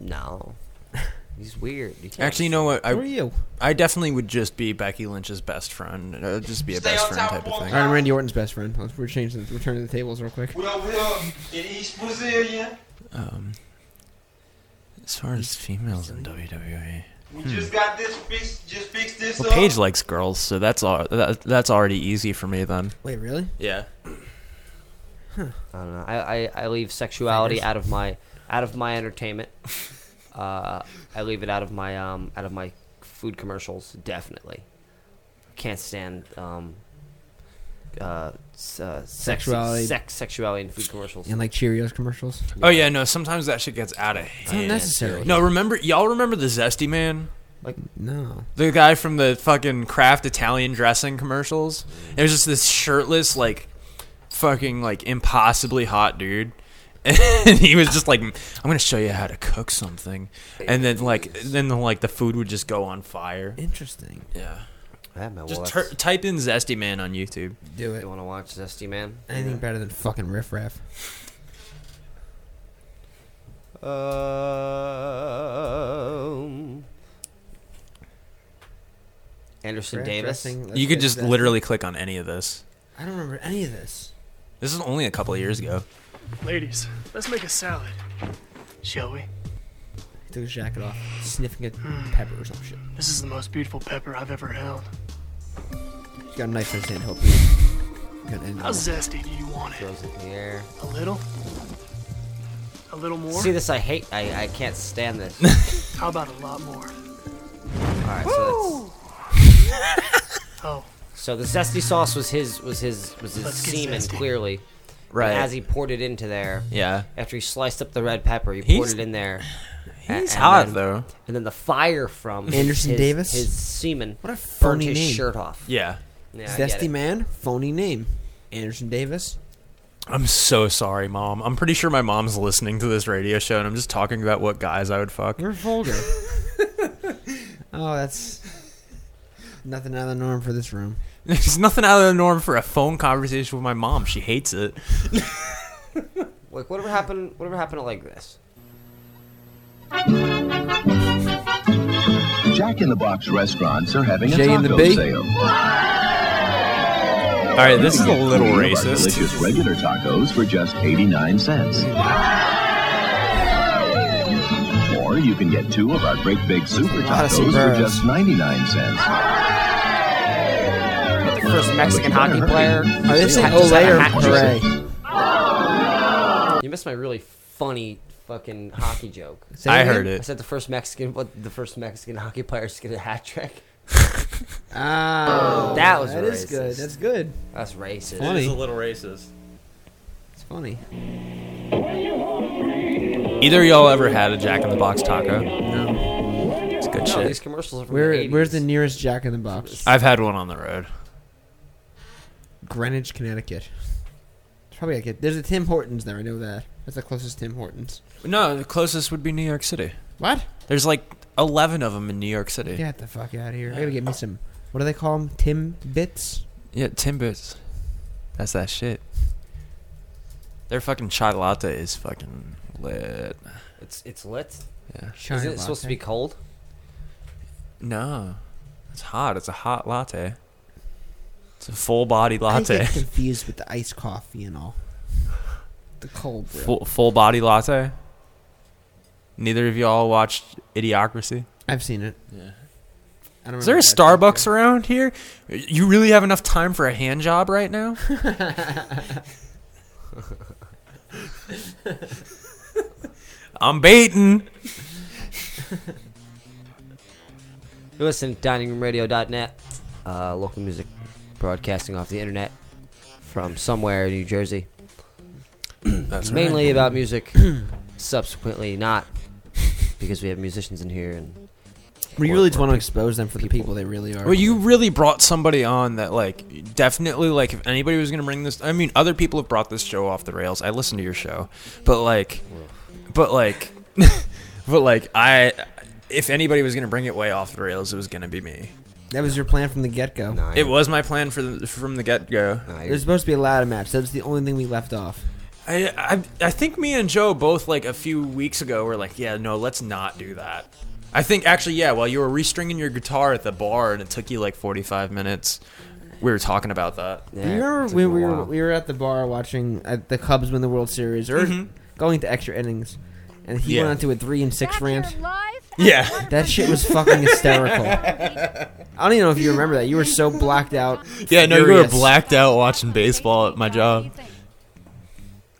[SPEAKER 2] No. [LAUGHS] He's weird. You can't-
[SPEAKER 6] Actually, you know what? I,
[SPEAKER 5] Who are you?
[SPEAKER 6] I definitely would just be Becky Lynch's best friend. It would just be a
[SPEAKER 23] Stay
[SPEAKER 6] best
[SPEAKER 23] on
[SPEAKER 6] friend
[SPEAKER 23] top
[SPEAKER 6] type
[SPEAKER 23] of
[SPEAKER 6] of
[SPEAKER 5] All
[SPEAKER 6] thing.
[SPEAKER 5] right, I'm Randy Orton's best friend. Let's we're changing, we're turning the tables real quick.
[SPEAKER 23] We over here in East Brazilian.
[SPEAKER 6] Um, as far as females in WWE,
[SPEAKER 23] We just got this fixed. Just fixed this
[SPEAKER 6] well,
[SPEAKER 23] up.
[SPEAKER 6] Paige likes girls, so that's all. That, that's already easy for me then.
[SPEAKER 5] Wait, really?
[SPEAKER 6] Yeah.
[SPEAKER 2] I don't know. I, I, I leave sexuality out of my out of my entertainment. uh, I leave it out of my um out of my food commercials. Definitely. Can't stand um. Uh, s- uh, sex,
[SPEAKER 5] Sexuality.
[SPEAKER 2] sex, sexuality, in food commercials.
[SPEAKER 5] And like Cheerios commercials.
[SPEAKER 6] Oh yeah, no. Sometimes that shit gets out of
[SPEAKER 5] It's
[SPEAKER 6] hand.
[SPEAKER 5] unnecessary.
[SPEAKER 6] No, remember y'all remember the Zesty Man,
[SPEAKER 5] No.
[SPEAKER 6] the guy from the fucking Kraft Italian dressing commercials. It was just this shirtless, like, fucking like impossibly hot dude. [LAUGHS] And he was just like, "I'm gonna show you how to cook something," and then like, then like the food would just go on fire.
[SPEAKER 5] Interesting.
[SPEAKER 6] Yeah.
[SPEAKER 2] Yeah, man, well,
[SPEAKER 6] Just
[SPEAKER 2] that's-
[SPEAKER 6] tur- type in Zesty Man on YouTube.
[SPEAKER 5] Do it.
[SPEAKER 2] You want to watch Zesty Man?
[SPEAKER 5] Anything better than fucking riff raff.
[SPEAKER 2] Um, Anderson
[SPEAKER 5] Brad
[SPEAKER 2] Davis.
[SPEAKER 5] dressing, let's
[SPEAKER 6] You could
[SPEAKER 5] get
[SPEAKER 6] just
[SPEAKER 5] Zesty.
[SPEAKER 6] literally click on any of this.
[SPEAKER 5] I don't remember any of this.
[SPEAKER 6] This is only a couple of years ago.
[SPEAKER 4] Ladies, let's make a salad, shall we?
[SPEAKER 5] He took his jacket off, sniffing a pepper or some shit.
[SPEAKER 4] This is the most beautiful pepper I've ever held.
[SPEAKER 5] He's got a knife in his hand. Help me. Got an
[SPEAKER 4] How zesty do you want it?
[SPEAKER 2] Throws it in the air.
[SPEAKER 4] A little? A little more?
[SPEAKER 2] See this? I hate. I, I can't stand this.
[SPEAKER 6] [LAUGHS]
[SPEAKER 4] How about a lot more?
[SPEAKER 2] All right, so
[SPEAKER 4] [LAUGHS] Oh,
[SPEAKER 2] that's, so the zesty sauce was his was his was his
[SPEAKER 4] Let's get
[SPEAKER 2] semen
[SPEAKER 4] zesty.
[SPEAKER 2] clearly. And
[SPEAKER 6] Right.
[SPEAKER 2] as he poured it into there.
[SPEAKER 6] Yeah.
[SPEAKER 2] After he sliced up the red pepper, he poured
[SPEAKER 6] He's-
[SPEAKER 2] it in there. a-
[SPEAKER 6] [SIGHS] He's
[SPEAKER 2] and
[SPEAKER 6] hot
[SPEAKER 2] then-
[SPEAKER 6] though.
[SPEAKER 2] And then the fire from
[SPEAKER 5] Anderson
[SPEAKER 2] his-
[SPEAKER 5] Davis?
[SPEAKER 2] his semen,
[SPEAKER 5] What a
[SPEAKER 2] burnt
[SPEAKER 5] phony
[SPEAKER 2] his
[SPEAKER 5] name.
[SPEAKER 2] shirt off.
[SPEAKER 6] Yeah.
[SPEAKER 2] Yeah, I get
[SPEAKER 5] Zesty
[SPEAKER 2] it.
[SPEAKER 5] man, phony name. Anderson Davis.
[SPEAKER 6] I'm so sorry, mom. I'm pretty sure my mom's listening to this radio show, and I'm just talking about what guys I would fuck.
[SPEAKER 5] You're vulgar. oh, that's nothing out of the norm for this room.
[SPEAKER 6] [LAUGHS] There's nothing out of the norm for a phone conversation with my mom. She hates it.
[SPEAKER 2] Like whatever happened? Whatever happened to like this?
[SPEAKER 3] Jack in the Box restaurants are having a
[SPEAKER 5] Jay
[SPEAKER 3] taco
[SPEAKER 5] and the Bee?
[SPEAKER 3] sale.
[SPEAKER 6] All right, this is a little racist.
[SPEAKER 3] Delicious regular tacos for just 89 cents. Or you can get two of our great big super
[SPEAKER 5] lot of
[SPEAKER 3] tacos for
[SPEAKER 5] superbs.
[SPEAKER 3] just 99 cents.
[SPEAKER 2] The first Mexican hockey player.
[SPEAKER 5] Oh, this
[SPEAKER 2] just
[SPEAKER 5] ain't
[SPEAKER 2] had- just had
[SPEAKER 5] Olay
[SPEAKER 2] a
[SPEAKER 5] or
[SPEAKER 2] hat-
[SPEAKER 5] Hooray.
[SPEAKER 2] You missed my really funny fucking hockey joke.
[SPEAKER 5] Say that I heard again? it.
[SPEAKER 2] I said the first Mexican, what the first Mexican [LAUGHS] hockey player to get a hat trick.
[SPEAKER 5] Ah,
[SPEAKER 2] [LAUGHS] that was
[SPEAKER 5] that
[SPEAKER 2] racist.
[SPEAKER 5] is good. That's good.
[SPEAKER 6] Uh,
[SPEAKER 2] That's racist.
[SPEAKER 5] Funny. It is a
[SPEAKER 2] little racist.
[SPEAKER 5] It's funny.
[SPEAKER 6] Either y'all ever had a Jack in the Box taco? No. It's good
[SPEAKER 2] No,
[SPEAKER 6] shit.
[SPEAKER 2] these commercials are from
[SPEAKER 5] Where
[SPEAKER 2] the 80s.
[SPEAKER 5] where's the nearest Jack in the Box?
[SPEAKER 6] I've had one on the road.
[SPEAKER 5] Greenwich, Connecticut. It's Probably I could. There's a Tim Hortons there. I know that. That's the closest Tim Hortons.
[SPEAKER 6] No, the closest would be New York City.
[SPEAKER 5] What?
[SPEAKER 6] There's like 11 of them in New York City.
[SPEAKER 5] Get the fuck out of here. I gotta get me some. What do they call them? Tim bits.
[SPEAKER 6] Yeah, Timbits. That's that shit. Their fucking chai latte is fucking lit.
[SPEAKER 2] It's it's lit.
[SPEAKER 6] Yeah.
[SPEAKER 2] Isn't it supposed to be cold?
[SPEAKER 6] No. It's hot. It's a hot latte. It's a full body latte.
[SPEAKER 5] I
[SPEAKER 6] [LAUGHS]
[SPEAKER 5] get confused with the iced coffee and all. The cold brew.
[SPEAKER 6] full, full body latte. Neither of y'all watched Idiocracy?
[SPEAKER 5] I've seen it.
[SPEAKER 6] Yeah.
[SPEAKER 5] I don't
[SPEAKER 6] Is there a
[SPEAKER 5] remember
[SPEAKER 6] Starbucks around here? You really have enough time for a hand job right
[SPEAKER 5] [LAUGHS]
[SPEAKER 6] now? I'm baiting.
[SPEAKER 2] You listen to diningroomradio.net, [LAUGHS] uh, local music broadcasting off the internet from somewhere in New Jersey.
[SPEAKER 6] [CLEARS THROAT] That's
[SPEAKER 2] Mainly
[SPEAKER 6] right.
[SPEAKER 2] about
[SPEAKER 6] [CLEARS THROAT]
[SPEAKER 2] music, subsequently not, because we have musicians in here. and
[SPEAKER 5] We really just want to expose them for the people they really are.
[SPEAKER 6] Well, you really brought somebody on that, like, definitely, like, if anybody was going to bring this, I mean, other people have brought this show off the rails. I listen to your show, but like, but like, [LAUGHS] but like, I, if anybody was going to bring it way off the rails, it was going to be me.
[SPEAKER 5] That was your plan from the get go.
[SPEAKER 6] It was my plan for the, from the get go.
[SPEAKER 5] There's supposed to be a ladder match. That's the only thing we left off.
[SPEAKER 6] I, I I think me and Joe both like a few weeks ago were like, yeah, no, let's not do that. I think actually, yeah, while you were restringing your guitar at the bar and it took you like 45 minutes, we were talking about that.
[SPEAKER 5] Do you remember when we were we were at the bar watching uh, the Cubs win the World Series or
[SPEAKER 6] Mhm.
[SPEAKER 5] going to extra innings, and he
[SPEAKER 6] Yeah.
[SPEAKER 5] went on to a three and six rant.
[SPEAKER 6] Yeah,
[SPEAKER 5] that shit was fucking hysterical. I don't even know if you remember that. You were so blacked out.
[SPEAKER 38] Yeah, no, you were
[SPEAKER 2] [LAUGHS]
[SPEAKER 5] furious.
[SPEAKER 38] blacked out watching baseball at my job.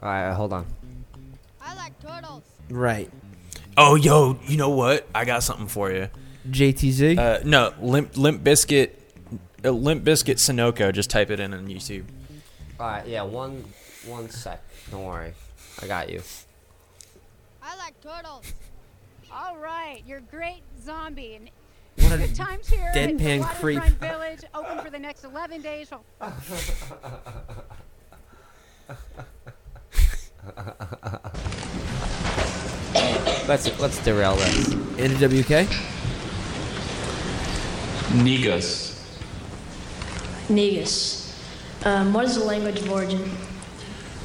[SPEAKER 2] All right, hold on.
[SPEAKER 5] Right.
[SPEAKER 6] Oh, yo, you know what? I got something for you.
[SPEAKER 5] JTZ.
[SPEAKER 6] Uh, no, Limp Limp Biscuit, uh, Limp Biscuit Sunoco. Just type it in on YouTube.
[SPEAKER 2] All right, yeah, one one sec. Don't worry, I got you. [LAUGHS]
[SPEAKER 39] I like turtles. All right, you're a great zombie. And
[SPEAKER 5] What a
[SPEAKER 39] good times here. at
[SPEAKER 5] deadpan
[SPEAKER 39] the
[SPEAKER 5] creep.
[SPEAKER 39] Waterfront Village, open for the next 11 days.
[SPEAKER 2] Let's let's derail this.
[SPEAKER 5] NWK.
[SPEAKER 38] Negus.
[SPEAKER 40] Negus. Um, what is the language of origin?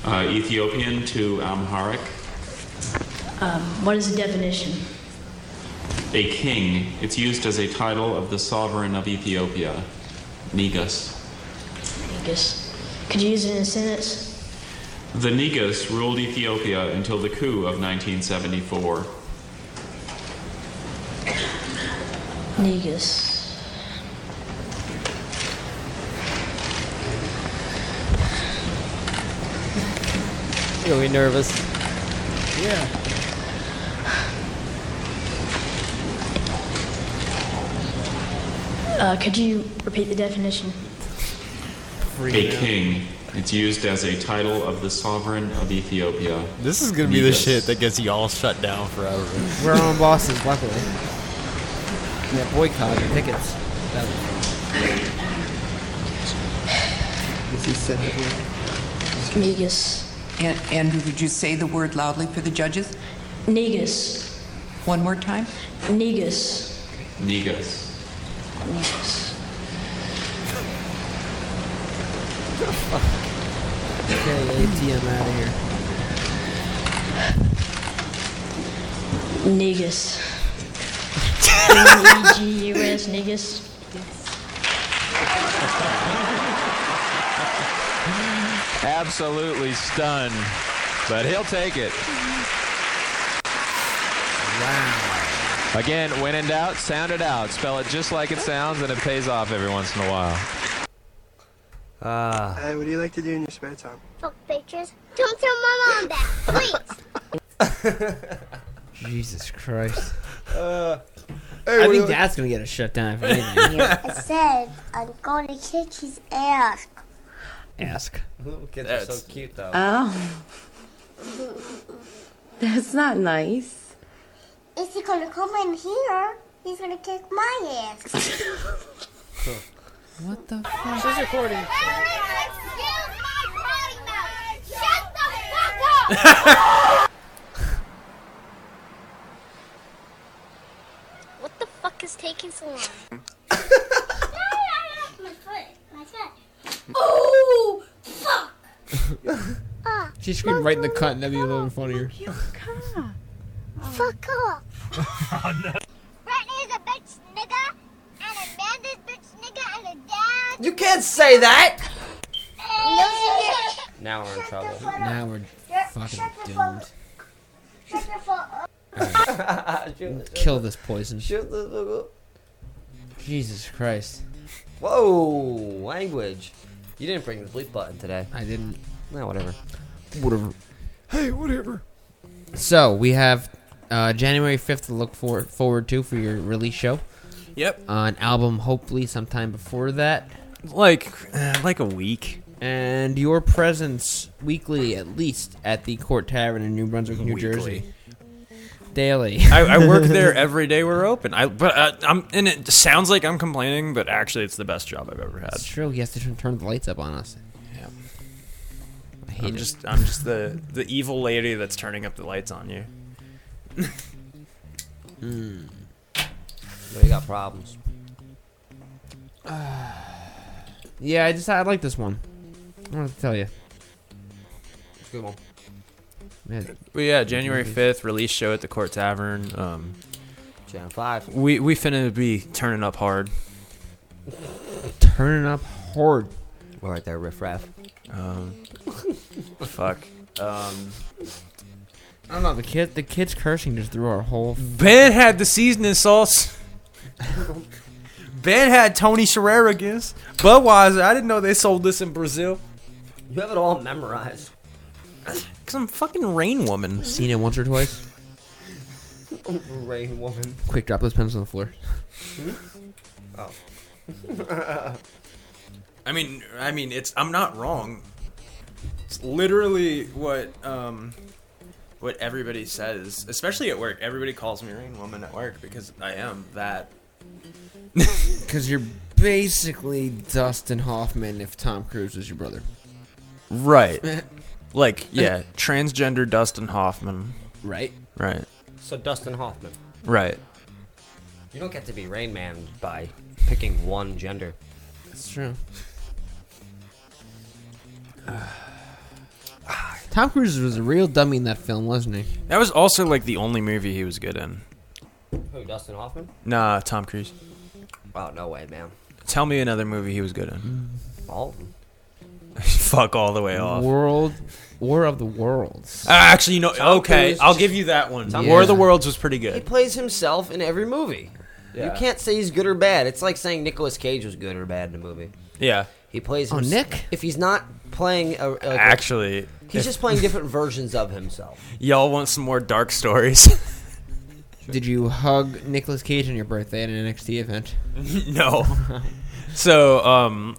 [SPEAKER 32] Uh, Ethiopian to Amharic,
[SPEAKER 40] Um, what is the definition?
[SPEAKER 32] a king. It's used as a title of the sovereign of Ethiopia, Negus.
[SPEAKER 40] Negus. Could you use it in a sentence?
[SPEAKER 32] The Negus ruled Ethiopia until the coup of 1974.
[SPEAKER 40] Negus.
[SPEAKER 2] You'll be nervous.
[SPEAKER 5] Yeah.
[SPEAKER 40] Uh, could you repeat the definition?
[SPEAKER 32] A king. It's used as a title of the sovereign of Ethiopia.
[SPEAKER 38] This is gonna be the
[SPEAKER 32] Negus.
[SPEAKER 38] shit that gets y'all shut down forever.
[SPEAKER 5] We're our own bosses, luckily. Yeah, boycott the tickets.
[SPEAKER 40] Negus.
[SPEAKER 41] An- Andrew, did you say the word loudly for the judges?
[SPEAKER 40] Negus.
[SPEAKER 41] One more time?
[SPEAKER 40] Negus.
[SPEAKER 32] Negus.
[SPEAKER 40] Negus.
[SPEAKER 5] Okay, ATM out of here.
[SPEAKER 40] Negus.
[SPEAKER 41] [LAUGHS]
[SPEAKER 40] E N-E-G-U-S. Negus.
[SPEAKER 32] Absolutely stunned, but he'll take it. Wow. Again, when in doubt, sound it out. Spell it just like it sounds, and it pays off every once in a while.
[SPEAKER 6] Ah.
[SPEAKER 42] Uh, what do you like to do in your spare time?
[SPEAKER 43] Took pictures. Don't tell my mom that, please.
[SPEAKER 2] [LAUGHS]
[SPEAKER 5] Jesus Christ.
[SPEAKER 1] Uh,
[SPEAKER 5] I think Dad's gonna get a shutdown if
[SPEAKER 1] [LAUGHS]
[SPEAKER 5] anything.
[SPEAKER 1] I said I'm going to kick his ass.
[SPEAKER 5] Ask.
[SPEAKER 2] Kids are
[SPEAKER 1] That's-
[SPEAKER 2] so cute though.
[SPEAKER 5] Uh-huh.
[SPEAKER 44] Oh, that's not nice.
[SPEAKER 1] Is he gonna come in here? He's gonna kick my
[SPEAKER 44] [LAUGHS]
[SPEAKER 1] ass.
[SPEAKER 5] what the
[SPEAKER 1] fuck? She's recording. [LAUGHS]
[SPEAKER 44] What the fuck is taking so long?
[SPEAKER 1] Oh, fuck!
[SPEAKER 5] [LAUGHS]
[SPEAKER 1] Ah.
[SPEAKER 5] She screamed right in the cut, and that'd be a little funnier.
[SPEAKER 1] Fuck off! Brittany's a bitch nigga, and Amanda's bitch nigga, and a dad.
[SPEAKER 2] You can't say that.
[SPEAKER 1] No,
[SPEAKER 2] Now we're in trouble.
[SPEAKER 5] Now we're fucking doomed.
[SPEAKER 1] Shut the fuck up.
[SPEAKER 5] Kill this poison.
[SPEAKER 2] Shut the fuck up.
[SPEAKER 5] Jesus Christ.
[SPEAKER 2] Whoa, language. You didn't bring the bleep button today.
[SPEAKER 5] I didn't.
[SPEAKER 2] No, whatever.
[SPEAKER 5] Whatever.
[SPEAKER 6] Hey, whatever.
[SPEAKER 5] So we have uh, January fifth to look for forward to for your release show.
[SPEAKER 6] Yep.
[SPEAKER 5] Uh, an album, hopefully sometime before that.
[SPEAKER 6] Like, uh, like a week.
[SPEAKER 5] And your presence weekly, at least, at the Court Tavern in New Brunswick, New Jersey. Daily.
[SPEAKER 6] [LAUGHS] I, I work there every day. We're open. I but uh, I'm and it sounds like I'm complaining, but actually it's the best job I've ever had.
[SPEAKER 5] [LAUGHS] It's true. He has to turn- turn the lights up on us. [SIGHS]
[SPEAKER 6] Yeah.
[SPEAKER 5] I hate
[SPEAKER 6] I'm
[SPEAKER 5] it.
[SPEAKER 6] just I'm just the the evil lady that's turning up the lights on you.
[SPEAKER 2] But you Hmm. got problems.
[SPEAKER 5] Yeah, I just I like this one. I want to tell you.
[SPEAKER 2] It's a good one.
[SPEAKER 5] Man,
[SPEAKER 6] But yeah, January fifth release show at the Court Tavern. Um,
[SPEAKER 2] Jan five.
[SPEAKER 6] We we finna be turning up hard.
[SPEAKER 5] turning up hard.
[SPEAKER 2] We're right there, riffraff.
[SPEAKER 5] [LAUGHS]
[SPEAKER 6] Um, fuck. Um,
[SPEAKER 5] I don't know. The kid, the kid's cursing just threw our whole.
[SPEAKER 6] Ben had the seasoning sauce. ben had Tony Sherreragas. Budweiser. I didn't know they sold this in Brazil.
[SPEAKER 2] You have it all memorized.
[SPEAKER 6] Cause I'm fucking rain woman.
[SPEAKER 5] Seen it once or twice.
[SPEAKER 2] [LAUGHS] Rain woman.
[SPEAKER 5] Quick, drop those pens on the floor.
[SPEAKER 2] Oh.
[SPEAKER 6] [LAUGHS] I mean, I mean, it's I'm not wrong. It's literally what um, what everybody says, especially at work. Everybody calls me rain woman at work because I am that.
[SPEAKER 5] Because you're basically Dustin Hoffman if Tom Cruise was your brother.
[SPEAKER 6] Right.
[SPEAKER 5] [LAUGHS]
[SPEAKER 6] like yeah, transgender Dustin Hoffman.
[SPEAKER 5] Right.
[SPEAKER 6] Right.
[SPEAKER 2] So Dustin Hoffman.
[SPEAKER 6] Right.
[SPEAKER 2] You don't get to be Rain Man by picking one gender.
[SPEAKER 5] That's true. [SIGHS] Tom Cruise was a real dummy in that film, wasn't he?
[SPEAKER 6] That was also like the only movie he was good in.
[SPEAKER 2] Who, Dustin Hoffman?
[SPEAKER 6] Nah, Tom Cruise.
[SPEAKER 2] Oh, no way, man.
[SPEAKER 6] Tell me another movie he was good
[SPEAKER 5] [LAUGHS]
[SPEAKER 6] in.
[SPEAKER 2] All of them.
[SPEAKER 6] Fuck all the way off.
[SPEAKER 5] World War of the Worlds.
[SPEAKER 6] Uh, actually, you know,
[SPEAKER 2] Tom
[SPEAKER 6] okay,
[SPEAKER 2] Cruise-
[SPEAKER 6] I'll give you that one.
[SPEAKER 5] Tom
[SPEAKER 6] War of the
[SPEAKER 5] Cruise-
[SPEAKER 6] Worlds was pretty
[SPEAKER 2] He
[SPEAKER 6] good.
[SPEAKER 2] plays himself in every movie.
[SPEAKER 6] Yeah.
[SPEAKER 2] You can't say he's good or bad. It's like saying Nicolas Cage was good or bad in a movie.
[SPEAKER 6] Yeah.
[SPEAKER 2] He plays.
[SPEAKER 5] Oh,
[SPEAKER 2] hims-
[SPEAKER 5] Nick?
[SPEAKER 2] If he's not playing a, a-
[SPEAKER 6] Actually,
[SPEAKER 2] he's just playing different versions of himself.
[SPEAKER 6] Y'all want some more dark stories? [LAUGHS]
[SPEAKER 5] Did you hug Nicolas Cage on your birthday at an NXT event?
[SPEAKER 6] [LAUGHS] no. so, um,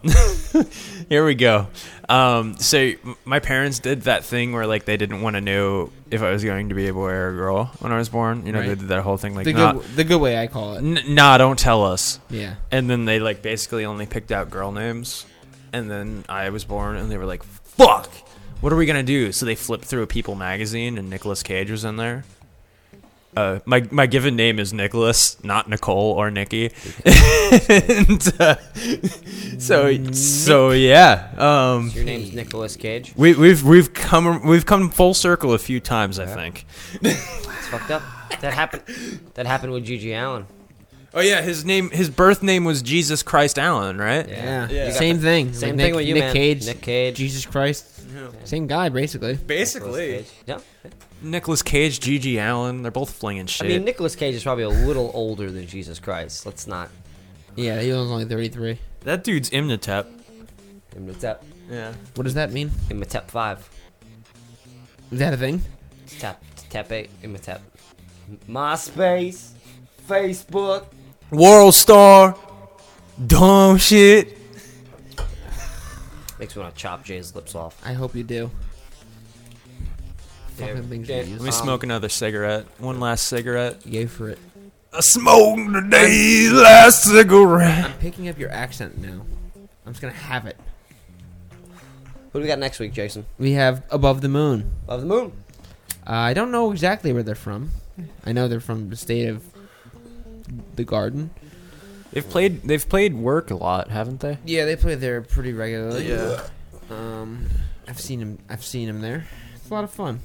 [SPEAKER 6] [LAUGHS] here we go. Um, so m- my parents did that thing where like they didn't want to know if I was going to be a boy or a girl when I was born. You know, they
[SPEAKER 5] Right.
[SPEAKER 6] did that whole thing like
[SPEAKER 5] the good,
[SPEAKER 6] not,
[SPEAKER 5] the good way I call it.
[SPEAKER 6] N- nah, don't tell us.
[SPEAKER 5] Yeah.
[SPEAKER 6] And then they like basically only picked out girl names, and then I was born, and they were like, "Fuck, what are we gonna do?" So they flipped through a People magazine, and Nicolas Cage was in there. Uh, my my given name is Nicholas, not Nicole or Nikki. [LAUGHS] and, uh, so so yeah. Um,
[SPEAKER 2] Your name's Nicolas Cage.
[SPEAKER 6] we, we've we've come we've come full circle a few times, I think. [LAUGHS]
[SPEAKER 2] It's fucked up. That happened. That happened with Gigi Allen.
[SPEAKER 6] Oh yeah, his name his birth name was Jesus Christ Allen, right?
[SPEAKER 5] Yeah.
[SPEAKER 2] You got
[SPEAKER 5] Same
[SPEAKER 2] the-
[SPEAKER 5] thing.
[SPEAKER 2] Same
[SPEAKER 5] Like
[SPEAKER 2] thing
[SPEAKER 5] Nick-
[SPEAKER 2] with you,
[SPEAKER 5] Nick
[SPEAKER 2] man.
[SPEAKER 5] Cage.
[SPEAKER 2] Nick Cage.
[SPEAKER 5] Jesus Christ. Same guy, basically.
[SPEAKER 6] Basically.
[SPEAKER 2] Yeah.
[SPEAKER 6] Nicholas Cage, Gigi Allen, they're both flinging shit.
[SPEAKER 2] I mean, Nicolas Cage is probably a little older than Jesus Christ. Let's not.
[SPEAKER 5] Yeah, he was only 33.
[SPEAKER 6] that dude's Imnatep.
[SPEAKER 5] E
[SPEAKER 2] Imhotep.
[SPEAKER 6] Yeah.
[SPEAKER 5] What does that mean?
[SPEAKER 2] Imhotep five.
[SPEAKER 5] Is that a thing?
[SPEAKER 2] It's tap. Tepe, Imhotep. MySpace, Facebook.
[SPEAKER 5] World star, dumb shit.
[SPEAKER 2] Makes me want to chop Jay's lips off.
[SPEAKER 5] I hope you do.
[SPEAKER 2] There-
[SPEAKER 5] Fucking things we
[SPEAKER 2] there-
[SPEAKER 5] use.
[SPEAKER 6] Let me smoke
[SPEAKER 2] um,
[SPEAKER 6] another cigarette. One last cigarette.
[SPEAKER 5] Yay for it.
[SPEAKER 6] I smoked today's last cigarette.
[SPEAKER 5] I'm picking up your accent now. I'm just gonna have it.
[SPEAKER 2] What do we got next week, Jason?
[SPEAKER 5] We have Above the Moon.
[SPEAKER 2] Above the Moon.
[SPEAKER 5] Uh, I don't know exactly where they're from. I know they're from the state of the Garden.
[SPEAKER 6] They've played. They've played work a lot, haven't they?
[SPEAKER 5] Yeah, they play there pretty regularly.
[SPEAKER 6] Yeah.
[SPEAKER 5] Um, I've seen him. I've seen him there. It's a lot of fun.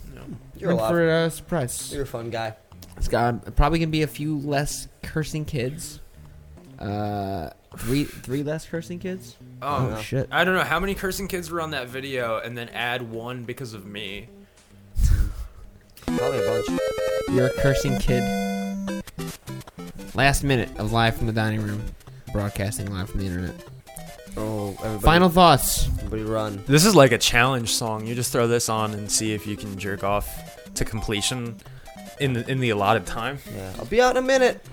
[SPEAKER 2] You're
[SPEAKER 5] In
[SPEAKER 2] alive.
[SPEAKER 5] for a surprise.
[SPEAKER 2] You're a fun guy.
[SPEAKER 5] It's got probably gonna be a few less cursing kids. Uh, three three less cursing kids.
[SPEAKER 38] Oh,
[SPEAKER 5] shit!
[SPEAKER 38] I don't know how many cursing kids were on that video, and then add one because of me.
[SPEAKER 2] Probably a bunch.
[SPEAKER 5] You're a cursing kid. Last minute of live from the dining room, broadcasting live from the internet.
[SPEAKER 2] Oh, everybody.
[SPEAKER 5] Final thoughts.
[SPEAKER 2] Everybody run.
[SPEAKER 6] This is like a challenge song. You just throw this on and see if you can jerk off to completion in the, in the allotted time.
[SPEAKER 2] Yeah. I'll be out in a minute.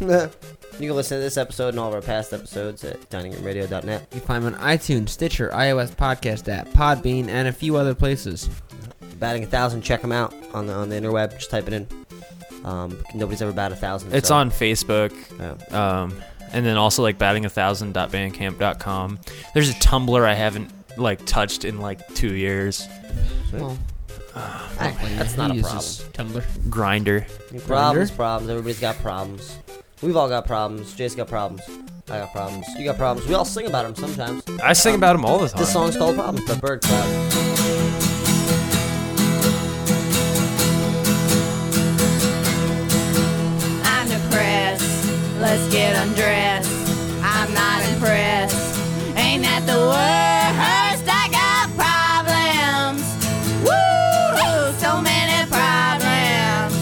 [SPEAKER 2] you can listen to this episode and all of our past episodes at diningroomradio.net.
[SPEAKER 5] You can find them on iTunes, Stitcher, iOS Podcast app, Podbean, and a few other places.
[SPEAKER 2] Batting a thousand, check them out on the on the interweb. Just type it in. Um, nobody's ever bat a thousand.
[SPEAKER 6] It's
[SPEAKER 2] so-
[SPEAKER 6] on Facebook, um, and then also like batting a thousand bandcamp.com. There's a Tumblr I haven't like touched in like two years.
[SPEAKER 5] Well,
[SPEAKER 2] [LAUGHS] that's not a
[SPEAKER 5] Tumblr.
[SPEAKER 6] Grinder.
[SPEAKER 2] Problems, problems. Everybody's got problems. We've all got problems. Jay's got problems. I got problems. You got problems. We all sing about them sometimes.
[SPEAKER 6] I sing about 'em all the time.
[SPEAKER 2] Um, This song's called Problems by Bird Cloud.
[SPEAKER 22] I'm depressed. Let's get undressed. I'm not impressed. Ain't that the worst? I got problems. Woo! So many problems.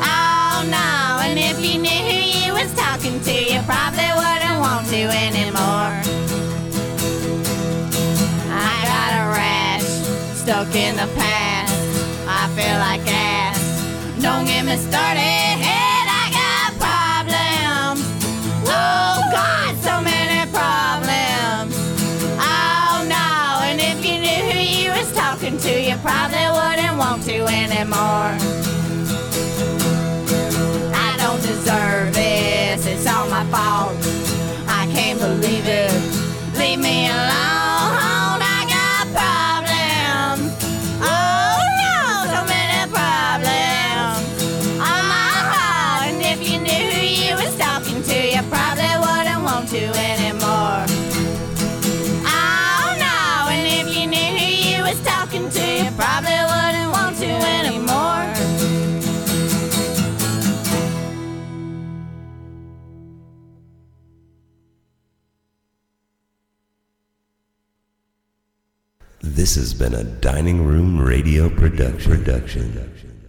[SPEAKER 22] Oh no! And if you knew who you was talking to, you probably wouldn't want to anymore. I got a rash stuck in the past. I feel like ass. Don't get me started. And I got problems. Oh God, so many problems. Oh no. And if you knew who you was talking to, you probably wouldn't want to anymore. I don't deserve this. It's all my fault. I can't believe it. Leave me alone. I got problems. Oh no, so many problems. Oh, and if you knew who you was talking to, you probably wouldn't want to anymore. Oh no, and if you knew who you was talking to, you probably wouldn't want to anymore.
[SPEAKER 13] This has been a dining room radio production. production.